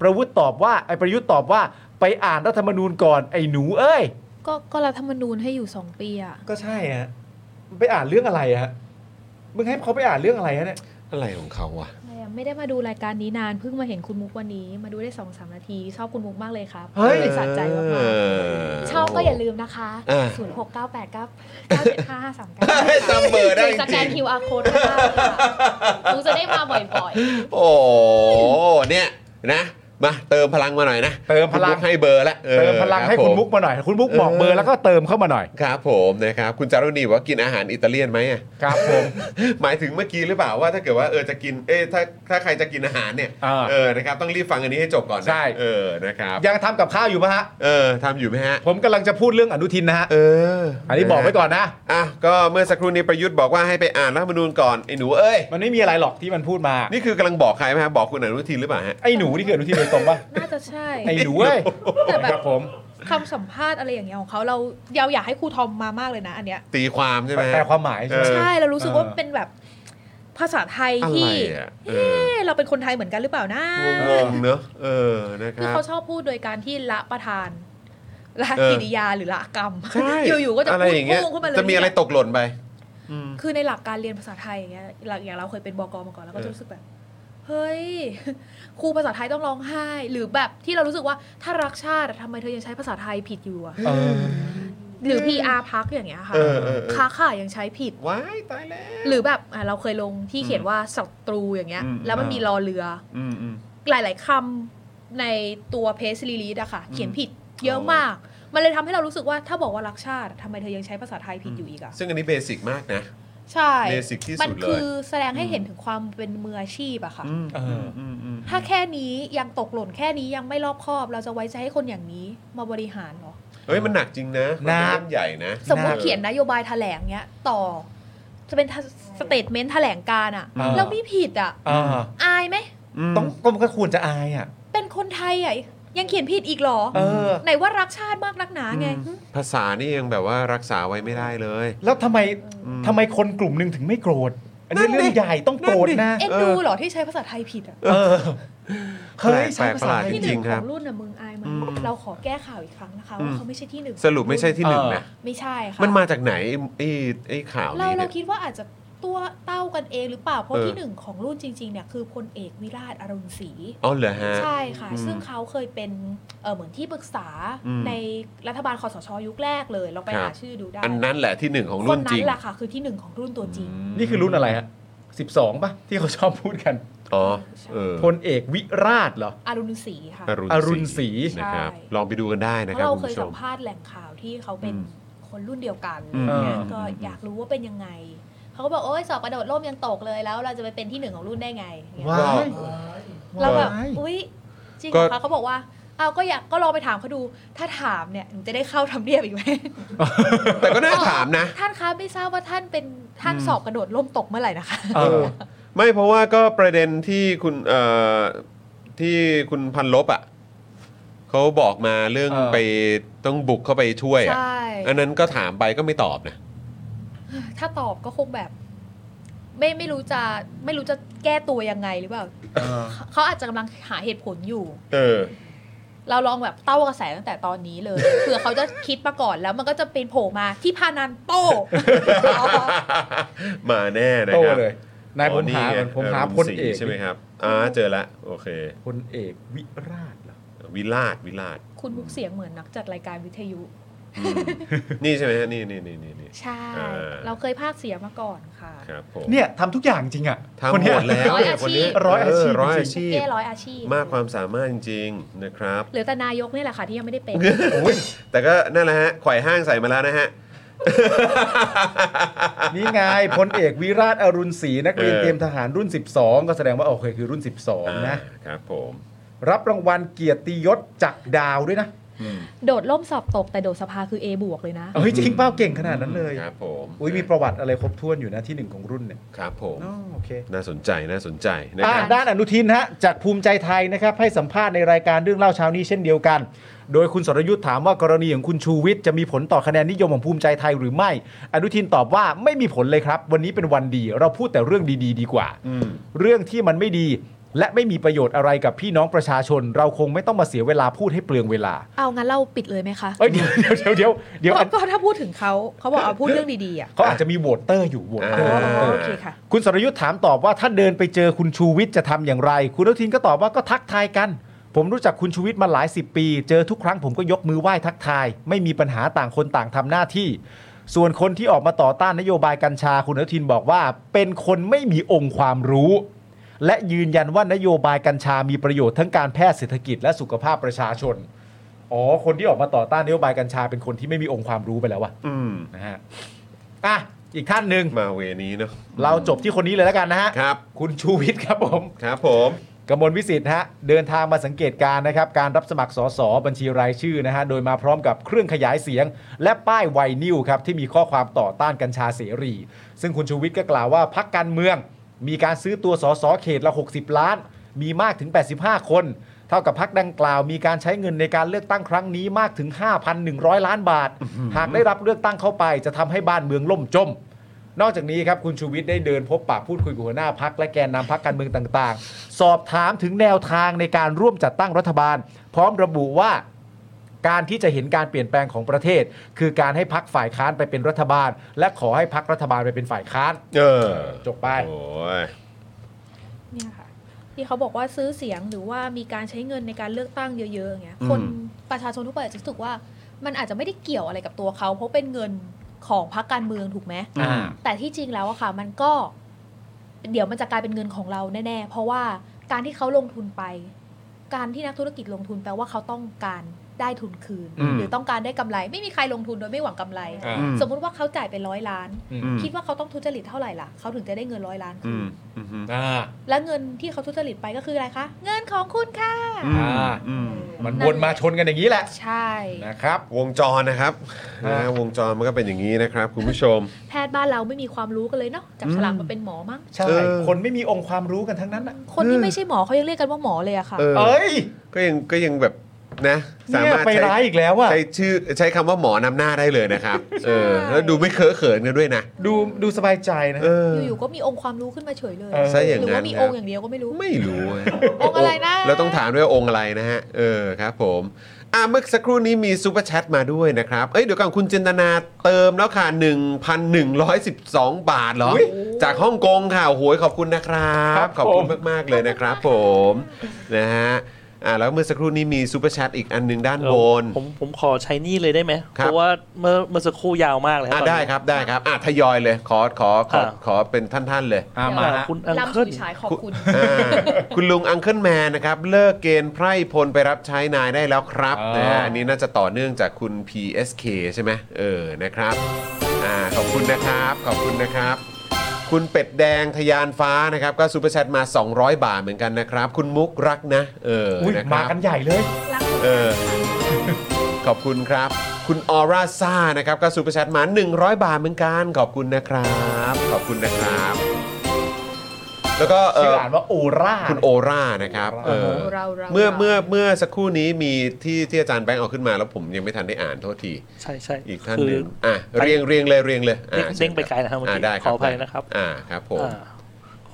S3: ประวุฒิตอบว่าไอ้ประยุทธ์ตอบว่าไปอ่านรัฐธรรมนูญก่อนไอ้หนูเอ้ย
S4: ก็ก็รัฐธรรมนูญให้อยู่ 2 ปีอะ
S3: ก็ใช่ฮะมันไปอ่านเรื่องอะไรฮะมึงให้เขาไปอ่านเรื่องอะไรฮะเนี่ย
S1: อะไรของเขาวะ
S4: อะไรอะไม่ได้มาดูรายการนี้นานเพิ่งมาเห็นคุณมุกวันนี้ มาดูได้2อสามนาที ชอบคุณมุกมากเลยครับสะใจมาก
S1: เออ
S4: ๆชอบก็อย่าลืมนะคะ
S1: อ่า
S4: 0 6 9 8 9 9 7 5 5 3 9
S1: ให้จำเบอร์ได้จ
S4: สแก
S1: ริ
S4: น
S1: ง
S4: QR code ก็ได้ค่ะหนูจะได้มาบ่อย
S1: โอ้เนี่ยนะ มาเติมพลังมาหน่อยนะ
S3: เติมพลัง
S1: ให้เบอร์ละออ
S3: เติมพลังให้คุณมุก
S1: รับผ
S3: มาหน่อย คุณมุกบอก
S1: เออ
S3: เบอร์แล้วก็เติมเข้ามาหน่อย
S1: ครับผมนะครับ คุณจารุณีบอกว่ากินอาหารอิตาเลียนไหมอะ
S3: ครับผม
S1: หมายถึงเมื่อกี้หรือเปล่าว่าถ้าเกิดว่าเออจะกินเอ้ยถ้าถ้าใครจะกินอาหารเนี่ย
S3: อ่า
S1: เออนะครับต้องรีบฟังอันนี้ให้จบก่อนนะ
S3: ใช่
S1: เออนะครับ
S3: ยังทำกับข้าวอยู่ปะฮะ
S1: เออทำอยู่ไหมฮะ
S3: ผมกำลังจะพูดเรื่องอนุทินนะฮะ
S1: เออ
S3: อันนี้บอกไว้ก่อนนะ
S1: อ่ะก็เมื่อสักครู่นี้ประยุทธ์บอกว่าให้ไปอ่านรัฐธรรมนูญก่อนไอ้หนูเอ้ย
S3: มันไม่มีอะไรหรอกที่มันพูดมา
S1: นี่คือกำลังบอกใครไหมฮะบอกคุณอนุทินหรือเปล่าฮะ
S3: ไอ้หนูนี่คืออนุทินโดยตรงปะ
S4: ๆ น่าจะใช่
S3: ไอ้หนูเว้ย
S4: แต่แบบ
S3: ครับผม
S4: คำสัมภาษณ์อะไรอย่างเงี้ยของเขาเราเราอยากให้ครูทอมมามากเลยนะอันเนี้ย
S1: ตีความใช่ไหมฮะ
S3: แปลความหมายใช่ไหม
S1: เออ
S4: ใช่เรารู้สึกว่า
S3: เออ
S4: เป็นแบบภาษาไทย
S1: อะไร
S4: ที่
S1: อ่ะเอ
S4: เอ๊
S1: อะ
S4: เราเป็นคนไทยเหมือนกันหรือเปล่านะ
S1: งงๆเนอะเออนะค
S4: คือ
S1: รับ
S4: เขาชอบพูดโดยการที่ละประทานละ
S1: เออ
S4: กิริยาหรือละกรรม
S1: ใช่
S4: อยู่ๆก็จะ
S1: อะไร
S4: พูด
S1: อย่างเงี้ย
S4: พุ่งเข้ามาเลย
S1: จะมีอะไรตกหล่นไป
S4: คือในหลักการเรียนภาษาไทยอย่างเงี้ยหลักอย่างเราเคยเป็นบกมาก่อนแล้ว
S1: เอ
S4: ก็
S1: อ
S4: จะรู้สึกแบบ เฮ้ย ครูภาษาไทยต้องร้องไห้ หรือแบบที่เรารู้สึกว่าถ้ารักชาติอะทำไมเธอยังใช้ภาษาไทยผิดอยู่อะ
S3: เออ
S4: หรือ PR พักอย่างเงี้ยค่ะ
S1: เออเออเออ
S4: ค้าขายยังใช้ผิด
S1: ว้ายตายแล้ว
S4: หรือแบบอ่ะเราเคยลงที่เขียนว่าศัตรูอย่างเงี้ย
S1: อืม
S4: แล้วมันมีรอเรือ
S1: อืมอืม
S4: หลาย ๆคำในตัวเพสลีลีดอะค่ะ เขียนผิดเยอะมาก มันเลยทำให้เรารู้สึกว่าถ้าบอกว่ารักชาติทำไมเธอยังใช้ภาษาไทยผิดอยู่อีกอะ
S1: ซึ่งอันนี้เบสิกมากนะ
S4: ใช่
S1: เบสิกที่
S4: มั
S1: สุดเล
S4: คื
S1: ย
S4: อแสดงให้เห็นถึงความเป็นมืออาชีพอะค่ะ
S1: อืม
S3: เอออื
S1: มอืม
S4: ถ้าแค่นี้ยังตกหล่นแค่นี้ยังไม่รอบคอบ เราจะไว้ใจให้คนอย่างนี้มาบริหารเหรอ
S1: เฮ้ย มันหนักจริงนะ
S3: หนัก
S1: มัเป็เรื่องใหญ่นะ
S4: สมมติเขียนนโยบายแถลงเนี้ย ต่อ จะเป็นสเตทเมนต์แถลงการอะ
S3: อ่า
S4: เราไม่ผิดอะ
S3: อ่า
S4: อายไหม
S1: ม
S3: ต้องก็ก็ควรจะอายอ่ะ
S4: เป็นคนไทยอะยังเขียนผิดอีกเหรอ
S3: เออ
S4: ไหนว่ารักชาติมากนักหนาไง
S1: ภาษานี่ยังแบบว่ารักษาไว้ไม่ได้เลย
S3: แล้วทำไม
S1: อืม
S3: ทำไมคนกลุ่มหนึ่งถึงไม่โกรธ อันนี้เรื่องใหญ่ต้องโกรธนะ
S4: เอ็นดูเหรอที่ใช้ภาษาไทยผิดอ่ะ
S3: เออเฮ้ย
S1: แปล
S3: ใช้
S1: ก
S3: ภา
S1: ประห
S3: ษา
S1: ลาด
S3: ไทย
S1: จ
S4: ที่ห
S3: ผิด
S1: ริ
S4: นึ่
S1: ง
S4: ง
S1: ๆค
S4: ข
S1: รับ
S4: องรุ่นน่ะมึงอายไหม
S1: อืม
S4: เราขอแก้ข่าวอีกครั้งนะคะ
S1: อื
S4: ว่าม เขาไม่ใช่ที่หนึ่ง
S1: สรุปไม่ใช่ที่หนึ่งนะ
S4: ไม่ใช่ค่ะ
S1: มันมาจากไหนไอ้ไอ้ข่าว
S4: เรา
S1: นี้
S4: เรา
S1: เนี่ย
S4: คิดว่าอาจจะตัวเต้ากันเองหรือเปล่า เพราะ
S1: เออ
S4: ที่หนึ่งของรุ่นจริงๆเนี่ยคือพลเอกวิราชอรุณศรี
S1: อ๋อเหรอฮะ
S4: ใช่ค่ะ
S1: อืม
S4: ซึ่งเขาเคยเป็นเอ่อเหมือนที่ปรึกษา
S1: อืม
S4: ในรัฐบาลคอสชยุคแรกเลยเราไป
S1: ครั
S4: หา
S1: บ
S4: ชื่อดูได้
S1: อันนั้นแหละที่หนึ่งของ
S4: ค
S1: รุ่
S4: น
S1: นจ
S4: นั้
S1: ริ
S4: น
S1: ง
S4: แหละค่ะ คือที่หนึ่งของรุ่นตัวจริง
S3: นี่คือรุ่นอะไรฮะสิบสองป่ะ ที่เขาชอบพูดกัน
S1: อ๋อเออ
S3: พลเอกวิราชเหรอ
S4: อรุณศรีค่ะ
S1: อรุณ
S3: อรุณศรี
S1: นะครับ
S4: ใช่
S1: ลองไปดูกันได้นะ
S4: เพ
S1: ครับ
S4: ราะเรา
S1: คุณ
S4: เคย
S1: ผู้ช
S4: สั
S1: ม
S4: มภาษณ์แหล่งข่าวที่เขาเป็น
S1: อืม
S4: คนรุ่นเดียวกัน
S1: อืม
S4: อะไรเงี้ย
S3: อ่า
S4: ก็อยากรู้ว่าเป็นยังไง เขาก็บอกโอ้ยสอบกระโดดร่มยังตกเลยแล้ว เราจะไปเป็นที่หนึ่งของรุ่นได้ไง
S3: ว้าย
S4: เราแบบ
S3: ว้าย
S4: อุ้ยจริงเหรอคะเขาบอกว่าเอาก็อยากก็ลองไปถามเขาดู ถ้าถามเนี่ยหนูจะได้เข้าทำเนียบอีกไหม
S1: แต่ก็น่าถามนะ
S4: ท่านคะไม่ทราบว่าท่านเป็นท่านสอบกระโดดร่มตกเมื่อไหร่นะคะ
S3: เออ
S1: ไม่เพราะว่าก็ประเด็นที่คุณเอ่อที่คุณพันลบอ่ะเขาบอกมาเรื่อง
S3: เออ
S1: ไปต้องบุกเข้าไปช่วยอ่ะ
S4: ใช่
S1: อันนั้นก็ถามไปก็ไม่ตอบนะ
S4: ถ้าตอบก็คงแบบ ไม่ไม่รู้จะไม่รู้จะแก้ตัวยังไงหรือเปล่าเขาอาจจะกำลังหาเหตุผลอยู่
S1: เออ
S4: เราลองแบบเต้ากระแสตั้งแต่ตอนนี้เลย เผื่อเขาจะคิดมาก่อนแล้วมันก็จะเป็นโผล่มาที่พานันโต
S1: มาแน่นะ
S3: โต
S1: ครับ
S3: เลย นายผ
S1: อ๋อ
S3: ม
S1: นี่
S3: หา
S1: ไง
S3: ก่อนผมหา
S1: รุณ
S3: พลเอก
S1: ศรีใช่ไหมครับอ่าเจอละโอเค
S3: พลเอกวิราชเหรอ
S1: วิลาดวิ ลาด
S4: คุณมุกเสียงเหมือนนักจัดรายการวิทยุ
S1: อืมนี่ใช่ไหมฮะนี่นี่นี่นี่นี่
S4: ใช่
S1: อ่า
S4: เราเคยภาคเสียงมาก่อนค่ะ
S1: ครับผม
S3: เนี่ยทำทุกอย่างจริงอ่ะ
S1: ทำ
S3: คน
S1: ห
S3: เนี้
S1: ม
S3: ย
S1: ดแล้วเนี่ยคนนี้
S3: ร้อยอาชีพ
S1: เร้อยอาชีพ
S4: เก้ร้อยอาชีพ
S1: มากความสามารถจริงๆนะครับ
S4: หรือแต่นายกเนี่ยแหละค่ะที่ยังไม่ได้เป็น
S1: แต่ก็นั่นแหละฮะไขว่ห้างใส่มาแล้วนะฮะ
S3: นี่ไงพลเอกวิราชอรุณศรีนักเรียน
S1: เออ
S3: เตรียมทหารรุ่น 12 ก็แสดงว่าโอเคคือรุ่น 12 นะ
S1: อ่าครับผม
S3: รับรางวัลเกียรติยศจากดาวด้วยนะ
S4: โดดล่มสอบตกแต่โดดสภาคือ A บวกเลยนะ
S3: เฮ้ยจริงเป้าเก่งขนาดนั้นเลย
S1: ครับผม
S3: อุ้ยมีประวัติอะไรครบถ้วนอยู่นะที่หนึ่งของรุ่นเนี่ย
S1: ครับผม
S3: อ๋อโอเค
S1: น่าสนใจน่าสนใจนะค
S3: อ่ะ
S1: รับ
S3: ด้านอนุทินฮะจากภูมิใจไทยนะครับให้สัมภาษณ์ในรายการเรื่องเล่าเช้านี้เช่นเดียวกัน โดยคุณสรยุทธ์ถามว่ากรณีของคุณชูวิทย์จะมีผลต่อคะแนนนิยมของภูมิใจไทยหรือไม่ อนุทินตอบว่าไม่มีผลเลยครับ วันนี้เป็นวันดี เราพูดแต่เรื่องดีๆ ดีกว่า เรื่องที่มันไม่ดี และไม่มีประโยชน์อะไรกับพี่น้องประชาชน เราคงไม่ต้องมาเสียเวลาพูดให้เปลืองเวลา
S4: เอางั้นเราปิดเลยไหมคะ
S3: เอ้ยเดี๋ยวเดี๋ยวเดี๋ยวเดี๋ยวอัน
S4: ก็ถ้าพูดถึงเขาเขาบอกเอาพูดเรื่องดีๆอ่ะ
S3: เขาอาจจะมีโหวตเตอร์อยู่โหวตเตอ
S4: อ๋
S3: ร์
S4: อ
S1: เออ
S4: โอเคค่ะ
S3: คุณสรยุทธ์ถามตอบว่าถ้าเดินไปเจอคุณชูวิทย์จะทำอย่างไร คุณอนุทินก็ตอบว่าก็ทักทายกัน ผมรู้จักคุณชูวิทย์มาหลายสิบปี เจอทุกครั้งผมก็ยกมือไหว้ทักทาย ไม่มีปัญหาต่างคนต่างทำหน้าที่ ส่วนคนที่ออกมาต่อต้านนโยบายกัญชา คุณอนุทินบอกว่า เป็นคนไม่มีองค์ความรู้ และยืนยันว่านโยบายกัญชามีประโยชน์ทั้งการแพทย์เศรษฐกิจและสุขภาพประชาชนอ๋อคนที่ออกมาต่อต้านนโยบายกัญชา เป็นคนที่ไม่มีองค์ความรู้ไปแล้ววะ
S1: อืม
S3: นะฮะอ่ะอีกท่านหนึ่ง
S1: มาเวนี้เนอะ
S3: เราจบที่คนนี้เลยแล้วกันนะฮะ
S1: ครับ
S3: คุณชูวิทย์ครับผม
S1: ครับผม
S3: กมลวิสิทธิ์ฮะ เดินทางมาสังเกตการณ์นะครับ การรับสมัครสสบัญชีรายชื่อนะฮะ โดยมาพร้อมกับเครื่องขยายเสียง และป้ายไวนิวครับ ที่มีข้อความต่อต้านกัญชาเสรี ซึ่งคุณชูวิทย์ก็กล่าวว่าพักการเมือง มีการซื้อตัวสสเขตละ 60 ล้าน มีมากถึง 85 คน เท่ากับพักดังกล่าว มีการใช้เงินในการเลือกตั้งครั้งนี้มากถึง 5,100 ล้านบาท หากได้รับเลือกตั้งเข้าไป จะทำให้บ้านเมืองล่มจม นอกจากนี้ครับคุณชูวิทย์ได้เดินพบปะพูดคุยกับหัวหน้าพักและแกนนำพักการเมืองต่างๆ สอบถามถึงแนวทางในการร่วมจัดตั้งรัฐบาล พร้อมระบุว่า การที่จะเห็นการเปลี่ยนแปลงของประเทศ คือการให้พักฝ่ายค้านไปเป็นรัฐบาล และขอให้พักรัฐบาลไปเป็นฝ่ายค้าน
S1: เออ
S3: จบไป
S1: โอ้ย
S4: เนี่ยค่ะที่เขาบอกว่าซื้อเสียงหรือว่ามีการใช้เงินในการเลือกตั้งเยอะๆอย่างเงี้ย
S1: อืม
S4: คนประชาชนทั่วไปอาจจะรู้สึกว่า มันอาจจะไม่ได้เกี่ยวอะไรกับตัวเขา เพราะเป็นเงินของพรรคการเมืองถูกไหม
S3: อ่า
S4: แต่ที่จริงแล้วอะค่ะ มันก็ เดี๋ยวมันจะกลายเป็นเงินของเราแน่ๆ เพราะว่าการที่เขาลงทุนไป การที่นักธุรกิจลงทุนแปลว่าเขาต้องการได้ทุนคืน
S3: อืม
S4: หรือต้องการได้กำไร ไม่มีใครลงทุนโดยไม่หวังกำไร
S3: อ่า
S1: อืม
S4: สมมุติว่าเขาจ่ายไปร้อยล้าน
S3: อืม
S4: คิดว่าเขาต้องทุจริตเท่าไหร่ล่ะเขาถึงจะได้เงินร้อยล้าน
S1: อื
S4: คืน
S1: มอืมอืม
S3: อ่า
S4: และเงินที่เขาทุจริตไปก็คืออะไรคะ เงินของคุณค่ะ
S1: อืม
S3: มันวนมาชนกันอย่างนี้แหละ
S4: ใช่
S3: นะครับ
S1: วงจรนะครับนะฮะวงจรมันก็เป็นอย่างนี้นะครับ คุณผู้ชม
S4: แพทย์บ้านเราไม่มีความรู้กันเลยเนาะจับฉลากมาเป็นหมอมั้ง
S3: ใช่
S1: เออ
S3: คนไม่มีองค์ความรู้กันทั้งนั้นอะ
S4: คนที่ไม่ใช่หมอเขายังเรียกกันว่าหมอเลยอะค่ะ
S1: เออ
S3: เอ้ย
S1: ก็ยังก็ยังแบบนะสา
S3: เนี่ย
S1: มารถ
S3: ไป
S1: ใช้
S3: ร้ายอีกแล้วอะ
S1: ใช้ชื่อใช้คำว่าหมอนำหน้าได้เลยนะครับเออแล้วดูไม่เคอะเขินกันด้วยนะ
S3: ดูดูสบายใจนะ
S1: เออ
S4: อยู่ๆก็มีองค์ความรู้ขึ้นมาเฉยเลย
S3: เออ
S1: ซะอย่าง
S4: หรื
S1: นั้
S4: ว่าน มี
S1: ค
S4: อ
S1: รับ
S4: งค์อย่างเดียวก็ไม่รู้
S1: ไม่รู้ฮะ
S4: องค์อะไรนะ
S1: เราต้องถามด้วยองค์อะไรนะฮะ เออครับผมอ่ะเมื่อสักครู่นี้มีซูเปอร์แชทมาด้วยนะครับ เอ้ยเดี๋ยวก่อนคุณจินตนาเติมแล้วค่ะ 1,112 บาทเหรอ
S3: อุ๊ย
S1: จากฮ่องกงค่ะโอ้โหยขอบคุณนะครับ ข
S3: ครั
S1: อบบ
S3: ผม
S1: คุณมาก ๆ เลยนะครับผมนะฮะอ่ะแล้วเมื่อสักครู่นี้มีซูเปอร์แชทอีกอันหนึงด้าน
S5: เออบ
S1: น
S5: ผมผมขอใช้หนี่เลยได้ไหม
S1: ครับ
S5: เพราะว่าเมื่อเมื่อสักครู่ยาวมากเลย
S1: อ่ะ
S5: ตอนนี้
S1: ได้ครับได้ครับอ่ะทยอยเลยขอขอขอ
S5: อ่ะ
S1: ขอเป็นท่านๆเลย
S3: อ่ามา
S5: อ่า
S3: ฮะ
S5: คุณอัง
S4: ลำ
S5: เคิ
S4: สุ
S5: ล
S4: ยฉายขอบคุณ
S1: อ่าคุณลุงอังเคิลแมนนะครับ เลิกเกณฑ์ไพร่พลไปรับใช้นายได้แล้วครับ
S3: อ่าน
S1: นะฮะอันนี้น่าจะต่อเนื่องจากคุณ PSK ใช่ไหมเออนะครับอ่าขอบคุณนะครับ ขอบคุณนะครับ คุณเป็ดแดงทยานฟ้านะครับ ก็ซูเปอร์แชทมา 200 บาทเหมือนกันนะครับ คุณมุกรักนะเออ
S3: อุ๊ย
S1: นะครั
S3: มา
S1: บ
S3: กันใหญ่เลย
S4: รัก
S1: เออ ขอบคุณครับ คุณออร่าซ่านะครับก็ซูเปอร์แชทมา 100 บาทเหมือนกัน ขอบคุณนะครับ ขอบคุณนะครับ แล้วก็เอ
S3: ชื่อ
S1: อ
S3: อ่านว่าโอร่า
S1: คุณโอร่านะครับเออ
S4: เราเรา
S1: เมื่อ
S4: รา
S1: เมื่อเมื่อสักครู่นี้มีที่ที่อาจารย์แบงค์เอาขึ้นมาแล้วผมยังไม่ทันได้อ่านโทษที
S5: ใช่ใช่
S1: อีกท่าน
S5: คื
S1: ห
S5: อ
S1: นึ่งอ่ะเรียงเรียงเลยเรียงเลยอ่ะ
S5: เด้ง
S1: ชิญ
S5: เด้งไปไกลนะครับเมื่อกี้
S1: าได้
S5: ขออภัยนะครับ
S1: อ่าครับผม
S5: อ่า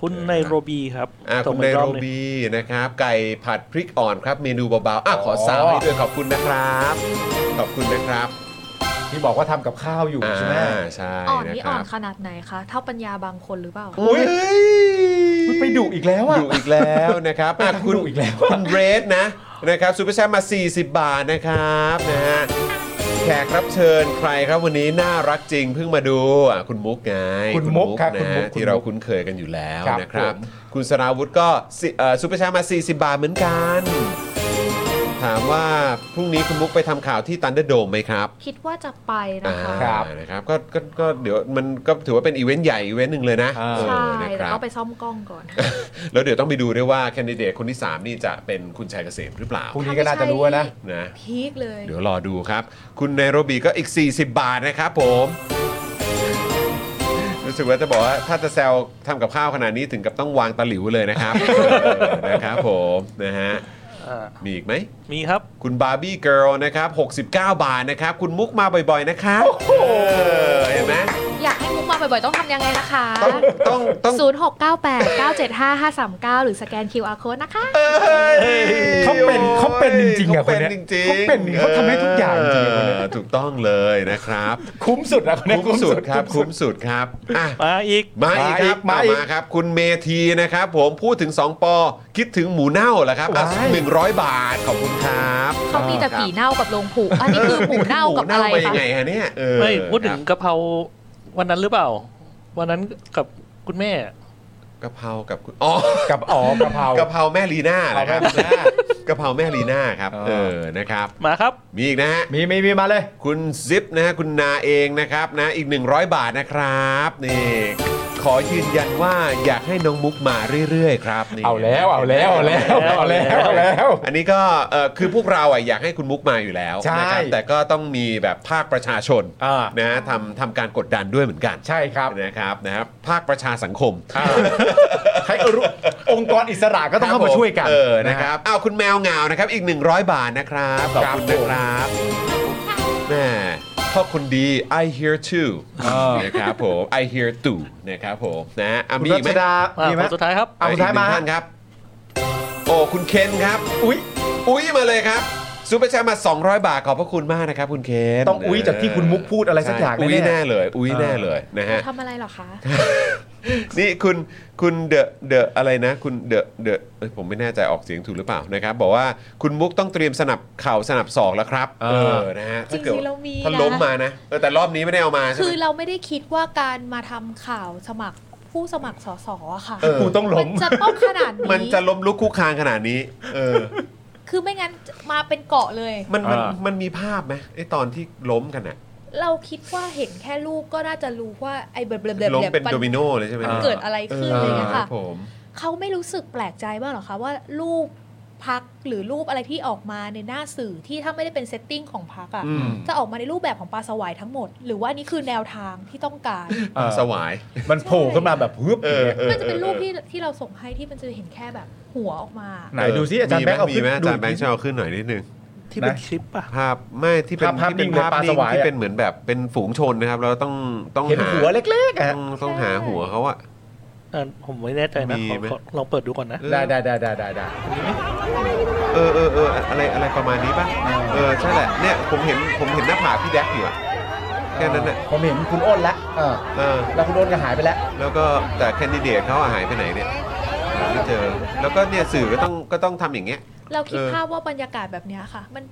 S5: คุณไนโรบีครับ
S1: อ่ะ
S5: ส่
S1: คุณ
S5: งมา
S1: ไน
S5: อีก
S1: โร
S5: อบหนึ่ง
S1: บีนะครับ ไก่ผัดพริกอ่อนครับเมนูเบาๆอ่ะขอซาว
S3: อ๋อ
S1: ให้ด้วยขอบคุณนะครับ ขอบคุณนะครับ
S3: ที่บอกว่าทำกับข้าวอยู่
S1: อ่า
S3: ใช่ไหม
S1: ใช่
S4: อ่อน
S1: นะ
S4: นี่
S1: ค
S4: อ่อ
S1: รั
S4: น
S1: บ
S4: ขนาดไหนคะ เท่าปัญญาบางคนหรือเปล่า
S1: อุ้ย
S3: อุ๊ยไปดุอีกแล้วอ่ะ
S1: ดุอีกแล้วนะครับอ่ะคุณ
S3: ดุอีกแล้ว
S1: คุณเรสนะนะครับซูเปอร์แชทมา 40 บาทนะครับนะฮะแขกรับเชิญใครครับวันนี้น่ารักจริงเพิ่งมาดูอ่ะคุณมุกไง
S3: คุณมุกครับ
S1: นะ
S3: คุณมุก
S1: ที่เราคุ้นเคยกันอยู่แล้ว
S3: ครับ
S1: นะครับ
S3: ผม
S1: คุณสราวุธก็สิเอ่อซูเปอร์แชทมา 40 บาทเหมือนกัน ถามว่าพรุ่งนี้คุณมุกไปทำข่าวที่ตันเดอร์โดมไหมครับ
S4: คิดว่าจะไปนะ
S1: อ่า
S4: คะ
S3: ครับ
S1: นะครับก็ก็ก็เดี๋ยวมันก็ถือว่าเป็นอีเวนต์ใหญ่อีเวนต์หนึ่งเลยนะ
S3: อ่า
S1: เอ
S4: ใช่
S1: อนะค
S4: แล้ว
S1: รับ
S4: ก็ไปซ่อมกล้องก่อน
S1: แล้วเดี๋ยวต้องไปดูด้วยว่าแคนดิเดตคนที่ 3 นี่จะเป็นคุณชัยเกษมหรือเปล่า
S3: พรุ่งนี้ก็น่าจะรู้แล้วนะ
S1: นะ
S4: พีคเลย
S1: เดี๋ยวรอดูครับ คุณไนโรบีก็อีก 40 บาทนะครับผม รู้สึกว่าจะบอกว่าถ้าจะแซวทำกับข้าวขนาดนี้ถึงกับต้องวางตะหลิวเลยนะครับ เออนะครับผมนะฮะ
S5: อ่า
S1: มีอีกไหม
S5: มีครับ
S1: คุณบาร์บี้เกิร์ลนะครับ 69 บาทนะครับ คุณมุกมาบ่อยๆนะครับเออเห็นไหม
S4: อยากให้มุกมา บ่อยๆ ต้องทำยังไงนะคะ
S1: ต้องต้องต้อง
S4: 0698 975 539 หรือสแกน QR code นะคะ
S1: เอ้ย
S3: เขาเป็นเขาเป็นจริงๆอะ
S1: เขาเป็น
S3: คนเนี้ย
S1: จริงๆ
S3: เขาเป็นนี่เขาทำให้ทุกอย่างจริงๆคนเนี้ย
S1: เออถูกต้องเลยนะครับ
S3: คุ้มสุดนะคนเนี้ย
S1: คุ้มสุดครับ คุ้มสุดครับอ่ะ
S5: มาอีก
S1: มาอีกครับ
S3: มา
S1: มา
S3: อีก
S1: มาครับ คุณเมธีนะครับ ผมพูดถึง 2 ปอ คิดถึงหมูเน่าเหรอครับอ่ะ
S3: ว้าย
S1: หนึ่งร้อยบาท ขอบคุณครับ
S4: เขามีแต่ผีเน่ากับโลงผูกอันนี้คือหมูเน่ากับอะ
S1: ห
S4: ไร
S1: มูเน่าปยั
S4: คะ
S1: งไงฮะเนี่ยเออ
S5: ไม่พูดถึง
S1: ครับ
S5: กะเพราวันนั้นหรือเปล่า วันนั้นกับคุณแม่
S1: กะเพรากับคุณอ๋อ
S3: กับอ๋อกะเพราก
S1: กะเพราแม่ลีน่านะครับ
S3: กะเพราแม่ลีน่าก
S1: ะเพราแม่ลีน่าครับ
S3: อ๋อ
S1: เออนะครับ
S5: มาครับ
S1: มีอีกนะฮะ
S3: มีมีมีมาเลย
S1: คุณซิปนะฮะคุณนาเองนะครับนะอีก 100 บาทนะครับนี่ขอยืนยันว่าอยากให้น้องมุกมาเรื่อยๆครับนี่
S3: เอาแล้วเอาแล้วเอาแล้วเอาแล้วเอาแล้ว
S1: อันนี้ก็เอ่อคือพวกเราอ่ะอยากให้คุณมุกมาอยู่แล้ว
S3: ใช่
S1: นะครับแต่ก็ต้องมีแบบภาคประชาชน
S3: อ่าน
S1: นะฮะทำทำการกดดันด้วยเหมือนกัน
S3: ใช่ครับ
S1: นะครับนะครับภาคประชาสังคม
S3: อ่าให้รู้องค์กรอิสระก็ต้องเข้ามาช่วยกัน
S1: เออนะครับอ้าวคุณแมวเหงานะครับอีก 100 บาทนะครับขอบคุณนะครับแม่พ่อคนดี I hear too นะครับผม I hear too นะครับผมนะฮะอ่ะ
S3: คุณ
S1: มี
S3: รั
S1: อีกไหม
S3: ชดา
S5: มา
S3: มีไหม
S5: คนสุดท้ายครับ
S3: เอาสุดท้ายมา
S1: กหนึ่งท่นครับ โอ้คุณเคนครับ
S3: อุ้ย
S1: อุ้ยมาเลยครับซูเปอร์แชร์มา 200 บาท ขอบพระคุณมากนะครับ คุณเคน
S3: ต้องอุ้ยจากที่คุณมุกพูดอะไรสักอย่าง
S1: ใช่อุ้ย
S3: แน่
S1: แน่เลย อุ้ยแน่เลยนะฮะ
S4: ทำอะไรเหรอคะ
S1: นี่คุณคุณเดอะเดอะอะไรนะ คุณเดอะเดอะเอ้ยผมไม่แน่ใจออกเสียงถูกหรือเปล่านะครับ บอกว่าคุณมุกต้องเตรียมสนับเข่าสนับศอกแล้วครับ เออนะฮะถ้าเกิด
S4: จริงๆเรามีนะ
S1: ถ้าล้มมานะเออแต่รอบนี้ไม่ได้เอามาใช่
S4: คือ
S1: ไหม
S4: เราไม่ได้คิดว่าการมาทำข่าวสมัครผู้สมัครสสอะค่ะ
S1: เออ
S3: ๆกูต้องหล
S4: มัน
S3: ง
S4: จะต้องขนาดนี้
S1: มันจะล้มลุกคู่คลานขนาดนี้ เออ
S4: คือไม่งั้นมาเป็นเกาะเลย
S1: มันมัน
S3: อ่า
S1: มันมีภาพไหมไอตอนที่ล้มกันอะ
S4: เราคิดว่าเห็นแค่ลูกก็น่าจะรู้ว่าไอ้เบลเบลเบล
S1: ล้ม
S4: เบล
S1: เป็น
S4: มั
S1: โดมิโนเลยใช่ไหม
S4: มันเกิดอะไรขึ้นอะไรอย่างเงี้ย
S1: ครั
S4: ค่ะ
S1: บผม
S4: เขาไม่รู้สึกแปลกใจบ้างเหรอคะว่ารูปพักหรือรูปอะไรที่ออกมาในหน้าสื่อที่ถ้าไม่ได้เป็นเซตติ้งของพักอะ่ะ
S3: อืม
S4: จะออกมาในรูปแบบของปลาสวายทั้งหมด หรือว่านี่คือแนวทางที่ต้องการ
S3: เออ
S1: สวาย
S3: มันโผล่ขึ้นมาแบบฮึบ
S1: เออเออ
S4: มันจะเป็นรูปที่ที่เราส่งให้ที่มันจะเห็นแค่แบบหัวออกมา
S3: ไหนดูซิอาจารย์แบงค์เอา
S1: มี
S3: ขึ้น
S1: ไหมอา
S3: ดู
S1: จารย์แบงค์ช่วยเอาขึ้นหน่อยนิดนึง
S5: ที่เป็น
S3: นะ
S5: คลิปป่ะ
S1: ภาพไม่ที่เป็น
S3: ภาพภาพ
S1: ที่เป็น
S3: นิ่งเลย
S1: ภาพ
S3: ปลา
S1: นิ่
S3: ส
S1: ง
S3: วาย
S1: ที่
S3: อะ
S1: เป็นเหมือนแบบเป็นฝูงชนนะครับ เราต้องต้อง
S3: เห็น
S1: หา
S3: หัวเล็กๆอ่ะ
S1: ต้องต้องหาหัวเขาอะ
S5: อ่าผมไม่แน่ใจนะ
S1: มี
S5: ขอ
S1: ไหม
S5: ขอลองเปิดดูก่อนนะ
S3: ได้ได้ได้ได้ได้
S1: เออเออเอออะไรอะไรประมาณนี้ป่ะเออใช่แหละเนี่ยผมเห็นผมเห็นหน้าผากพี่แดกอยู่อะแค่นั้นน่ะ
S3: ผมเห็นคุณอ้นแล้วเออ
S1: เออ
S3: แล้วคุณอ้นก็หายไปแล้ว
S1: แล้วก็แต่แคนดิเดตเขาอะหายไปไหนเนี่ยหาไม่เจอแล้วก็เนี่ยสื่อก็ต้องก็ต้องทำอย่างเงี้ย
S4: เราคิด
S1: เออ
S4: ภาพว่าบรรยากาศแบบเนี้ยค่ะ มัน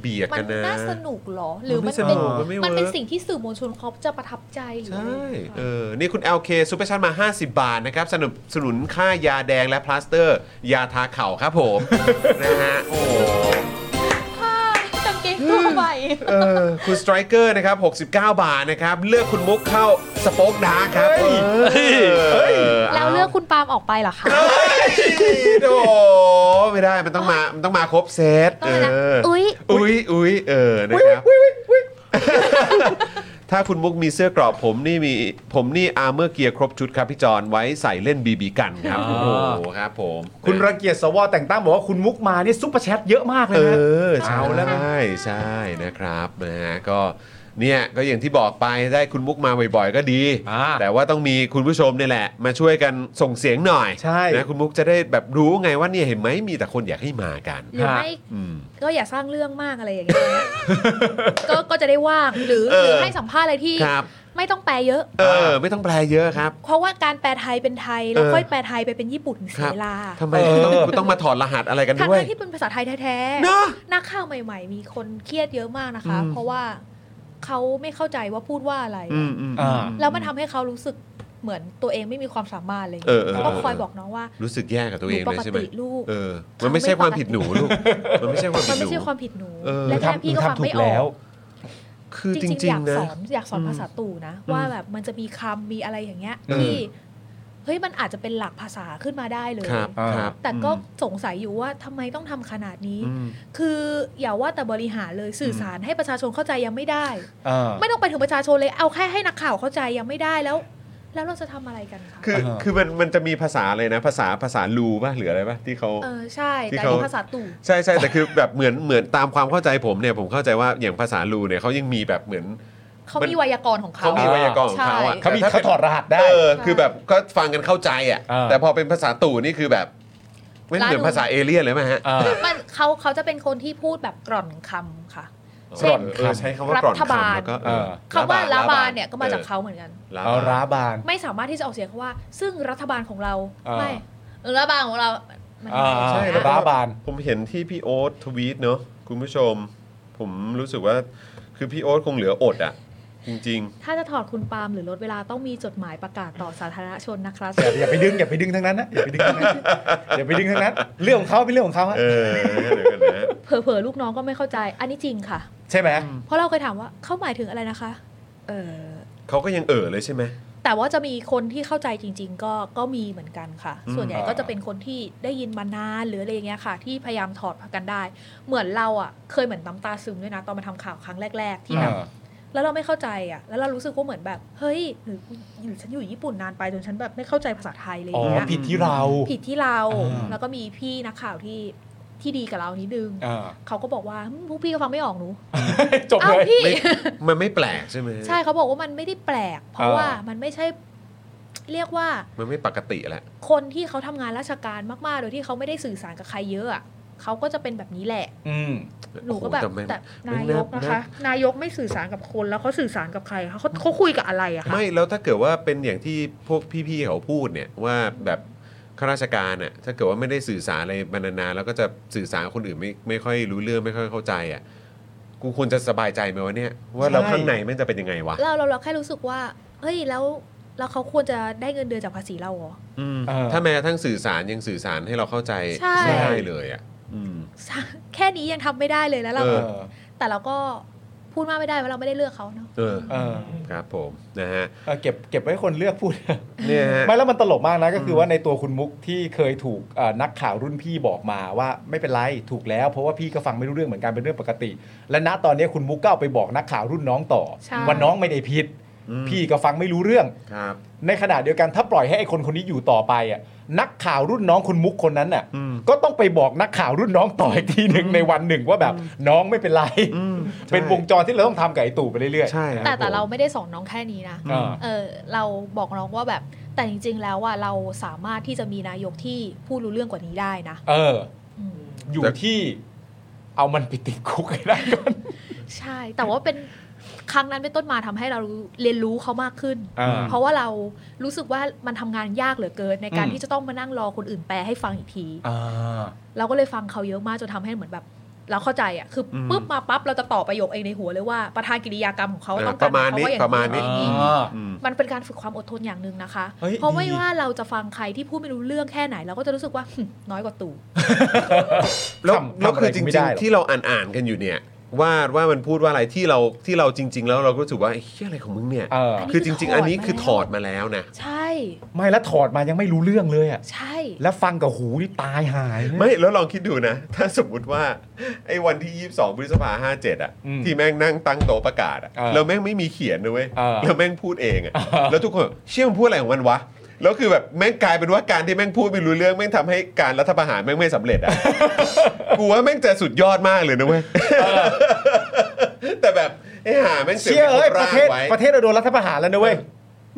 S1: เบียด
S4: มั
S1: กันนะ
S4: น่าสนุกเหรอ หรือ
S1: มั
S4: มัน น
S1: ไม่ส
S4: เป็น
S1: นุกมันไม่
S4: มันเป็
S1: เวิ
S4: น
S1: ร์ก
S4: สิ่งที่สื่อมวลชนเขาจะประทับใจหรือ
S1: ใช่
S4: อะไรอย่างเงี้ยค่ะ
S1: เออนี่คุณ LK ซูเปอร์ชันมา 50 บาทนะครับสนับสนุนค่ายาแดงและพลาสเตอร์ ยาทาเข่าครับผม นะฮะ โอ้
S4: ผ้ากางเกงตัวใหม่
S1: เออคุณสไตรเกอร์นะครับ 69 บาทนะครับ เลือกคุณมุกเข้าสป็อกดาร์ครับ
S3: เฮ้ย
S1: เออเออ
S4: แล้วเลือกคุณปาล์มออกไปเหรอคะ
S1: เฮ้ยโอ้ไม่ได้มันต้องมามันต้องมาครบเซต
S4: ต้อง
S1: เอ
S4: เลยนะ
S1: ออ
S4: อุ๊ย
S1: อุ้ยอุ้ยเออนะครับ ถ้าคุณมุกมีเสื้อกรอบผมนี่มีผมนี่อาร์เมอร์เกียร์ครบชุดครับพี่จอนไว้ใส่เล่นบีบีกันครับ
S3: อ๋
S1: โอ้
S3: อ
S1: โหครับผม
S3: คุณระเกียรติสวแต่งตั้งบอกว่าคุณมุกมานี่ซุปเปอร์แชทเยอะมากเลย
S1: เอ
S3: นะ
S1: อใช่
S3: เอาแล้วไง
S1: ใช่ใช่นะครับนะฮะก็เนี่ยก็อย่างที่บอกไปได้คุณมุกมาบ่อยๆ ก็ดี
S3: อ่า
S1: แต่ว่าต้องมีคุณผู้ชมเนี่ยแหละ มาช่วยกันส่งเสียงหน่อย
S3: ใช่
S1: นะคุณมุกจะได้แบบรู้ไงว่าเนี่ยเห็นไหมมีแต่คนอยากให้มากัน
S4: หรือไม่
S1: อืม
S4: ก็อย่าสร้างเรื่องมากอะไรอย่างเงี้ย ก็ก็จะได้ว่างหรือ
S1: เออ
S4: หรือให้สัมภาษณ์อะไรที่
S1: ครับ
S4: ไม่ต้องแปลเยอะ
S1: เออไม่ต้องแปลเยอะครับ
S4: เพราะว่าการแปลไทยเป็นไทย แล้ว
S1: เออ
S4: ค่อยแปลไทยไปเป็นญี่ปุ่นเสียเวลา
S1: ทำไมคุณต้องคุณต้องมาถอดรหัสอะไรกัน
S4: ทั้ง
S1: ด้วย
S4: ๆที่เป็นภาษาไทยแท้
S1: เนอะ
S4: ๆนักข่าวใหม่ ๆ มีคนเครียดเยอะมากนะคะ
S1: อืม
S4: เพราะว่าเขาไม่เข้าใจว่าพูดว่าอะไร
S1: อืมอืม
S3: อ่า
S4: แล้วมันทำให้เขารู้สึกเหมือนตัวเองไม่มีความสามารถเลย
S1: เออเออเออ
S4: ต้องคอยบอกน้องว่า
S1: รู้สึกแย่กับตัว
S4: ห
S1: เอ
S4: นู
S1: ง
S4: ป
S1: เลย
S4: ก
S1: ใช่ไหม
S4: ติลูก
S1: เออ มันไม่ใช่ความผิดหนูลูก มันไม่ใช่ความผิ
S4: มั
S1: ดห
S4: นไม่
S1: นู
S4: ใช่ความผิดหนู
S1: เออ
S4: และ
S3: ทำ
S4: แค่พี่ก็
S3: ทำ
S4: ฟัง
S3: ถูก
S4: ไม่อ
S3: แล้
S4: อ
S3: ว
S4: ก
S1: คือจ
S4: จริง
S1: ริง
S4: ๆอยาก
S1: ๆ นะ
S4: สอนอยากสอนภาษาตู่นะ ว่าแบบมันจะมีคำมีอะไรอย่างเงี้ยที่เฮ้ยมันอาจจะเป็นหลักภาษาขึ้นมาได้เลย
S1: ครับ
S3: อ่า
S1: ครับ
S4: แต่ก็สงสัยอยู่ว่าทำไมต้องทำขนาดนี้
S1: อืม
S4: คืออย่าว่าแต่บริหารเลยสื่อสารให้ประชาชนเข้าใจยังไม่ได้
S3: อ่า
S4: ไม่ต้องไปถึงประชาชนเลยเอาแค่ให้นักข่าวเข้าใจยังไม่ได้แล้ว แล้วเราจะทำอะไรกันคะ
S1: คือ
S3: อ่า
S1: คือมันมันจะมีภาษาเลยนะ ภาษาภาษาลูป่ะหรืออะไรป่ะที่เขา
S4: เออใช่แต่อัน
S1: ที่
S4: นี้
S1: เขา
S4: ภาษาตู่
S1: ใช่ใช่แต่คือแบบเหมือนเหมือนตามความเข้าใจผมเนี่ยผมเข้าใจว่าอย่างภาษาลูเนี่ยเขายังมีแบบเหมือน
S4: เขา
S1: มัน
S4: มีไวยากรณ์ของเขา
S1: เขามีไวยากรณ์ของเขาอะ
S4: ใช่
S3: เขามี
S1: แต่ถ้
S3: เขาถอดรหัสได้
S1: เออคือแบบก็ฟังกันเข้าใจอ่ะ
S3: อ่า
S1: แต่พอเป็นภาษาตู่นี่คือแบบไม่เหมือนภาษาเอเลี่ยนเลยไหมฮะ
S3: อ่า
S4: มันเขาเขาจะเป็นคนที่พูดแบบกร่อนคำค่ะ
S3: กร่อนคำ
S1: เออใช้คำว่ากร่อน
S4: รัฐบาล
S1: คำแล้วก็เออ
S4: คำว่าลาบานเนี่ยก็มาจากเขาเหมือนกัน
S1: ล
S3: เอา
S1: บา
S3: ร้าน บาน
S4: ไม่สามารถที่จะออกเสียงคำว่า ซึ่งรัฐบาลของเรา
S3: อ่า
S4: ไม่รัฐบาลของเรา มัน
S3: อ่า
S4: ไม่
S1: ใช่
S4: ใช่
S1: แล้ว
S4: นะ
S1: ก็
S3: ลาบาน
S1: ผมเห็นที่พี่โอ๊ตทวีตเนาะคุณผู้ชม ผมรู้สึกว่าคือพี่โอ๊ตคงเหลืออดอ่ะ จริง
S4: ถ้าจะถอดคุณปาล์มหรือลดเวลาต้องมีจดหมายประกาศต่อสาธารณชน นะคะ
S3: แต่อย่าไปดึงอย่าไปดึงทั้งนั้นนะอย่าไปดึงทั้ง นั้นอย่าไปดึงทั้งนั้น เรื่องของเขาเป็นเรื่องของเขาฮะ
S1: ๆ เออเดี๋ยวกันนะ
S4: เผลอๆลูกน้องก็ไม่เข้าใจ อันนี้จริงค่ะ
S3: ใช่ไหม
S4: เพราะเราเคยถามว่าเขาหมายถึงอะไรนะคะ เออ
S1: เขาก็ยังเอ่อเลยใช่ไหม
S4: แต่ว่าจะมีคนที่เข้าใจจริง ๆ ก็ก็มีเหมือนกันค่ะ ส่วนใหญ่ก็จะเป็นคนที่ได้ยินมานานหรืออะไรอย่างเงี้ยค่ะ ที่พยายามถอดกันได้ เหมือนเราอ่ะเคยเหมือนน้ำตาซึมด้วยนะตอนมาทำข่าวครั้งแรก ๆ ที่แบบ
S3: เออ
S4: แล้วเราไม่เข้าใจอ่ะ แล้วเรารู้สึกว่าเหมือนแบบ เฮ้ย หรือหรือฉันอยู่ญี่ปุ่นนานไปจนฉันแบบไม่เข้าใจภาษาไทยเลย
S3: อ๋อ
S4: เนี่ย
S3: ผิดที่เรา
S4: ผิดที่เรา
S3: อ่า
S4: แล้วก็มีพี่นักข่าวที่ที่ดีกับเรานิดนึง
S3: อ่า
S4: เขาก็บอกว่าอืมพวกพี่ก็ฟังไม่ออกหนู
S3: จบ
S4: เอ้า
S3: เลย
S4: พี่
S1: ไม่ มันไม่แปลกใช่ไหม
S4: ใช่เขาบอกว่ามันไม่ได้แปลก เพราะ
S3: อ่า
S4: ว่ามันไม่ใช่ เรียกว่า
S1: มันไม่ปกติแหละ
S4: คนที่เขาทำงานราชการมากๆ โดยที่เขาไม่ได้สื่อสารกับใครเยอะอะเขาก็จะเป็นแบบนี้แหละ
S3: อืม
S4: หนูก็แบบ
S1: โอ้โหแต่ไม่
S4: แต่
S1: ไม่
S4: นา
S1: น่าย
S4: กนะคะ
S1: น่า
S4: นายกไม่สื่อสารกับคนแล้วเขาสื่อสารกับใครคะเขาเขาคุยกับอะไรอะคะ
S1: ไม่แล้วถ้าเกิดว่าเป็นอย่างที่พวกพี่ๆเขาพูดเนี่ยว่าแบบข้าราชการอ่ะถ้าเกิดว่าไม่ได้สื่อสารอะไรมานานๆแล้วก็จะสื่อสารกับคนอื่นไม่ไม่ค่อยรู้เรื่องไม่ค่อยเข้าใจอ่ะกูควรจะสบายใจไหมวะเนี่ย ว่าเรา
S3: ใช่
S1: ข้างในมันจะเป็นยังไงวะ
S4: เราเราเราแค่รู้สึกว่า เฮ้ยแล้วแล้วเขาควรจะได้เงินเดือนจากภาษีเราเหรอ
S1: อืม
S3: เออ
S1: ถ้าแม้กระทั้งสื่อสารยังสื่อสารให้เราเข้าใจ
S4: ใช่
S1: ไม่ได้เลยอ่ะอืม
S4: ซะแค่นี้ยังทำไม่ได้เลยแล้วเรา
S1: เอ
S3: เอ
S1: อ
S3: อ
S4: แต่เราก็พูดมากไม่ได้ว่าเราไม่ได้เลือกเขาเนาะ
S1: เออ
S3: เออ
S1: ครับผมนะฮะ
S3: เออเก็บเก็บไว้ให้คนเลือกพูด
S1: เนี่ยฮะ
S3: ไม่แล้วมันตลกมากนะก็คือว่าในตัวคุณมุกที่เคยถูกเอ่อนักข่าวรุ่นพี่บอกมาว่าไม่เป็นไรถูกแล้ว เพราะว่าพี่ก็ฟังไม่รู้เรื่องเหมือนกันเป็นเรื่องปกติ และณตอนนี้คุณมุกก็เอาไปบอกนักข่าวรุ่นน้องต่อ
S4: ใช่
S3: ว่าน้องไม่ได้ผิด
S1: อืม
S3: พี่ก็ฟังไม่รู้เรื่อง
S1: ครับ
S3: ในขณะเดียวกันถ้าปล่อยให้ไอ้คนคนนี้อยู่ต่อไปอ่ะนักข่าวรุ่นน้องคุณมุกคนนั้นน่ะ
S1: อืม
S3: ก็ต้องไปบอกนักข่าวรุ่นน้องต่ออีกทีหนึ่งในวันหนึ่งว่าแบบน้องไม่เป็นไร
S1: อืมใช่
S3: เป็นวงจรที่เราต้องทำกับไอ้ตู่ไปเรื่อยๆ
S1: ใช่คบ
S4: แต่แต่เรา
S1: ผม
S4: ไม่ได้สอนน้องแค่นี้นะ
S3: เออ
S4: เออเราบอกน้องว่าแบบแต่จริง ๆ แล้วว่าเราสามารถที่จะมีนายกที่พูดรู้เรื่องกว่านี้ได้นะ
S3: เออ
S4: อืม
S3: อยู่
S1: แต่
S3: ที่เอามันไปติดคุกให้ได้ก่อน
S4: ใช่ แต่ว่าเป็นครั้งนั้นเป็นต้นมาทำให้เรารู้เรียนรู้เขามากขึ้น
S3: อ่า
S4: เพราะว่าเรารู้สึกว่ามันทำงานยากเหลือเกิน ในการ
S3: อืม
S4: ที่จะต้องมานั่งรอคนอื่นแปลให้ฟังอีกที
S3: อ่า
S4: เราก็เลยฟังเขาเยอะมากจนทำให้เหมือนแบบ เราเข้าใจอ่ะคืออ
S1: ม
S4: ปุ๊บมาปั๊บเราจะต่อประโยคเองในหัวเลยว่าประธานกิริยากรรมของเขา
S1: เออ
S4: ต้องการ
S1: ประมาณนี้
S4: เขว่อย่ง
S1: ประมาณนี้
S4: อย่ง
S1: อืม
S4: มันเป็นการฝึกความอดทนอย่างหนึ่งนะคะ
S3: เฮ้ย
S4: เพราะไม่
S3: ดี
S4: ว่าเราจะฟังใครที่พูดไม่รู้เรื่องแค่ไหน เราก็จะรู้สึกว่า น้อยกว่าตู่
S1: แล้ว
S3: ทำ
S1: แล้ว
S3: ทำะ
S1: คือ
S3: ไร
S1: จริ
S3: กูไม่
S1: ง
S3: ได้หรอก
S1: ๆที่เราอ่านอ่านๆกันอยู่เนี่ย ว่าว่ามันพูดว่าอะไรที่เราที่เราจริง ๆ แล้วเราก็รู้สึกว่าไอ้เฮียอะไรของมึงเนี่ย
S3: เออ
S1: คือจริง ๆ อันนี้คือถ
S4: ถ
S1: อ
S4: อ
S1: ด
S4: ด
S1: มา
S4: มา
S1: แล้วนะ
S4: ใช่
S3: ไม่แล้วถอดมายังไม่รู้เรื่องเลยอ่ะ
S4: ใช่
S3: แล้วฟังกับหูนี่ตายหายนะ
S1: ไม่แล้วลองคิดดูนะ ถ้าสมมุติว่าไอ้วันที่ 22 พฤษภาห้าเจ็ดอ่ะ
S3: อืม
S1: ที่แม่งนั่งตั้งโต๊ะประกาศอ่ะ
S3: เออ
S1: แล้วแม่งไม่มีเขียนนะเว้ย
S3: เออ
S1: แล้วแม่งพูดเองอ่ะ
S3: เออ
S1: แล้วทุกคนเชื่อมันพูดอะไรของมันวะแล้วคือแบบแม่งกลายเป็นว่าการที่แม่งพูดไม่รู้เรื่องแม่งทำให้การรัฐประหารแม่งไม่สำเร็จอ่ะ กูว่าแม่งจะสุดยอดมากเลยนะเว้ย แต่แบบไอ้ห่าแม่งสืก
S3: เชี่ยเอ้ย
S1: ค
S3: ป
S1: บาง
S3: ระเทศ
S1: ไว้
S3: ประเทศเราโดนรัฐประหารแล้วนะเว้ย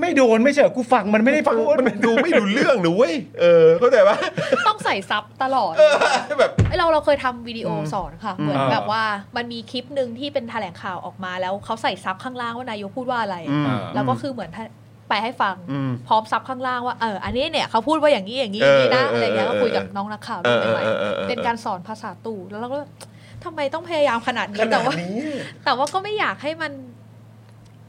S3: ไม่โดนไม่ใช่เหรอกูฟังมันไม่ได้
S1: ฟั
S3: ฟั
S1: ง
S3: ง
S1: มันดูไม่รู้เรื่องนะเว้ย เออ เข้าใจปะ
S4: ต้องใส่ซับตลอด
S1: เออแบบ
S4: ไอเราเราเคยทำวิดีโอสอนค่ะ เหมือนแบบว่ามันมีคลิปหนึ่งที่เป็นแถลงข่าวออกมาแล้วเขาใส่ซับข้างล่างว่านายกพูดว่าอะไร
S3: อ่า
S4: แล้วก็คือเหมือนถ้าไปให้ฟัง
S1: อืม
S4: พร้อมซับข้างล่างว่าเอออันนี้เนี่ยเขาพูดว่าอย่างนี้อย่างนี้
S1: เอ
S4: อ
S1: อย่าง
S4: นี้นะ
S1: เออ
S4: อะไรเงี้ย
S1: เออ
S4: ก็คุยกับน้องนักข่าว
S1: เออ
S4: ด้วยไป
S1: เออเออเออ
S4: เป็นการสอนภาษาตู่แล้วเราก็ทำไมต้องพยายามขนาดนี้แต่ว่า แต่ว่าก็ไม่อยากให้มัน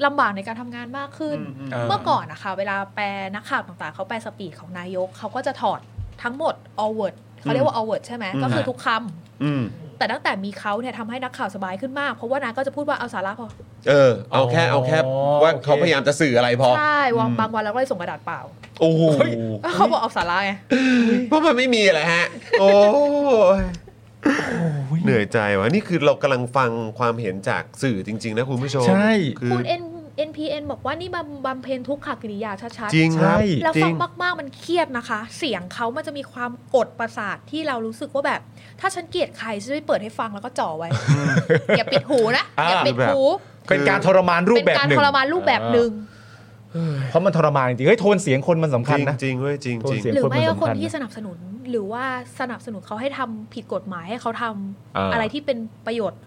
S4: ลำบากในการทำงานมากขึ้น เมื่อก่อนนะคะเวลาแปลนักข่าวต่างๆ เขาแปลสปีดของนายกเขาก็จะถอดทั้งหมด all word เขาเรียกว่า all word ใช่ไหมก็คือทุกคำ
S1: อืม
S4: แต่ตั้งแต่มีเขาเนี่ยทำให้นักข่าวสบายขึ้นมาก เพราะว่านายก็จะพูดว่าเอาสาระพอ
S1: เออ เอาแค่ เอาแค่
S3: อ๋อ
S1: ว่า
S3: โอเค
S1: เขาพยายามจะสื่ออะไรพอ
S4: ใช่วางบางวันเราก็เลยส่งกระดาษเปล่า
S1: โอ้โห
S4: ก็เขาบอกเอาสาระไง
S1: เพราะมันไม่มีอะไรฮะ โอ้ยเหนื่อยใจวะนี่คือเรากำลังฟังความเห็นจากสื่อจริง ๆ นะคุณผู้ชม
S3: ใช่
S1: คือ
S4: คุณ N NPN บอกว่านี่บำบำเพ็ญทุกขกิริยาชัด
S1: จริงครับ
S3: ใช่
S4: ๆ แล้ว
S1: จริ
S4: ฟั
S1: ง
S4: งมากๆ มันเครียดนะคะ เสียงเขามันจะมีความกดประสาทที่เรารู้สึกว่าแบบ ถ้าฉันเกลียดใครฉันจะไม่เปิดให้ฟังแล้วก็จ่อไว้ อย่าปิดหูนะ อย่าปิดหู
S3: เป็นการทรมานรูป
S4: เป็น
S3: แบบ
S4: การ
S3: หนึ่
S4: ท
S3: ง
S4: รมานรูปแบบหนึ่ง
S3: เพราะมันทรมานจริงๆเฮ้ยโทนเสียงคนมันสำคัญนะ
S1: จริงๆเว้ยจริง
S3: โทน
S1: จริง
S3: เสียง
S4: หรือไม่ก็
S3: คน
S4: ค
S3: มัน
S4: น
S3: สำคัญ
S4: ที่
S3: นะ
S4: สนับสนุนหรือว่าสนับสนุนเขาให้ทำผิดกฎหมายให้เขาทำ
S3: อ่า
S4: อะไรที่เป็นประโยชน์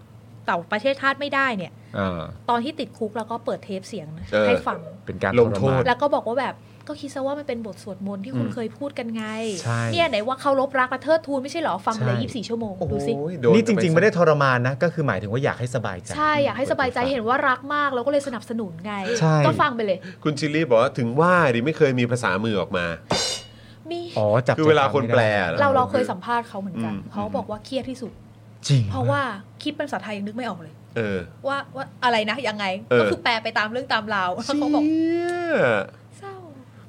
S4: ต่อประเทศชาติไม่ได้เนี่ย
S3: อ่า
S4: ตอนที่ติดคุกแล้วก็เปิดเทปเสียงนะ
S1: เออ
S4: ให้ฟัง
S3: เป็นการ
S1: ลงโท
S3: รมา
S1: ษ
S3: น
S4: แล้วก็บอกว่าแบบก็คิดซะว่ามันเป็นบทสวดมนต์ที่คุณ
S1: อืม
S4: เคยพูดกันไง
S3: ใช่
S4: เนี่ยไหนว่าเคารพรักและเทิดทูนไม่ใช่เหรอฟังเลย
S3: ใช่
S4: ยี่สิบสี่ชั่วโมง
S1: โอ้โห
S4: ดูสิ
S1: โดกัป
S3: นี่จริง ๆ ไม่ได้ทรมานนะ ก็คือหมายถึงว่าอยากให้สบายใจ
S4: ใช่อยากให้สบายใจเห็นว่ารักมากแล้วก็เลยสนับสนุนไง
S3: ใช่
S4: ก็ฟังไปเลย
S1: คุณชิลลี่บอกว่าถึงว่าดิไม่เคยมีภาษามือออกมา
S4: มี
S3: อ๋อจับ
S1: คือเวลาคนแปลอะ
S4: เราเราเคยสัมภาษณ์เขาเหมือนกัน
S1: อืม
S4: เขาบอกว่าเครียดที่สุด
S3: จริง
S4: เพราะว่าคิดเป็นภาษาไทยยังนึกไม่ออกเลย
S1: เออ
S4: ว่าว่าอะไรนะยังไง
S1: เออ
S4: ก็คือแปลไปตามเรื่องตามราวแล้วเขาบอก
S1: เชี่ย
S4: เศร้า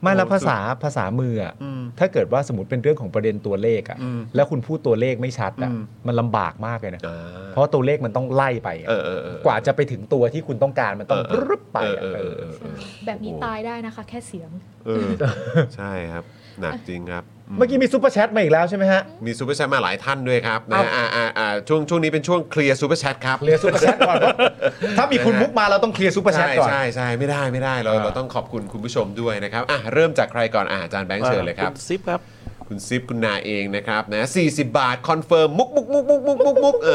S3: ไม่แล้วภาษาภาษามืออะ
S1: อืม
S3: ถ้าเกิดว่าสมมติเป็นเรื่องของประเด็นตัวเลขอะ
S1: อืม
S3: แล้วคุณพูดตัวเลขไม่ชัดอะ
S1: อืม
S3: มันลำบากมากเลยนะ
S1: อ่า
S3: เพราะตัวเลขมันต้องไล่ไปอะ
S1: เออเออเออ
S3: กว่าจะไปถึงตัวที่คุณต้องการมันต้อง
S1: เออเออ
S3: รึบไป
S1: เออ
S3: อะ
S1: เออ
S3: เอ
S1: เออ
S3: อ
S1: เออเออ
S4: แบบนี้ตายได้นะคะ แค่เสียง
S1: เออใช่ครับหนักจริงครับ
S3: เมื่อกี้มีซูเปอร์แชทมาอีกแล้วใช่ไหมฮะ
S1: มีซูเปอร์แชทมาหลายท่านด้วยครับนะ
S3: เอา
S1: อ่าอ่าอ่าช่วงช่วงนี้เป็นช่วงเคลียร์ซูเปอร์แชทครับ
S3: เคลียร์ซูเปอร์แชทก่อนว่าถ้ามีคุณมุกมาเราต้องเคลียร์ซูเปอร์แชท
S1: ใช่
S3: ก่อน
S1: ใช่ใช่ไม่ได้ไม่ได้เรา
S3: อ่า
S1: เราต้องขอบคุณคุณผู้ชมด้วยนะครับอ่ะเริ่มจากใครก่อนอ่ะอาจารย์แบงค์เชิญเลยครับ
S5: ณซิปครับ
S1: คุณซิปคุณนาเองนะครับนะ40 บาท คอนเฟิร์ม มุกมุกมุกมุกมุกมุกมุกเอ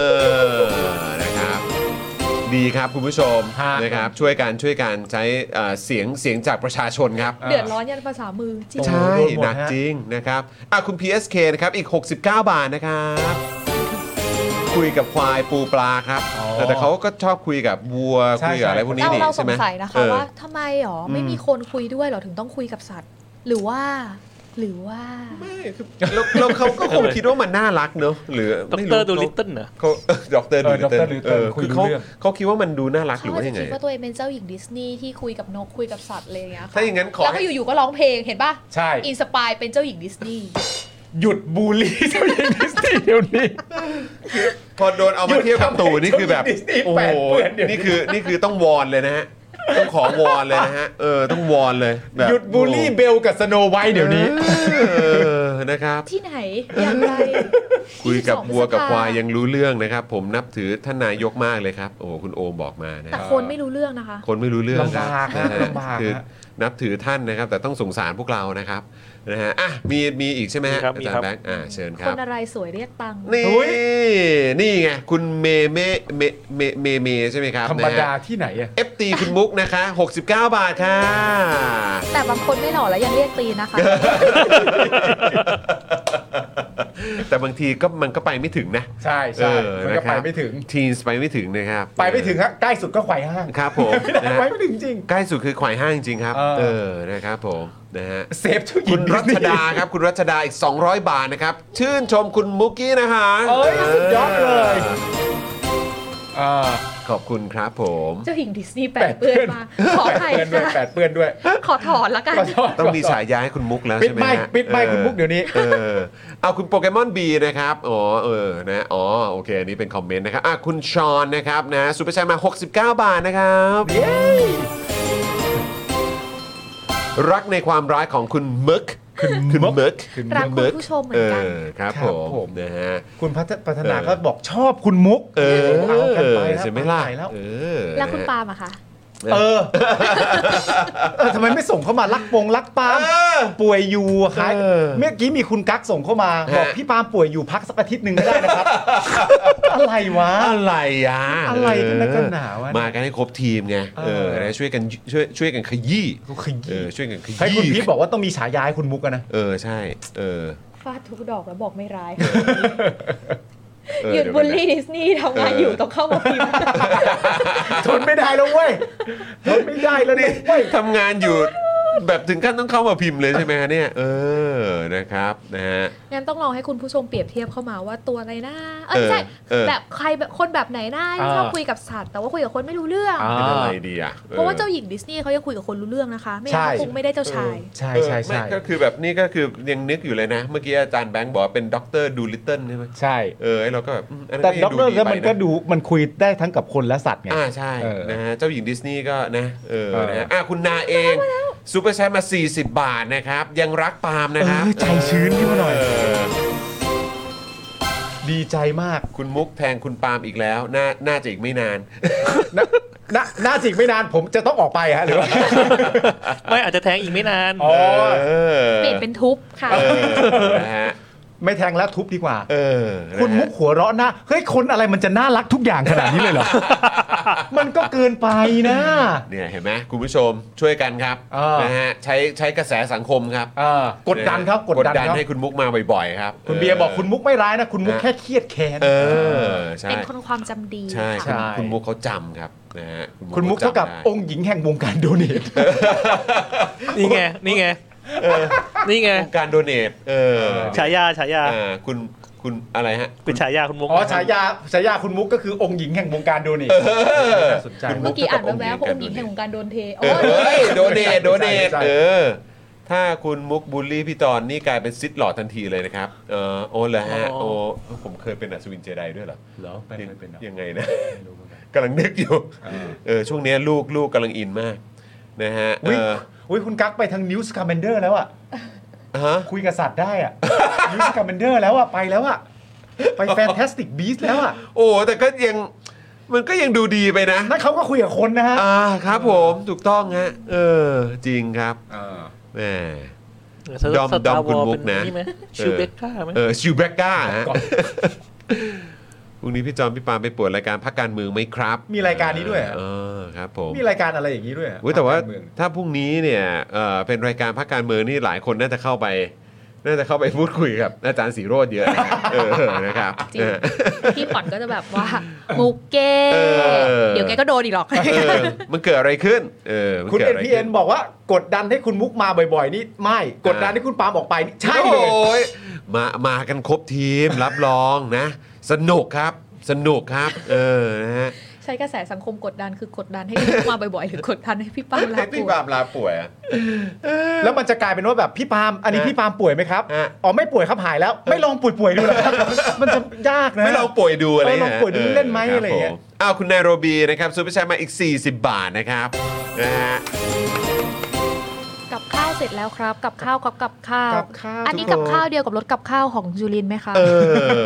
S1: อนะครับ ดีครับคุณผู้ชม
S3: ฮะ
S1: นะครับช่วยกันช่วยกันใช้เอ่อเสียงเสียงจากประชาชนครับ
S4: เดือดร้อนยันภาษามือจริง
S3: โอ้โห
S1: ใช่
S3: โดนหมด
S1: หนัก
S3: ฮะ
S1: จริงนะครับอ่ะคุณ PSK นะครับ อีก 69 บาทนะครับ คุยกับควายปูปลาครับ
S3: อ๋อ
S1: แต่แต่เขาก็ชอบคุยกับวัว
S3: ใช่
S1: คุยกับอะไร
S3: ใช่
S1: พวกนี้
S4: เรา
S1: นี่
S4: เราส
S1: ใช่
S4: ง
S1: ไหม
S4: สัยนะ
S1: เออ
S4: คะว่าทำไมหรอ
S1: อืม
S4: ไม่มีคนคุยด้วยหรอถึงต้องคุยกับสัตว์ หรือว่า หรือว่า
S1: ไม่คือแล้วแล้วเขาก็คงคิดว่ามันน่ารักเนอะหรือ
S5: ด
S1: ไม่
S5: ร
S1: รู้
S5: ดูลิตเติ้ลเหรอ
S1: เขาด็อกเตอร์
S3: เอ
S1: ดู
S3: อ
S1: ลิตเติ้
S3: Dr.
S1: ล
S3: Dolittle
S1: เออ
S3: คุย
S1: คือ
S3: รู้
S1: เขา
S3: เรื่อง
S1: เขาคิดว่ามันดูน่ารักห
S4: เขา
S1: รือ
S4: อาจ
S1: ว่ายั
S4: จะ
S1: งไง
S4: คิดว่าตัวเองเป็นเจ้าหญิงดิสนีย์ที่คุยกับนกคุยกับสัตว์อะไรอย่างเงี้ยค่ะ
S1: ถ้าอย่างนั้นขอ
S4: แล้ว
S1: ให้
S4: ก็อยู่ๆก็ร้องเพลงเห็นป่ะ
S3: ใช่
S4: อินสปายเป็นเจ้าหญิงดิสนีย์
S3: หยุดบูลลี่เจ้าหญิงดิสนีย์เดี๋ยวนี้
S1: พอโดนเอามาเทียบกับตู่นี่คือแบบ
S3: ดิสนีย์
S1: โอ้
S3: แป
S1: โห
S3: ดเปื้อนเดี๋ยวนี้
S1: นี่คือนี่คือต้องวอนเลยนะฮะต้องขอวอนเลยนะฮะเออต้องวอนเลยแ
S3: หยุดบูลลี่เบลกับสโนไวท์เดี๋ยวนี้
S1: เออนะครับ
S4: ที่ไหนอย่างไร
S1: คุยกับ
S4: 22
S1: วัวกับค
S4: พฤษภา
S1: วายยังรู้เรื่องนะครับ ผมนับถือท่านนายกมากเลยครับ โอ้คุณโอมบอกมานะค
S4: แต่
S1: รับ
S4: คนไม่รู้เรื่องนะคะ
S1: คนไม่รู้เรื่องครั
S3: ลำบากนะ
S1: นะฮะ
S3: ลำบากนะ
S1: คือนับถือท่านนะครับ แต่ต้องสงสารพวกเรานะครับนะฮะอ่ะมีมีอีกใช่ไหมฮะ
S5: มีครับ
S1: อา
S5: มี
S1: จารย์
S5: ครับ
S1: แบงค์อ่าเชิญค
S4: ครับ นอะไรสวยเรียกตังค์
S1: นี่
S3: อุ๊ย
S1: นี่ไงคุณเมเมเมเมเมเมใช่ไหมครับ
S3: ธรรม
S1: นะฮะ
S3: ดาที่ไหนอะ
S1: เอฟตีคุณมุกนะคะ 69 บาทค่ะ
S4: แต่บางคนไม่หล่อแล้วยังเรียกตีนะคะ
S1: แต่บางทีก็มันก็ไปไม่ถึงนะ
S3: ใช่ใช่
S1: เออ
S3: มันก็
S1: นะค
S3: ไป
S1: รับ
S3: ไม่ถึง
S1: ทีนส์ไปไม่ถึงนะครับ
S3: ไปไม่ถึงฮะใกล้สุดก็ไขว่ห้าง
S1: ครับ ผม
S3: ไม่ได้
S1: นะฮะ
S3: ไปไม่ถึงจริง
S1: ใกล้สุดคือขวายห้างจริงๆครับ
S3: เออ
S1: เออนะครับผมนะฮะ
S3: เซฟเจ้าหญิ
S1: คุ
S3: ง
S1: ณรัชดาครับ คุณรัชดาอีก 200 บาทนะครับ ชื่นชมคุณมุกกี้นะคะ
S3: เอ้ยสุดยอดเลยอ่า
S1: ขอบคุณครับผม
S4: เจ้าหญิงดิสนีย์แปดเปื้อนมา ขอ
S3: แปด
S4: ไข่
S3: เปื้อนด้วย
S4: ค่ะ
S3: แปดเปื้อนด้วย
S4: ขอถอนละกัน
S3: ขอโทษ
S1: ต้องมี
S3: ขโทษ
S1: ฉายาให้คุณมุกแล้ว
S3: ปิด
S1: ใช่ไหม
S3: ไมค์
S1: ฮะ
S3: ปิดไมค์
S1: ออ
S3: คุณมุกเดี๋ยวนี้
S1: เออเอาคุณโปเกมอนบีนะครับ อ๋อ เออ นะ อ๋อ โอเค อันนี้เป็นคอมเมนต์นะครับ อ่ะ คุณชอนนะครับ นะซูเปอร์แชร์มา 69 บาทนะครับ
S3: เย้
S1: รักในความร้ายของคุณมึกคุณมึก
S4: รักคุณผู้ชมเหมือนกัน
S1: เออครับผมนะฮะ
S3: คุณพัฒพัฒนา
S1: เออ
S3: ก็บอกชอบคุณมุก
S1: เออ
S3: เอากันไปแล้ว
S1: ใช่ไหมล่ะ
S3: ปแล้ว
S1: เออ
S4: แล้วคุณ
S1: นะฮะ
S4: ปาล์มอะคะ
S3: เออเออทำไมไม่ส่งเข้ามารักปงรักปาล์มป่วยอยู่หาย
S1: เออ
S3: เมื่อกี้มีคุณกั๊กส่งเข้ามา
S1: ฮะ
S3: บอกพี่ปาล์มป่วยอยู่พักสักอาทิตย์หนึ่งก็ได้ นะครับ อะไรวะ
S1: อะไรอ่ะ
S3: อะไรกันนะ
S1: เออ
S3: กันหนาวะ
S1: มากันให้ครบทีมไง เอ
S3: เออ
S1: อนะช่วยกันช่วยช่วยกันขยี้
S3: ข
S1: เอ
S3: ยี้
S1: อ ช่วยกันขยี้
S3: ให้คุณพีทบอกว่าต้องมีฉายาให้คุณมุกอะนะ
S1: เออ ใช่ เออ
S4: ฟาดทุกดอกแล้วบอกไม่ร้าย
S1: เออ
S4: หยุด
S1: เว
S4: บู
S1: ก่อน
S4: ล
S1: นะ
S4: ลี่ดิสนีย์ทำงาน
S1: เอออ
S4: อยู่ต้องเข้ามาพิมพ์
S3: ทนไม่ได้แล้วเว้ยทนไม่ได้แล้วนี่เว้ย
S1: ทำงานอยู่แบบถึงขั้นต้องเข้ามาพิมพ์เลยใช่ไหมฮะเนี่ย เออ นะครับ นะฮะ
S4: งั้นต้องลองให้คุณผู้ชมเปรียบเทียบเข้ามาว่าตัวอะไรนะเอ
S1: เอ
S4: อ
S1: อ
S4: ใช่
S1: เออ
S4: แบบใครแบบคนแบบไหนนะ
S3: อ่า
S4: ชอบคุยกับสัตว์แต่ว่าคุยกับคนไม่รู้เรื่อง
S3: อ่า
S1: เป็นอะไรดีอ่ะ
S4: เพราะว่าเจ้าหญิงดิสนีย์เขายังคุยกับคนรู้เรื่องนะคะ ไม่
S3: ใช่
S4: งั้นเขาคงไม่ได้เจ้าชาย
S3: ใช่
S1: เออ
S3: ใช่
S1: ไม่
S3: ใช่
S1: ก็คือแบบนี่ก็คือยังนึกอยู่เลยนะ เมื่อกี้อาจารย์แบงค์บอกว่าเป็นด็อกเตอร์ดูลิตเติ้ลใช่ไหม
S3: ใช่
S1: เออไอ้เราก็แบบมนนั้น
S3: แต่
S1: ไม่
S3: ด็อกเตอร์
S1: ไ
S3: แล้วมันก็
S1: ไปะ
S3: ดูมันคุยได้ทั้งกับคนและสัตว์ไง
S1: อ่าใช่
S3: เออ
S1: นะฮะ เจ้าหญิงดิสนีย์ก็นะ เออ
S3: เออ
S1: นะฮะอ่ะคุณนาเองซูเปอร์แชทมา 40 บาทนะครับ ยังรักปาล์มนะครับ
S3: เออใจชื้นขึ้นมาหน่อย
S1: เออ
S3: ดีใจมาก
S1: คุณมุกแทงคุณปาล์มอีกแล้วน่าน่าจะอีกไม่นาน
S3: นะนะน่าจิกไม่นานผมจะต้องออกไปฮะหรือว่า
S5: ไม่อาจจะแทงอีกไม่นาน
S3: อ๋อ
S1: เออ
S6: เปลี่ยนเป็นทุบค่ะ
S1: เออนะฮะ
S3: ไม่แทงแล้วทุบดีกว่า
S1: เออนะฮะ
S3: คุณมุกหัวเราะหน้าเฮ้ยคนอะไรมันจะน่ารักทุกอย่างขนาดนี้เลยเหรอ มันก็เกินไปนะ
S1: เนี่ยเห็นไหมคุณผู้ชมช่วยกันครับ
S3: เออ
S1: นะฮะใช้ใช้กระแสสังคมครับ
S3: เออกดดันเขากดดันเขา
S1: ให้คุณมุกมาบ่อยๆครับ
S3: คุณเบียร์บอกคุณมุกไม่ร้ายนะ คุณมุกแค่เครียดแค้น
S1: เออใช่
S6: เป็นคนความจำดี
S1: ใช่
S3: ใช่
S6: ค่ะ
S1: คุณคุณมุกเขาจำครับนะฮะ
S3: คุณมุกเท่ากับ
S1: จำได้
S3: องค์หญิงแห่งวงการโดเนท
S5: นี่ไง นี่ไงนี่ไง
S1: โครงการโดเนทเออ
S5: ฉายา ฉายา
S1: อ่าคุณคุณอะไรฮะ
S5: เป็นฉายาคุณมุก
S3: อ๋อฉายาฉายาคุณมุกก็คือองค์หญิงแห่งวงการโดเนทน่าสนใจ
S1: คุณมุ
S6: เมื่อกี้อ่านแว๊บๆเพราะองค์หญิงแห่งวงการโดนเทอ๋
S1: เอ
S6: อ
S1: อเฮ้ยโดเนทโดเนท
S3: ใช่ใช่
S1: เออ ถ้าคุณมุกบูลลี่พี่จอนนี่กลายเป็นซิดหล่อทันทีเลยนะครับ เออโอ้เหรอฮะโอ้ผมเคยเป็นอัศวินเจไดด้วยเหรอ
S3: เหรอไป
S1: ยัง
S3: ไปเป็นเหรอ
S1: ยังไงนะกำลังนึกอยู่เออช่วงเนี้ยลูกลูกกำลังอินมากนะฮะเอ
S3: อุ๊ย
S1: อ
S3: อุ้ยคุณกั๊กไปทางนิวส์คาร์เมนเดอร์แล้วอ่ะ
S1: ฮะ
S3: คุยกับสัตว์ได้อ่ะ นิวส์คาร์เมนเดอร์แล้วอ่ะ ไปแล้วอ่ะ ไปแฟนตาสติกบีสแล้วอ่ะ
S1: โอ้แต่ก็ยังมันก็ยังดูดีไปนะ
S3: นั่นเขาก็คุยกับคนนะฮะ
S1: อ่าครับผมถูกต้องฮะเออจริงครับแหม ดอมดอมคุณมุกนะ
S5: นี่ไหม
S1: เออ
S5: ชิวเบคก้าไหม
S1: เออชิวแบกก้าฮะพรุ่งนี้พี่จอมพี่ปาล์มไปปวดรายการพักการเมืองไหมครับ
S3: มีรายการนี้ด้วยเหรอ
S1: เออครับผม
S3: มีรายการอะไรอย่างนี้ด้วยอะ
S1: เว้ยแต่ว่า
S3: ภคกรเมือง
S1: ถ้าพรุ่งนี้เนี่ยเอ่อเป็นรายการพักการเมืองนี่หลายคนน่าจะเข้าไป น่าจะเข้าไปพูดคุยกับอาจารย์สีโรดเยอะนะครับเออนะครับ
S6: จริง
S1: เออ
S6: พี่ขวัญก็จะแบบ ว่ามุกเก้
S1: เออ
S6: เดี๋ยวแกก็โดนอีกหรอก
S1: เออมันเกิดอะไรขึ้นเออมัน
S3: คุณ
S1: กิดะ
S3: เอ็น
S1: ไร
S3: พี
S1: ขึ้
S3: เอ็นบอกว่ากดดันให้คุณมุกมาบ่อยๆ นี่ไม่ กดดันให้คุณปาล์มออกไปนี่ใช่เลย
S1: โอ้ยมามากันครบทีมรับรองนะ สนุกครับ สนุกครับ เออนะฮะ
S6: ใช้กระแสสังคมกดดันคือกดดันให้พี่มาบ่อยๆ หรือกดดันให้พี่ป้าลา
S1: พี่
S6: ป่ว
S1: ปาย ล์มลาป่วยอะ
S3: แล้วมันจะกลายเป็นว่าแบบพี่ปาล์มอันนี้
S1: ฮะ
S3: พี่ปาล์มป่วยไหมครับ
S1: ฮะ
S3: อ๋อไม่ป่วยครับหายแล้ว ไม่ลองป่วยป่วยๆดูเหรอครับ มันจะยากนะ
S1: ไม่ลองป่วยดูอะไร
S3: เออลองป่วยดูเล่นไหมอะไรอย่างเงี้ย
S1: ครับผมอ้าวคุณไนโรบีนะครับซูเปอร์แชร์มาอีก 40 บาทนะครับนะฮะ
S6: กับข้าวเสร็จแล้วครับ กับข้าวกับกับข้าว
S3: กับข้าว
S6: อันนี้กับข้าวเดียวกับรถกับข้าวของจูลินไหมคะ
S1: เอ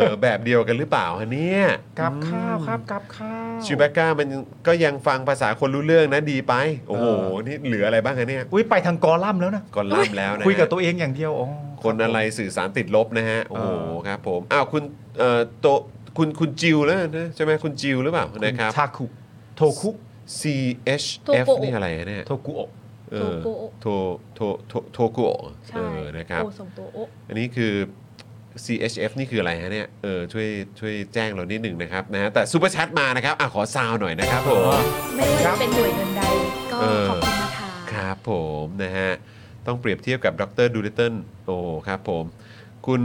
S1: อ แบบเดียวกันหรือเปล่าฮะเนี่ย
S3: กับข้าวครับกับข้าว
S1: ชิวแบก้ามันก็ยังฟังภาษาคนรู้เรื่องนะดีไป โอ้โห
S3: เออ
S1: นี่เหลืออะไรบ้างฮะเนี่ย
S3: อุ้ยไปทางกอลัมน์แล้วนะ
S1: ก่อนล่ำแล้วนะฮะ
S3: คุยกับตัวเองอย่างเดียวอ๋อ
S1: คนอะไรสื่อสารติดลบนะฮะ โอ้โห
S3: เออ
S1: ครับผมอ้าวคุณเอ่อโตคุณคุณจิวแล้วนะใช่ไหมคุณจิวหรือเปล่านะครับ
S3: ชาคุโทคุ
S1: C H
S6: โทโก
S1: F นี่อะไรฮะเนี่ย
S3: โทกุโอะ
S1: เออ
S6: โทโกะ
S1: โทโทโทโทกุโอะเอ
S6: ใช่
S1: อนะครับ
S6: โอ้สองตัวโอ้
S1: อันนี้คือ CHF นี่คืออะไรฮะเนี่ย เออช่วยช่วยแจ้งเรานิดหนึ่งนะครับนะฮะแต่ซูเปอร์แชทมานะครับ อ่ะ ขอซาวหน่อยนะครับผม
S6: ไม่ว่าจะเป็นหน่วยเงินใดก็
S1: เออ
S6: ขอบคุณนะคะ
S1: ครับผมนะฮะ ต้องเปรียบเทียบกับดรดูลิตเติลโอ้ครับผม คุณ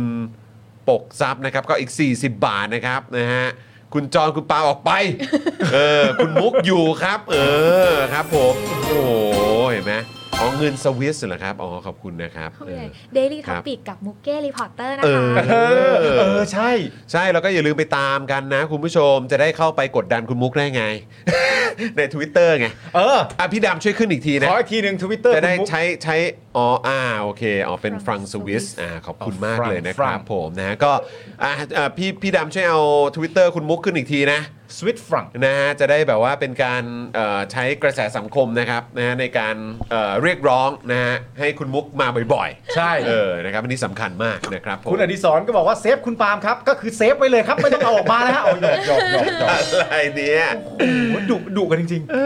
S1: ปกซับนะครับ ก็อีก 40 บาทนะครับนะฮะ คุณจอนคุณปาออก ไป เออ คุณมุกอยู่ครับ เออครับผมโอ้โหเห็นไหมอ๋อเงินสวิสเหรอครับอ๋อขอบคุณนะครับเออ
S6: เดลี่
S1: ครั
S6: ท็อบ ปิกกับมุกเก้รีพอร์เตอร์นะ
S1: เอ
S6: คะ
S1: อ
S3: เออเออใช่
S1: ใช่แล้วก็อย่าลืมไปตามกันนะ คุณผู้ชมจะได้เข้าไปกดดันคุณมุกได้ไง ใน Twitter ไง
S3: เออ
S1: อ่ะพี่ดำช่วยขึ้นอีกทีนะ
S3: ขออีกทีหนึ่งทวิตเตอร์
S1: จะได้ใช้ใช้อ๋ออ่าโอเคอ๋อเป็นฟรัง
S6: Frank
S1: สวิส
S6: Swiss
S1: อ่าขอบคุณมาก
S3: อ๋อ Frank
S1: เลยนะครับ
S3: Frank
S1: ผมนะก็อ่ะอ่ะพี่พี่ดำช่วยเอา Twitter คุณมุกขึ้นอีกทีนะ
S3: สวิตฟรัง
S1: นะฮะจะได้แบบว่าเป็นการเอ่อใช้กระแสสังคมนะครับนะฮะในการเอ่อเรียกร้องนะฮะให้คุณมุกมาบ่อยๆ
S3: ใช่
S1: เออนะครับอันนี้สำคัญมากนะครับผม
S3: คุณอดิศรก็บอกว่าเซฟคุณปาล์มครับ ก็คือเซฟไว้เลยครับ ไม่ต้องเอาออกมานะฮะเอาหยอกหยอกหยอกหยอก
S1: อะไรเนี่ย
S3: โอ้โหดุดุกันจริง
S1: เอ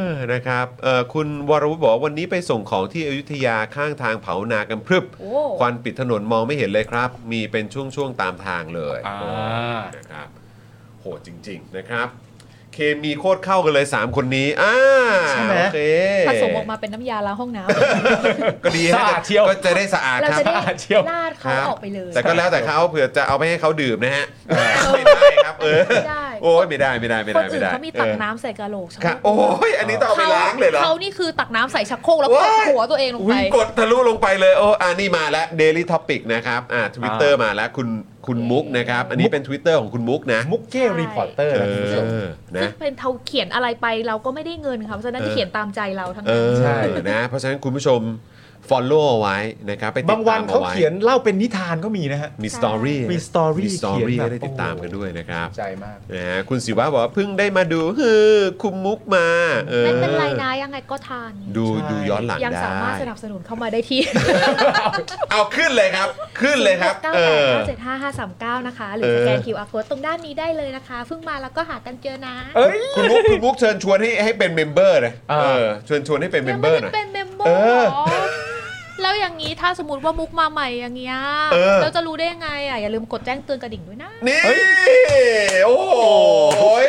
S1: อนะครับเอ่อคุณวรวุฒิบอกว่าวันนี้ไปส่งของที่อยุธยาข้างทางเผานากันพรึบ
S6: โอ้
S1: ควันปิดถนนมองไม่เห็นเลยครับ มีเป็นช่วงๆตามทางเลย
S3: อ่า
S1: โอ้นะครับโหดจริง ๆนะครับ เคมีโคตรเข้ากันเลย 3 คนนี้อ่า
S3: ใช่ไหม
S1: โอเค
S6: ผสมออกมาเป็นน้ำยาล้างห้องน้ำ
S1: ก็ดีฮ
S3: สะอาดเชียว
S1: ก็จะได้สะอาด
S6: เรา
S1: ครับ
S6: จะได้
S3: สะอาดเชียว
S6: ลาด
S1: ค
S6: เขา
S1: รับ
S6: ออกไปเลย
S1: แต่ก็แล้วแต่เขาเผื่อจะเอาไปให้เขาดื่มนะฮะไม่ได้ครับเออ
S6: ไม่ได้
S1: โอ้ยไม่ได้ไม่ได้ไม่
S6: ค
S1: ได้
S6: น
S1: ไม่
S6: อื่น
S1: ได้
S6: เขามีตัก
S1: เอ
S6: น้ำใส่กระโหลกใช่
S1: อ
S6: ไหม
S1: ค่ะโอ้ยอันนี้ต้องเอาไปล้างเลยเหรอ
S6: เขานี่คือตักน้ำใส่ชักโครกแล้วกด
S1: ว้าย
S6: หัวตัวเองลง
S1: อุ๊
S6: ไป
S1: ยกดทะลุลงไปเลยโอ้อันนี้มาแล้ว Daily Topic นะครับอ่าทวิตเตอร์มาแล้วคุณคุณมุกนะครับ อันนี้เป็น Twitter ของคุณมุกนะ
S3: ๆ มุกเก้รีพอร์เตอร์
S1: เอ
S3: นะคุณผู้ชม
S1: อ
S6: ซึ่
S1: นะ
S6: งเป็นเทาเขียนอะไรไปเราก็ไม่ได้เงินค่ะเพราะฉะนั้นจะเขียนตามใจเราทั้ง
S1: เอ
S6: นั้น
S1: อ
S3: ใช่
S1: นะเพราะฉะนั้นคุณผู้ชม follow เอาไว้นะครับไปติด
S3: บางวั
S1: ตาน ม
S3: เขา
S1: เอาไว้
S3: เขียนเล่าเป็นนิทานก็มีนะฮะ
S1: มีสตอรี่
S3: มี story
S1: มีสตอรี่
S3: เขียนแบบ
S1: ให้ได้ติดตามกันด้วยนะครับ
S3: ใจมาก
S1: นะฮะคุณศิวะบอกว่าเพิ่งได้มาดูฮือคุมมุกมาออ
S4: ไม่เป็นไรนะยังไงก็ทาน
S1: ดู
S3: ใช่
S1: ดูย้อนหลัง
S4: ยัง
S1: ได้
S4: สามารถสนับสนุนเข้ามาได้ที่
S1: เอาขึ้นเลยครับ ขึ้นเลยครับ
S4: เก้า
S1: เอ
S4: แป
S1: อ
S4: ดเก้าเจ็ดห้าห้าสามเก้านะคะ หรือสแกน
S1: เออ
S4: QR code ตรงด้านนี้ได้เลยนะคะเพิ่งมาแล้วก็หากันเจอนะ
S3: เอ้ย
S1: คุณมุกคุณมุกเชิญชวนให้ให้เป็นเมมเบอร์นะ
S3: อ่า
S1: เออเชิญชวนให้เป็นเม
S4: ยัง
S1: มเบ
S4: ไม่
S1: อร์หน่อย
S4: ได้เป็นเมมเบอ
S1: เออ
S4: ร์หรอแล้วอย่างนี้ถ้าสมมติว่ามุกมาใหม่อย่างเงี้ย
S1: เออ
S4: เราจะรู้ได้ยังไงอ่ะอย่าลืมกดแจ้งเตือนกระดิ่งด้วยนะ
S1: นี่ โอ้โหย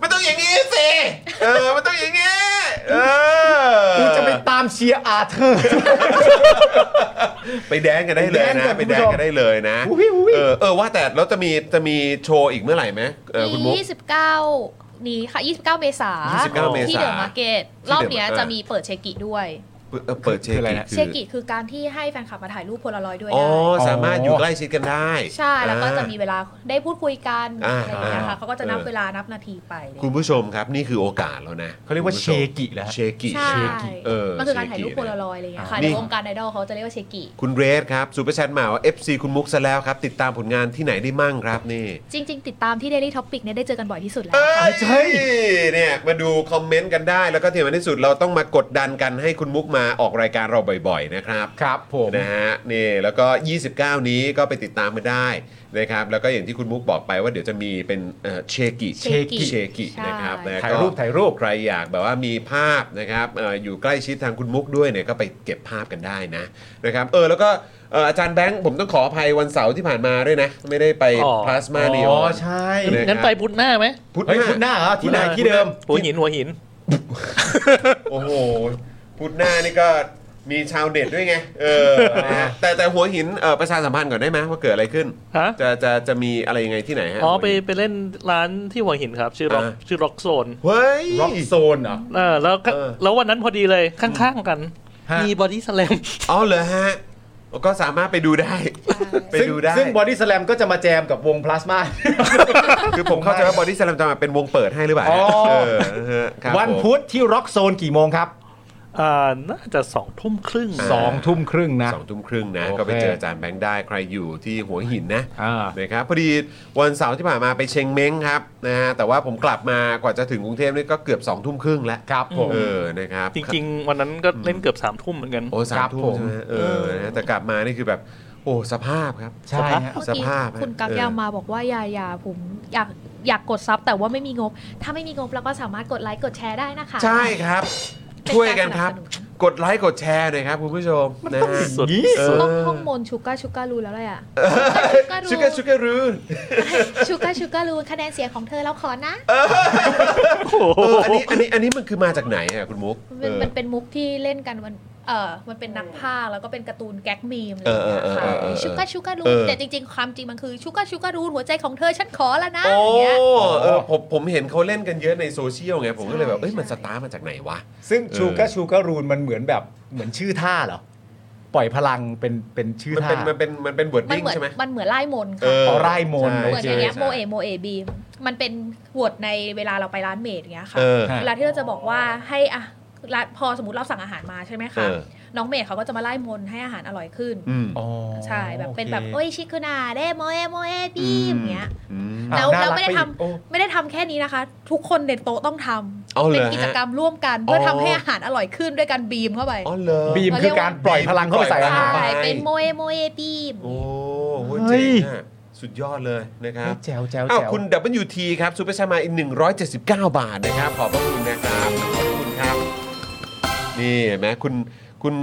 S1: มันต้องอย่างนี้สิ เออ มันต้องอย่างนี้ เออ
S3: กูจะไปตามเชียร์อาเธอร์
S1: ไปแดนกันได้เลยนะ ไป
S3: ไป
S1: แด
S3: แด
S1: น
S3: นกัน
S1: กันได้เลยนะ
S3: อุ้ยอุ้ย
S1: เออ เออ ว่าแต่แล้วจะมีจะมีโชว์อีกเมื่อไหร่ไหมเออคุณมุก
S4: 29 นี้ค่ะ 29 เมษา
S1: 29เมษา
S4: ที่เดอะมาร์เก็ต
S1: ที่
S4: รอบ
S1: The
S4: เนี้ย
S1: Market
S4: จะมีเปิดเชกิด้วย
S1: เออเปิดเช
S3: คืออะไร
S1: กิ
S3: นะ
S1: คือ
S4: เชกิคือการที่ให้แฟนคลับมาถ่ายรูปโพลารอยด์ด้วย
S1: อ๋อ
S4: ได้
S1: สามารถอยู่ใกล้ชิดกันได้
S4: ใช่แล้วก็จะมีเวลาได้พูดคุยกัน
S1: อ่า
S4: อะไรอย่างเงี้ยค่ะเขาก็จะนับ
S1: เออ
S4: เวลานับนาทีไปเลย
S1: คุณผู้ชมครับนี่คือโอกาสแล้วนะ
S3: เขาเรียกว่า
S1: คุณผู้
S3: เช
S1: ม
S3: กิแล้วฮะ
S1: เชกิ
S4: ใช่
S1: เชกิเออ
S4: มันคือการถ่ายรูป
S1: เช
S4: โพ
S1: นะ
S4: ลารอยด์อะไรอย่างเงี้ย
S3: อ่า
S4: ค่ะ
S1: นี่
S4: ในวงการไอดอลเขาจะเรียกว่าเชกิ
S1: คุณเรสครับซูเปอร์แชทมาว่า FC คุณมุกซะแล้วครับ ติดตามผลงานที่ไหนได้มั่งครับนี่
S4: จริง ๆ ติดตามที่ Daily Topic เนี่ยได้เจอกันบ่อยที่สุดแล้ว
S1: เอ้
S4: ค่ะ
S1: ยเนี่ยมาดูคอมเมนต์กันได้ แล้วก็ที่สำคัญที่สุดเราต้องมากดดันกันให้คุณมุกมาออกรายการเราบ่อยๆนะครับ
S3: ครับผม
S1: นะฮะนี่แล้วก็ 29 นี้ก็ไปติดตามมาได้นะครับแล้วก็อย่างที่คุณมุกบอกไปว่าเดี๋ยวจะมีเป็นเอ่อเชกิ
S4: เชกิ
S1: เชกิ
S4: ใช่
S1: นะครับนะ
S3: ถ่ายรูป
S1: ก็
S3: ถ่ายรูป
S1: ใครอยากแบบว่ามีภาพนะครับเอ่ออยู่ใกล้ชิดทางคุณมุกด้วยเนี่ยก็ไปเก็บภาพกันได้นะนะครับเออแล้วก็เอ่ออาจารย์แบงค์ผมต้องขออภัยวันเสาร์ที่ผ่านมาด้วยนะ ไม่ได้ไป
S5: อ๋อ
S1: พลาสมาเน
S3: อ๋
S1: อ
S3: อ
S1: อน
S3: ใช่
S1: เย
S5: งั้นไปพุทธหน้าไหม
S1: พุทธ
S3: เฮ้ยคุณ
S1: ห
S3: ห
S1: น้า
S3: น้าเหรอที่ไหนที่เดิม
S5: หัวหินหัวหิน
S1: โอ้โหพุทธหน้านี่ก็มีชาวเน็ตด้วยไงเออนะฮะแต่แต่หัวหินเอ่อประชาสัมพันธ์ก่อนได้ไหมว่าเกิดอะไรขึ้น
S5: ฮะ
S1: จะจะจะมีอะไรยังไงที่ไหนฮะ
S5: อ๋อไปไปเล่นร้านที่หัวหินครับ ชื่อร็อก
S1: อ่า
S5: ชื่อร็อกโซน
S1: เฮ้ย
S3: ร็อกโซนเหรอ
S5: เออแล้วก็
S1: เออ
S5: แล้ววันนั้นพอดีเลยข้างๆกัน
S3: ฮะ
S5: มีบอดี้สแลม
S1: อ๋อเหรอฮะ ก็สามารถไปดูได้ ไป
S3: ซึ่ง
S1: ดูได้
S3: ซึ่งบอดี้สแลมก็จะมาแจมกับวงพลาสมา
S1: คือผมเข้าใจว่าบอดี้ส a ลมจะมาเป็นวงเปิดให้หรือเปล่า
S3: อ๋อ
S1: เออฮะครับ
S3: วันพุธที่ร็อกโซนกี่โมงครับ
S5: อ่าน่าจะสองทุ่มครึ่ง
S3: สองทุ่มครึ่ง
S1: ผม
S3: นะ
S1: สองทุ่มครึ่งนะ
S3: โอเค
S1: ก็ไปเจออาจารย์แบงค์ได้ใครอยู่ที่หัวหินนะ
S3: อ่า
S1: นะครับพอดีวันเสาร์ที่ผ่านมาไปเชงเม้งครับนะฮะแต่ว่าผมกลับมากว่าจะถึงกรุงเทพนี่ก็เกือบ2องทุ่มครึ่งแล้ว
S3: ครับผม
S1: เออนะครับ
S5: จริง ๆ วันนั้นก็เล่นเกือบสามทุ่มเหมือนกัน
S1: โอ้สา
S3: ครั
S1: ม
S3: บ
S1: ทุ่
S3: ผม ม
S1: ใช่ไหมเออนะแต่กลับมานี่คือแบบ โอ้สภาพครับ
S3: ใช่ฮะ
S4: เมื่อ
S1: ส
S4: กี้
S1: ภาพฮะ
S4: คุณกัก
S1: เออ
S4: ยาวมาบอกว่าอย่าอย่าผมอยากอยากกดซับแต่ว่าไม่มีงบ ถ้าไม่มีงบเราก็สามารถกดไลค์กดแชร์ได้นะคะ
S1: ใช่ครับ
S4: เป็
S1: ช่วยกันครับ
S4: สสนุ
S1: กดไลค์กดแชร์หน่อยครับคุณผู้ชมนะฮะ
S5: สุด
S1: เอ
S4: ต้
S1: อ
S4: องท่องมนต์ชูก้าชูก้ารู้แล้วแหละอะ
S1: ชุกกะชุกกะรู้
S4: ชูก้าชูก้ารู้คะแนนเสียงของเธอเราขอนะ
S1: เอออันนี้อันนี้อันนี้มันคือมาจากไหนอ่ะคุณมุก
S4: มัน
S1: เอ
S4: เป็น
S1: อ
S4: มันเป็นมุกที่เล่นกันมันเออมันเป็นนักภาคแล้วก็เป็นการ์ตูนแก๊กมีมอะไร
S1: เอ
S4: อ
S1: อย่าง
S4: เงี้ยค่ะ
S1: เออเออเออ
S4: ชูก้าชูก้ารู
S1: เออ
S4: แต่จริงๆความจริงมันคือชูก้าชูก้ารูหัวใจของเธอฉันขอแล้วนะ
S1: โอ้
S4: อย่างเงี้ย
S1: เออผมผมเห็นเขาเล่นกันเยอะในโซเชียลไง ผมก็เลยแบบ
S4: ใช่
S1: เอ้ยมันส
S4: ใช่
S1: ตาร์ทมาจากไหนวะ
S3: ซึ่ง
S1: เออ
S3: ชูกาชูการูนมันเหมือนแบบเหมือนชื่อท่าเหรอ ปล่อยพลังเป็นเป็นชื่อ
S1: มัน
S3: ท่า
S1: เป็นมันเป็นมันเป็นบวด
S4: มัน
S1: ดิ้ง
S4: เหมือน
S1: ใช่ไหม
S4: มันเหมือนไล่มนต์
S1: เอ
S4: ค่ะ
S1: อ
S3: เอาไล่มนต์
S1: ใช่
S4: เหมือนอย่างเงี้ย
S1: ใช่
S4: โมเอโมเอบีมมันเป็นโหวตในเวลาเราไปร้านเมดอย่างเงี้ยค่ะ
S1: เออ
S4: เวลาที่เราจะบอกว่าให้อะร้านพอสมมติเราสั่งอาหารมาใช่ไหมคะ
S1: เออ
S4: น้องเมดเขาก็จะมาไล่มนต์ให้อาหารอร่อยขึ้น
S1: อืม
S3: อ๋อ
S4: ใช่แบบเป็นแบบ
S3: โอค
S4: โอ้ยชิคุนาเดโมเอโมเอบีมอย่างเงี้ย
S1: อืม
S3: อ้า
S4: แล้ว
S3: น่า
S4: แล้ว
S3: รัก
S4: ไม่ได้
S3: ปอีก
S4: ทำ
S3: โอ้
S4: ไม่ได้ทำแค่นี้นะคะ ทุกคนในโต๊ะต้องทำ
S1: เอาเหรอ
S4: เป็นกิจกรรมร่วมกัน เพื่ออ
S1: อ
S4: ทำให้อาหารอร่อยขึ้นด้วยการบีมเข้าไป
S1: อ๋อเหรอ
S3: บีมคือการปล่อยพลังเข้าไปใส่อาหาร
S1: ใช่
S4: ใช่ เป็นโมเอโมเอบีม
S1: โอ้โห
S3: เฮ้
S1: เจ๋
S3: ย
S1: งอะสุดยอดเลยนะครับ
S3: แจ๋วแจ๋ว
S1: อ้าว
S3: แจ๋ว
S1: คุณ WT ครับซูเปอร์แชร์มาอีก 179 บาทนะครับ ขอบพระคุณนะครับ ขอบคุณครับ นี่เห็นไหมคุณคุณ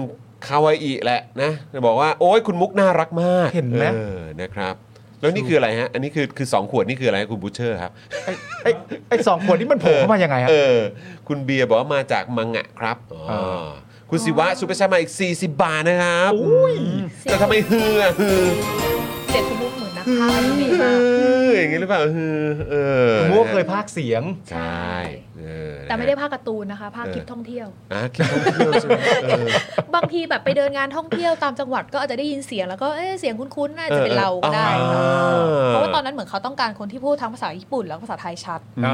S1: คาวาอิแหละนะบอกว่า โอ้ยคุณมุกน่ารักมาก
S3: เห็นไหม
S1: ออนะครับ แล้วนี่คืออะไรฮะ อันนี้คือคือ 2 ขวดนี่คืออะไรฮะคุณบูเชอร์ครับ
S3: ไอ้ไอ้สองคนนี่มันโผล่เข้ามายังไงครับ
S1: เออ คุณเบียร์บอกว่ามาจากมังงะครับอ๋อ
S3: เออ
S1: คุณศิวะซูเปอร์แชร์มาอีก 40 บาทนะครับแต่ทำไมฮืออะฮือ
S4: เด็กคุณลูกเหมือนนักพากย์อนิ
S1: ฮื
S4: เมะมาก
S1: ออย่างงี้หรือเปล่าฮือเออ
S3: คุณมั่วเคยพากย์เสียง
S1: ใช่เออนะฮะ
S4: แต่ไม่ได้ภาคการ์ตูนนะคะภาค
S1: เออ
S4: คลิปท่องเที่ยว
S1: อ่ะคิดท่องเที่ยวใช่ไหมเออบ
S4: าง างทีแบบไปเดินงานท่องเที่ยวตามจังหวัดก็อาจจะได้ยินเสียงแล้วก็เอ๊ะเสียงคุ้นๆน่าจะเป็นเราก็ได้
S1: อ่า
S4: เพราะว่าตอนนั้นเหมือนเขาต้องการคนที่พูดทั้งภาษาญี่ปุ่นแล้วก็ภาษาไทยชัด
S1: อื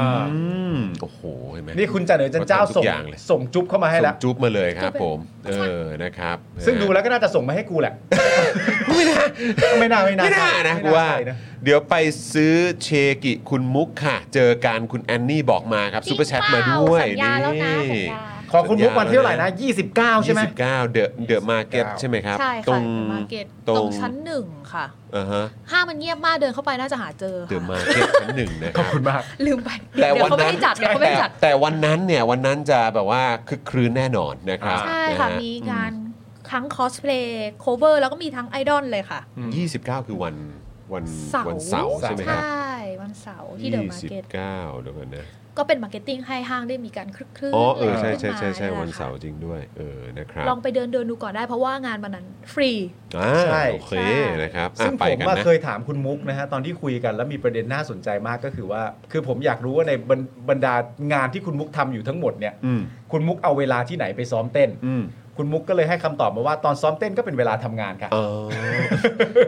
S1: มโอ้โหเห็นไหม
S3: นี่คุณจันเหนือจันเจ้า
S1: ทุก
S3: ส่ง
S1: อย่างเลย
S3: ส่งจุ๊บเข้ามาให้แล้ว
S1: ส่งจุ๊บมาเลยครับผม เอ
S4: จุ๊บไป
S1: อนะครับ
S3: ซึ่งดูแล้วก็น่าจะส่งมาให้กูแหละ
S1: ไม่น่า
S3: ไม่น่าไม่น่า
S1: ไม่น่านะกูว่า
S3: ใช่นะ
S1: เดี๋ยวไปซื้อเชกิคุณมุกค่ะ เจอการคุณแอนนี่บอกมาครับซูเปอร์แชทมาด้วย
S4: สัญญาแล้วนะสัญญา
S3: ขอคุณมุกวันที่เท่าไหร่นะ 29 ใช่ไหม
S1: 29เดอะเดอะมาร์เก็ต
S3: 29
S1: ใช่ไหมครับ
S4: ใช่
S1: ตร
S4: ค่ะ
S1: ง
S4: มาร์เก็ต
S1: ตรง
S4: ตรงชั้นหนึ่งค่ะ
S1: อ่าฮะ
S4: ห้างมันเงียบมากเดินเข้าไปน่าจะหาเจอ
S1: เดอะ
S4: ค่ะ
S1: มาร์เก็ตชั้นหนึ่งนะค
S3: ขอ
S1: รั
S3: บบ คุณมาก
S4: ลืมไปเดี๋ยวเดี๋ยวเขาไม่ได้จัดเดี๋ยวเขาไม่ได้จัด
S1: แต่แต่วันนั้นเนี่ยวันนั้นจะแบบว่าคึกครื้นแน่นอนนะครับ
S4: ใช่ค่ะ
S1: นฮ
S4: มีงานทั้งคอสเพลย์โคเวอร์แล้วก็มีทั้งไอดอลเลยค่ะ
S1: อืม29 คือวันวัน
S4: เสาร์
S1: วันเสาร์ใช่ไหมครับ
S4: ใช่วันเสาร์ที่เดอะมาร์เก็ต
S1: 29เดี๋ยวก่อนนะ
S4: ก็เป็นมาร์เก็ตติ้งให้ห้างได้มีการคลึกคลื่น
S1: อ๋อเออใช่
S4: ขึ้น
S1: ใช่ใช่
S4: มา
S1: ใช่
S4: ย
S1: วัน
S4: ค่ะ
S1: เสาร์จริงด้วย เออนะครับ
S4: ลองไปเดินเดินดูก่อนได้เพราะว่างานวันนั้นฟรี
S1: อ่า
S3: ใช่
S1: โอเค
S4: ใช่
S1: นะครับอ่ะ
S3: ซึ่ง
S1: ไป
S3: ผม
S1: กัน
S3: ว่า
S1: นะ
S3: เคยถามคุณมุกนะฮะตอนที่คุยกันแล้วมีประเด็นน่าสนใจมากก็คือว่า คือผมอยากรู้ว่าในบรรบรรดางานที่คุณมุกทำอยู่ทั้งหมดเนี่ย
S1: อืม
S3: คุณมุกเอาเวลาที่ไหนไปซ้อมเต้น
S1: อืม
S3: คุณมุกก็เลยให้คำตอบมาว่าตอนซ้อมเต้นก็เป็นเวลาทำงานค่ะ
S1: เออ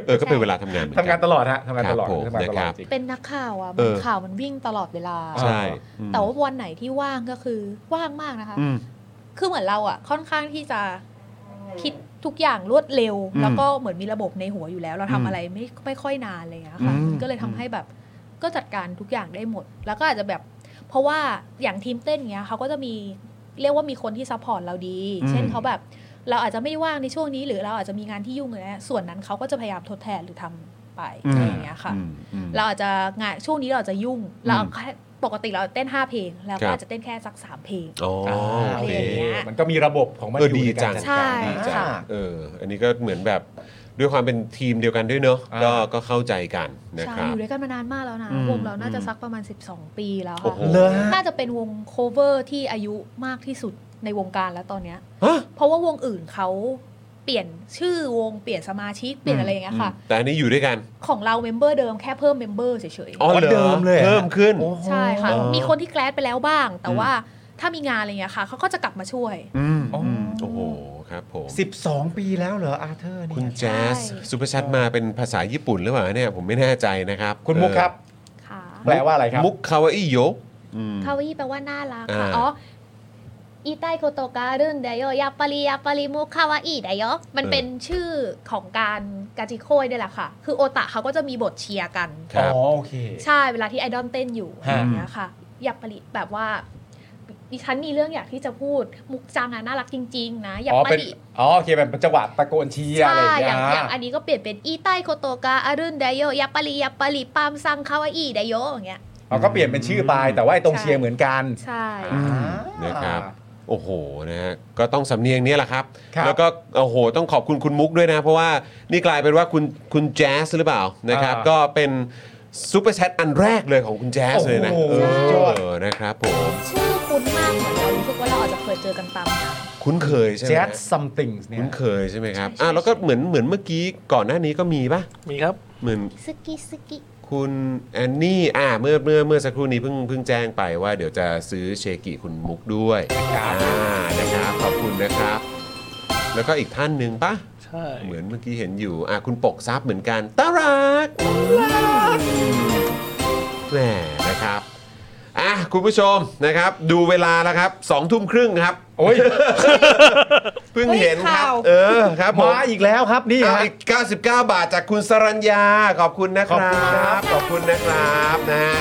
S1: เออก็เป็นเวลาทำงานเหมือน
S3: ทำ
S1: กั
S3: งาน
S1: น
S3: ตลอดฮะทำงานตลอด
S1: ครับผม
S3: ทำงานตลอด
S1: นะครับ
S3: จริง
S4: เป็นนักข่าวอ่ะ
S1: เออ
S4: ข่าวมันวิ่งตลอดเวลา
S1: ใช่อืม
S4: แต่ว่าวันไหนที่ว่างก็คือว่างมากนะคะ
S1: อืม
S4: คือเหมือนเราอะค่อนข้างที่จะคิดทุกอย่างรวดเร็ว
S1: อืม
S4: แล้วก็เหมือนมีระบบในหัวอยู่แล้ว เราทำ
S1: อืม
S4: อะไรไม่ไม่ค่อยนานอะไรอย่างเลยอะค่ะ
S1: อืม
S4: มันก็เลยทำให้แบบก็จัดการทุกอย่างได้หมด แล้วก็อาจจะแบบ เพราะว่าอย่างทีมเต้นเงี้ยเขาก็จะมีเรียกว่ามีคนที่ซัพพอร์ตเราดี เช่นเขาแบบ เราอาจจะไม่ว่างในช่วงนี้ หรือเราอาจจะมีงานที่ยุ่งอะไรเงี้ยส่วนนั้นเขาก็จะพยายามทดแทนหรือทำไปอะไรอย่างเงี้ยค่ะ
S1: อืมอืม
S4: เราอาจจะงานช่วงนี้เราอาจจะยุ่ง เราแค่ปกติเราเต้น 5 เพลง แล้ว
S1: ครั
S4: ก็
S1: บ
S4: อาจจะเต้นแค่สัก 3 เพลง
S1: อ๋อโอเค
S4: อะไรอย่างเงี้ย
S3: มันก็มีระบบของมัน
S1: เออ
S3: อยู่
S1: ดี
S3: ในการ
S1: จัง
S3: ดการ
S4: ใช่
S3: ดีจัง
S4: ค่ะ
S1: เออ อันนี้ก็เหมือนแบบด้วยความเป็นทีมเดียวกันด้วยเนอะ
S3: อ่า
S1: ก็ก็เข้าใจกันนะ
S4: ใช่
S1: ครับ
S4: อยู่ด้วยกันมานานมากแล้วนะ
S1: อืม
S4: วงเราน่าจะ
S1: อืม
S4: สักประมาณ 12 ปีแล้ว
S1: โอ้โห
S4: ค่ะ
S3: เลอฮะ
S4: น่าจะเป็นวงโคเวอร์ที่อายุมากที่สุดในวงการแล้วตอนเนี้ย
S1: ฮะ
S4: เพราะว่าวงอื่นเขาเปลี่ยนชื่อวงเปลี่ยนสมาชิกเปลี่ยนอะไรอย่างเงี้ยค่ะ
S1: แต่อันนี้อยู่ด้วยกัน
S4: ของเราเมมเบอร์เดิมแค่เพิ่มเมมเบอร์เฉย
S1: อ๋อหร
S3: เดิมเลย
S1: เพิ่มขึ้น
S3: โอ้โห
S4: ๆ ใช่ค่ะ
S1: อ๋อ
S4: มีคนที่แกลดไปแล้วบ้าง แต่ว่าถ้ามีงานอะไรอย่างเงี้ยค่ะเขาก็จะกลับมาช่วย
S1: อืมอืมโอ้โหครับผม
S3: 12 ปีแล้วเหรออาเธอร์เนี่
S1: คุณ
S3: ย
S1: แจ๊ส
S4: ใช่
S1: ซูเปอร์แชทมาเป็นภาษาญี่ปุ่นหรือเปล่าเนี่ยผมไม่แน่ใจนะครับ
S3: คุณมุกครับ
S4: ค่ะ
S3: แปลว่าอะไรครับ
S1: มุกคาวาอิโยะ
S4: คาวาอิแปลว่าน่ารักค่ะ
S1: อ่า
S4: อ๋ออีไตโคโตการุนไดโยยาปารียาปารีมุคาวาอิไดโยมันเป็นชื่อของการกาจิโคยด้วยแหละค่ะ คือโอตะเขาก็จะมีบทเชียร์กัน
S1: ครั
S3: อ๋
S1: บ
S3: อโอเค
S4: ใช่เวลาที่ไอดอลเต้นอยู่
S3: ฮะ
S4: อย่างเงี้ยค่ะยาปารีแบบว่า ดิฉันมีเรื่องอยากที่จะพูดมุกจังอะน่ารักจริง ๆ นะยา
S3: อ๋อ
S4: ปา
S3: เป็น
S4: รี
S3: อ๋อโอเคแบบจังหวะตะโกนเชียร์อะไร
S4: ใช่
S3: อย่าง
S4: อย่างอ
S3: เงี้ย
S4: ย่างอันนี้ก็เปลี่ยนเป็นอีไตโคโตกาอารุนไดโยยาปารียาปารีปามซังคาวาอิไดโยอย่างเงี้ย
S3: เขาก็เปลี่ยนเป็นชื่อไปแต่ว่าไอ้ตรงเชียร์เหมือนกัน
S4: ใช่
S1: นะครับ โอ้โหนะฮะก็ต้องสำเนียงเนี้แหละครับ
S3: ครับ
S1: แล้วก็โอ้โหต้องขอบคุณคุณมุกด้วยนะ เพราะว่านี่กลายเป็นว่าคุณคุณแจ๊สหรือเปล่านะครับ
S3: อ่า
S1: ก็เป็นซูเปอร์แชทอันแรกเลยของคุณแจ๊สเลยนะ
S3: โอ้โห
S1: เออนะครับผม
S4: ชื่อคุ้นมากเหมือนเรารู้สึกว่าเราอาจจะเคยเจอกันตามงาน
S1: คุ้นเคยใช่ไหม
S3: แจ๊ส
S1: ฮะ
S3: ซัมติงเนี่ย
S1: คุ้นเคยใช่ไหมครับ
S4: ใช่ใช่
S1: อ่ะแล้วก็เหมือนเหมือนเมื่อกี้ก่อนหน้านี้ก็มีปะ
S5: มีครับ
S1: เหมือน
S4: สกิสกิ
S1: คุณแอนนี่อ่าเมื่อเมื่อเมื่อสักครู่นี้เพิ่งเพิ่งแจ้งไปว่าเดี๋ยวจะซื้อเชกิคุณมุกด้วย
S3: ครับ
S1: อ่านะครับขอบคุณนะครับ แล้วก็อีกท่านหนึ่งปะ
S5: ใช่
S1: เหมือนเมื่อกี้เห็นอยู่อ่ะคุณปกซับเหมือนกันตารักแหมนะครับอ่ะคุณผู้ชมนะครับ ดูเวลาแล้วครับสองทุ่มครึ่งครับ
S3: โอ้ย
S1: เพิ่งเห็นครับ
S7: ข่าว
S1: เออครับผม
S3: มาอีกแล้วครับนี่
S1: นี่
S3: ฮะ
S1: ฮะ99 บาทจากคุณสรัญญา ขอบคุณนะครับ
S3: ขอบคุณครับ
S1: ขอบคุณนะครับนะฮะ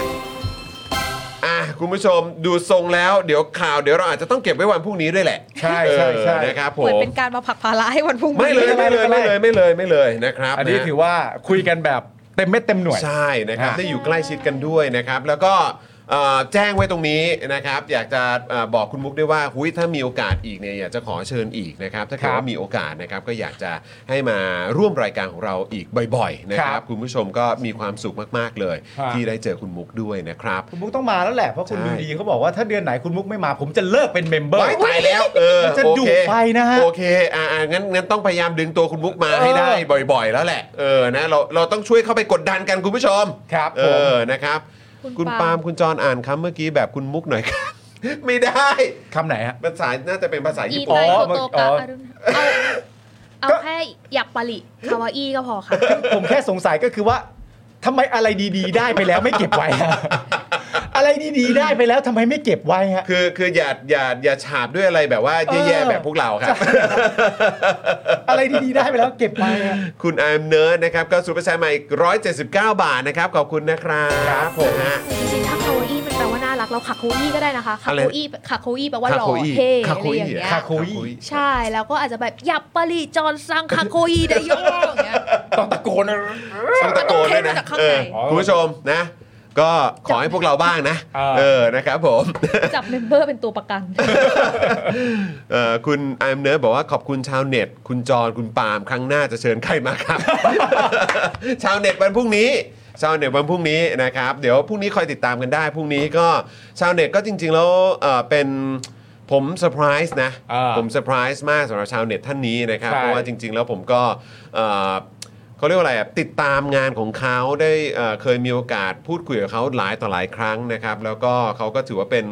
S1: อ่ะคุณผู้ชมดูทรงแล้วเดี๋ยวข่าวเดี๋ยวเราอาจจะต้องเก็บไว้วันพรุ่งนี้ด้วยแหละ
S3: ใช่ใช่ใช่
S1: เออนะครับผ
S4: เหมือน
S1: ม
S4: เป็นการมาผลักภาระให้วันพรุ่งนี้
S1: ไม่เลยไม่เลยไม่เลยไม่เลยไม่เลยนะครับ
S3: อันนี้
S1: ะ
S3: ถือว่าคุยกันแบบเต็มเม็ดเต็มหน่วย
S1: ใช่นะครับ
S3: อ่ะ
S1: ได้อยู่ใกล้ชิดกันด้วยนะครับ แล้วก็เอ่อแจ้งไว้ตรงนี้นะครับ อยากจะเอ่อบอกคุณมุกด้วยว่าหุยถ้ามีโอกาสอีกเนี่ยอยากจะขอเชิญอีกนะครับ ถ้าเกิดว่ามีโอกาสนะครับก็อยากจะให้มาร่วมรายการของเราอีกบ่อยๆนะค
S3: ครั
S1: รับบ คุณผู้ชมก็มีความสุขมากๆเลย ที่ได้เจอคุณมุกด้วยนะครับ
S3: คุณมุกต้องมาแล้วแหละเพราะคุณ
S1: ใช่
S3: ดูดีเขาบอกว่าถ้าเดือนไหนคุณมุกไม่มา ผมจะเลิกเป็นเมมเบอร์
S1: ไว้ตายแล้วเออ
S3: มันจะ
S1: โอ
S3: ดุ
S1: เค
S3: ไปนะฮะ
S1: โอเคอ่างั้นงั้นต้องพยายามดึงตัวคุณมุกมา
S3: เออ
S1: ให้ได้บ่อยๆ แล้วแหละเออนะเราเราต้องช่วยเข้าไปกดดันกันคุณผู้ชม
S3: ครับ
S1: เอ
S3: ผม
S1: อ นะครับ
S4: คุ
S1: คุณปาล์มคุณจรอ่านคำเมื่อกี้แบบคุณมุกหน่อยครับ ไม่ได้
S3: คำไหนฮะ
S1: ภาษา น่าจะเป็นภาษา
S4: อี
S1: ญี่
S4: ไต
S1: ปุ่น
S4: โคโตกะ
S3: อ๋อ
S4: อรุณเอา เอาแค่อยากปริคาวาอี้ก็พอค่ะ
S3: ผมแค่สงสัยก็คือว่าทำไมอะไรดีๆ ได้ไปแล้วไม่เก็บไว้ฮ ะอะไรดีๆ ได้ไปแล้วทำไมไม่เก็บไว้ฮะ
S1: คือคืออย่าอย่าอย่าฉาบด้วยอะไรแบบว่าแย่
S3: เออ
S1: ๆแบบพวกเราครับ
S3: อะไรดีๆ ได้ไปแล้วเก็บไว้ฮะ
S1: คุณไอมเนิร์ดนะครับก็ซูเปอร์แซมมาอีก179 บาทนะครับ ขอบคุณนะครับ
S3: ครับผม
S1: นะฮะ
S4: จริงๆ ถ้าคาวาอี้มันแปลว่าน่ารักเราขาโคอี้ก็ได้นะคะขา
S1: อะไร
S4: โคอี้ขาโคอี้แปลว่าหล่อ
S1: คโอี
S4: เท่
S1: คา
S4: อะ
S1: โค
S4: ไร
S1: อี
S4: อย่างเงี้ย
S3: คาโคอี้
S4: ใช่แล้วก็อาจจะแบบหยับปริจอนซังคาโคอี้ได้โยอย่างเงี้ย
S3: ต้องตะโกนนะ
S1: ต้องตะโกนด้วยนะ
S6: มันต้องเทมาจากข้างใน
S1: เออคุณผู้ชมนะ ก็ขอให้พวกเราบ้างนะ
S3: อ่า
S1: เออนะครับผม
S4: จับเมมเบอร์เป็นตัวประกัน
S1: เอ่อคุณไอมเนิร์ดบอกว่าขอบคุณชาวเน็ต คุณจอนคุณปาล์มครั้งหน้าจะเชิญใครมาครับ ชาวเน็ตวันพรุ่งนี้ ชาวเน็ตวันพรุ่งนี้นะครับ เดี๋ยวพรุ่งนี้คอยติดตามกันได้พรุ่งนี้ก็ชาวเน็ตก็จริง ๆ แล้วเอ่อเป็นผมเซอร์ไพรส์นะ
S3: อ่า
S1: ผมเซอร์ไพรส์มากสำหรับชาวเน็ตท่านนี้นะครับ
S3: ใช่
S1: เพราะว่าจริง ๆ แล้วผมก็เอ่อเขาเรียกว่าอะไรอะติดตามงานของเขาได้เอ่อเคยมีโอกาสพูดคุยกับเขาหลายต่อหลายครั้งนะครับ แล้วก็เขาก็ถือว่าเป็น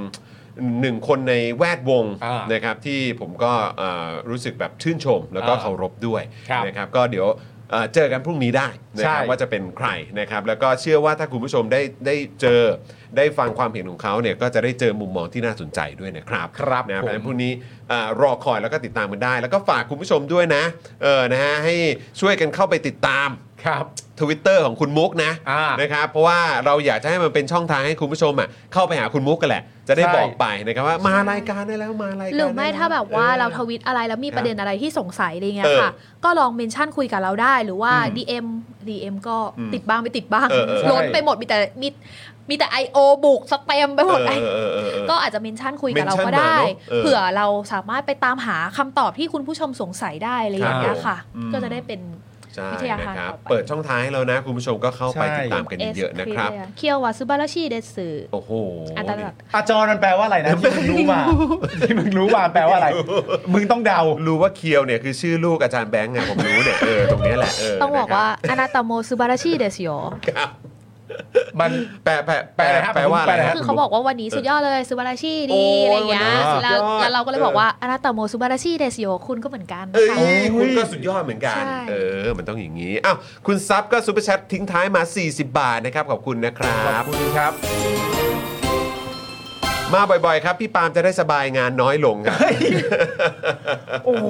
S1: หนึ่งคนในแวดวง
S3: อ่าน
S1: นะครับที่ผมก็เอ่อรู้สึกแบบชื่นชม แล้วก็
S3: อ่า
S1: เคารพด้วย
S3: ครับ
S1: นะครับก็เดี๋ยวเอ่อเจอกันพรุ่งนี้ได้นะครับ
S3: ใช่
S1: ว่าจะเป็นใครนะครับแล้วก็เชื่อว่าถ้าคุณผู้ชมได้ได้เจอได้ฟังความเห็นของเขาเนี่ยก็จะได้เจอมุมมองที่น่าสนใจด้วยนะครับ
S3: ครับ
S1: นะเพ
S3: ผม
S1: ราะฉะนั้นพรุ่งนี้เอ่อรอคอยแล้วก็ติดตามกันได้ แล้วก็ฝากคุณผู้ชมด้วยนะเออนะฮะให้ช่วยกันเข้าไปติดตาม
S3: ครับ
S1: ทวิตเตอร์ของคุณมุกนะ
S3: อ่า
S1: นะครับเพราะว่าเราอยากจะให้มันเป็นช่องทางให้คุณผู้ชมอ่ะเข้าไปหาคุณมุกกันแหละ จะได้
S3: ใช่
S1: บอกไปนะครับว่ามารายการได้แล้วมารายการ
S4: หรือไม่
S1: ด้ล้ว
S4: ถ้าแบบว่าเราทวิตอะไรแล้วมีประเด็นอะไรที่สงสัยอะไรเงี้ยค่ะ ก็ลองเมนชั่นคุยกับเราได้หรือว่า DM DM ก็
S1: อืม
S4: ติดบ้างไม่ติดบ้าง
S1: เออเออ
S4: ล้นไปหมดมีแต่มีมีแต่ IO บุกสเปมไปหมดไอ
S1: เออเออเออเออ
S4: ก็อาจจะเมนชั่นคุยกับเรา
S1: mention
S4: ก็ได้
S1: มาเนอะเออ
S4: เผื่อเราสามารถไปตามหาคำตอบที่คุณผู้ชมสงสัยได้อะไรอย่างเงี้ยค่ะ
S1: ครับผม
S4: ก็จะได้เป็น
S1: ใช่
S4: วิทยา
S1: นะ
S4: ทาน
S1: ครับ
S4: ต่อไป
S1: เปิดช่องทางให้เรานะ คุณผู้ชมก็เข้าไป
S3: ใช่
S1: ติดตามกันเยอะๆนะครับ
S4: S เคียววาซุบาราชิเดสึ
S1: โอ้โห
S4: อันตรัส
S3: อาจอนมันแปลว่าอะไรนะที่มึงรู้มาที่มึงรู้มาแปลว่าอะไร มึงต้องเดา
S1: รู้ว่าเคียวเนี่ยคือชื่อลูกอาจารย์แบงค์ไงผมรู้เนี่ยเออตรงเนี้ยแหละเออ
S4: ต้องบอกว่าอนาตาโมซุบาราชิเดสโย
S1: นะครับ
S3: มัน
S1: แปลแปลแปล
S3: แปลนะครับ
S1: แปลว่าอะไร
S3: แปลนะ
S1: รั
S3: รับ
S4: คือ
S1: ณ
S4: เขา
S1: มุ
S4: บอกว่าวันนี้สุดยอดเลยซุบาราชิดี
S1: โอ้ย
S4: อะไรอย่างเงี้ย
S1: วันนี้สุดยอด
S4: แล้วแล้วเราก็เลยบอกว่าอนาตาโมซุบาราชิเดสโยคุณก็เหมือนกัน
S1: เอ้
S4: ค่ะ
S1: ยคุณก็สุดยอดเหมือนกัน
S4: ใช่
S1: เออ มันต้องอย่างนี้อ้าวคุณซับก็ซูเปอร์แชททิ้งท้ายมา 40 บาทนะครับ ขอบคุณนะครับ
S3: ขอบคุณครับ
S1: มาบ่อยๆ ครับ พี่ปาล์มจะได้สบายงานน้อยลงครับ
S3: โอ้โห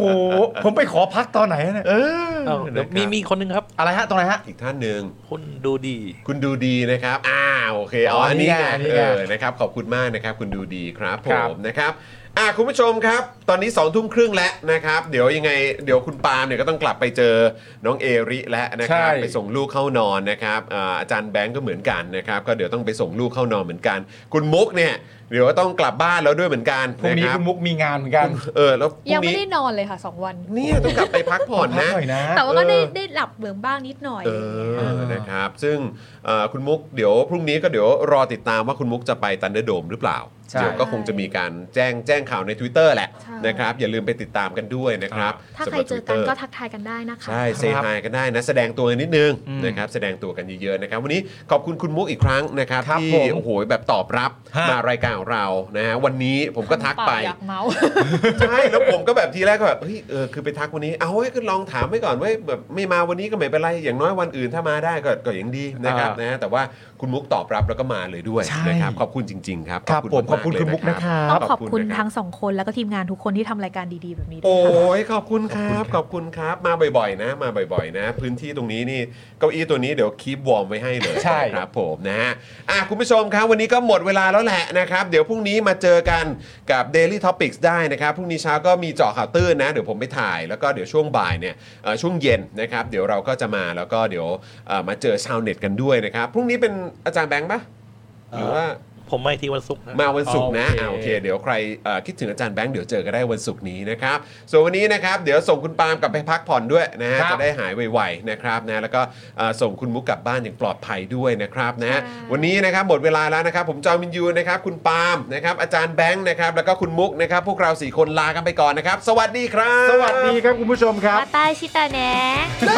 S3: ผมไปขอพักตอนไหนอะเนี่ย
S1: เออ
S5: เอ้าเดี๋ยวมีมีคนหนึงครับ
S3: อะไรฮะตรงไหนฮะ
S1: อีกท่านหนึ่ง
S5: คุณดูดี
S1: คุณดูดีนะครับ อ้าว โอเคอ๋ออันนี้ไง
S3: อันนี้
S1: เอ
S3: ไง
S1: อ นะครับ ขอบคุณมากนะครับ คุณดูดีครับผ
S3: ครับ
S1: มนะครับ อ่ะคุณผู้ชมครับ ตอนนี้2องทุ่มครึ่งแล้วนะครับ เดี๋ยวยังไง เดี๋ยวคุณปาล์มเนี่ยก็ต้องกลับไปเจอน้องเอริแล้วนะครับ
S3: ใช่
S1: ไปส่งลูกเข้านอนนะครับอ่าอาจารย์แบงก์ก็เหมือนกันนะครับ ก็เดี๋ยวต้องไปส่งลูกเข้านอนเหมือนกัน คุณมุกเนี่ย เดี๋ยวก็ต้องกลับบ้านแล้วด้วยเหมือนกัน
S3: พรุ่ง
S1: ะ
S3: นี้
S1: รับ
S3: คุณมุกมีงานเหมือนกัน
S1: เออ แล้วพ
S4: ยัง
S1: รุ่ง
S4: ไม่
S1: นี้
S4: ได้นอนเลยค่ะสองวัน
S1: เนี่ยต้องกลับไปพักผ่อน
S3: พั
S1: นะ
S3: กหน่อยนะ
S4: แต่ว่าก็ได้
S1: เออ
S4: ได้หลับเบืองบ้างนิดหน่อย
S1: เออ นะครับ ซึ่งเอ่อคุณมุกเดี๋ยวพรุ่งนี้ก็เดี๋ยวรอติดตามว่าคุณมุกจะไปตันเดอร์โดมหรือเปล่า
S3: ใช่
S1: เดี๋ยวก็คงจะมีการแจ้งแจ้งข่าวใน Twitter แหละ
S4: ใช่
S1: นะครับ อย่าลืมไปติดตามกันด้วยนะครับ
S4: ถ้าใคร
S1: สำหบ
S4: เจอกัน
S1: Twitter
S4: ก็ทักทายกันได้นะคะ
S1: ใช่เซ
S3: ครับ
S1: ฮายกันได้นะ แสดงตัวกันนิดนึง
S3: อืม
S1: นะครับแสดงตัวกันเยอะๆนะครับวันนี้ขอบคุณคุณมุกอีกครั้งนะครับ
S3: ครับ
S1: ที่
S3: ผม
S1: โอ้โหแบบตอบรับ
S3: ฮะ
S1: มารายการของเรานะฮะวันนี้ผมก็ทักไป
S4: อยากเมา
S1: ใช่แล้วผมก็แบบทีแรกก็แบบเฮ้ยเออคือไปทักวันนี้เอาไว้ยก็ลองถามไว้ก่อนเว้ยแบบไม่มาวันนี้ก็ไม่เป็นไรอย่างน้อยวันอื่นถ้ามาได้ก็ก็ยังดีนะครับ
S3: อ่าน
S1: นะฮะแต่ว่าคุณมุกตอบรับแล้วก็มาเลยด้วย
S3: ใช่
S1: นะครับขอบคุณจริง ๆ ครับ
S3: ครับผมขอบคุณ
S1: าๆ
S3: คุณมุก
S1: เลย
S3: นะครั
S4: ต้อบ งขอบคุณ
S1: นะ
S4: ทั้งสองคนแล้วก็ทีมงานทุกคนที่ทำรายการดีๆ แบบนี้ด้วย
S1: โอ้
S4: ค่ะ
S1: ยขอบคุณครับขอบคุณครับมาบ่อยๆ นะ มาบ่อยๆ นะ พื้นที่ตรงนี้นี่เก้าอี้ตัวนี้เดี๋ยวคีบวอร์มไว้ให้เลย
S3: ใช่
S1: ครับผมนะฮะอ่ะคุณผู้ชมครับวันนี้ก็หมดเวลาแล้วแหละนะครับเดี๋ยวพรุ่งนี้มาเจอกันกับ Daily Topics ได้นะครับพรุ่งนี้เช้าก็มีเจาะข่าวตื้นนะเดี๋ยวผมไปถ่ายแล้วก็เดี๋ยวช่วงบ่ายเนี่ย เอ่อช่วงเย็นนะครับเดี๋ยวเราก็จะมาแล้วก็เดี๋ยวเอ่อมาเจอชาวเน็ตกันด้วยนะครับพรุ่งนี้เป็นอาจารย์แบงค์ปะหรือว่า
S5: ผมไม่ที่วันศุกร์นะ
S1: มาวันศุกร์นะ
S3: โอเค
S1: อ่าโอเคเดี๋ยวใครเอ่อคิดถึงอาจารย์แบงค์เดี๋ยวเจอกันได้วันศุกร์นี้นะครับส่วนวันนี้นะครับเดี๋ยวส่งคุณปาล์มกลับไปพักผ่อนด้วยนะฮะจะได้หายไวๆนะครับนะแล้วก็เอ่อส่งคุณมุกกลับบ้านอย่างปลอดภัยด้วยนะครับนะฮะวันนี้นะครับหมดเวลาแล้วนะครับผมจอมินยูนะครับคุณปาล์มนะครับอาจารย์แบงค์นะครับแล้วก็คุณมุกนะครับพวกเราสี่คนลากันไปก่อนนะครับสวัสดีครับ
S3: สวัสดีครับคุณผู้ชมครับ
S4: มาตาชิตาแน
S8: ส
S4: ะ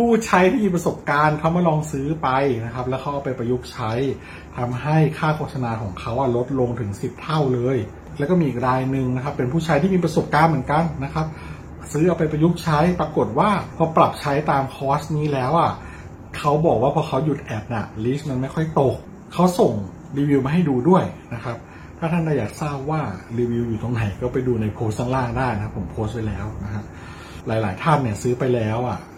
S8: ผู้ใช้ที่มีประสบการณ์เขามาลองซื้อไปนะครับ แล้วเขาเอาไปประยุกต์ใช้ทำให้ค่าโฆษณาของเขาอะลดลงถึง 10 เท่าเลย แล้วก็มีอีกรายหนึ่งนะครับ เป็นผู้ใช้ที่มีประสบการณ์เหมือนกันนะครับ ซื้อเอาไปประยุกต์ใช้ปรากฏว่าพอปรับใช้ตามคอร์สนี้แล้วอ่ะเขาบอกว่าพอเขาหยุดแอดน่ะลิสต์มันไม่ค่อยตกเขาส่งรีวิวมาให้ดูด้วยนะครับ ถ้าท่านอยากทราบว่ารีวิวอยู่ตรงไหนก็ไปดูในโพสต์ข้างล่างได้นะครับผมโพสต์ไว้แล้วนะครับ หลาย ๆ ท่านเนี่ยซื้อไปแล้วอ่ะ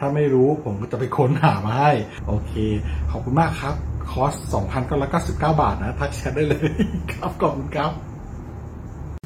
S8: ถ้าไม่รู้ผมก็จะไปค้นหามาให้ โอเค ขอบคุณมากครับ คอร์ส 2,999 บาทนะ ทักแชทได้เลยครับ ขอบคุณครับ